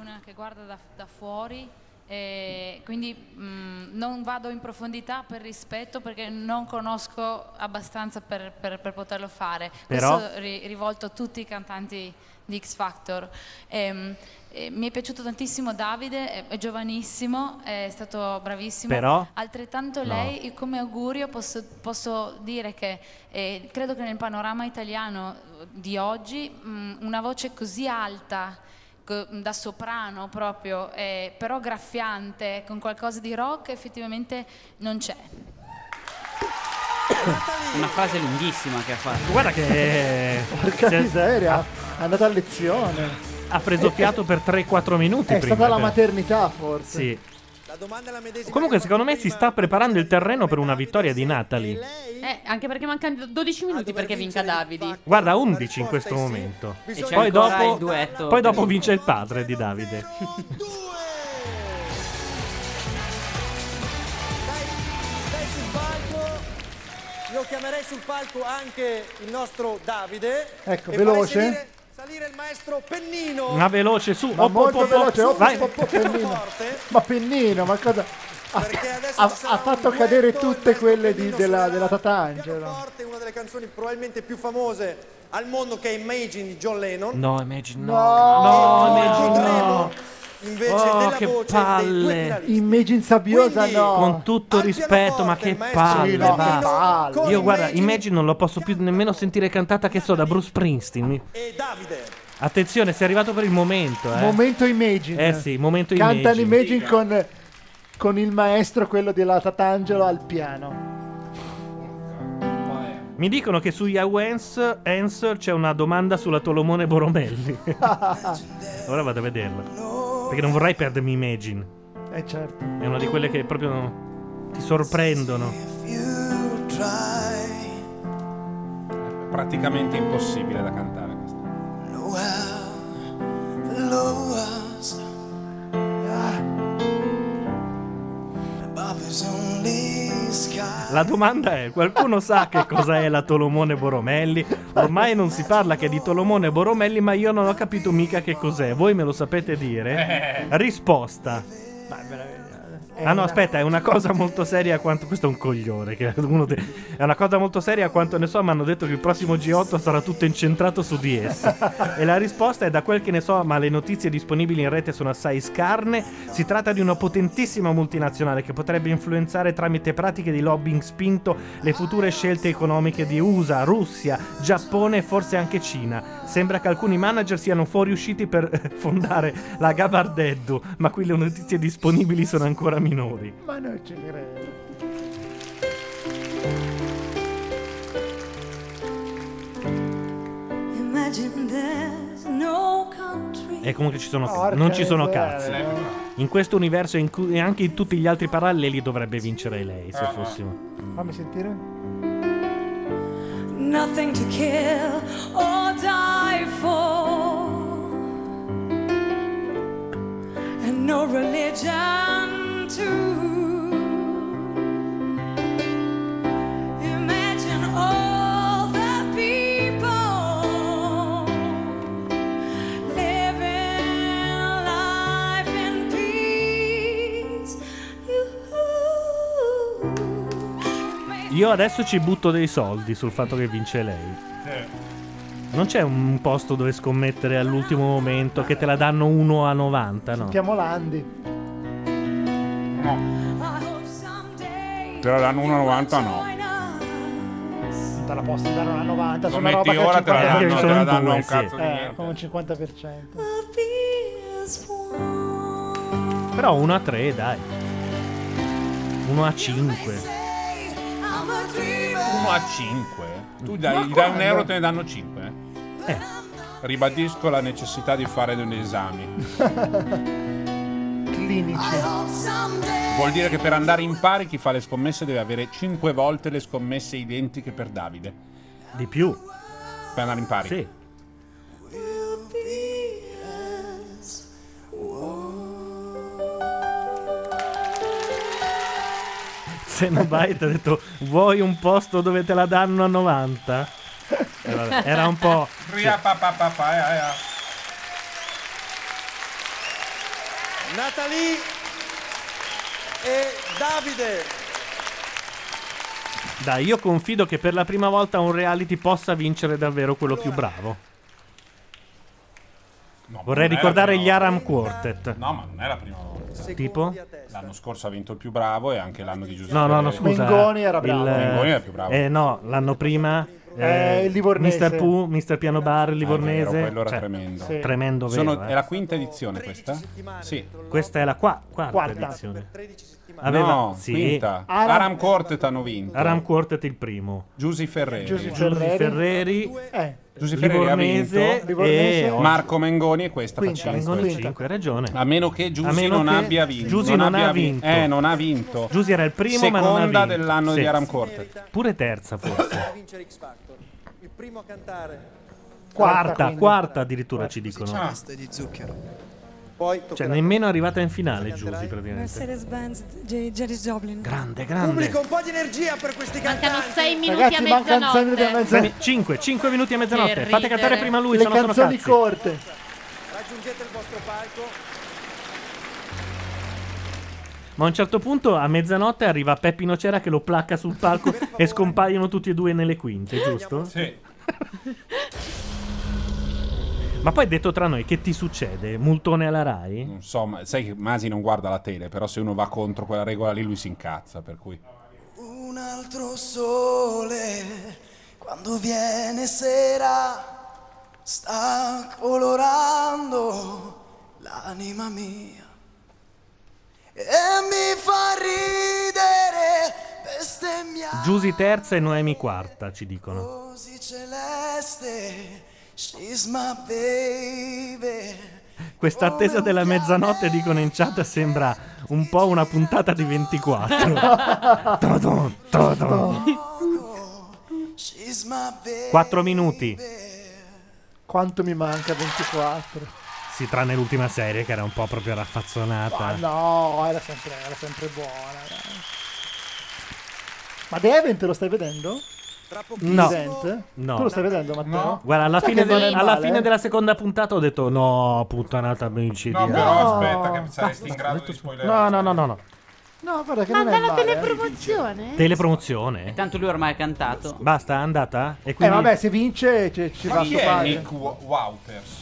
S11: Una che guarda da, da fuori E quindi mh, non vado in profondità per rispetto perché non conosco abbastanza per, per- per poterlo fare.
S2: Però-
S11: Questo ri- rivolto a tutti i cantanti di X Factor. Ehm, eh, mi è piaciuto tantissimo Davide, è, è giovanissimo, è stato bravissimo.
S2: Però?
S11: Altrettanto
S2: No.
S11: lei, io come augurio, posso, posso dire che eh, credo che nel panorama italiano eh, di oggi mh, una voce così alta co- da soprano proprio, eh, però graffiante, con qualcosa di rock, effettivamente non c'è.
S44: Una frase lunghissima che ha fatto.
S2: Guarda che.
S4: Porca
S2: cioè,
S4: miseria, è andata a lezione. Eh,
S2: Ha preso fiato per 3-4 minuti
S4: È
S2: prima.
S4: stata la
S2: cioè.
S4: maternità, forse.
S2: Sì. Comunque, secondo me si sta preparando il terreno per una vittoria di Natalie.
S6: Eh, anche perché mancano 12 minuti perché vinca Davidi.
S2: Guarda, 11 in questo momento.
S6: Bisogna-
S44: c'è
S2: Poi
S44: ancora
S2: dopo,
S44: il duetto.
S2: poi dopo vince il padre di Davide.
S7: Dai sul palco, lo chiamerei sul palco anche il nostro Davide.
S4: Ecco,
S7: E vorrei
S4: veloce.
S7: salire- Salire il maestro Pennino.
S2: Ma veloce su.
S4: Ma
S2: op, op,
S4: molto
S2: op,
S4: veloce, op,
S2: vai.
S4: op, op, Pennino. Ma Pennino, ma cosa... Ha, ha- ha fatto cadere tutte quelle di- della, della Tatangelo.
S7: Forte, una delle canzoni probabilmente più famose al mondo che è Imagine di John Lennon.
S2: No, Imagine no.
S4: No,
S2: No,
S4: no.
S2: Imagine no.
S4: Potremmo,
S7: Invece
S2: Oh,
S7: della
S2: che
S7: voce dei due
S2: palle.
S7: finalisti.
S4: Immagine sabbiosa no.
S2: Con tutto rispetto, ma che palle.
S4: Sì, no,
S2: va.
S4: che palle.
S2: Io guarda, Imagine non lo posso più nemmeno sentire cantata che so da Bruce Springsteen. Mi-
S7: E Davide.
S2: Attenzione, sei arrivato per il momento, eh.
S4: Momento Imagine.
S2: Eh sì, momento Imagine.
S4: Cantano Imagine con, con il maestro, quello della Tatangelo, al piano.
S2: Mi dicono che su Yahoo Ans- Answer c'è una domanda sulla Tolomone Boromelli. Ora vado a vederla. Perché non vorrei perdermi Imagine.
S4: Eh certo.
S2: È una di quelle che proprio ti sorprendono.
S3: Praticamente impossibile da cantare. questa.
S5: lowest Ah. above his only sky.
S2: La domanda è: qualcuno sa che cosa è la Tolomone Boromelli? Ormai non si parla che di Tolomone Boromelli, ma io non ho capito mica che cos'è. Voi me lo sapete dire? Risposta.
S5: Eh,
S2: Ah no, aspetta, è una cosa molto seria quanto. Questo è un coglione. Che è, uno de- è una cosa molto seria quanto ne so, ma hanno detto che il prossimo G8 sarà tutto incentrato su di essa. e la risposta è da quel che ne so, ma le notizie disponibili in rete sono assai scarne. Si tratta di una potentissima multinazionale che potrebbe influenzare tramite pratiche di lobbying spinto le future scelte economiche di USA, Russia, Giappone e forse anche Cina. Sembra che alcuni manager siano fuoriusciti per eh, fondare la Gabardeddu, ma qui le notizie disponibili sono ancora minori.
S4: Ma non ci credo.
S22: Imagine there's no country.
S2: E comunque ci sono
S22: Porca
S2: non ci sono
S22: miseria.
S2: cazzi. In questo universo e in cui- e anche in tutti gli altri paralleli dovrebbe vincere lei se
S4: Ah.
S2: fossimo.
S4: Fammi sentire.
S22: Nothing to kill or die for. And no religion to imagine all the people living life in peace.
S2: Io adesso ci butto dei soldi sul fatto che vince lei. Non c'è un posto dove scommettere all'ultimo momento che te la danno 1 a 90, no?
S4: Sentiamo Landi.
S3: Però l'anno 1,90 no.
S4: Te la posso dare una 90,
S3: Lo
S4: sono una roba
S3: metti
S4: che
S3: ora, te la
S4: cinquanta- Eh,
S3: danno- te la
S4: sono in
S3: danno
S4: due,
S3: un cazzo di
S4: eh,
S3: niente.
S4: Con un 50%.
S2: Però 1 a 3, dai. 1 a 5.
S3: 1 a 5. Tu
S2: Ma
S3: dai, gli dai un
S2: quando?
S3: euro, te ne danno 5.
S2: Eh.
S3: Ribadisco la necessità di fare degli esami. Vuol dire che per andare in pari chi fa le scommesse deve avere 5 volte le scommesse identiche per Davide.
S2: Di più.
S3: Per andare in pari.
S2: Sì. Xenobite ha detto vuoi un posto dove te la danno a 90? E vabbè, era un po'...
S3: Ria, pa, pa, pa, pa, eh, eh.
S7: Natalie e Davide.
S2: Dai, io confido che per la prima volta un reality possa vincere davvero quello più bravo. Vorrei
S3: non è la
S2: ricordare
S3: prima
S2: gli Aram
S3: volta.
S2: Quartet.
S3: No, ma non è la prima volta.
S2: Tipo?
S3: L'anno scorso ha vinto il più bravo e anche l'anno di Giuseppe. Eh,
S2: No, no, no, scusa. il-
S3: Mengoni era il più bravo.
S2: Eh no, l'anno prima.
S3: Eh, il livornese.
S2: Mr. Pooh, Mr. Piano Bar, il
S3: Ah, è vero,
S2: Livornese.
S3: quello era
S2: Cioè,
S3: tremendo.
S2: Tremendo, vero.
S3: Sono-
S2: eh.
S3: È la quinta edizione questa? Sì.
S2: Questa è la qua- quarta,
S3: Quarta. Ah,
S2: edizione.
S3: no,
S2: sì.
S3: quinta. Aram, Quartet hanno vinto.
S2: Aram Quartet il primo.
S3: Giusi Ferreri.
S2: Giusi Ferreri. Ferreri.
S4: Eh.
S3: Giuseppe Ferreri ha
S2: Livornese
S3: vinto.
S2: Livornese. e oggi-
S3: Marco Mengoni e questa
S2: Quinta,
S3: fa
S2: Mengoni
S3: cinque.
S2: cinque, hai ragione.
S3: A meno che Giusi
S2: A meno
S3: non
S2: che
S3: abbia vinto.
S2: Giusi non ha
S3: abbia
S2: vinto.
S3: Eh, non ha vinto.
S2: Giusi era il primo,
S3: Seconda
S2: ma non ha vinto.
S3: dell'anno
S2: Sì.
S3: di Aram Quartet.
S2: Pure terza forse.
S7: Vincere X Factor. Il primo a cantare.
S2: quarta,
S7: quindi.
S2: quarta addirittura ci dicono.
S7: Ah.
S5: di zucchero.
S7: Poi
S2: Cioè,
S7: toccherà-
S2: nemmeno è arrivata in finale Giusi praticamente.
S22: Mercedes-Benz di Janis Joplin.
S2: Grande,
S7: Pubblico
S2: grande.
S7: un po' di energia per questi cantanti.
S6: Mancano 6 minuti
S4: Ragazzi,
S6: a
S4: mancano
S6: mezzanotte.
S4: sei minuti a mezzanotte.
S2: 5, 5 minuti a mezzanotte.
S4: Che
S2: Fate cantare
S4: ridere.
S2: prima lui,
S4: Le
S2: se no sono
S4: canzoni
S2: cazzi.
S4: corte.
S7: Raggiungete il vostro palco.
S2: Ma a un certo punto, a mezzanotte, arriva Peppino Cera che lo placca sul palco e scompaiono tutti e due nelle quinte, giusto?
S3: Sì.
S2: Ma poi detto tra noi, che ti succede? Multone alla Rai?
S3: Non so, ma sai che Masi non guarda la tele, però se uno va contro quella regola lì lui si incazza, per cui...
S5: Un altro sole, quando viene sera, sta colorando l'anima mia. E mi fa ridere, bestemmiare
S2: Giusi terza e Noemi quarta, ci dicono.
S5: così celeste, scisma baby.
S2: Questa attesa della mezzanotte, dicono in chat, sembra un po' una puntata di 24. Todon, todon.
S5: Scisma baby.
S2: 4 minuti.
S4: Quanto mi manca 24.
S2: Sì, tranne l'ultima serie che era un po' proprio raffazzonata.
S4: Ah, no, era sempre, era sempre buona. dai. Ma The Event lo stai vedendo?
S2: No.
S4: The Event?
S2: No.
S4: Tu lo stai vedendo, Matteo?
S2: Guarda, alla,
S4: Sai
S2: fine,
S4: Cioè che non è
S2: alla
S4: male? eh?
S2: fine della seconda puntata ho detto no, puttanata amici.
S3: No,
S2: di-
S3: però aspetta che saresti in grado di
S2: No,
S3: spoilerare.
S2: no, no, no, no.
S4: No, guarda che
S6: Ma
S4: non è
S6: andava
S4: male. eh.
S6: telepromozione?
S2: Eh, Telepromozione.
S44: Tanto lui ormai è cantato.
S2: Basta, è andata? E
S4: Eh
S2: quindi...
S4: vabbè, se vince ci, ci va
S3: Ma
S4: a
S3: chi è
S4: fare.
S3: Nick Wa- Wouters?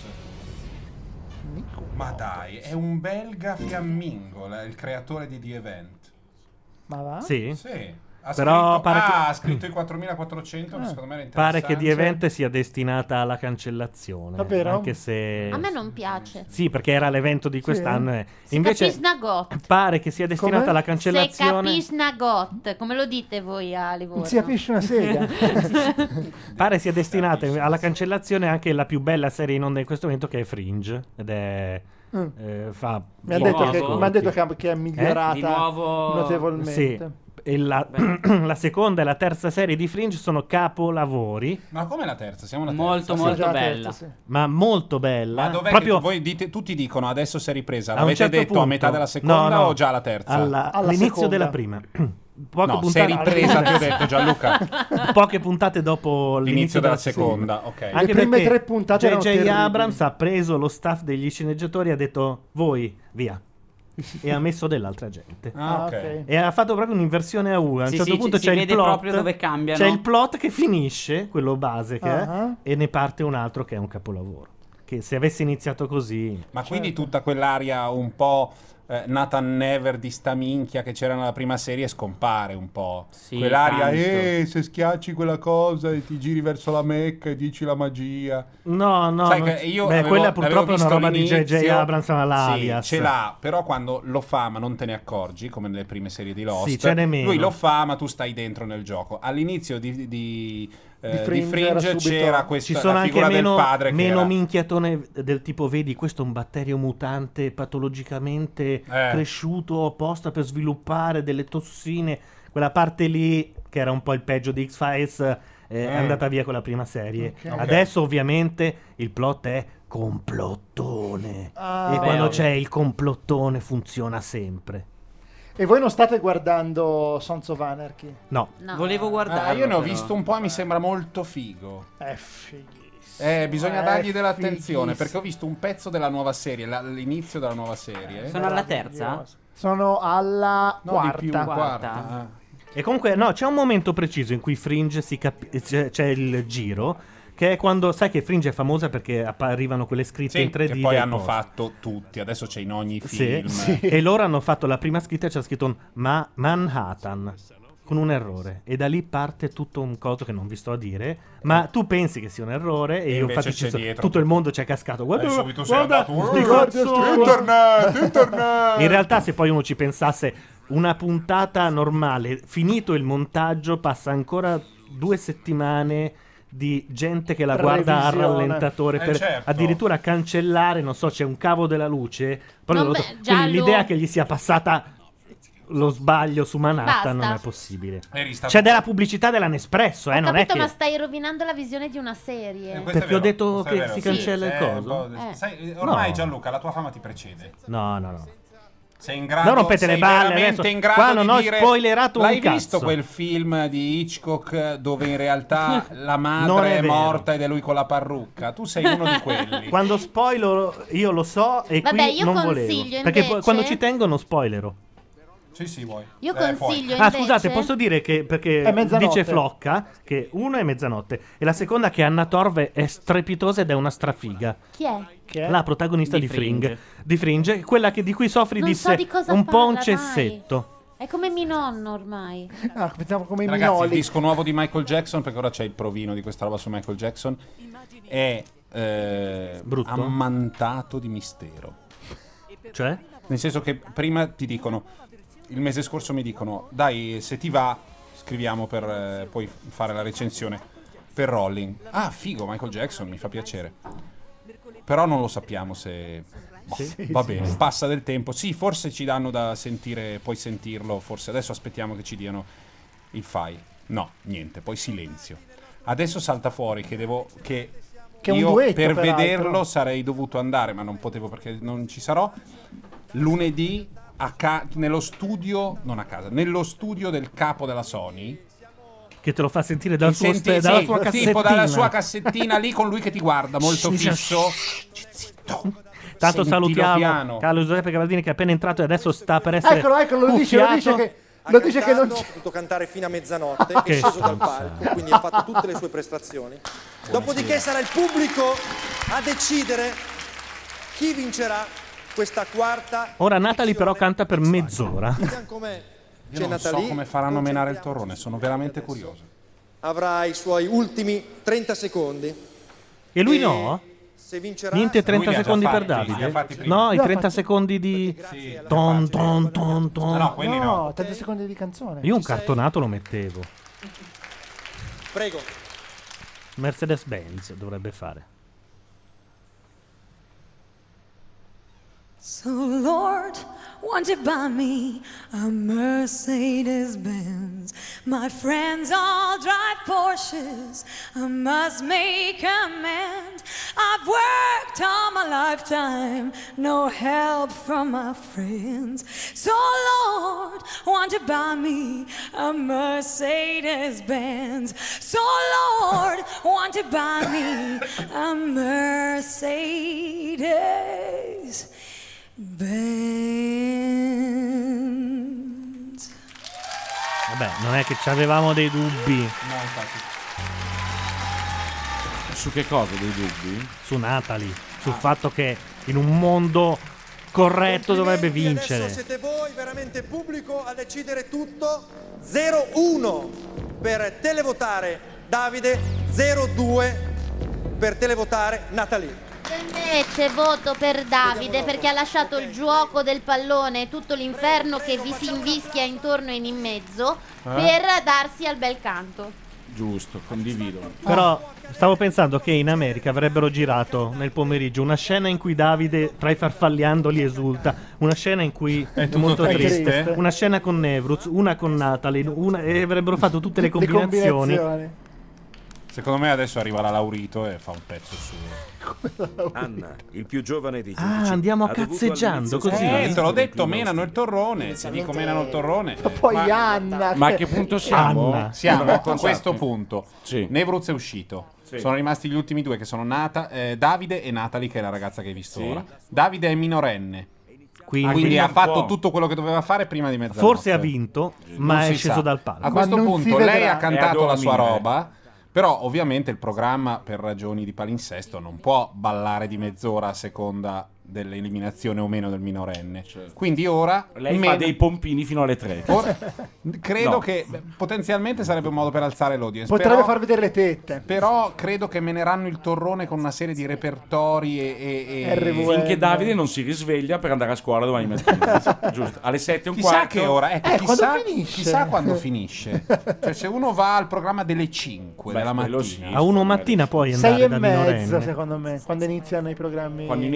S3: Ma dai, è un belga fiammingo, la- il creatore di The Event.
S4: Ma va?
S2: Sì?
S3: Sì. Ha
S2: Però
S3: scritto,
S2: pare che- Eh.
S3: ah, ha scritto i 4400, ma secondo me era
S2: Pare
S3: interessante.
S2: che di event sia destinata alla cancellazione.
S4: Davvero?
S2: Anche se...
S6: A me non piace.
S2: Sì, perché era l'evento di quest'anno. e
S6: Se
S2: Invece
S6: capis na got.
S2: pare che sia destinata alla
S6: Se
S2: cancellazione.
S6: capis na got, come lo dite voi a Livorno?
S4: Si capisce una sega.
S2: Pare sia destinata alla cancellazione anche la più bella serie in onda in questo momento che è Fringe. Ed è.
S4: Mm.
S2: eh, fa
S4: Mi ha detto, che,
S2: pochi
S4: mi ha detto
S2: voti.
S4: che, che è migliorata notevolmente.
S2: Eh? Sì. E la, la seconda e la terza serie di Fringe sono capolavori,
S3: Ma come la terza? Siamo la
S44: Molto,
S3: terza.
S44: molto Sì, già la terza, bella. sì.
S2: ma molto bella.
S3: Ma dov'è
S2: Eh, Proprio
S3: che voi dite, tutti dicono adesso si è ripresa?
S2: a un
S3: L'avete
S2: certo
S3: detto a
S2: punto-
S3: metà della seconda
S2: No, no,
S3: o già alla terza?
S2: alla- all'inizio della prima. Poche
S3: No,
S2: puntate-
S3: sei ripresa, ti ho detto, Gianluca.
S2: Poche puntate dopo l'inizio
S3: L'inizio della
S2: seconda.
S3: seconda, ok.
S2: Anche
S4: Le prime
S2: perché
S4: tre puntate erano
S2: J.J.
S4: terribili.
S2: Abrams ha preso lo staff degli sceneggiatori e ha detto voi, via. e ha messo dell'altra gente.
S3: Ah, ok.
S2: E ha fatto proprio un'inversione a U. A un
S44: Sì,
S2: certo
S44: sì,
S2: punto
S44: ci- si
S2: c'è il
S44: vede
S2: plot.
S44: proprio dove cambiano.
S2: C'è il plot che finisce, quello base che
S3: Ah.
S2: è, e ne parte un altro che è un capolavoro. Che se avesse iniziato così.
S3: Ma quindi
S4: Certo.
S3: tutta quell'aria un po' eh, Nathan Never di sta minchia che c'era nella prima serie scompare un po'. quell'aria,
S2: tanto.
S3: eh, se schiacci quella cosa e ti giri verso la Mecca e dici la magia.
S2: No, no.
S3: Sai
S2: non-
S3: che io
S2: Beh,
S3: avevo-
S2: quella
S3: avevo
S2: purtroppo è una
S3: visto
S2: roba di
S3: l'inizio.
S2: J.J. Abrams, ma l'alias.
S3: Sì, ce l'ha, però quando lo fa ma non te ne accorgi, come nelle prime serie di Lost,
S2: Sì, ce n'è meno.
S3: lui lo fa ma tu stai dentro nel gioco. All'inizio di, di, eh,
S4: Di
S3: di
S4: Fringe
S3: Fringe,
S4: era subito-
S3: c'era questa
S2: Ci sono
S3: la
S2: anche
S3: figura
S2: meno,
S3: del padre che
S2: meno
S3: era-
S2: minchiatone del tipo, vedi, questo è un batterio mutante
S3: Eh.
S2: patologicamente cresciuto apposta per sviluppare delle tossine. Quella parte lì, che era un po' il peggio di X-Files, eh, è
S3: Mm.
S2: andata via con la prima serie.
S3: Ok. Ok.
S2: Adesso, ovviamente, il plot è complottone.
S4: Ah.
S2: e
S4: Beh,
S2: quando
S4: ovvio.
S2: c'è il complottone funziona sempre.
S4: E voi non state guardando Sons of Anarchy?
S2: No.
S44: Volevo guardarlo,
S3: Ah, io ne ho
S44: però.
S3: visto un po' e mi sembra molto figo.
S4: È fighissimo.
S3: Eh, bisogna
S4: È
S3: dargli dell'attenzione
S4: fighissimo. Eh,
S3: perché ho visto un pezzo della nuova serie, la- l'inizio della nuova serie.
S44: Sono alla terza?
S4: Sono alla
S2: No,
S4: quarta.
S2: di più, quarta.
S3: Ah.
S2: E comunque, no, c'è un momento preciso in cui Fringe si capi- c'è, c'è il giro. Che è quando sai che Fringe è famosa perché appa- arrivano quelle scritte
S3: Sì,
S2: in 3D.
S3: che poi
S2: del
S3: hanno
S2: posto.
S3: fatto tutti, adesso c'è in ogni
S2: Sì.
S3: film.
S2: E loro hanno fatto la prima scritta e c'è scritto un Ma- Manhattan con un errore. E da lì parte tutto un coso che non vi sto a dire. Ma tu pensi che sia un errore. E,
S3: Eh. E
S2: io
S3: invece
S2: infatti
S3: c'è
S2: ci sono-
S3: dietro.
S2: tutto il mondo ci è cascato. Guarda,
S3: Eh, subito sei
S2: guarda,
S3: andato,
S2: sti
S3: "Oh,
S2: cazzo!"
S3: internet, internet!
S2: In realtà, se poi uno ci pensasse, una puntata normale, finito il montaggio, passa ancora due settimane di gente che la guarda al
S3: Revisione.
S2: rallentatore
S3: Eh,
S2: per
S3: certo.
S2: addirittura cancellare, non so, c'è un cavo della luce. Poi
S6: No,
S2: l'ho-
S6: beh,
S2: quindi
S6: giallo.
S2: l'idea che gli sia passata lo sbaglio su Manhattan
S6: Basta.
S2: non è possibile.
S3: Eri stato-
S2: C'è della pubblicità della Nespresso, eh, non
S6: Capito,
S2: è
S6: ma
S2: che
S6: stai rovinando la visione di una serie.
S3: Questo è
S2: perché ho
S3: vero,
S2: detto
S3: questo è
S2: che
S3: vero,
S2: si
S3: sì.
S2: cancella il
S3: Eh, un
S2: coso.
S3: po'-
S6: Eh.
S3: sai, ormai
S2: No.
S3: Gianluca, la tua fama ti precede.
S2: No, no, no.
S3: Sei in grado,
S2: Non rompete
S3: sei
S2: le balle
S3: veramente
S2: adesso.
S3: in grado
S2: Qua non
S3: di
S2: ho
S3: dire,
S2: spoilerato un
S3: L'hai
S2: cazzo."
S3: visto quel film di Hitchcock dove in realtà la
S2: Non
S3: madre
S2: è
S3: è,
S2: vero.
S3: morta ed è lui con la parrucca? Tu sei uno di quelli.
S2: Quando spoilero io lo so e
S6: Vabbè,
S2: qui
S6: io
S2: non
S6: consiglio
S2: volevo.
S6: invece-
S2: Perché poi- quando ci tengo non spoilero.
S3: Sì, sì, vuoi.
S6: Io
S3: Eh, puoi.
S6: consiglio
S2: Ah,
S6: invece-
S2: scusate, posso dire che perché
S4: È mezzanotte.
S2: dice Flocca che uno è mezzanotte e la seconda che Anna Torve è strepitosa ed è una strafiga.
S6: Chi è?
S2: La protagonista di,
S44: Di
S2: Fringe.
S44: Fringe.
S2: Di Fringe, quella che- di cui soffri
S6: Non so
S2: disse
S6: di cosa
S2: un po' un
S6: parla,
S2: cessetto.
S6: È come mio nonno ormai.
S4: Ah, pensiamo come i
S3: Ragazzi, il
S4: minoli.
S3: disco nuovo di Michael Jackson, perché ora c'è il provino di questa roba su Michael Jackson, è eh, ammantato di mistero.
S2: Cioè?
S3: Nel senso che prima ti dicono, il mese scorso mi dicono, dai, se ti va, scriviamo per eh, poi fare la recensione. Per Rolling. Ah, figo, Michael Jackson, mi fa piacere. Però non lo sappiamo se... boh, va bene, passa del tempo. Sì, forse ci danno da sentire, puoi sentirlo, forse adesso aspettiamo che ci diano il file. No, niente, poi silenzio. Adesso salta fuori che devo... Che,
S4: Che è un
S3: io
S4: duetto,
S3: per
S4: peraltro.
S3: vederlo sarei dovuto andare, ma non potevo perché non ci sarò. Lunedì a ca- nello studio, non a casa, nello studio del capo della Sony,
S2: Che te lo fa sentire dal
S3: ti
S2: suo
S3: senti-
S2: spe- dalla
S3: sì,
S2: sua cassettina.
S3: tipo dalla sua cassettina lì con lui che ti guarda molto
S2: Sì, sì.
S3: fisso. Zitto.
S2: Tanto
S3: Sentilo
S2: salutiamo
S3: piano.
S2: Carlo Giuseppe Cavaldini che è appena entrato e adesso sta per essere
S4: Eccolo,
S7: ecco.
S4: eccolo, lo dice, lo
S2: cuffiato.
S4: dice che...
S7: Ha
S4: Lo dice che non
S7: cantato,
S4: c'è. Ah,
S7: ha potuto cantare fino a mezzanotte,
S2: Che
S7: è sceso dal
S2: stronzo.
S7: palco, quindi ha fatto tutte le sue prestazioni. Dopodiché sarà il pubblico a decidere chi vincerà questa quarta.
S2: Ora Natalie però canta per mezz'ora.
S7: Vediamo com'è.
S3: Io non so
S7: Nathalie.
S3: come faranno a menare il torrone, sono veramente curioso.
S7: Avrà i suoi ultimi 30 secondi.
S2: E lui no?
S7: Se vincerà...
S2: Niente 30
S3: Lui li ha già
S2: secondi per
S3: fatti, li ha fatti
S2: Davide?
S3: prima.
S2: No, i
S3: Li ha
S2: 30
S3: fatti-
S2: secondi di... Ton, ton, ton, ton.
S3: Ah, no, quelli no.
S4: No, 30 secondi di canzone.
S2: Io un cartonato lo mettevo.
S7: Prego.
S2: Mercedes-Benz dovrebbe fare.
S22: So, Lord, won't you buy me a Mercedes Benz? My friends all drive Porsches. I must make amends. I've worked all my lifetime, no help from my friends. So, Lord, won't you buy me a Mercedes Benz? So, Lord, won't you buy me a Mercedes? Benz.
S2: Vabbè, non è che ci avevamo dei dubbi
S13: Su che cosa dei dubbi?
S2: su Natalie, sul fatto che in un mondo corretto Certo, dovrebbe
S7: Adesso
S2: vincere.
S7: siete voi veramente pubblico a decidere tutto. 0-1 per televotare Davide, 0-2 per televotare Natalie.
S46: Invece voto per Davide perché ha lasciato il gioco del pallone e tutto l'inferno che vi si invischia intorno e in
S3: Eh?
S46: mezzo per darsi al bel canto.
S13: Giusto, condivido.
S2: Però stavo pensando che in America avrebbero girato nel pomeriggio una scena in cui Davide tra i farfalliandoli esulta, una scena in cui
S3: Eh,
S2: è
S13: tutto
S2: molto triste,
S13: triste.
S2: una scena con Nevruz, una con Natalie, una- e avrebbero fatto tutte le combinazioni.
S3: Secondo me adesso arriva la Laurito e fa un pezzo suo.
S27: Anna, il più giovane dei
S2: Ah,
S27: giudici,
S2: andiamo
S27: ha dovuto
S2: cazzeggiando
S27: all'inizio
S2: così?
S27: sconfiggere
S3: Eh, te l'ho
S27: un
S3: detto,
S27: clima
S3: menano il torrone. Se dico menano il torrone.
S4: Poi
S3: Ma-
S4: Anna.
S3: Ma a che punto siamo?
S13: Anna.
S3: Siamo
S13: Allora,
S3: a
S13: raccontate.
S3: questo punto. Nevruz è uscito.
S13: Sì.
S3: Sono rimasti gli ultimi due che sono Nata, eh, Davide e Natalie, che è la ragazza che hai visto ora. Davide è minorenne.
S2: Quindi-
S3: Quindi, ha
S2: non
S3: fatto
S2: può.
S3: tutto quello che doveva fare prima di mezzanotte.
S2: Forse ha vinto, ma
S3: Non
S2: è
S3: si
S2: sceso
S3: sa.
S2: dal palco.
S3: A questo punto lei ha
S1: Eh,
S3: cantato la sua roba, però ovviamente il programma per ragioni di palinsesto non può ballare di mezz'ora a seconda dell'eliminazione o meno del minorenne. Quindi ora
S1: Certo. Lei fa
S3: men-
S1: dei pompini fino alle tre.
S3: Ora- credo
S1: No.
S3: che beh, potenzialmente sarebbe un modo per alzare l'audience.
S4: Potrebbe
S3: però-
S4: far vedere le tette.
S3: Però credo che meneranno il torrone con una serie di repertori e... e- e-
S1: Finché Davide non si risveglia per andare a scuola domani mattina. Giusto, alle 7 e un
S3: Chissà
S1: quarto.
S3: che ora, ecco, chissà,
S1: Eh, quando
S3: quando
S1: finisce.
S3: finisce. chissà quando finisce. Cioè, se uno va al programma delle 5
S1: Beh,
S3: della
S1: quello
S3: mattina,
S1: sì.
S2: A uno mattina puoi andare
S4: Sei e
S2: da
S4: mezza,
S2: minorenne.
S4: secondo me, quando iniziano i programmi.
S2: Sai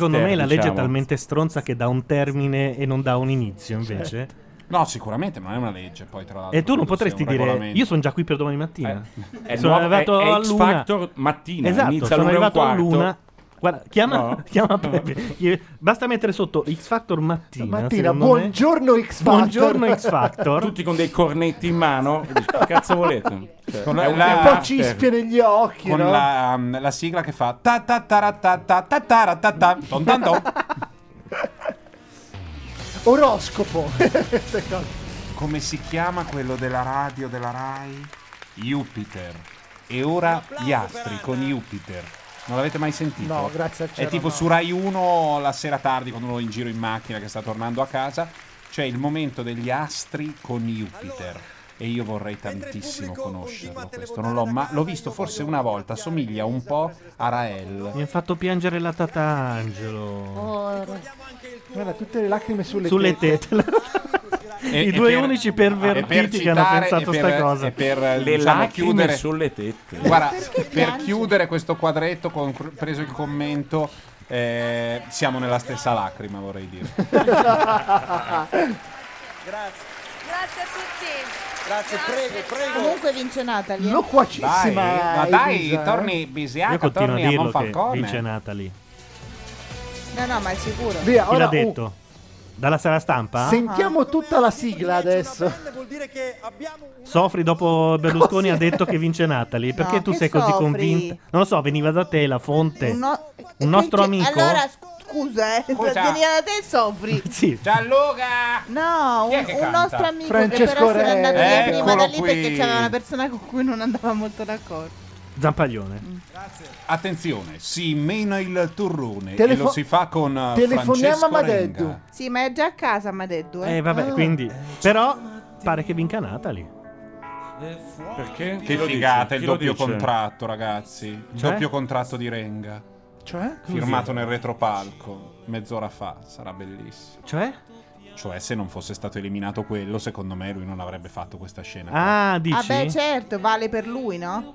S2: che secondo me la
S3: diciamo.
S2: legge è talmente stronza che dà un termine e non dà un inizio invece?
S3: Certo. No, sicuramente, ma non è una legge. Poi, tra l'altro,
S2: E tu non
S3: credo sia
S2: potresti
S3: un
S2: dire
S3: regolamento. Eh,
S2: io sono già qui per domani mattina.
S3: è
S2: sono
S3: nuovo-
S2: arrivato
S3: è- è X
S2: all'una.
S3: Factor mattina,
S2: Esatto,
S3: inizia
S2: sono
S3: all'una e un
S2: arrivato
S3: quarto.
S2: all'una. Guarda, chiama,
S3: No.
S2: chiama Peppe. Gli- Basta mettere sotto X Factor mattina.
S4: Mattina,
S2: secondo me.
S4: buongiorno X Factor.
S2: Buongiorno X Factor.
S1: Tutti con dei cornetti in mano. Dici, Che cazzo volete? Cioè,
S3: Con
S1: è
S3: la,
S1: un
S3: la-
S1: after.
S4: cispie negli occhi,
S3: con
S4: no?
S3: la, um, la sigla che fa ta ta ta ta ta ta ta ta ta ton ton ton.
S4: Oroscopo. Queste cose.
S3: Come si chiama quello della radio della Rai? Jupiter. E ora gli astri con Jupiter. Non l'avete mai sentito?
S4: No, grazie al cielo,
S3: È tipo
S4: no.
S3: su Rai 1 la sera tardi quando uno è in giro in macchina che sta tornando a casa, c'è il momento degli astri con Jupiter. E io vorrei tantissimo conoscerlo questo, non l'ho ma- l'ho visto forse una volta, somiglia un po' a Rael.
S2: Mi ha fatto piangere la Tatangelo.
S4: Guarda, tutte le lacrime sulle,
S2: Sulle tette. I due unici pervertiti che hanno pensato
S3: e per-
S2: sta cosa.
S3: e per eh,
S1: Le
S3: diciamo,
S1: lacrime
S3: chiudere
S1: sulle tette.
S3: Guarda, per chiudere questo quadretto, con, preso il commento, eh, siamo nella stessa lacrima, vorrei dire.
S12: Grazie a tutti.
S7: Grazie, prego, prego.
S16: Comunque vince Natalie.
S3: Dai, ma dai,
S16: Elisa, eh.
S3: torni
S2: Io
S3: Bisiaca,
S2: continuo
S3: torni
S2: a
S3: a
S2: dirlo che vince
S3: Monfalcone.
S2: Natalie.
S16: No, no, ma è sicuro.
S2: Chi
S4: uh.
S2: l'ha detto? Dalla sala stampa?
S4: Sentiamo tutta la sigla adesso.
S2: Soffri dopo Berlusconi ha detto che vince Natalie. Perché
S16: No,
S2: tu
S16: che
S2: sei così
S16: Sofri?
S2: convinta? Non lo so, veniva da te la fonte.
S16: Un, no-
S2: Un nostro
S16: Perché-
S2: amico.
S16: Allora, sc- scusa, eh,
S2: Scusa.
S16: veniva da te soffri.
S2: Sì.
S3: Gianluca!
S16: No,
S3: Chi è
S16: un,
S3: che
S16: un
S3: canta?
S16: nostro amico che
S3: Francesco
S16: però se n'è
S3: Re.
S16: andato via prima da
S3: Eh, Eccolo
S16: lì
S3: qui.
S16: perché c'era una persona con cui non andava molto d'accordo.
S2: Zampaglione.
S3: Attenzione, si mena il turrone e
S16: Telefo-
S3: lo si fa con eh,
S16: Telefoniamo
S3: Francesco
S16: a Madeddu.
S3: Renga.
S16: Sì, ma è già a casa Madeddu, eh.
S2: Eh, vabbè,
S16: Ah.
S2: quindi. Però pare che vinca Natalie.
S1: Perché? Chi
S3: Che
S1: lo dice?
S3: figata, il
S1: Chi lo
S3: doppio
S1: dice?
S3: contratto, ragazzi. Il
S1: Cioè?
S3: doppio contratto di Renga.
S4: Cioè?
S3: Firmato nel retropalco mezz'ora fa, sarà bellissimo.
S2: Cioè?
S3: Cioè, se non fosse stato eliminato quello, secondo me lui non avrebbe fatto questa scena.
S2: Ah, dici?
S16: Ah, beh, certo, vale per lui, no?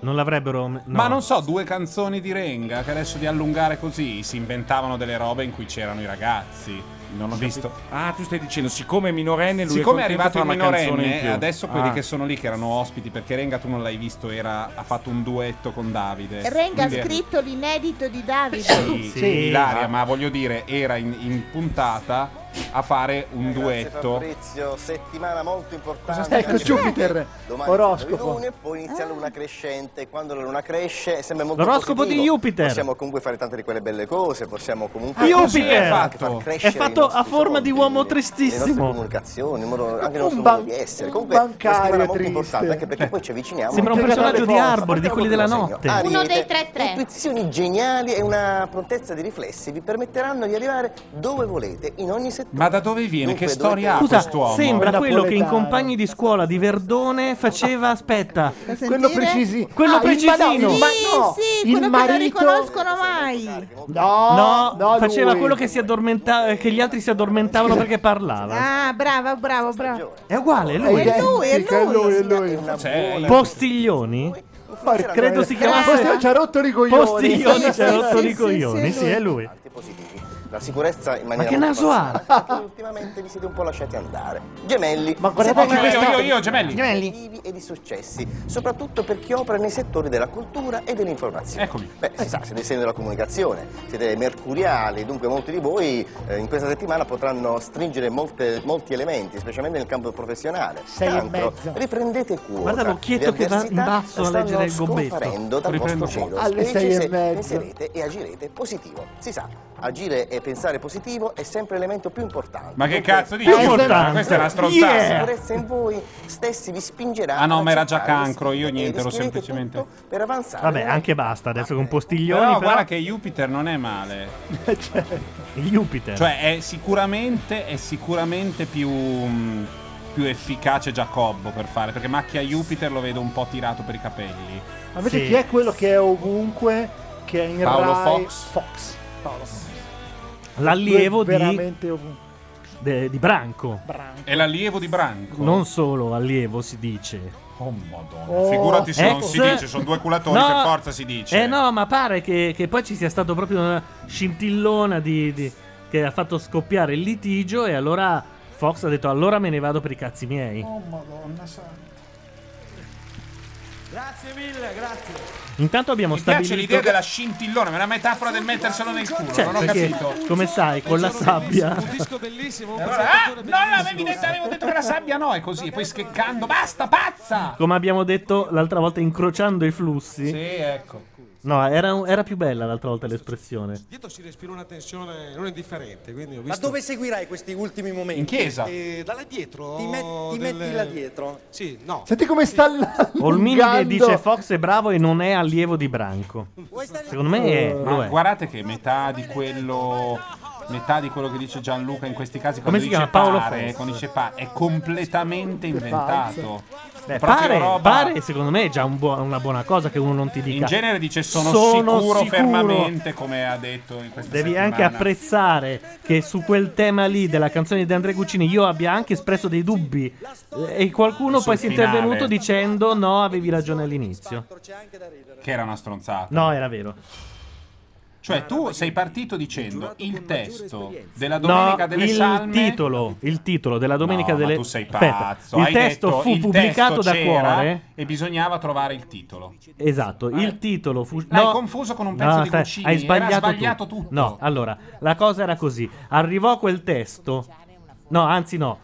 S2: Non l'avrebbero. no.
S3: Ma non so, due canzoni di Renga che adesso di allungare così si inventavano delle robe in cui c'erano i ragazzi. Non ho visto.
S1: Ah, tu stai dicendo, siccome è minorenne, lui
S3: Siccome è
S1: è,
S3: arrivato
S1: contento, fa
S3: il
S1: una canzone in
S3: minorenne,
S1: più.
S3: adesso quelli
S1: Ah.
S3: che sono lì che erano ospiti, perché Renga tu non l'hai visto, era- ha fatto un duetto con Davide.
S16: Renga ha
S3: Quindi-
S16: scritto l'inedito di Davide.
S3: Eh, Sì, Ilaria, ma voglio dire, era in, in puntata a fare un duetto.
S38: Fabrizio, settimana molto importante.
S4: stai Ecco, facendo? Jupiter,
S38: Domani
S4: oroscopo.
S38: la luna e poi
S46: Ah.
S38: inizia la luna crescente. Quando la luna cresce sembra molto
S2: L'oroscopo
S38: positivo.
S2: di Jupiter.
S38: Possiamo comunque fare tante di quelle belle cose, possiamo comunque
S2: Ah,
S38: anche
S2: Jupiter!
S38: far
S2: È
S38: crescere i
S2: fatto
S38: nostri
S2: a forma di uomo
S38: sogni, Le nostre
S2: tristissimo.
S38: comunicazioni, il modo- anche il
S4: Un
S38: nostro
S4: ban-
S38: modo di essere.
S4: un
S38: Comunque è una
S4: bancario
S38: settimana molto
S4: triste.
S38: importante anche perché poi ci avviciniamo.
S2: Sembra un
S38: anche alle
S2: personaggio di
S38: proposte.
S2: Arbori, di quelli della
S38: Partiamo con
S2: notte.
S38: un segno.
S46: Uno dei
S38: Ariete, Intuizioni geniali e una prontezza di riflessi vi permetteranno di arrivare dove volete, in ogni settore.
S3: Ma da dove viene? Che
S38: Dunque,
S3: storia ha
S2: Scusa,
S3: quest'uomo?
S2: sembra quello che in compagni di scuola di Verdone faceva. Aspetta,
S4: Quello precisi-
S2: Quello
S4: Ah, il ma- no,
S2: precisino.
S4: il ma- no,
S16: sì,
S4: il
S16: quello
S4: marito-
S16: che non riconoscono mai.
S4: No,
S2: No,
S4: no,
S2: faceva
S4: lui.
S2: quello che si addormentava, che gli altri si addormentavano perché parlava.
S16: Ah, bravo, bravo, bravo.
S2: È uguale, è lui.
S16: Eh. È lui, è lui.
S4: Lui, lui.
S3: Cioè,
S2: Postiglioni?
S4: Porca
S2: Credo si
S4: miseria.
S2: chiamasse-
S4: Postiglioni ci ha rotto i coglioni.
S2: Postiglioni ci ha rotto i coglioni, sì, è lui.
S38: La sicurezza in
S2: Ma
S38: maniera
S2: che
S38: molto
S2: naso ha?
S38: personale, perché Ultimamente vi siete un po' lasciati andare. Gemelli. Ma
S4: guardate anche questa-
S38: Gemelli. Obiettivi e di successi, soprattutto per chi opera nei settori della cultura e dell'informazione. Eccomi. Beh, si sa, siete segno della comunicazione, siete mercuriali, dunque molti di voi eh, in questa settimana potranno stringere molte- molti elementi, specialmente nel campo professionale.
S4: Sei e
S38: Cancro,
S4: mezzo.
S38: Riprendete cuore.
S2: Guarda l'occhietto che va in basso a leggere il gobbetto.
S38: Riprendo dal
S2: Riprendo
S38: vostro cielo,
S2: cuore. Alle
S38: specie
S2: sei e
S38: se
S2: mezzo.
S38: penserete e agirete positivo. Si sa, agire e pensare positivo è sempre l'elemento più importante.
S3: Ma che
S38: Dunque,
S3: cazzo dici? Più
S38: questa-
S3: importante. Questa è una stronzata.
S38: La sicurezza in voi stessi vi spingerà
S3: Ah no,
S38: ad
S3: ma era già
S38: accettare
S3: cancro, io
S38: sfide e
S3: niente, ero
S38: rischiare
S3: semplicemente...
S38: tutto per avanzare.
S2: Vabbè, anche basta adesso con Postiglioni.
S3: Però
S2: Però,
S3: guarda che Jupiter non è male.
S2: il Jupiter.
S3: Cioè è sicuramente, è sicuramente più, mh, più efficace Giacobbo per fare, perché macchia Jupiter lo vedo un po' tirato per i capelli.
S4: Ma invece chi è quello che è ovunque, che è in
S3: Paolo
S4: Rai?
S3: Fox?
S4: Fox. Paolo Fox.
S2: L'allievo
S4: Lui è
S2: di,
S4: Veramente ovunque.
S2: de- di Branco.
S4: Branco.
S3: È l'allievo di Branco.
S2: Non solo allievo si dice.
S3: Oh madonna,
S2: Oh.
S3: figurati se non
S2: Ex-
S3: si dice, sono due culatori,
S2: No.
S3: per forza si dice.
S2: Eh no, ma pare che, che poi ci sia stato proprio una scintillona di, di- che ha fatto scoppiare il litigio e allora Fox ha detto allora me ne vado per i cazzi miei.
S5: Oh madonna santa. Grazie mille, grazie.
S2: Intanto abbiamo
S3: Mi piace
S2: stabilito...
S3: l'idea della scintillona, è una metafora del metterselo nel culo,
S2: Cioè,
S3: non ho
S2: perché,
S3: capito.
S2: come sai, con la sabbia...
S5: Un disco bellissimo. un
S3: Allora, ah,
S5: presentatore
S3: no,
S5: bellissimo.
S3: no, avevi detto, avevo detto che la sabbia no, è così, e poi scheccando, basta, pazza!
S2: Come abbiamo detto l'altra volta, incrociando i flussi.
S3: Sì, ecco.
S2: No, era, era più bella l'altra volta l'espressione.
S5: Dietro si respira una tensione non indifferente, quindi ho
S7: Ma
S5: visto...
S7: dove seguirai questi ultimi momenti?
S5: In
S3: chiesa.
S5: Eh, da là dietro...
S7: Ti, met- ti
S5: delle-
S7: metti là dietro?
S5: Sì, no.
S4: Senti come sta là.
S2: Olmini che
S4: allungando.
S2: dice Fox è bravo e non è allievo di Branco. Secondo me è,
S3: Eh. Ma
S2: lo è.
S3: Oh, guardate che metà di quello metà di quello che dice Gianluca in questi casi
S2: Come
S3: quando
S2: si
S3: dice
S2: chiama? Paolo
S3: pare,
S2: Fonsi.
S3: quando dice pa- è completamente inventato.
S2: Beh,
S3: Proprio
S2: pare,
S3: roba-
S2: pare, secondo me, è già un buo- una buona cosa che uno non ti dica.
S3: In genere dice sono, sicuro, fermamente come ha detto in questa
S2: Devi
S3: settimana.
S2: anche apprezzare che su quel tema lì della canzone di Andrea Guccini io abbia anche espresso dei dubbi eh, e qualcuno
S3: Sul
S2: poi si è
S3: finale.
S2: intervenuto dicendo no, avevi ragione all'inizio.
S3: che era una stronzata.
S2: No, era vero.
S3: Cioè tu sei partito dicendo il testo della Domenica
S2: no,
S3: delle
S2: il
S3: Salme
S2: titolo, il titolo della Domenica
S3: No, ma
S2: delle
S3: tu sei
S2: Aspetta,
S3: pazzo.
S2: il
S3: Hai
S2: testo
S3: detto,
S2: fu
S3: il
S2: pubblicato
S3: testo
S2: da
S3: c'era
S2: cuore.
S3: e bisognava trovare il titolo.
S2: Esatto, il titolo fu
S3: Eh. L'hai
S2: no.
S3: confuso con un pezzo di
S2: aspetta,
S3: Guccini,
S2: Hai
S3: era
S2: sbagliato,
S3: sbagliato
S2: tu.
S3: tutto.
S2: No, allora, la cosa era così. Arrivò quel testo. No, anzi no.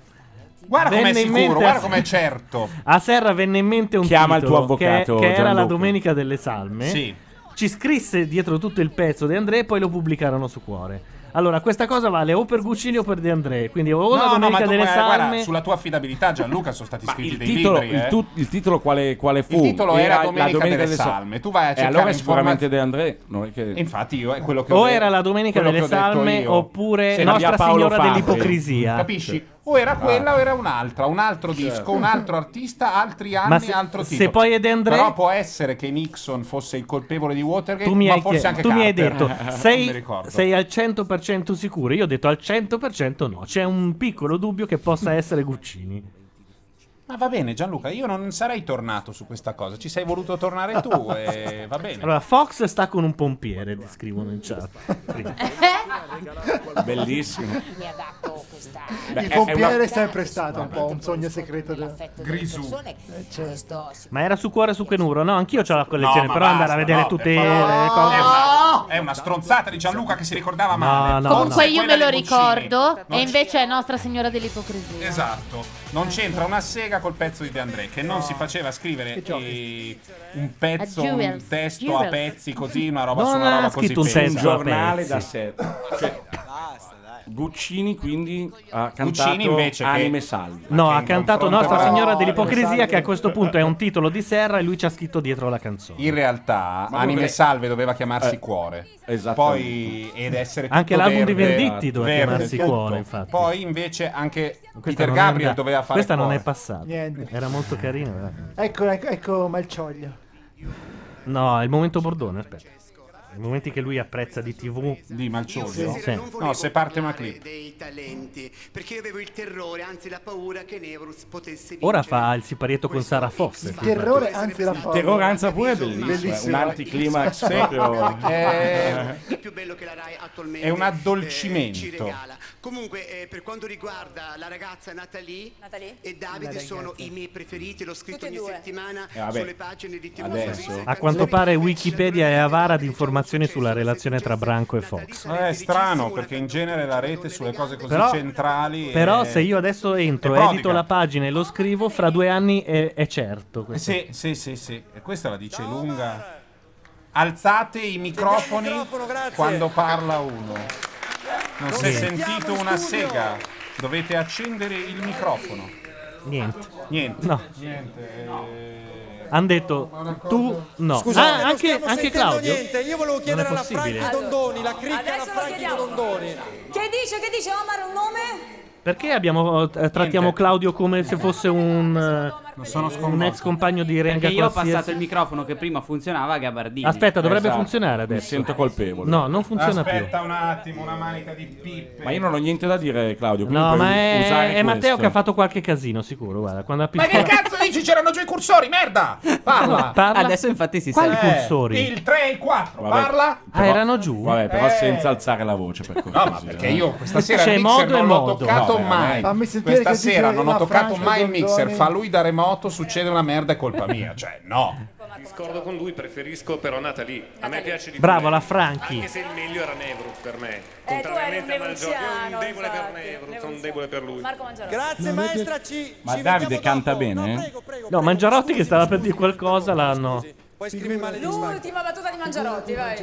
S3: Guarda com'è
S2: Venne in
S3: sicuro,
S2: mente-
S3: guarda com'è certo.
S2: A Serra venne in mente un
S3: Chiama il
S2: titolo
S3: tuo avvocato,
S2: che, che era la
S3: Gianluca.
S2: Domenica delle Salme.
S3: Sì.
S2: Ci scrisse dietro tutto il pezzo di André e poi lo pubblicarono su Cuore. Allora, questa cosa vale o per Guccini o per De André. Quindi o la Domenica
S3: tu-
S2: delle
S3: guarda,
S2: Salme.
S3: sulla tua affidabilità Gianluca sono stati scritti
S1: Il
S3: dei
S1: titolo,
S3: libri,
S1: il
S3: eh.
S1: tu- il titolo quale, quale fu?
S3: Il titolo era
S1: la
S3: Domenica delle Salme. Tu vai a cercare
S1: E Eh, allora
S3: informa-
S1: sicuramente De André. non è che-
S3: E infatti io è quello che ho
S2: o
S3: detto-
S2: era la Domenica
S3: quello
S2: delle
S3: che ho detto
S2: Salme
S3: io.
S2: oppure
S3: Sì,
S2: Nostra
S3: via Paolo
S2: Signora
S3: Fabri.
S2: dell'Ipocrisia. Ah.
S3: Capisci? O era quella o era un'altra, un altro
S2: Certo.
S3: disco, un altro artista, altri anni,
S2: Ma se-
S3: altro
S2: se
S3: titolo.
S2: poi è De André-
S3: Però può essere che Nixon fosse il colpevole di Watergate,
S2: tu mi
S3: ma
S2: hai,
S3: forse
S2: chiesto-
S3: anche
S2: tu mi hai
S3: Carter.
S2: detto
S3: Non mi
S2: sei,
S3: ricordo.
S2: sei al 100% sicuro io ho detto al 100% no c'è un piccolo dubbio che possa essere Guccini
S3: Ma va bene Gianluca, io non sarei tornato su questa cosa, ci sei voluto tornare tu e va bene.
S2: allora Fox sta con un pompiere scrivono in chat
S1: Bellissimo.
S9: Mi ha dato questa...
S4: il pompiere è sempre stato un po' un sogno secreto del Eh, certo.
S9: Grisù.
S2: ma era su cuore su Kenuro no anch'io ho la collezione
S3: No, ma
S2: però andare
S3: basta,
S2: a vedere
S3: no,
S2: tutte le
S3: per favore. Eh,
S2: le cose
S3: È una, è una stronzata di Gianluca che si ricordava male.
S2: no,
S6: Comunque
S3: Forse
S6: io
S3: quella
S6: me lo
S3: di Guccini.
S6: ricordo
S3: Non
S6: e
S3: c-
S6: invece è Nostra Signora dell'Ipocrisia.
S3: Esatto, non c'entra una sega col pezzo di De André che non si faceva scrivere eh, un pezzo,
S6: A Jewels,
S3: un testo
S6: Jewels.
S3: a pezzi così, una roba
S2: Non
S3: su una
S2: ha
S3: roba così.
S2: scritto un
S3: pezzi.
S2: testo a
S1: giornale da sé. Cioè, Guccini quindi ha cantato
S3: Guccini invece che-
S1: Anime Salve.
S2: No, ha cantato Nostra
S3: però-
S2: Signora
S3: No,
S2: dell'Ipocrisia,
S3: pensate-
S2: che a questo punto è un titolo di Serra e lui ci ha scritto dietro la canzone.
S3: In realtà
S2: Ma eh,
S3: Anime
S2: vorrei-
S3: Salve doveva chiamarsi Cuore. Poi ed essere tutto
S2: Anche l'album di
S3: verde,
S2: Venditti doveva
S3: verde,
S2: chiamarsi
S3: tutto.
S2: Cuore, infatti.
S3: Poi invece anche
S2: Questa
S3: Peter
S2: non è
S3: Gabriel
S2: andata-
S3: doveva fare
S2: Questa non
S3: Cuore.
S2: è passata.
S4: Niente.
S2: Era molto eh. carina. veramente.
S4: Ecco, ecco, ecco Malcioglio.
S2: No, è il momento Bordone, aspetta. I momenti che lui apprezza di TV.
S3: Di Malcioglio?
S2: Sì.
S3: No, se parte una clip.
S45: dei talenti perché io avevo il terrore anzi la paura che Nevrus potesse vincere
S2: Ora fa il siparietto con Sara Fox.
S45: Il
S4: Terrore, anzi la paura.
S1: Terroranza pure è bellissimo,
S4: Bellissimo.
S1: è un anticlimax
S4: Sì.
S2: oh.
S1: proprio.
S3: Eh,
S45: il più bello che la Rai attualmente
S3: È un
S45: eh, ci
S3: addolcimento.
S45: regala comunque eh, per quanto riguarda la ragazza Natalie, e Davide sono i miei preferiti l'ho scritto ogni settimana
S2: Eh, vabbè.
S45: sulle pagine di TV
S3: Adesso.
S2: A quanto pare Wikipedia è avara di informazioni sulla relazione tra Branco e Fox.
S3: Eh, è strano perché in genere la rete sulle cose così
S2: Però-
S3: centrali. è-
S2: Però se io adesso
S3: è
S2: entro,
S3: prodiga.
S2: edito la pagina e lo scrivo, fra due anni è, è certo.
S3: Eh,
S2: questo.
S3: Sì, sì, sì, sì. E Questa la dice lunga. Alzate i microfoni
S7: grazie.
S3: quando parla uno. Non si è
S2: Sì.
S3: sentito una sega. Dovete accendere il microfono.
S2: Niente.
S3: Niente.
S2: No.
S3: Niente. Eh,
S2: Hanno detto tu no.
S7: Scusate,
S2: Ah,
S7: non
S2: anche,
S7: stiamo
S2: anche
S7: sentendo
S2: Claudio.
S7: niente. Io volevo chiedere
S2: Non è
S7: alla
S2: possibile.
S7: Franchi Dondoni, la cricca alla
S12: Adesso lo
S7: Franchi
S12: chiediamo.
S7: Dondoni.
S12: Che dice, che dice Omar un nome?
S2: Perché abbiamo, eh, trattiamo Claudio come se fosse un, eh, un ex compagno di Renga
S44: Perché io ho passato
S2: qualsiasi?
S44: il microfono che prima funzionava a Gabardini. Esatto.
S2: Aspetta, dovrebbe funzionare adesso.
S1: sento colpevole.
S2: No, non funziona
S3: Aspetta un attimo, una manica di pippe.
S1: Ma io non ho niente da dire, Claudio. quindi
S2: No,
S1: puoi
S2: ma è,
S1: usare
S2: è
S1: questo.
S2: Matteo che ha fatto qualche casino, sicuro. Guarda, quando ha
S3: Ma che
S2: picchiato-
S3: cazzo dici? C'erano già i cursori, merda! Parla!
S2: Parla.
S44: Adesso infatti si
S2: Quali
S3: Eh,
S2: cursori? Ah,
S3: Il 3 e il 4,
S1: Vabbè,
S3: parla!
S1: però-
S2: erano giù?
S1: Vabbè, però
S3: Eh.
S1: senza alzare la voce per cortesia. eh.
S3: ma perché io questa sera
S2: C'è
S3: il mixer
S2: modo e
S3: non l'ho
S2: modo.
S3: toccato
S2: Vabbè,
S3: mai.
S2: dai. Fammi sentire
S3: Questa
S2: che dice
S3: sera non ho
S2: la
S3: toccato
S2: Francia
S3: mai il
S2: Goldoni.
S3: mixer. Fa lui da remoto, succede una merda, è colpa mia. Cioè, no.
S17: Discordo con lui, preferisco però Natalie. A me piace di più
S2: Bravo,
S17: lei.
S2: la Franchi.
S17: Anche se il meglio era Nevruz per me.
S12: Eh, tu eri un
S17: Contrariamente a Malgioglio, io
S12: nevruzziano,
S17: sono un debole per
S12: infatti,
S17: Nevruz, sono
S12: nevruzziano.
S17: un debole per lui.
S12: Marco Mangiaro.
S7: Grazie maestra, ci
S1: Ma Davide canta bene?
S2: No, Mangiarotti che stava per dire qualcosa l'hanno.
S7: poi scrive male di Smack.
S12: L'ultima battuta di Mangiarotti, vai.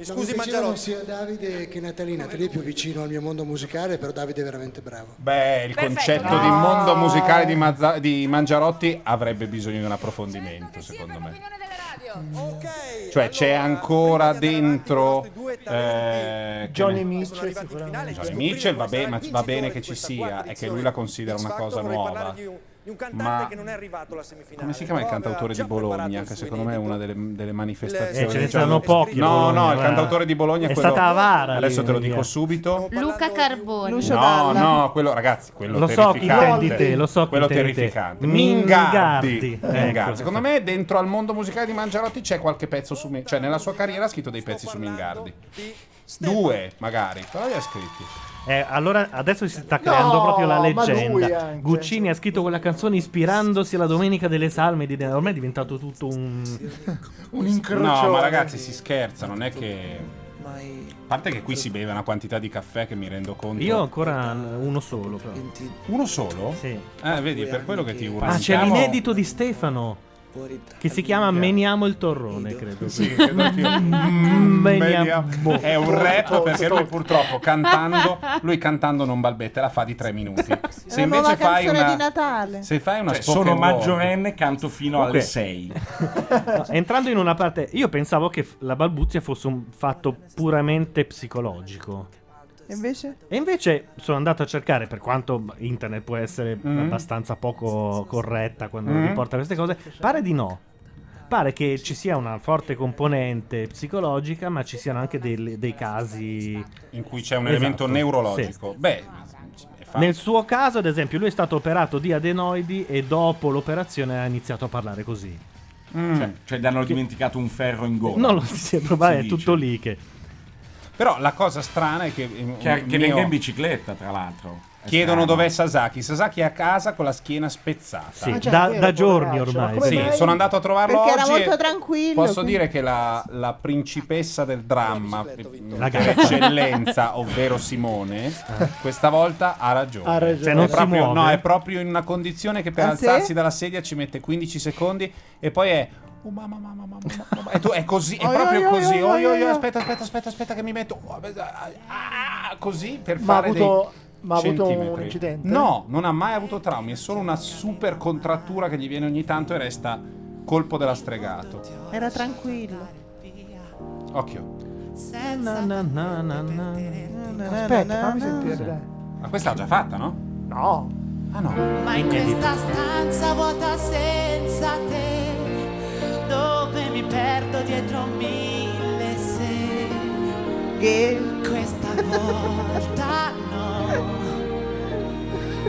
S7: Scusi,
S10: Mangiarotti.
S7: Mangiarotti.
S10: sia Davide che Natalina, Natalina è più vicino al mio mondo musicale, però Davide è veramente bravo.
S3: Beh, il
S10: Perfetto,
S3: concetto
S10: grazie.
S3: di mondo musicale di, Mazza- di Mangiarotti avrebbe bisogno di un approfondimento, secondo me. Cioè, c'è ancora dentro eh,
S4: Johnny
S3: che ne-
S4: Mitchell sicuramente.
S3: Johnny Mitchell, va, bene, ma va bene che ci sia, è che lui la considera una cosa nuova.
S7: Di un cantante
S3: Ma
S7: che non è arrivato alla semifinale.
S3: come si chiama il cantautore di Bologna? Che secondo me è una delle, delle manifestazioni.
S2: Eh, ce ne saranno pochi a
S3: No,
S2: Bologna,
S3: no, il
S2: guarda.
S3: cantautore di Bologna
S2: È
S3: quello-
S2: stata avara lì,
S3: Adesso te lo
S2: via.
S3: dico subito.
S46: Luca Carboni.
S3: No, no, quello ragazzi, quello
S2: Lo so chi
S3: terrificante.
S2: intendi te, lo so chi
S3: quello
S2: intendi te.
S3: terrificante.
S2: Mingardi.
S3: Mingardi.
S2: Ecco.
S3: Mingardi. Secondo me dentro al mondo musicale di Mangiarotti c'è qualche pezzo su me, cioè nella sua carriera ha scritto dei pezzi su Mingardi. Due, magari, però li ha scritti.
S2: Eh, allora adesso si sta creando
S4: No,
S2: proprio la
S4: ma lui
S2: leggenda.
S4: anche.
S2: Guccini ha scritto quella canzone ispirandosi alla Domenica delle Salme. Di De- Ormai è diventato tutto un.
S4: Un
S3: No, ma ragazzi, si scherza, non è che a parte che qui si beve una quantità di caffè che mi rendo conto.
S2: Io ancora uno solo. Però.
S3: Uno solo?
S2: Sì.
S3: Eh, vedi, per quello che ti urlo.
S2: Ah, c'è l'inedito di Stefano. Che si chiama Meniamo il torrone, credo.
S3: Sì, credo più.
S2: Mm, meniamo- boh.
S3: È un rap perché lui purtroppo cantando, lui cantando non balbetta, la fa di tre minuti. Se
S16: la nuova
S3: invece fai
S16: canzone
S3: una
S16: di Natale.
S3: se fai una
S1: Cioè,
S3: spoken
S1: sono
S3: word-
S1: maggiorenne, canto fino alle
S2: Ok.
S1: 6.
S2: No, entrando in una parte, io pensavo che f- la balbuzia fosse un fatto puramente psicologico.
S16: Invece?
S2: E invece sono andato a cercare, per quanto internet può essere
S16: Mm.
S2: abbastanza poco corretta quando
S16: Mm.
S2: riporta queste cose, pare di no. Pare che ci sia una forte componente psicologica, ma ci siano anche dei, dei casi Esatto.
S3: in cui c'è un elemento neurologico. Beh, è fa-
S2: Nel suo caso, ad esempio, lui è stato operato di adenoidi e dopo l'operazione ha iniziato a parlare così.
S3: Mm.
S1: Cioè, cioè, gli hanno dimenticato un ferro in gola.
S2: Non lo si prova, è tutto lì che...
S3: però la cosa strana è che eh,
S1: Che, che
S3: mio-
S1: venga in bicicletta, tra l'altro. È
S3: Chiedono
S1: strano.
S3: dov'è Sasaki. Sasaki è a casa con la schiena spezzata.
S2: Sì,
S16: cioè,
S2: Ah, già, da- è vero, da giorni poveraccio. ormai. Ma come
S3: Sì,
S2: mai?
S3: sono andato a trovarlo
S16: Perché era
S3: oggi
S16: molto
S3: e
S16: tranquillo,
S3: Posso
S16: quindi-
S3: dire che la, la principessa del dramma,
S2: La
S3: per
S2: gatta.
S3: eccellenza, ovvero Simone, questa volta ha ragione.
S4: Ha ragione. Cioè,
S2: non
S3: è
S2: si
S3: Eh. proprio,
S2: muove.
S3: no, è proprio in una condizione che per
S4: Ah, sì?
S3: alzarsi dalla sedia ci mette 15 secondi e poi è... "Oh, mamma, mamma, mamma, mamma, mamma", E tu è così, è
S4: Oi,
S3: proprio
S4: oi, oi,
S3: così. "Oh,
S4: oi,
S3: "Oi, oi,
S4: oi, oi".
S3: aspetta, aspetta, aspetta, aspetta che mi metto. Oh, Ah, così per
S4: Ma ha
S3: fare dei
S4: avuto, ma ha avuto un
S3: centimetri.
S4: incidente?
S3: No, non ha mai avuto traumi, è solo una super contrattura che gli viene ogni tanto e resta colpo della stregato.
S16: Era tranquillo.
S3: Occhio.
S2: Na, na, na, na, na.
S5: Eh,
S16: Aspetta, fammi sentire, dai.
S3: Ma questa l'ha già fatta, no?
S4: No.
S3: Ah no.
S26: Ma in questa stanza vuota senza te, dove mi perdo dietro mille se.
S16: Che
S26: questa volta no,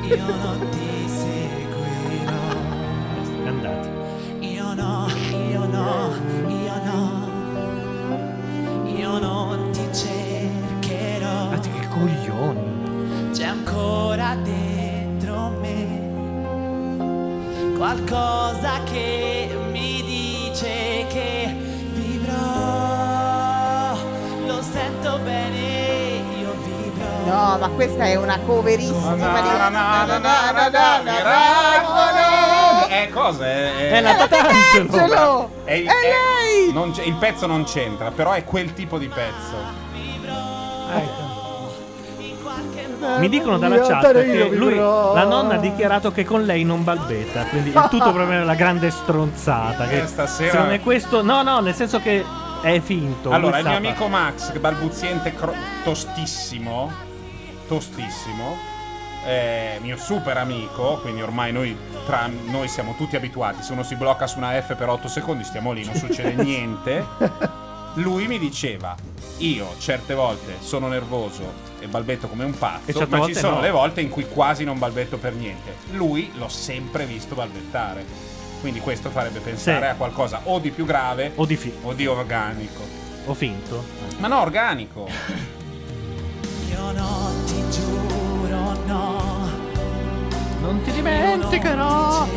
S26: io non ti seguirò.
S2: Andati.
S26: Io no, io no, io no, io non ti cercherò.
S2: Ma che coglioni.
S26: C'è ancora dentro me qualcosa che mi dice che vivrò. Lo sento bene, io vivrò.
S16: No, ma questa è una coverissima di...
S26: na, na, na, na, na, na, na,
S16: Miracolo!
S26: na,
S3: è Eh, cosa? È,
S2: È la Tatangelo!
S3: È,
S2: È
S3: lei! il pezzo non c'entra, però è quel tipo di pezzo.
S2: Mi dicono dalla
S3: Io
S2: chat
S3: andare
S2: che
S3: io,
S2: lui,
S3: vivrò.
S2: la nonna ha dichiarato che con lei non balbetta, quindi il tutto proprio è la grande stronzata. Che
S3: Eh, stasera-
S2: Secondo me questo, no, no, nel senso che è finto. lui
S3: Allora, il mio
S2: sa-
S3: amico Max, che balbuziente cro- tostissimo, tostissimo, eh, mio super amico, quindi ormai noi, tra noi siamo tutti abituati, se uno si blocca su una F per 8 secondi stiamo lì, non succede niente. Lui mi diceva, io certe volte sono nervoso e balbetto come un
S2: E
S3: pazzo,
S2: certe
S3: ma ci
S2: volte
S3: sono
S2: no."
S3: le volte in cui quasi non balbetto per niente. Lui l'ho sempre visto balbettare. Quindi questo farebbe pensare
S2: Sì.
S3: a qualcosa o di più grave
S2: o di, fi-
S3: o di organico.
S2: Ho finto.
S3: Ma no, organico.
S26: Io no, ti giuro no.
S2: Non ti
S26: dimenticherò.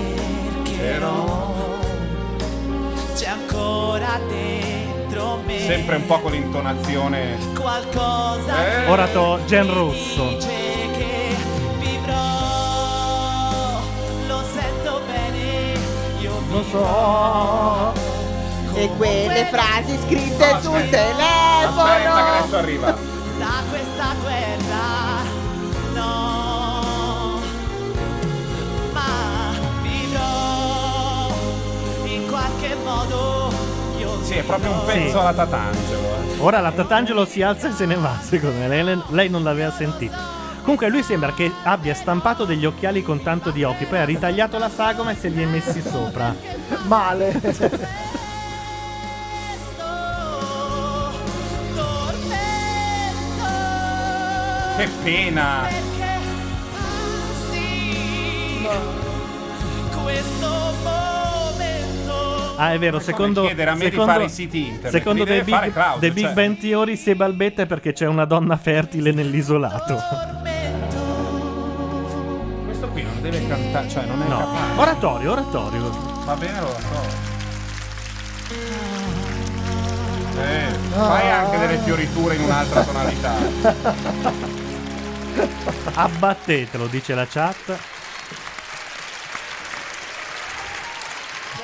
S26: C'è ancora dentro me
S3: Sempre un po' con
S5: Eh,
S3: l'intonazione.
S26: qualcosa
S3: Eh.
S2: Ora to Gen Russo.
S26: che vivrò. Lo sento bene, io
S16: Lo so. E quelle frasi scritte sul telefono.
S26: Aspetta, che adesso
S3: arriva.
S26: da questa guerra no ma vivrò in qualche modo io
S3: Sì, è proprio un
S2: Sì.
S3: pezzo alla Tatangelo. eh.
S2: Ora la Tatangelo si alza e se ne va, secondo me. Lei, lei non l'aveva sentito. Comunque lui sembra che abbia stampato degli occhiali con tanto di occhi, poi ha ritagliato la sagoma e se li è messi sopra.
S4: Male.
S3: Che
S8: Ah.
S3: pena.
S26: ah, sì questo momento
S2: Ah, è vero,
S3: come
S2: secondo.
S3: chiedere a me di
S2: secondo,
S3: fare i siti internet,
S2: Secondo
S3: li
S2: The
S3: deve fare
S2: Big,
S3: Claudio,
S2: The Big
S3: cioè.
S2: Bang Theory, se balbetta è perché c'è una donna fertile nell'isolato.
S3: Questo qui non deve cantare, cioè non è
S2: No.
S3: capace.
S2: Oratorio, oratorio.
S3: Va bene l'oratorio. Eh, fai anche delle fioriture in un'altra tonalità.
S2: Abbattetelo, dice la chat.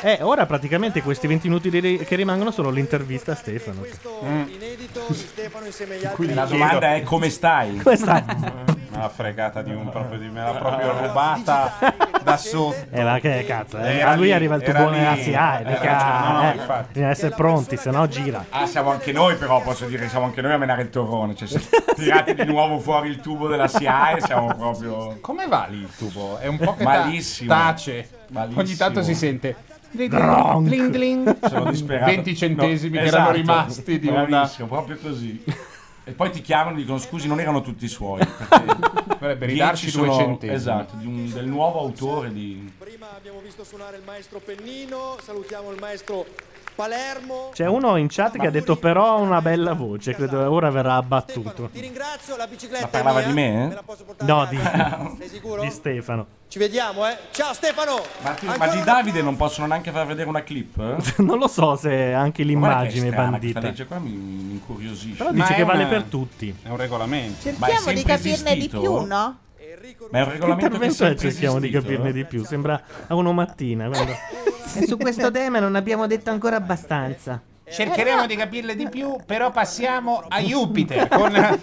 S2: Eh, ora praticamente questi 20 minuti di- che rimangono sono l'intervista a Stefano.
S7: Inedito di Stefano insieme agli altri.
S2: Quindi
S1: la
S2: chiedo-
S1: domanda è come stai?
S2: Come stai?
S3: Me l'ha fregata di un proprio di me l'ha proprio rubata da sotto.
S2: Eh, ma che cazzo, eh?
S3: Era
S2: a lui
S3: lì,
S2: arriva il
S3: era
S2: tubone
S3: lì,
S2: della SIAE,
S3: era
S2: mica,
S3: lì, no,
S2: eh,
S3: infatti.
S2: bisogna essere pronti, sennò gira.
S1: Ah, siamo anche noi, però posso dire che siamo anche noi a menare il torrone. Cioè, se tirate di nuovo fuori il tubo della SIAE, siamo proprio.
S3: Come va lì il tubo? È un po' che ta-
S1: malissimo.
S3: tace.
S1: Malissimo.
S3: Ogni tanto si sente
S1: Gronk.
S3: Gling, gling.
S1: Sono disperato.
S3: 20 centesimi
S1: No,
S3: che erano
S1: esatto.
S3: rimasti di una
S1: Bravissimo, proprio così. E poi ti chiamano e dicono scusi, non erano tutti suoi.
S3: Dovrebbe
S1: Dovrebbe
S3: ridarci due centesimi.
S1: Esatto, di un- del nuovo autore di...
S7: Prima abbiamo visto suonare il maestro Pennino, salutiamo il maestro Palermo.
S2: C'è uno in chat che ha detto però ha una bella voce, credo ora verrà abbattuto.
S7: Ti ringrazio, la bicicletta
S2: Ma parlava
S7: è mia.
S2: di me, eh?
S7: la posso portare
S2: No,
S7: a
S2: di,
S7: casa? Sei sicuro?
S2: di Stefano.
S7: Ci vediamo, eh. Ciao Stefano.
S1: Ma, tu- ma
S7: Ancora
S1: di
S7: una-
S1: Davide non possono neanche far vedere una clip?
S2: Non lo so se anche l'immagine è
S1: Questa
S2: bandita.
S1: legge qua mi, mi incuriosisce.
S2: Però dice
S1: Ma
S2: che
S1: è
S2: vale
S1: una-
S2: per tutti.
S3: È un regolamento.
S16: Cerchiamo di capirne di più, no?
S1: Ma è un regolamento
S2: Intervento
S1: che
S2: è
S1: sempre
S2: cerchiamo di
S1: esistito,
S2: capirne
S1: eh?
S2: di più, sembra a uno mattina. guarda.
S30: E su questo tema non abbiamo detto ancora abbastanza.
S7: Eh,
S3: Cercheremo di capirle di più, però passiamo a Jupiter con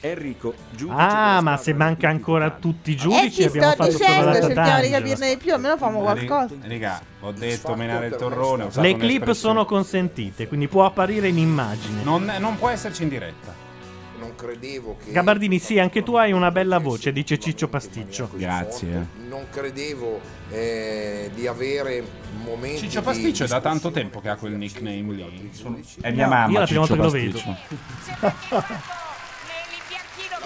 S27: Enrico, giudice
S7: eh,
S2: Ah, ma se manca ancora tutti i
S16: Eh,
S2: giudici
S16: ti
S2: abbiamo
S16: sto
S2: fatto
S16: dicendo,
S2: solo la
S16: cerchiamo di
S2: Tatangelo.
S16: capirne di più, almeno famo qualcosa.
S3: Raga, ho detto menare il torrone. ho usato
S2: Le clip
S3: un'espressione.
S2: sono consentite, quindi può apparire in immagine.
S3: Non, non può esserci in diretta.
S8: Non credevo che.
S2: Gabardini, sì, anche tu hai una bella voce, dice Ciccio Pasticcio.
S3: Grazie.
S8: Non credevo eh, di avere momenti.
S3: Ciccio
S8: di-
S3: Pasticcio è
S8: di-
S3: da tanto tempo che ha quel nickname lì. Sono-
S8: È mia mamma,
S2: Io la prima
S8: Ciccio
S2: volta che lo
S8: Pasticcio.
S2: vedo.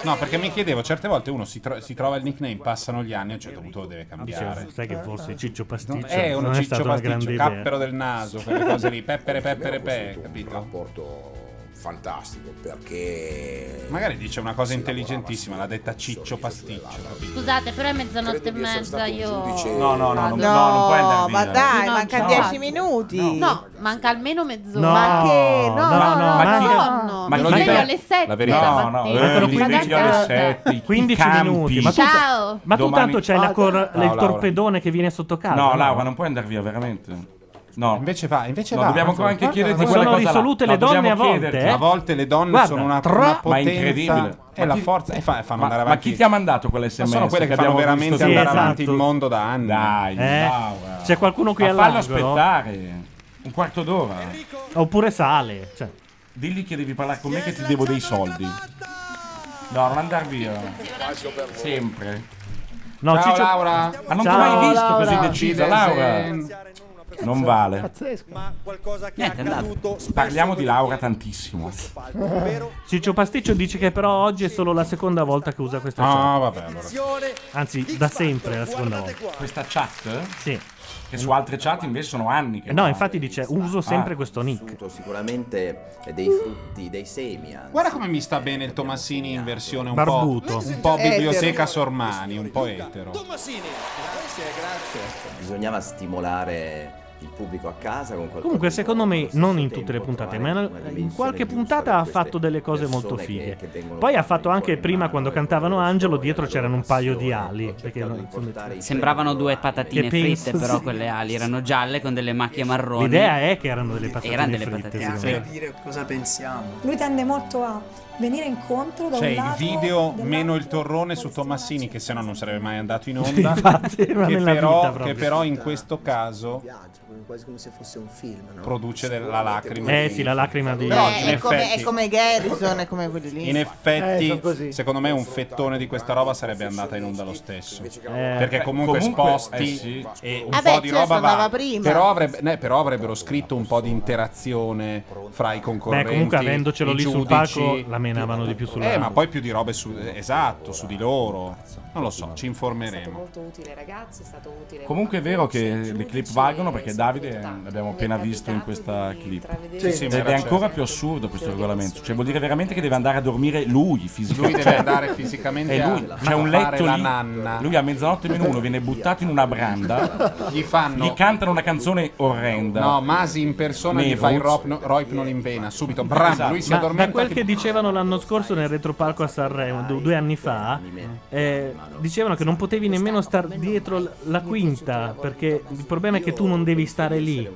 S3: No, perché mi chiedevo, certe volte uno si, tro- si trova il nickname, passano gli anni e a un certo punto lo deve cambiare.
S2: Dice, sai che
S22: Ah.
S2: forse Ciccio Pasticcio
S3: No, è uno
S2: non è
S3: ciccio
S2: stata una grande
S3: pasticcio,
S2: idea.
S3: cappero del naso, quelle cose lì, peppere peppere pe, capito?
S8: rapporto fantastico perché
S3: Magari dice una cosa intelligentissima, l'ha detta Ciccio Pasticcio. capito?
S46: Scusate, però è mezzanotte e mezza. Io.
S3: No, no, no, no, no,
S46: No,
S3: non puoi andare via.
S16: ma dai,
S46: No,
S16: manca
S46: no.
S16: 10 minuti.
S46: No, manca almeno mezz'ora.
S3: No,
S16: Ma che? No,
S3: no,
S16: no,
S3: no,
S16: no,
S3: ma chi-
S16: no,
S46: no.
S3: ma chi-
S46: Ma io alle sette
S3: La verità,
S2: la
S3: no, no,
S2: mattina.
S3: eh, li
S2: Ma
S3: svegli alle
S2: guarda,
S3: 7,
S2: 15 minuti, ma tu-
S46: Ciao.
S2: Ma tu
S1: Domani-
S2: tanto c'hai la cor-
S1: No,
S2: il
S1: Laura.
S2: torpedone che viene sotto casa.
S1: No, Laura, non puoi andare via, veramente. No.
S3: Invece va, invece
S1: No,
S3: va.
S1: dobbiamo ancora anche
S3: Guarda,
S1: chiederti
S3: guarda,
S1: quella
S3: sono
S1: cosa là.
S3: risolute le
S1: No, dobbiamo
S3: donne a volte,
S1: chiederti.
S3: eh. A volte le donne
S1: Guarda,
S3: sono una-
S1: tra-
S3: una
S1: ma è
S3: potenza
S1: incredibile.
S3: e
S1: Ma
S3: la
S1: chi-
S3: forza- e fa- fa
S1: ma-
S3: mandare
S1: Ma
S3: avanti.
S1: chi ti ha mandato quell'SMS?
S3: Ma sono quelle che fanno
S1: abbiamo
S3: veramente
S1: visto
S3: andare
S1: prima?
S3: avanti il mondo da anni.
S1: Dai,
S2: Eh,
S1: Laura.
S2: c'è qualcuno qui
S1: Ma fallo
S2: all'angolo?
S1: aspettare un quarto d'ora.
S2: Oppure sale. Cioè.
S1: Digli che devi parlare con me che ti devo dei soldi. No, non andar via. Sempre.
S2: No,
S1: Ciao
S2: Ciccio-
S1: Laura. Ma
S2: Ciao,
S1: non ti ho mai visto
S2: Laura.
S1: così decisa, Laura. Non vale.
S2: Niente,
S1: Parliamo di Laura tantissimo.
S2: Ciccio Pasticcio dice che però oggi è solo la seconda volta che usa questa
S1: Ah,
S2: chat.
S1: vabbè, allora.
S2: Anzi, da sempre è la seconda volta.
S1: Questa chat?
S2: Sì.
S1: Che su altre chat invece sono anni che...
S2: No, infatti dice Cioè, uso sempre
S1: Ah.
S2: questo nick.
S22: Sicuramente eh, dei frutti, dei semi anche.
S3: Guarda come mi sta bene il Tomassini in versione un
S2: Barbuto.
S3: po', un po'
S22: Etero.
S3: biblioteca Sormani, un po' etero.
S22: Bisognava stimolare il pubblico a casa con qualcosa.
S2: Comunque, secondo me, non in tutte le puntate, ma in qualche puntata ha fatto delle cose molto fighe. Poi ha fatto anche prima quando cantavano Angelo, dietro c'erano un paio di ali. Perché insomma,
S44: Sembravano due patatine
S2: Che penso,
S44: fritte, però
S2: sì.
S44: quelle ali erano gialle con delle macchie marroni.
S2: L'idea è che erano delle patatine
S44: Erano delle
S2: fritte,
S44: patatine
S2: secondo me.
S44: fritte.
S13: dire cosa pensiamo.
S11: Lui tende molto a venire incontro da
S3: C'è
S11: un
S3: il
S11: lato
S3: video
S11: della-
S3: meno il torrone su Tomassini, che se no non sarebbe mai andato in onda.
S2: Infatti, ma nella
S3: che,
S2: vita
S3: però,
S2: proprio.
S3: che però in questo caso
S22: quasi come se fosse un film, no?
S3: produce della lacrima.
S2: Eh
S3: di-
S2: sì, la lacrima di-
S3: Però,
S16: Eh,
S3: in
S16: è, come,
S3: effetti-
S16: è come Garrison, è come quelli lì.
S3: In
S16: Eh,
S3: effetti,
S16: sono così.
S3: secondo me, un fettone di questa roba sarebbe andata in onda lo stesso.
S1: Eh,
S3: Perché comunque,
S1: comunque,
S3: sposti
S1: eh sì.
S3: e un
S16: Ah
S3: po'
S16: beh,
S3: di
S16: certo,
S3: roba va.
S16: andava prima.
S3: Però, avrebbe- ne- però avrebbero scritto un po' di interazione fra i concorrenti.
S2: Beh, comunque, avendocelo
S3: i
S2: lì sul
S3: giudici.
S2: palco, la menavano di più sulla
S3: Eh,
S2: radio.
S3: ma poi più di robe su, esatto, su di loro. Non lo so, ci informeremo.
S31: molto utile ragazzi, è stato utile.
S1: Comunque è vero che le clip valgono perché Davide eh, l'abbiamo appena visto in questa clip.
S3: Sì, sì,
S1: Ed
S3: ma
S1: è
S3: era
S1: ancora più assurdo questo regolamento. certo. Cioè vuol dire veramente che deve andare a dormire lui fisicamente.
S3: Lui deve andare fisicamente
S1: È lui.
S3: a-
S1: C'è un
S3: a fare
S1: letto
S3: la
S1: lì.
S3: nanna.
S1: Lui a mezzanotte meno uno viene buttato in una branda.
S3: Gli fanno-
S1: Gli cantano una canzone orrenda.
S3: No, Masi in persona gli
S1: Nevruz.
S3: fa il Roip- Roipnol in vena. Subito, bram,
S1: Esatto.
S3: lui si
S2: Ma da
S3: addormenta.
S2: quel che dicevano l'anno scorso nel retropalco a Sanremo, du- due anni fa, eh, dicevano che non potevi nemmeno star dietro l- la quinta, perché il problema è che tu non devi stare lì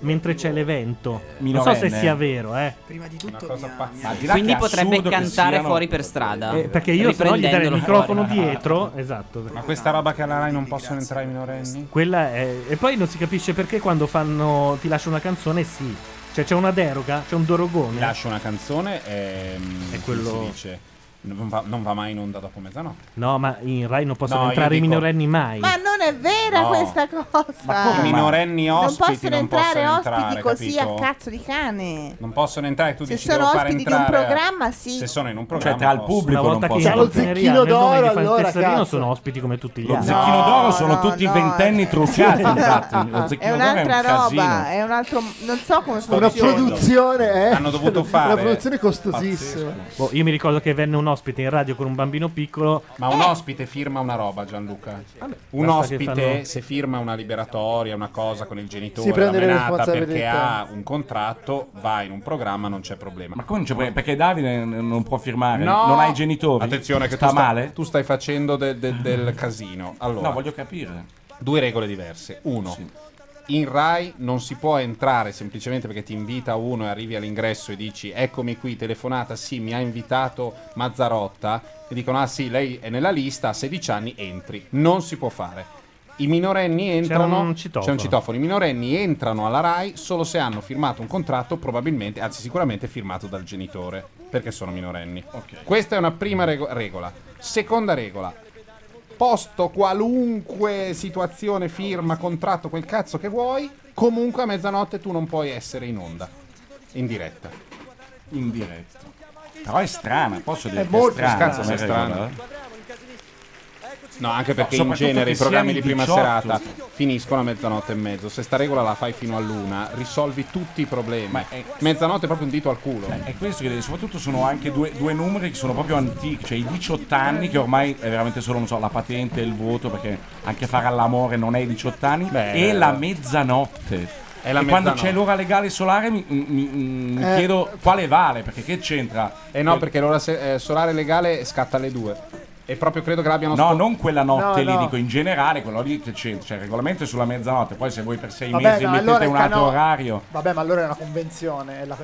S2: mentre c'è l'evento. Non so se
S3: minorenne.
S2: sia vero, eh.
S13: Prima di tutto mi ha- mi ha-
S3: Ma al di là
S44: Quindi
S3: che è
S44: potrebbe
S3: assurdo che
S44: cantare
S3: siano-
S44: fuori per strada.
S2: Eh, perché io se no gli darei il
S44: Riprendendolo
S2: microfono
S44: fuori.
S2: dietro, esatto.
S3: Ma questa roba che alla Rai non possono entrare i minorenni?
S2: Quella è... E poi non si capisce perché quando fanno ti lascio una canzone, sì. Cioè c'è una deroga, c'è un dorogone.
S3: Lascio una canzone eh. e. È
S2: quello-
S3: Si dice. Non va, non va mai in onda dopo mezzanotte.
S2: No, ma in Rai non possono
S3: No, io
S2: entrare i
S3: dico-
S2: minorenni mai.
S16: Ma non è vera
S3: No.
S16: questa cosa.
S3: I minorenni
S16: non
S3: ospiti
S16: possono
S3: non
S16: entrare
S3: possono
S16: ospiti
S3: entrare,
S16: così
S3: capito?
S16: a cazzo di cane.
S3: Non possono entrare, tu
S16: Se
S3: dici
S16: sono
S3: devo fare
S16: ospiti di un
S3: entrare.
S16: programma, sì.
S3: Se sono in un programma.
S1: Cioè, tra il
S3: posso.
S1: pubblico Una volta non che
S2: Che
S1: possono.
S2: in Dolzerina,
S1: Zecchino
S2: nel nome di
S1: d'oro,
S2: Fan
S1: allora,
S2: Tesserino
S1: cazzo.
S2: sono ospiti come tutti gli
S1: Lo
S2: altri.
S1: zecchino d'oro sono tutti ventenni truccati, infatti. Lo
S16: È
S1: zecchino d'oro è un
S16: un'altra
S1: casino.
S16: roba, è un altro. Non so come
S1: Sto
S16: funziona.
S1: dicendo.
S4: produzione, eh?
S3: Hanno dovuto fare.
S4: Una produzione costosissima.
S2: Boh, io mi ricordo che venne un ospite in radio con un bambino piccolo.
S3: Ma un ospite firma una roba, Gianluca. un
S2: basta che
S3: ospite,
S2: fanno-
S3: se firma una liberatoria, una cosa con il
S4: Si
S3: genitore, la
S4: prende le
S3: menata perché
S4: responsabilità.
S3: ha un contratto, va in un programma, non c'è problema.
S1: Ma come non c'è problema? Cioè, Perché Davide n- non può firmare,
S3: No.
S1: non ha i genitori.
S3: Attenzione, che
S1: sta
S3: tu, stai-
S1: male. Mm.
S3: tu stai facendo de- de- del casino. Allora,
S1: No, voglio capire.
S3: Due regole diverse. Uno, in Rai non si può entrare semplicemente perché ti invita uno e arrivi all'ingresso e dici eccomi qui, telefonata, sì, mi ha invitato Mazzarotta. E dicono ah sì, lei è nella lista, a 16 anni entri. Non si può fare. I minorenni entrano.
S2: un citofono.
S3: c'è un citofono. I minorenni entrano alla Rai solo se hanno firmato un contratto, probabilmente, anzi, sicuramente firmato dal genitore. Perché sono minorenni. Questa è una prima rego- regola. Seconda regola. Posto qualunque situazione, firma, contratto, quel cazzo che vuoi, comunque a mezzanotte tu non puoi essere in onda. In diretta.
S1: In diretta. Però è strana, posso dire
S3: È
S1: che
S3: molto
S1: è strana.
S3: scarsa,
S1: come
S3: è
S1: regola,
S3: strana.
S1: eh?
S3: No, anche perché
S1: No,
S3: in
S1: soprattutto
S3: genere
S1: che
S3: i programmi di
S1: siano i
S3: prima
S1: 18.
S3: serata finiscono a mezzanotte e mezzo. Se sta regola la fai fino all'una, risolvi tutti i problemi. Mezzanotte è proprio un dito al culo.
S1: È questo che devi, soprattutto sono anche due, due numeri che sono proprio antichi, cioè i 18 anni che ormai è veramente solo, non so, la patente e il voto, perché anche fare all'amore non è i 18 anni, e la mezzanotte.
S3: eh, È la
S1: e quando
S3: mezzanotte.
S1: c'è l'ora legale solare mi, mi- mi- mi
S3: Eh.
S1: chiedo quale vale, perché che c'entra?
S3: Eh no, perché l'ora se- eh, solare legale scatta alle due. E proprio credo che l'abbiano
S1: No,
S3: spo-
S1: non quella notte
S3: No,
S1: lì,
S3: no.
S1: dico in generale, quello lì che c'entra. Cioè, il regolamento è sulla mezzanotte, poi se voi per sei
S4: Vabbè,
S1: mesi
S4: no,
S1: mettete
S4: allora il
S1: un altro
S4: cano-
S1: orario.
S4: Vabbè, ma allora è una convenzione. È la...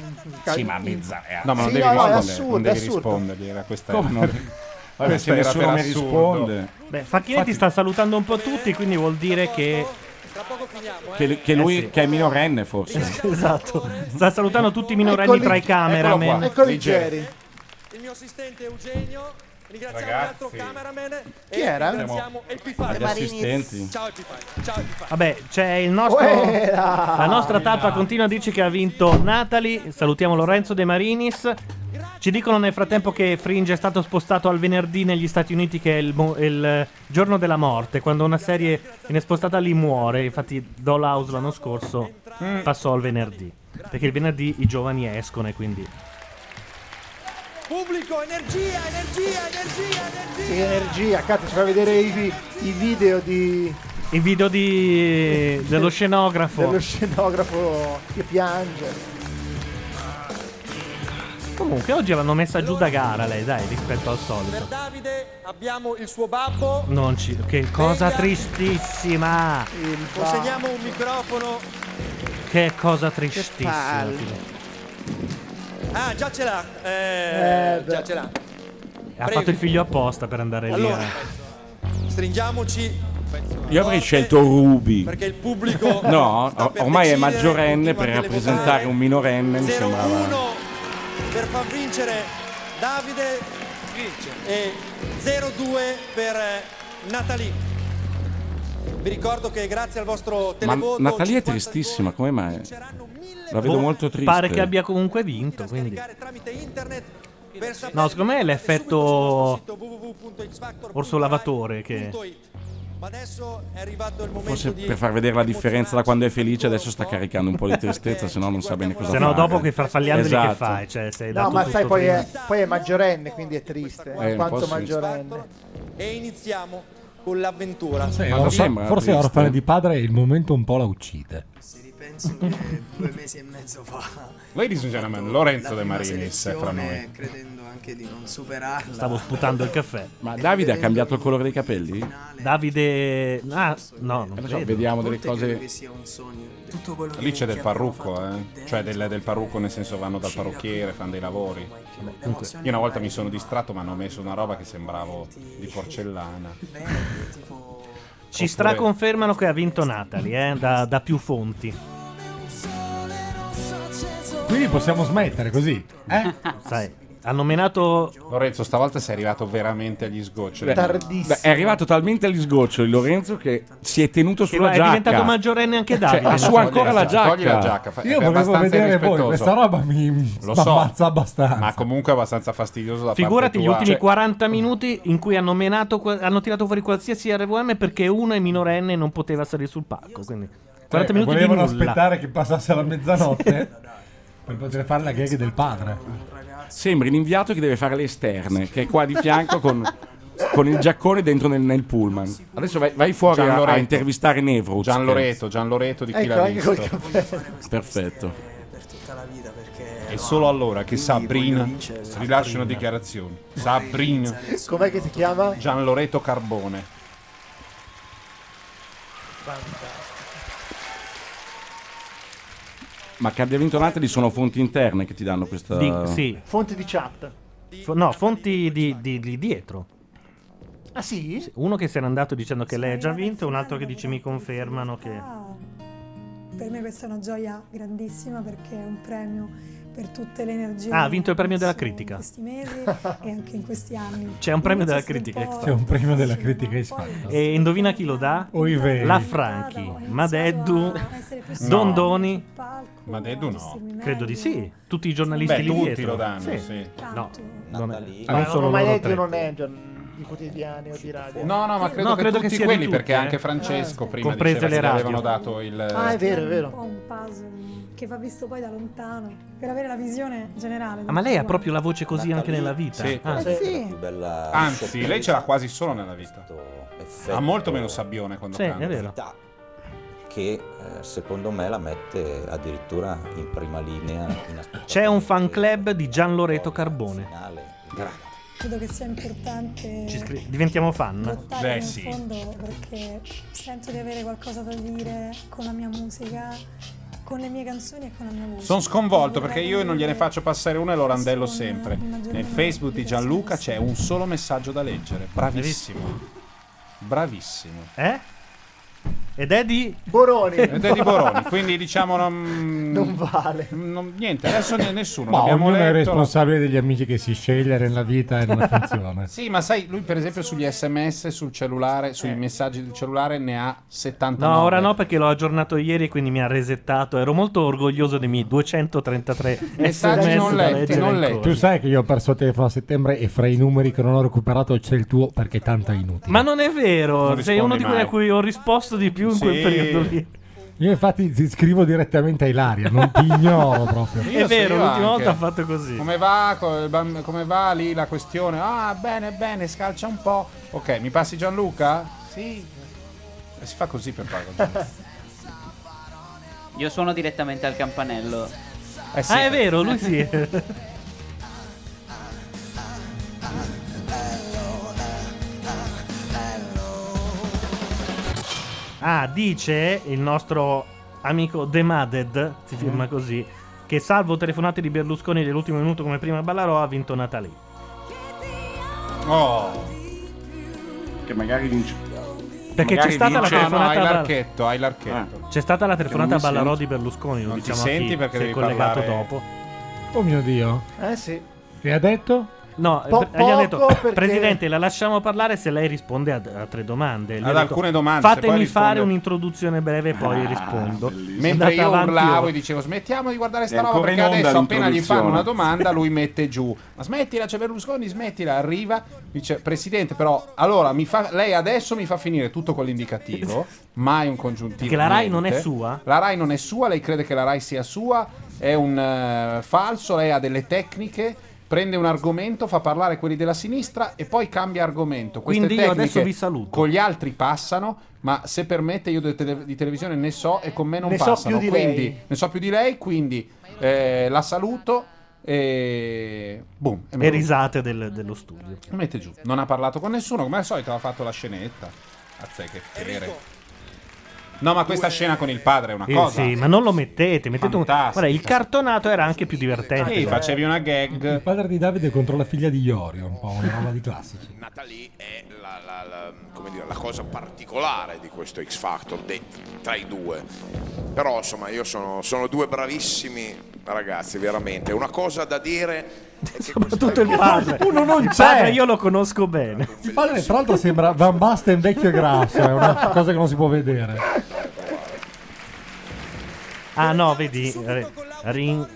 S1: Sì, ma a mezzanotte.
S3: No, ma non
S4: Sì,
S3: devi
S4: no, no, è
S3: rispondere.
S4: assurdo,
S3: non devi
S4: è assurdo.
S3: rispondergli, era questa.
S1: Come no? Vabbè,
S3: Questa
S1: se
S3: era
S1: nessuno
S3: per
S1: mi
S3: assurdo.
S1: risponde.
S2: Beh, Facchinetti sta salutando un po' tutti, quindi vuol dire che
S1: Che, che
S3: Eh
S1: lui che è minorenne forse.
S2: esatto. sta salutando tutti i minorenni tra i cameraman.
S7: Il mio assistente Eugenio. Ringraziamo l'altro cameraman.
S2: Chi era?
S7: Ringraziamo Epifani.
S2: Gli assistenti.
S7: Ciao Epifani. Ciao Epifani.
S2: Vabbè, c'è il nostro.
S7: Uè, là.
S2: La nostra tappa continua a dirci che ha vinto Natali. Salutiamo Lorenzo De Marinis. Ci dicono nel frattempo che Fringe è stato spostato al venerdì negli Stati Uniti, che è il, mo- il giorno della morte. Quando una serie viene spostata lì muore. Infatti, Dollhouse l'anno scorso
S3: Mm.
S2: passò al venerdì. Perché il venerdì i giovani escono e quindi.
S7: Pubblico, energia, energia, energia, energia.
S4: Sì, energia, cazzo, ci fa vedere i, vi- i video di,
S2: Il video di... dello scenografo.
S4: dello scenografo che piange.
S2: Comunque, oggi l'hanno messa giù da gara lei, dai, rispetto al solito.
S7: Davide, abbiamo il suo babbo.
S2: Non ci. Che cosa tristissima!
S7: Consegniamo un microfono.
S2: Che cosa tristissima.
S7: palle. Ah, già ce l'ha.
S2: Eh,
S7: Eh,
S2: beh.
S7: già ce l'ha.
S2: Ha fatto il figlio apposta per andare
S7: Allora.
S2: lì.
S7: Stringiamoci
S1: Io avrei scelto Ruby.
S7: perché il pubblico
S1: No, or- ormai è maggiorenne per rappresentare un minorenne, mi
S7: 0-1
S1: sembrava.
S7: per far vincere Davide e 0-2 per eh, Nathalie. Vi ricordo che grazie al vostro
S1: Ma
S7: televoto
S1: Natalia è tristissima, come mai? La vedo
S2: Boh,
S1: molto triste.
S2: Pare che abbia comunque vinto. Quindi. No, secondo me è l'effetto orso lavatore che.
S1: Forse per far vedere la differenza da quando è felice, adesso sta caricando un po' di tristezza, se no non sa bene cosa
S2: Se
S1: fare.
S2: no, dopo che farfagliandoli
S1: Esatto.
S2: che fai? Cioè, sei
S4: No,
S2: dato
S4: ma
S2: tutto
S4: sai, poi
S2: prima.
S4: è, poi è maggiorenne, quindi è triste.
S7: Eh,
S4: in
S7: un po'
S4: quanto
S7: sì.
S4: maggiorenne.
S7: e iniziamo con l'avventura.
S6: Ma Eh, lo so, forse
S7: triste.
S6: Orfane di padre il momento un po' la uccide.
S13: Penso che due mesi e mezzo fa.
S3: Ladies and gentlemen, Lorenzo
S13: la
S3: De
S13: prima
S3: Marinis è fra
S13: selezione,
S3: noi.
S13: Credendo anche di non superarla.
S2: sputando il caffè.
S1: Ma Davide ha cambiato il colore dei capelli?
S2: Davide. Ah, no, non credo.
S3: vediamo delle cose.
S13: sia un sogno. Tutto quello
S3: Lì
S13: che
S3: c'è del
S13: abbiamo
S3: parrucco, eh? Cioè del, del parrucco nel senso vanno dal parrucchiere, fanno dei lavori. Io una volta mi sono distratto ma hanno messo una roba che sembravo di porcellana.
S2: Ci straconfermano che ha vinto Natali, eh, da, da più fonti.
S6: Quindi possiamo smettere così.
S2: Eh? Sai, ha nominato.
S3: Lorenzo, stavolta sei arrivato veramente agli sgoccioli.
S1: Cioè, Beh, è arrivato talmente agli sgoccioli Lorenzo che si è tenuto
S2: Che guarda,
S1: sulla
S2: è
S1: giacca.
S2: diventato maggiorenne anche Davide.
S1: Cioè, ha su ancora la giacca.
S3: Togli la giacca, fa-
S6: Io
S3: è
S6: volevo
S3: abbastanza
S6: vedere voi,
S3: irrispettoso.
S6: questa roba mi mi
S3: Lo so.
S6: ammazza abbastanza.
S3: Ma comunque è abbastanza fastidioso da parte
S2: Figurati gli
S3: tua.
S2: ultimi
S3: Cioè,
S2: 40 minuti in cui hanno, menato, que- hanno tirato fuori qualsiasi RVM perché uno è minorenne e non poteva salire sul palco. Quindi 40
S6: Eh,
S2: minuti di
S6: volevano
S2: nulla.
S6: aspettare che passasse la mezzanotte per poter fare la gag del padre.
S1: Sembri l'inviato che deve fare le esterne, che è qua di fianco con, con il giaccone dentro nel, nel pullman. Adesso vai, vai fuori
S3: Gian
S1: a, a
S3: Loreto.
S1: intervistare Nevro.
S3: Gian Loreto, Gian Loreto di
S6: Ecco,
S3: chi l'ha visto.
S1: Perfetto.
S3: E solo allora che Sabrina rilascia una dichiarazione. Sabrina.
S4: Com'è che si chiama?
S3: Gian Loreto Carbone.
S6: Ah,
S1: Ma che abbia vinto Natali sono fonti interne che ti danno questa...
S2: Di- sì.
S4: Fonti di chat.
S2: Fo- no, fonti di, di- di dietro.
S4: Ah sì?
S2: Uno che se n'è andato dicendo che lei ha già vinto, un altro che dice mi confermano che.
S11: Per me questa è una gioia grandissima perché è un premio per tutte le energie.
S2: Ah, ha vinto il premio della
S11: che ho
S2: critica.
S11: messo In questi mesi e anche in questi anni.
S2: C'è un premio della
S11: Quindi sono un
S2: critica,
S11: po'
S2: X
S6: C'è un premio della critica X Factor.
S2: E indovina chi lo dà?
S6: Oiveri.
S2: La Franchi, Madeddu,
S11: essere più
S3: No.
S2: Dondoni.
S3: Ma Dedu no.
S2: Credo di sì. Tutti i giornalisti
S3: Beh,
S2: lì
S3: tutti
S2: dietro.
S3: lo danno, sì.
S2: No, non, è-
S4: Ma
S2: Ah, non
S4: non
S2: sono
S4: mai
S2: loro
S4: detto
S2: tre.
S4: non è. Gian- di quotidiani o di radio.
S3: No, no, ma credo
S2: No,
S3: che
S2: credo che
S3: tutti
S2: sia di
S3: quelli,
S2: tutti,
S3: perché
S2: eh.
S3: anche Francesco prima
S2: Comprese
S3: diceva
S2: le
S3: che gli
S2: radio.
S3: avevano dato il...
S4: Ah, è vero, è vero.
S11: Un po' un puzzle che va visto poi da lontano per avere la visione generale.
S2: Ah, ma lei ha proprio la voce così anche nella vita.
S3: Sì.
S2: Ah.
S3: Anzi, lei ce l'ha quasi solo nella vita. Ha molto meno sabbione quando
S2: Sì,
S3: canta.
S2: è vero.
S22: che eh, secondo me la mette addirittura in prima linea. In
S2: C'è un fan club di Gian Loreto Carbone.
S11: Credo che sia importante
S2: Ci scri- diventiamo fan.
S11: lottare nel fondo perché sento di avere qualcosa da dire con la mia musica, con le mie canzoni e con la mia voce.
S3: Sono sconvolto
S11: Vorrei
S3: perché io non gliene faccio passare una e lo randello sempre. Nel Facebook di Gianluca c'è un solo messaggio da leggere. Bravissimo. Bravissimo.
S2: Eh? Ed è di
S4: Boroni.
S3: Ed è di Boroni, quindi diciamo non,
S4: Non vale.
S3: niente, adesso ne- nessuno.
S6: Ma
S3: l'abbiamo
S6: ognuno è
S3: letto, la-
S6: responsabile degli amici che si sceglie nella vita e nella funzione.
S3: Sì, ma sai, lui per esempio sugli sms, sul cellulare, sui messaggi del cellulare ne ha 79.
S2: No, ora no perché l'ho aggiornato ieri quindi mi ha resettato. Ero molto orgoglioso dei miei 233
S3: Messaggi
S2: sms
S3: non
S2: da
S3: letti,
S2: leggere
S3: non
S2: ancora.
S1: Eh.
S3: letti.
S6: Tu sai che io ho perso il telefono a settembre e fra i numeri che non ho recuperato c'è il tuo perché tanto è inutile.
S2: Ma non è vero,
S6: Non
S2: sei uno
S6: rispondi
S2: di quelli
S6: mai.
S2: a cui ho risposto di più in
S6: Sì.
S2: quel periodo lì.
S6: Io infatti ti scrivo direttamente a Ilaria, non ti ignoro proprio.
S3: Io sì, anche.
S2: fatto così.
S3: Come va, co- bam- come va lì la questione? Ah, bene, bene, scalcia un po'. Ok, mi passi Gianluca? Sì. E si fa così per pagare.
S44: Io suono direttamente al campanello.
S2: Ah, è vero, lui sì. ah, dice il nostro amico The Maded, si firma così, che salvo telefonate di Berlusconi dell'ultimo minuto come prima Ballarò ha vinto Natali.
S3: Oh.
S1: Che magari vince.
S2: Perché c'è stata la
S3: No, no,
S2: telefonata
S3: hai
S2: a Val-
S3: l'archetto, hai l'archetto.
S2: C'è stata la telefonata a
S3: Che non mi
S2: Ballarò
S3: senti.
S2: di Berlusconi, lo
S3: Non ti
S2: diciamo a
S3: senti
S2: chi
S3: perché
S2: si è
S3: devi
S2: collegato
S3: parlare-
S2: dopo.
S6: Oh mio Dio.
S4: Eh sì.
S6: E ha detto?
S2: No,
S4: Po-
S2: eh, gli ha detto,
S4: poco perché-
S2: Presidente, la lasciamo parlare se lei risponde ad- a, tre domande. Gli ho
S3: Ad
S2: detto,
S3: alcune domande, se poi
S2: Fatemi
S3: risponde- Ah,
S2: fare un'introduzione breve e poi rispondo.
S3: Mentre
S2: È andata
S3: io
S2: avanti
S3: urlavo
S2: ora.
S3: e dicevo smettiamo di guardare
S2: È
S3: sta roba
S2: ancora
S3: perché
S2: in onda
S3: adesso appena gli
S2: l'introduzione.
S3: fanno una domanda lui mette giù ma smettila c'è Berlusconi smettila arriva dice presidente però allora mi fa- lei adesso mi fa finire tutto con l'indicativo mai un congiuntivo
S2: Perché la Rai
S3: niente.
S2: non è sua?
S3: la Rai non è sua lei crede che la Rai sia sua è un eh, falso lei ha delle tecniche prende un argomento fa parlare quelli della sinistra e poi cambia argomento Queste
S2: Quindi io adesso
S3: tecniche
S2: vi saluto.
S3: con gli altri passano ma se permette io de- tele- di televisione ne so e con me non
S4: Ne so
S3: passano
S4: più di
S3: quindi
S4: lei.
S3: ne so più di lei quindi eh, la saluto e boom
S2: E risate del- dello studio.
S3: mette giù non ha parlato con nessuno come al solito ha fatto la scenetta azzè che fiere no ma questa scena con il padre è una
S2: Eh,
S3: cosa
S2: sì, ma non lo mettete. mettete un...
S3: Fantastica.
S2: Guarda, il cartonato era anche più divertente. cioè.
S3: Sì, facevi una gag.
S6: Il padre di Davide contro la figlia di Iorio, un po' una roba di classici.
S45: Natalie è la, la- la- come dire, la cosa particolare di questo X Factor de- tra i due. Però insomma io sono, sono due bravissimi ragazzi, veramente. Una cosa da dire è che
S2: Tutto il padre.
S6: Uno non
S2: il
S6: c'è.
S2: padre io lo conosco bene.
S6: Il padre, tra l'altro, sembra Van Basten vecchio e grasso, è una cosa che non si può vedere.
S2: Ah no, vedi, re- rin-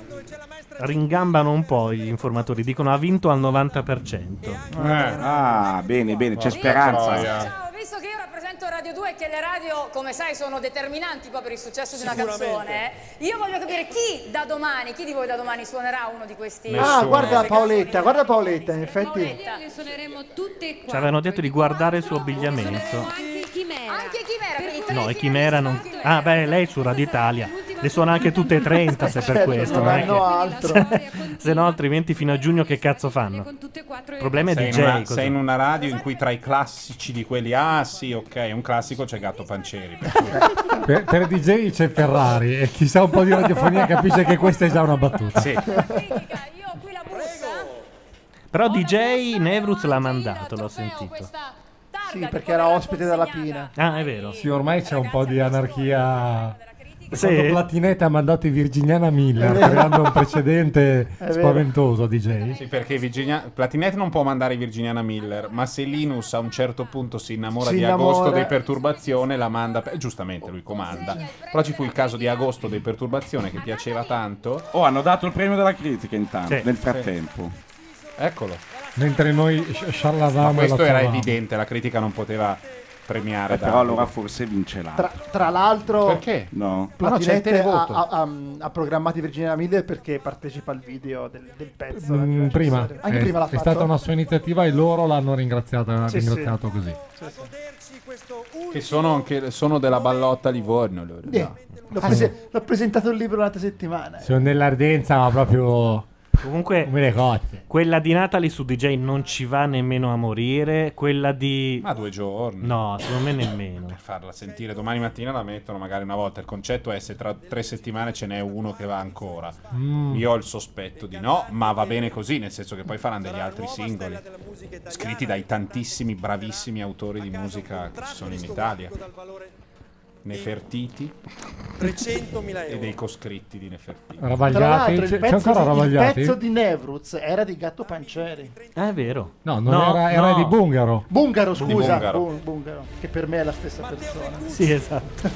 S2: ringambano un po' gli informatori. Dicono ha vinto al 90%.
S6: Eh,
S1: ah, bene, bene, c'è
S2: Eh. Porca troia.
S1: speranza.
S12: Ciao, visto che io rappresento Radio 2 e che le radio, come sai, sono determinanti poi per il successo di una canzone, eh, io voglio capire chi da domani, chi di voi da domani suonerà uno di questi.
S4: Ah, guarda Paoletta, guarda Paoletta, in effetti.
S12: Paoletta. Le suoneremo tutte e
S2: Ci avevano detto di guardare il suo abbigliamento.
S12: Anche Chimera. Anche Chimera, per i tre
S2: No, e Chimera non. Ah, beh, lei su Radio Italia. Le suona anche tutte e 30 se per
S4: Certo,
S2: questo.
S4: non
S2: non è
S4: hanno altro.
S2: che- se no, altrimenti fino a giugno che cazzo fanno? Il problema è
S3: sei,
S2: DJ.
S3: in una,
S2: così.
S3: sei in una radio in cui tra i classici di quelli ah sì ok un classico c'è Gatto Panceri per cui-
S6: Per, per DJ c'è Ferrari e chi sa un po' di radiofonia capisce che questa è già una battuta.
S3: Sì.
S2: Però DJ Nevruz l'ha mandato, l'ho sentito.
S4: Sì, perché era ospite della Pina.
S2: Ah, è vero.
S6: Sì, ormai c'è un po' di anarchia.
S2: Sì.
S6: Ah. Quando Platinetta ha mandato i Virginiana Miller, creando un precedente
S3: vero.
S6: spaventoso a DJ.
S3: Sì, perché Virginia... Platinet non può mandare Virginiana Miller, ma se Linus a un certo punto si innamora
S6: Si
S3: di
S6: innamora.
S3: Agosto dei Perturbazione, la manda. per- Giustamente lui comanda. Però ci fu il caso di Agosto dei Perturbazione che piaceva tanto.
S1: Oh, hanno dato il premio della critica intanto,
S3: Sì.
S1: nel frattempo.
S3: Eccolo.
S6: Mentre noi sci- sciallavamo.
S3: Ma questo
S6: e la
S3: era
S6: trovavamo.
S3: evidente, la critica non poteva premiare.
S17: Eh, però
S3: Davide.
S17: allora forse vince l'altro.
S4: Tra, tra l'altro,
S3: Perché? Ah,
S17: No.
S4: Platinette
S3: No, c'è il
S4: ha,
S3: televoto.
S4: ha, ha- ha programmato Virginia Mille perché partecipa al video del, del pezzo.
S6: Mm,
S4: Cioè,
S6: prima.
S4: anche
S6: è,
S4: prima l'ha
S6: è
S4: fatto.
S6: stata una sua iniziativa e loro l'hanno ringraziata,
S4: Sì, sì.
S6: ringraziato così.
S3: Che sono, anche, sono della ballotta Livorno. loro.
S6: Ah.
S4: Niente, L'ho, prese- l'ho presentato il libro l'altra settimana.
S6: Sono nell'ardenza, ma proprio.
S2: Comunque,
S6: come le cozze.
S2: Quella di Natalie su DJ non ci va nemmeno a morire. Quella di.
S3: Ma due giorni.
S2: No, secondo me nemmeno.
S3: Per farla sentire domani mattina la mettono magari una volta. Il concetto è se tra tre settimane ce n'è uno che va ancora.
S6: Mm.
S3: Io ho il sospetto di no, ma va bene così, nel senso che poi faranno degli altri singoli scritti dai tantissimi bravissimi autori di musica che ci sono in Italia. Nefertiti
S7: 300.000
S3: e dei coscritti di Nefertiti.
S4: Tra
S6: Ravagliati.
S4: l'altro,
S6: C'è,
S4: il
S2: cioè,
S6: c'è
S4: pezzo,
S6: ancora
S4: di, il
S6: Ravagliati?
S4: pezzo di Nevruz era di Gatto Pancieri.
S2: Ah, è vero.
S6: No, non era, era di Bungaro.
S4: Bungaro,
S6: Di
S4: scusa.
S6: Bungaro.
S4: Bun- Bungaro, che per me è la stessa persona.
S2: Sì, esatto.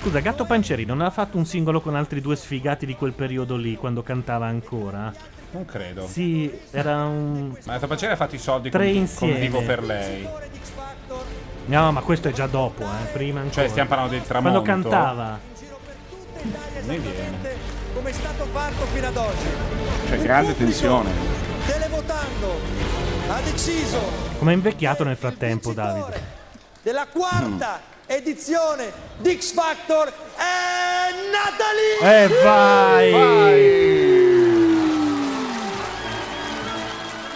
S2: Scusa, Gatto Panceri non ha fatto un singolo con altri due sfigati di quel periodo lì, quando cantava ancora?
S3: Non credo.
S2: Sì, era un.
S3: Ma la Tapacera ha fatto i soldi
S2: Tre
S3: con, con
S2: insieme.
S3: Vivo per lei.
S2: No, ma questo è già dopo, eh. Prima ancora.
S3: Cioè, stiamo parlando del
S2: Quando
S3: tramonto.
S2: cantava.
S3: Ne viene.
S7: come è stato fatto fino ad oggi.
S3: Cioè,
S17: C'è grande tensione.
S7: Televotando ha deciso
S2: Come è invecchiato nel frattempo, Davide.
S7: della quarta edizione di X Factor è Natalie!
S2: E vai!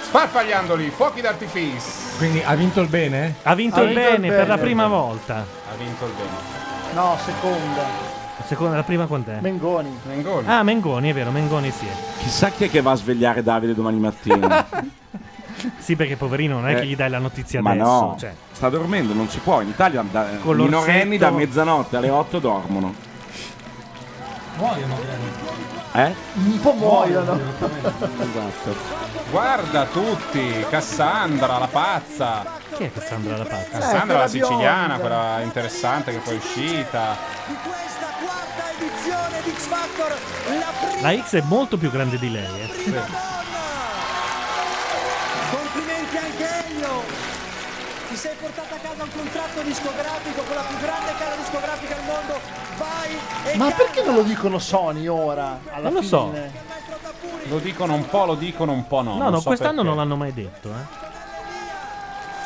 S3: Sparpagliandoli, fuochi d'artificio.
S6: Quindi ha vinto il bene?
S2: Ha vinto,
S4: Ha
S2: il
S4: vinto il
S2: bene, per
S4: bene.
S2: la prima volta.
S3: Ha vinto il bene.
S4: No, seconda.
S2: Secondo, la prima quant'è?
S4: Mengoni.
S3: Mengoni.
S2: Ah, Mengoni, è vero, Mengoni sì.
S17: Chissà chi è che va a svegliare Davide domani mattina.
S2: Sì, perché poverino, non è
S17: Eh,
S2: che gli dai la notizia
S17: Ma
S2: adesso.
S17: no,
S2: Cioè,
S17: sta dormendo, non si può. In Italia da,
S2: Con
S17: minorenni
S2: l'orsetto.
S17: da mezzanotte alle 8 dormono.
S6: Muoiono.
S17: Eh?
S4: Un po' muoiono.
S17: Esatto.
S3: Guarda tutti, Cassandra la pazza.
S2: Chi è Cassandra la pazza?
S3: Cassandra la
S7: Eh, quella
S3: siciliana,
S7: bionda.
S3: quella interessante che poi è uscita.
S7: Edizione di X Factor, la
S2: la X è molto più grande di lei, eh.
S7: Complimenti anche Elio! Ti sei portato a casa un contratto discografico con la più grande casa discografica al mondo. Vai e
S4: Ma
S7: canta.
S4: perché non lo dicono Sony ora? Alla
S3: Non lo so.
S4: fine?
S3: Lo dicono un po', lo dicono un po' no.
S2: No, no,
S3: non so
S2: quest'anno
S3: perché.
S2: non l'hanno mai detto, eh.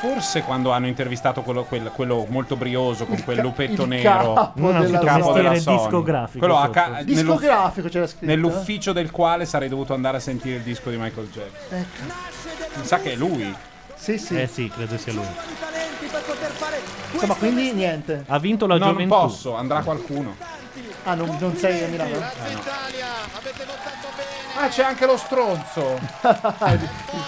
S3: Forse quando hanno intervistato quello, quel- quello molto brioso con quel lupetto
S4: il
S3: nero,
S4: capo
S3: il
S4: della
S3: capo
S4: Sony.
S3: della
S4: Mestiere
S3: Sony.
S4: discografico
S3: Quello a ca-
S4: sotto.
S3: nell'uf-
S4: Discografico c'era scritto, eh?
S3: Nell'ufficio del quale sarei dovuto andare a sentire il disco di Michael Jackson.
S4: Ecco.
S3: Mi sa che è lui.
S4: Sì, sì.
S2: Eh sì, credo sia lui.
S4: Insomma, quindi niente.
S2: Ha vinto la
S3: No, non
S2: gioventù.
S3: posso, andrà qualcuno.
S4: Ah, non, non sei a Milano.
S3: Ah, c'è anche lo stronzo.
S4: il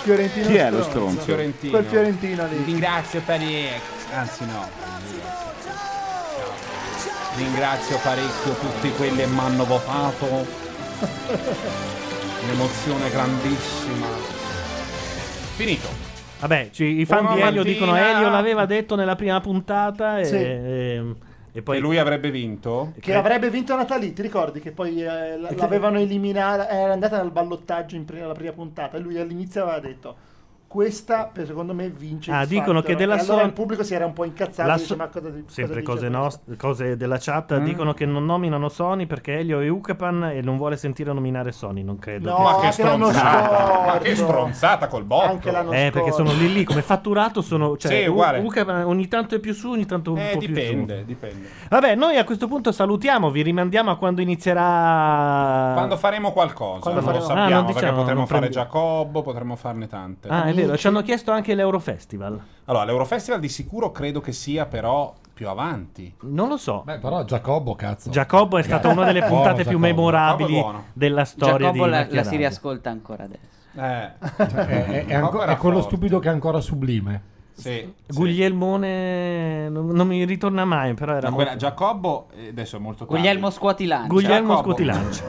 S4: fiorentino.
S17: Chi è lo
S3: Il
S17: stronzo?
S3: Fiorentino.
S4: Quel fiorentino lì.
S3: Ringrazio parecchio. Anzi no. Ringrazio parecchio tutti quelli che mi hanno votato. Un'emozione grandissima. Finito.
S2: Vabbè, ci- i fan
S3: Buona
S2: di Elio
S3: mattina.
S2: dicono Elio l'aveva detto nella prima puntata e,
S4: Sì.
S2: e- e poi...
S3: E lui avrebbe vinto?
S2: Eh?
S4: Che avrebbe vinto Natalie, ti ricordi che poi eh, l- l'avevano eliminata, eh, era andata al ballottaggio in prima, alla prima puntata e lui all'inizio aveva detto questa per- secondo me vince
S2: Ah,
S4: X
S2: dicono
S4: Factor".
S2: che della
S4: e allora
S2: Son-
S4: il pubblico si era un po' incazzato
S2: La
S4: e dice,
S2: so-
S4: "Ma cosa di- cosa
S2: sempre
S4: dice
S2: cose,
S4: questo?"
S2: nost- cose della chat
S4: Mm.
S2: dicono che non nominano Sony perché Elio è Ucapan e non vuole sentire nominare Sony, non credo.
S4: No, Ma che anche l'anno stronzata,
S3: ma che stronzata col botto. Anche
S4: l'anno
S2: Eh, perché sono lì lì come fatturato sono cioè
S3: Sì, uguale.
S2: U- Ucapan ogni tanto è più su, ogni tanto un
S3: Eh,
S2: po' più
S3: dipende,
S2: giù.
S3: dipende.
S2: Vabbè, noi a questo punto salutiamo, vi rimandiamo a quando inizierà
S3: Quando faremo qualcosa,
S2: Ah. Quando
S3: non lo
S2: faremo- Ah, non
S3: sappiamo, perché
S2: diciamo,
S3: potremmo
S2: non
S3: fare
S2: prendi-
S3: Giacobbo, potremmo farne tante.
S2: Ah, è vero, ci hanno chiesto anche l'Eurofestival.
S3: Allora, l'Eurofestival di sicuro credo che sia però più avanti.
S2: Non lo so.
S6: Beh, però Giacobbo, cazzo.
S2: Giacobbo è stata una
S1: Oh,
S2: delle
S6: Buono,
S2: puntate più
S6: Giacobbo.
S2: memorabili
S6: Giacobbo è buono.
S2: della storia
S44: Giacobbo
S2: di
S44: la,
S2: Macchia
S44: la si
S2: Radio.
S44: riascolta ancora adesso.
S3: Eh.
S2: Cioè,
S6: È, è- è ancora- è quello stupido che è ancora sublime.
S3: Sì.
S2: Guglielmone non, non mi ritorna mai, però era
S3: No, quella-
S2: molto-
S3: Giacobbo eh, adesso è molto tardi.
S44: Guglielmo Scuotilano.
S2: Guglielmo
S3: Giacobbo.
S2: Scuotilancio.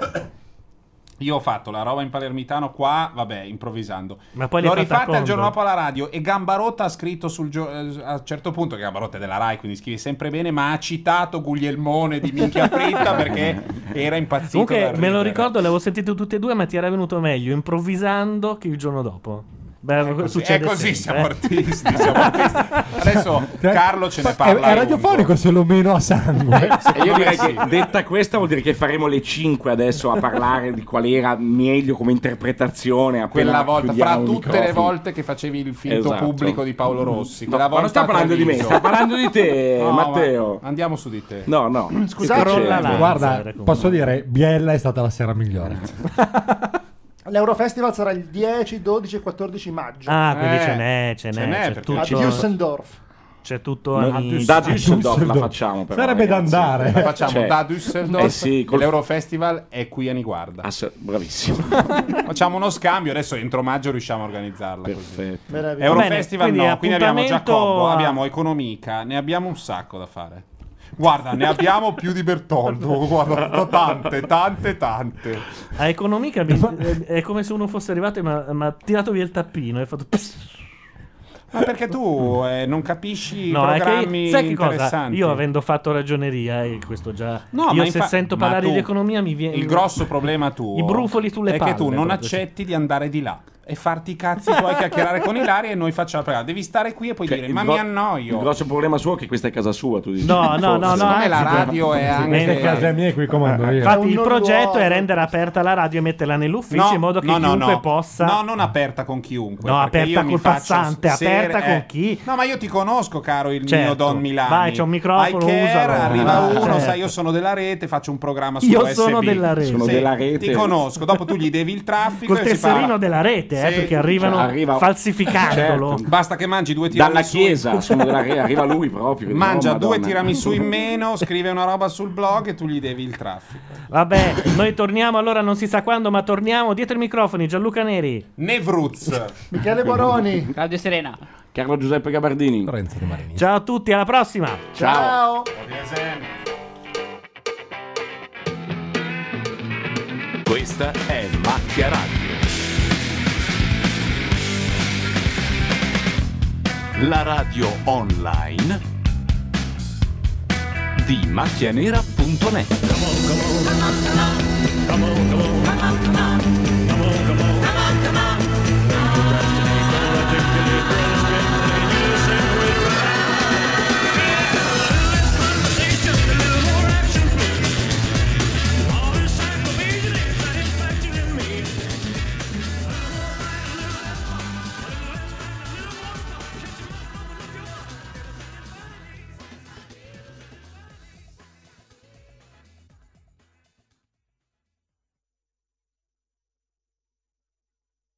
S3: Io ho fatto la roba in palermitano qua, vabbè, improvvisando.
S2: Ma poi l'hai
S3: L'ho
S2: fatta a
S3: rifatta il
S2: fondo?
S3: giorno dopo alla radio e Gambarotta ha scritto sul gio- eh, a un certo punto, che Gambarotta è della Rai, quindi scrive sempre bene, ma ha citato Guglielmone di Minchia Fritta perché era impazzito.
S2: Comunque
S3: dal
S2: me lo
S3: ridere.
S2: ricordo, le avevo sentite tutte e due, ma ti era venuto meglio improvvisando che il giorno dopo. Beh,
S3: È
S2: succede
S3: così, siamo
S2: sempre, eh.
S3: artisti, siamo artisti. Adesso
S6: Cioè,
S3: Carlo ce ne
S7: È,
S3: parla.
S7: è radiofonico se lo meno a sangue.
S1: E Eh, io direi che detta questa vuol dire che faremo le 5 adesso a parlare di qual era meglio come interpretazione.
S3: Quella volta, fra tutte le
S1: volte
S3: volte che facevi il finto
S1: Esatto.
S3: pubblico di Paolo Rossi,
S1: No,
S3: quella
S1: ma non
S3: volta
S1: sta
S3: a
S1: parlando di me,
S3: Treviso.
S1: sta parlando di te,
S3: No, ma
S1: Matteo.
S3: Andiamo su di te.
S1: No, no.
S4: Scusate,
S1: Che c'è?
S7: eh, Guarda, posso dire, Biella è stata la sera migliore.
S4: L'Eurofestival sarà il 10, 12 e 14 maggio.
S2: Ah, quindi ce n'è, ce n'è. c'è
S4: perché-
S2: tutto-
S4: a Düsseldorf.
S2: C'è tutto
S1: No,
S2: al-
S1: da Düsseldorf la facciamo però,
S2: Sarebbe da
S1: ragazzi.
S2: andare.
S3: La facciamo
S1: Cioè,
S3: da Düsseldorf.
S1: eh sì, col-
S3: L'Eurofestival è qui a Niguarda.
S1: bravissimo.
S3: facciamo uno scambio. Adesso entro maggio riusciamo a organizzarla. Perfetto.
S1: Meraviglioso.
S3: Eurofestival
S1: Bene, quindi
S3: no. Quindi abbiamo
S1: appuntamento
S3: Giacobbo,
S1: a-
S3: abbiamo Economica. Ne abbiamo un sacco da fare. Guarda, ne abbiamo più di Bertoldo. Guarda, tante, tante, tante.
S2: A economica mi- eh, è come se uno fosse arrivato e mi ha- mi ha tirato via il tappino e ha fatto...
S3: Ma perché tu eh, non capisci i
S2: No, è
S3: programmi
S2: che sai che cosa?
S3: interessanti?
S2: Io avendo fatto ragioneria e questo già
S3: No,
S2: io
S3: ma
S2: se
S3: infa-
S2: sento
S3: ma
S2: parlare
S3: tu-
S2: di economia mi viene
S3: Il grosso problema tuo
S2: I brufoli sulle
S3: è
S2: palle.
S3: che tu non
S2: proprio, sì.
S3: accetti di andare di là e farti i cazzi tuoi chiacchierare con Ilaria e noi facciamo la Devi stare qui e poi dire:
S1: il
S3: Ma
S1: gro-
S3: mi annoio.
S1: Il grosso problema suo è che questa è casa sua, tu dici.
S2: No, no, no,
S1: Forse.
S2: no, anzi,
S3: la radio è
S2: anzi,
S3: anche-
S7: Questa è casa mia e qui comando io.
S2: Infatti il progetto è rendere aperta la radio e metterla nell'ufficio in modo che chiunque possa...
S3: No, non aperta con chiunque.
S2: No,
S3: perché
S2: aperta
S3: io mi
S2: col
S3: faccio
S2: passante,
S3: sere-
S2: aperta
S3: eh.
S2: con chi?
S3: No, ma io ti conosco, caro il
S2: Certo.
S3: mio Don Milani.
S2: Vai, c'è un microfono,
S3: I care,
S2: usalo.
S3: Arriva
S2: Ah,
S3: uno,
S2: certo.
S3: sai, io sono della rete, faccio un programma su
S2: Io
S3: USB.
S2: sono della rete. Sono
S3: Sì,
S2: della rete.
S3: Ti conosco, dopo tu gli devi il traffico.
S2: Col
S3: e si
S2: tesserino
S3: parla.
S2: della rete, eh,
S3: Sì.
S2: perché arrivano
S3: Cioè, arriva-
S2: falsificandolo.
S3: Certo. Basta che mangi due tiramisù.
S1: Dalla chiesa, sono della re- arriva lui proprio.
S3: Mangia
S1: Oh,
S3: due
S1: Madonna.
S3: tiramisù in meno, scrive una roba sul blog e tu gli devi il traffico.
S2: Vabbè, noi torniamo allora non si sa quando, ma torniamo dietro i microfoni Gianluca Neri.
S3: Nevruz.
S4: Michele Boroni.
S1: Claudio Serena. Carlo Giuseppe Gabardini.
S7: Lorenzo Di Marini.
S2: Ciao a tutti, alla prossima.
S1: Ciao.
S47: Questa è Macchia Radio. La radio online di macchianera.net.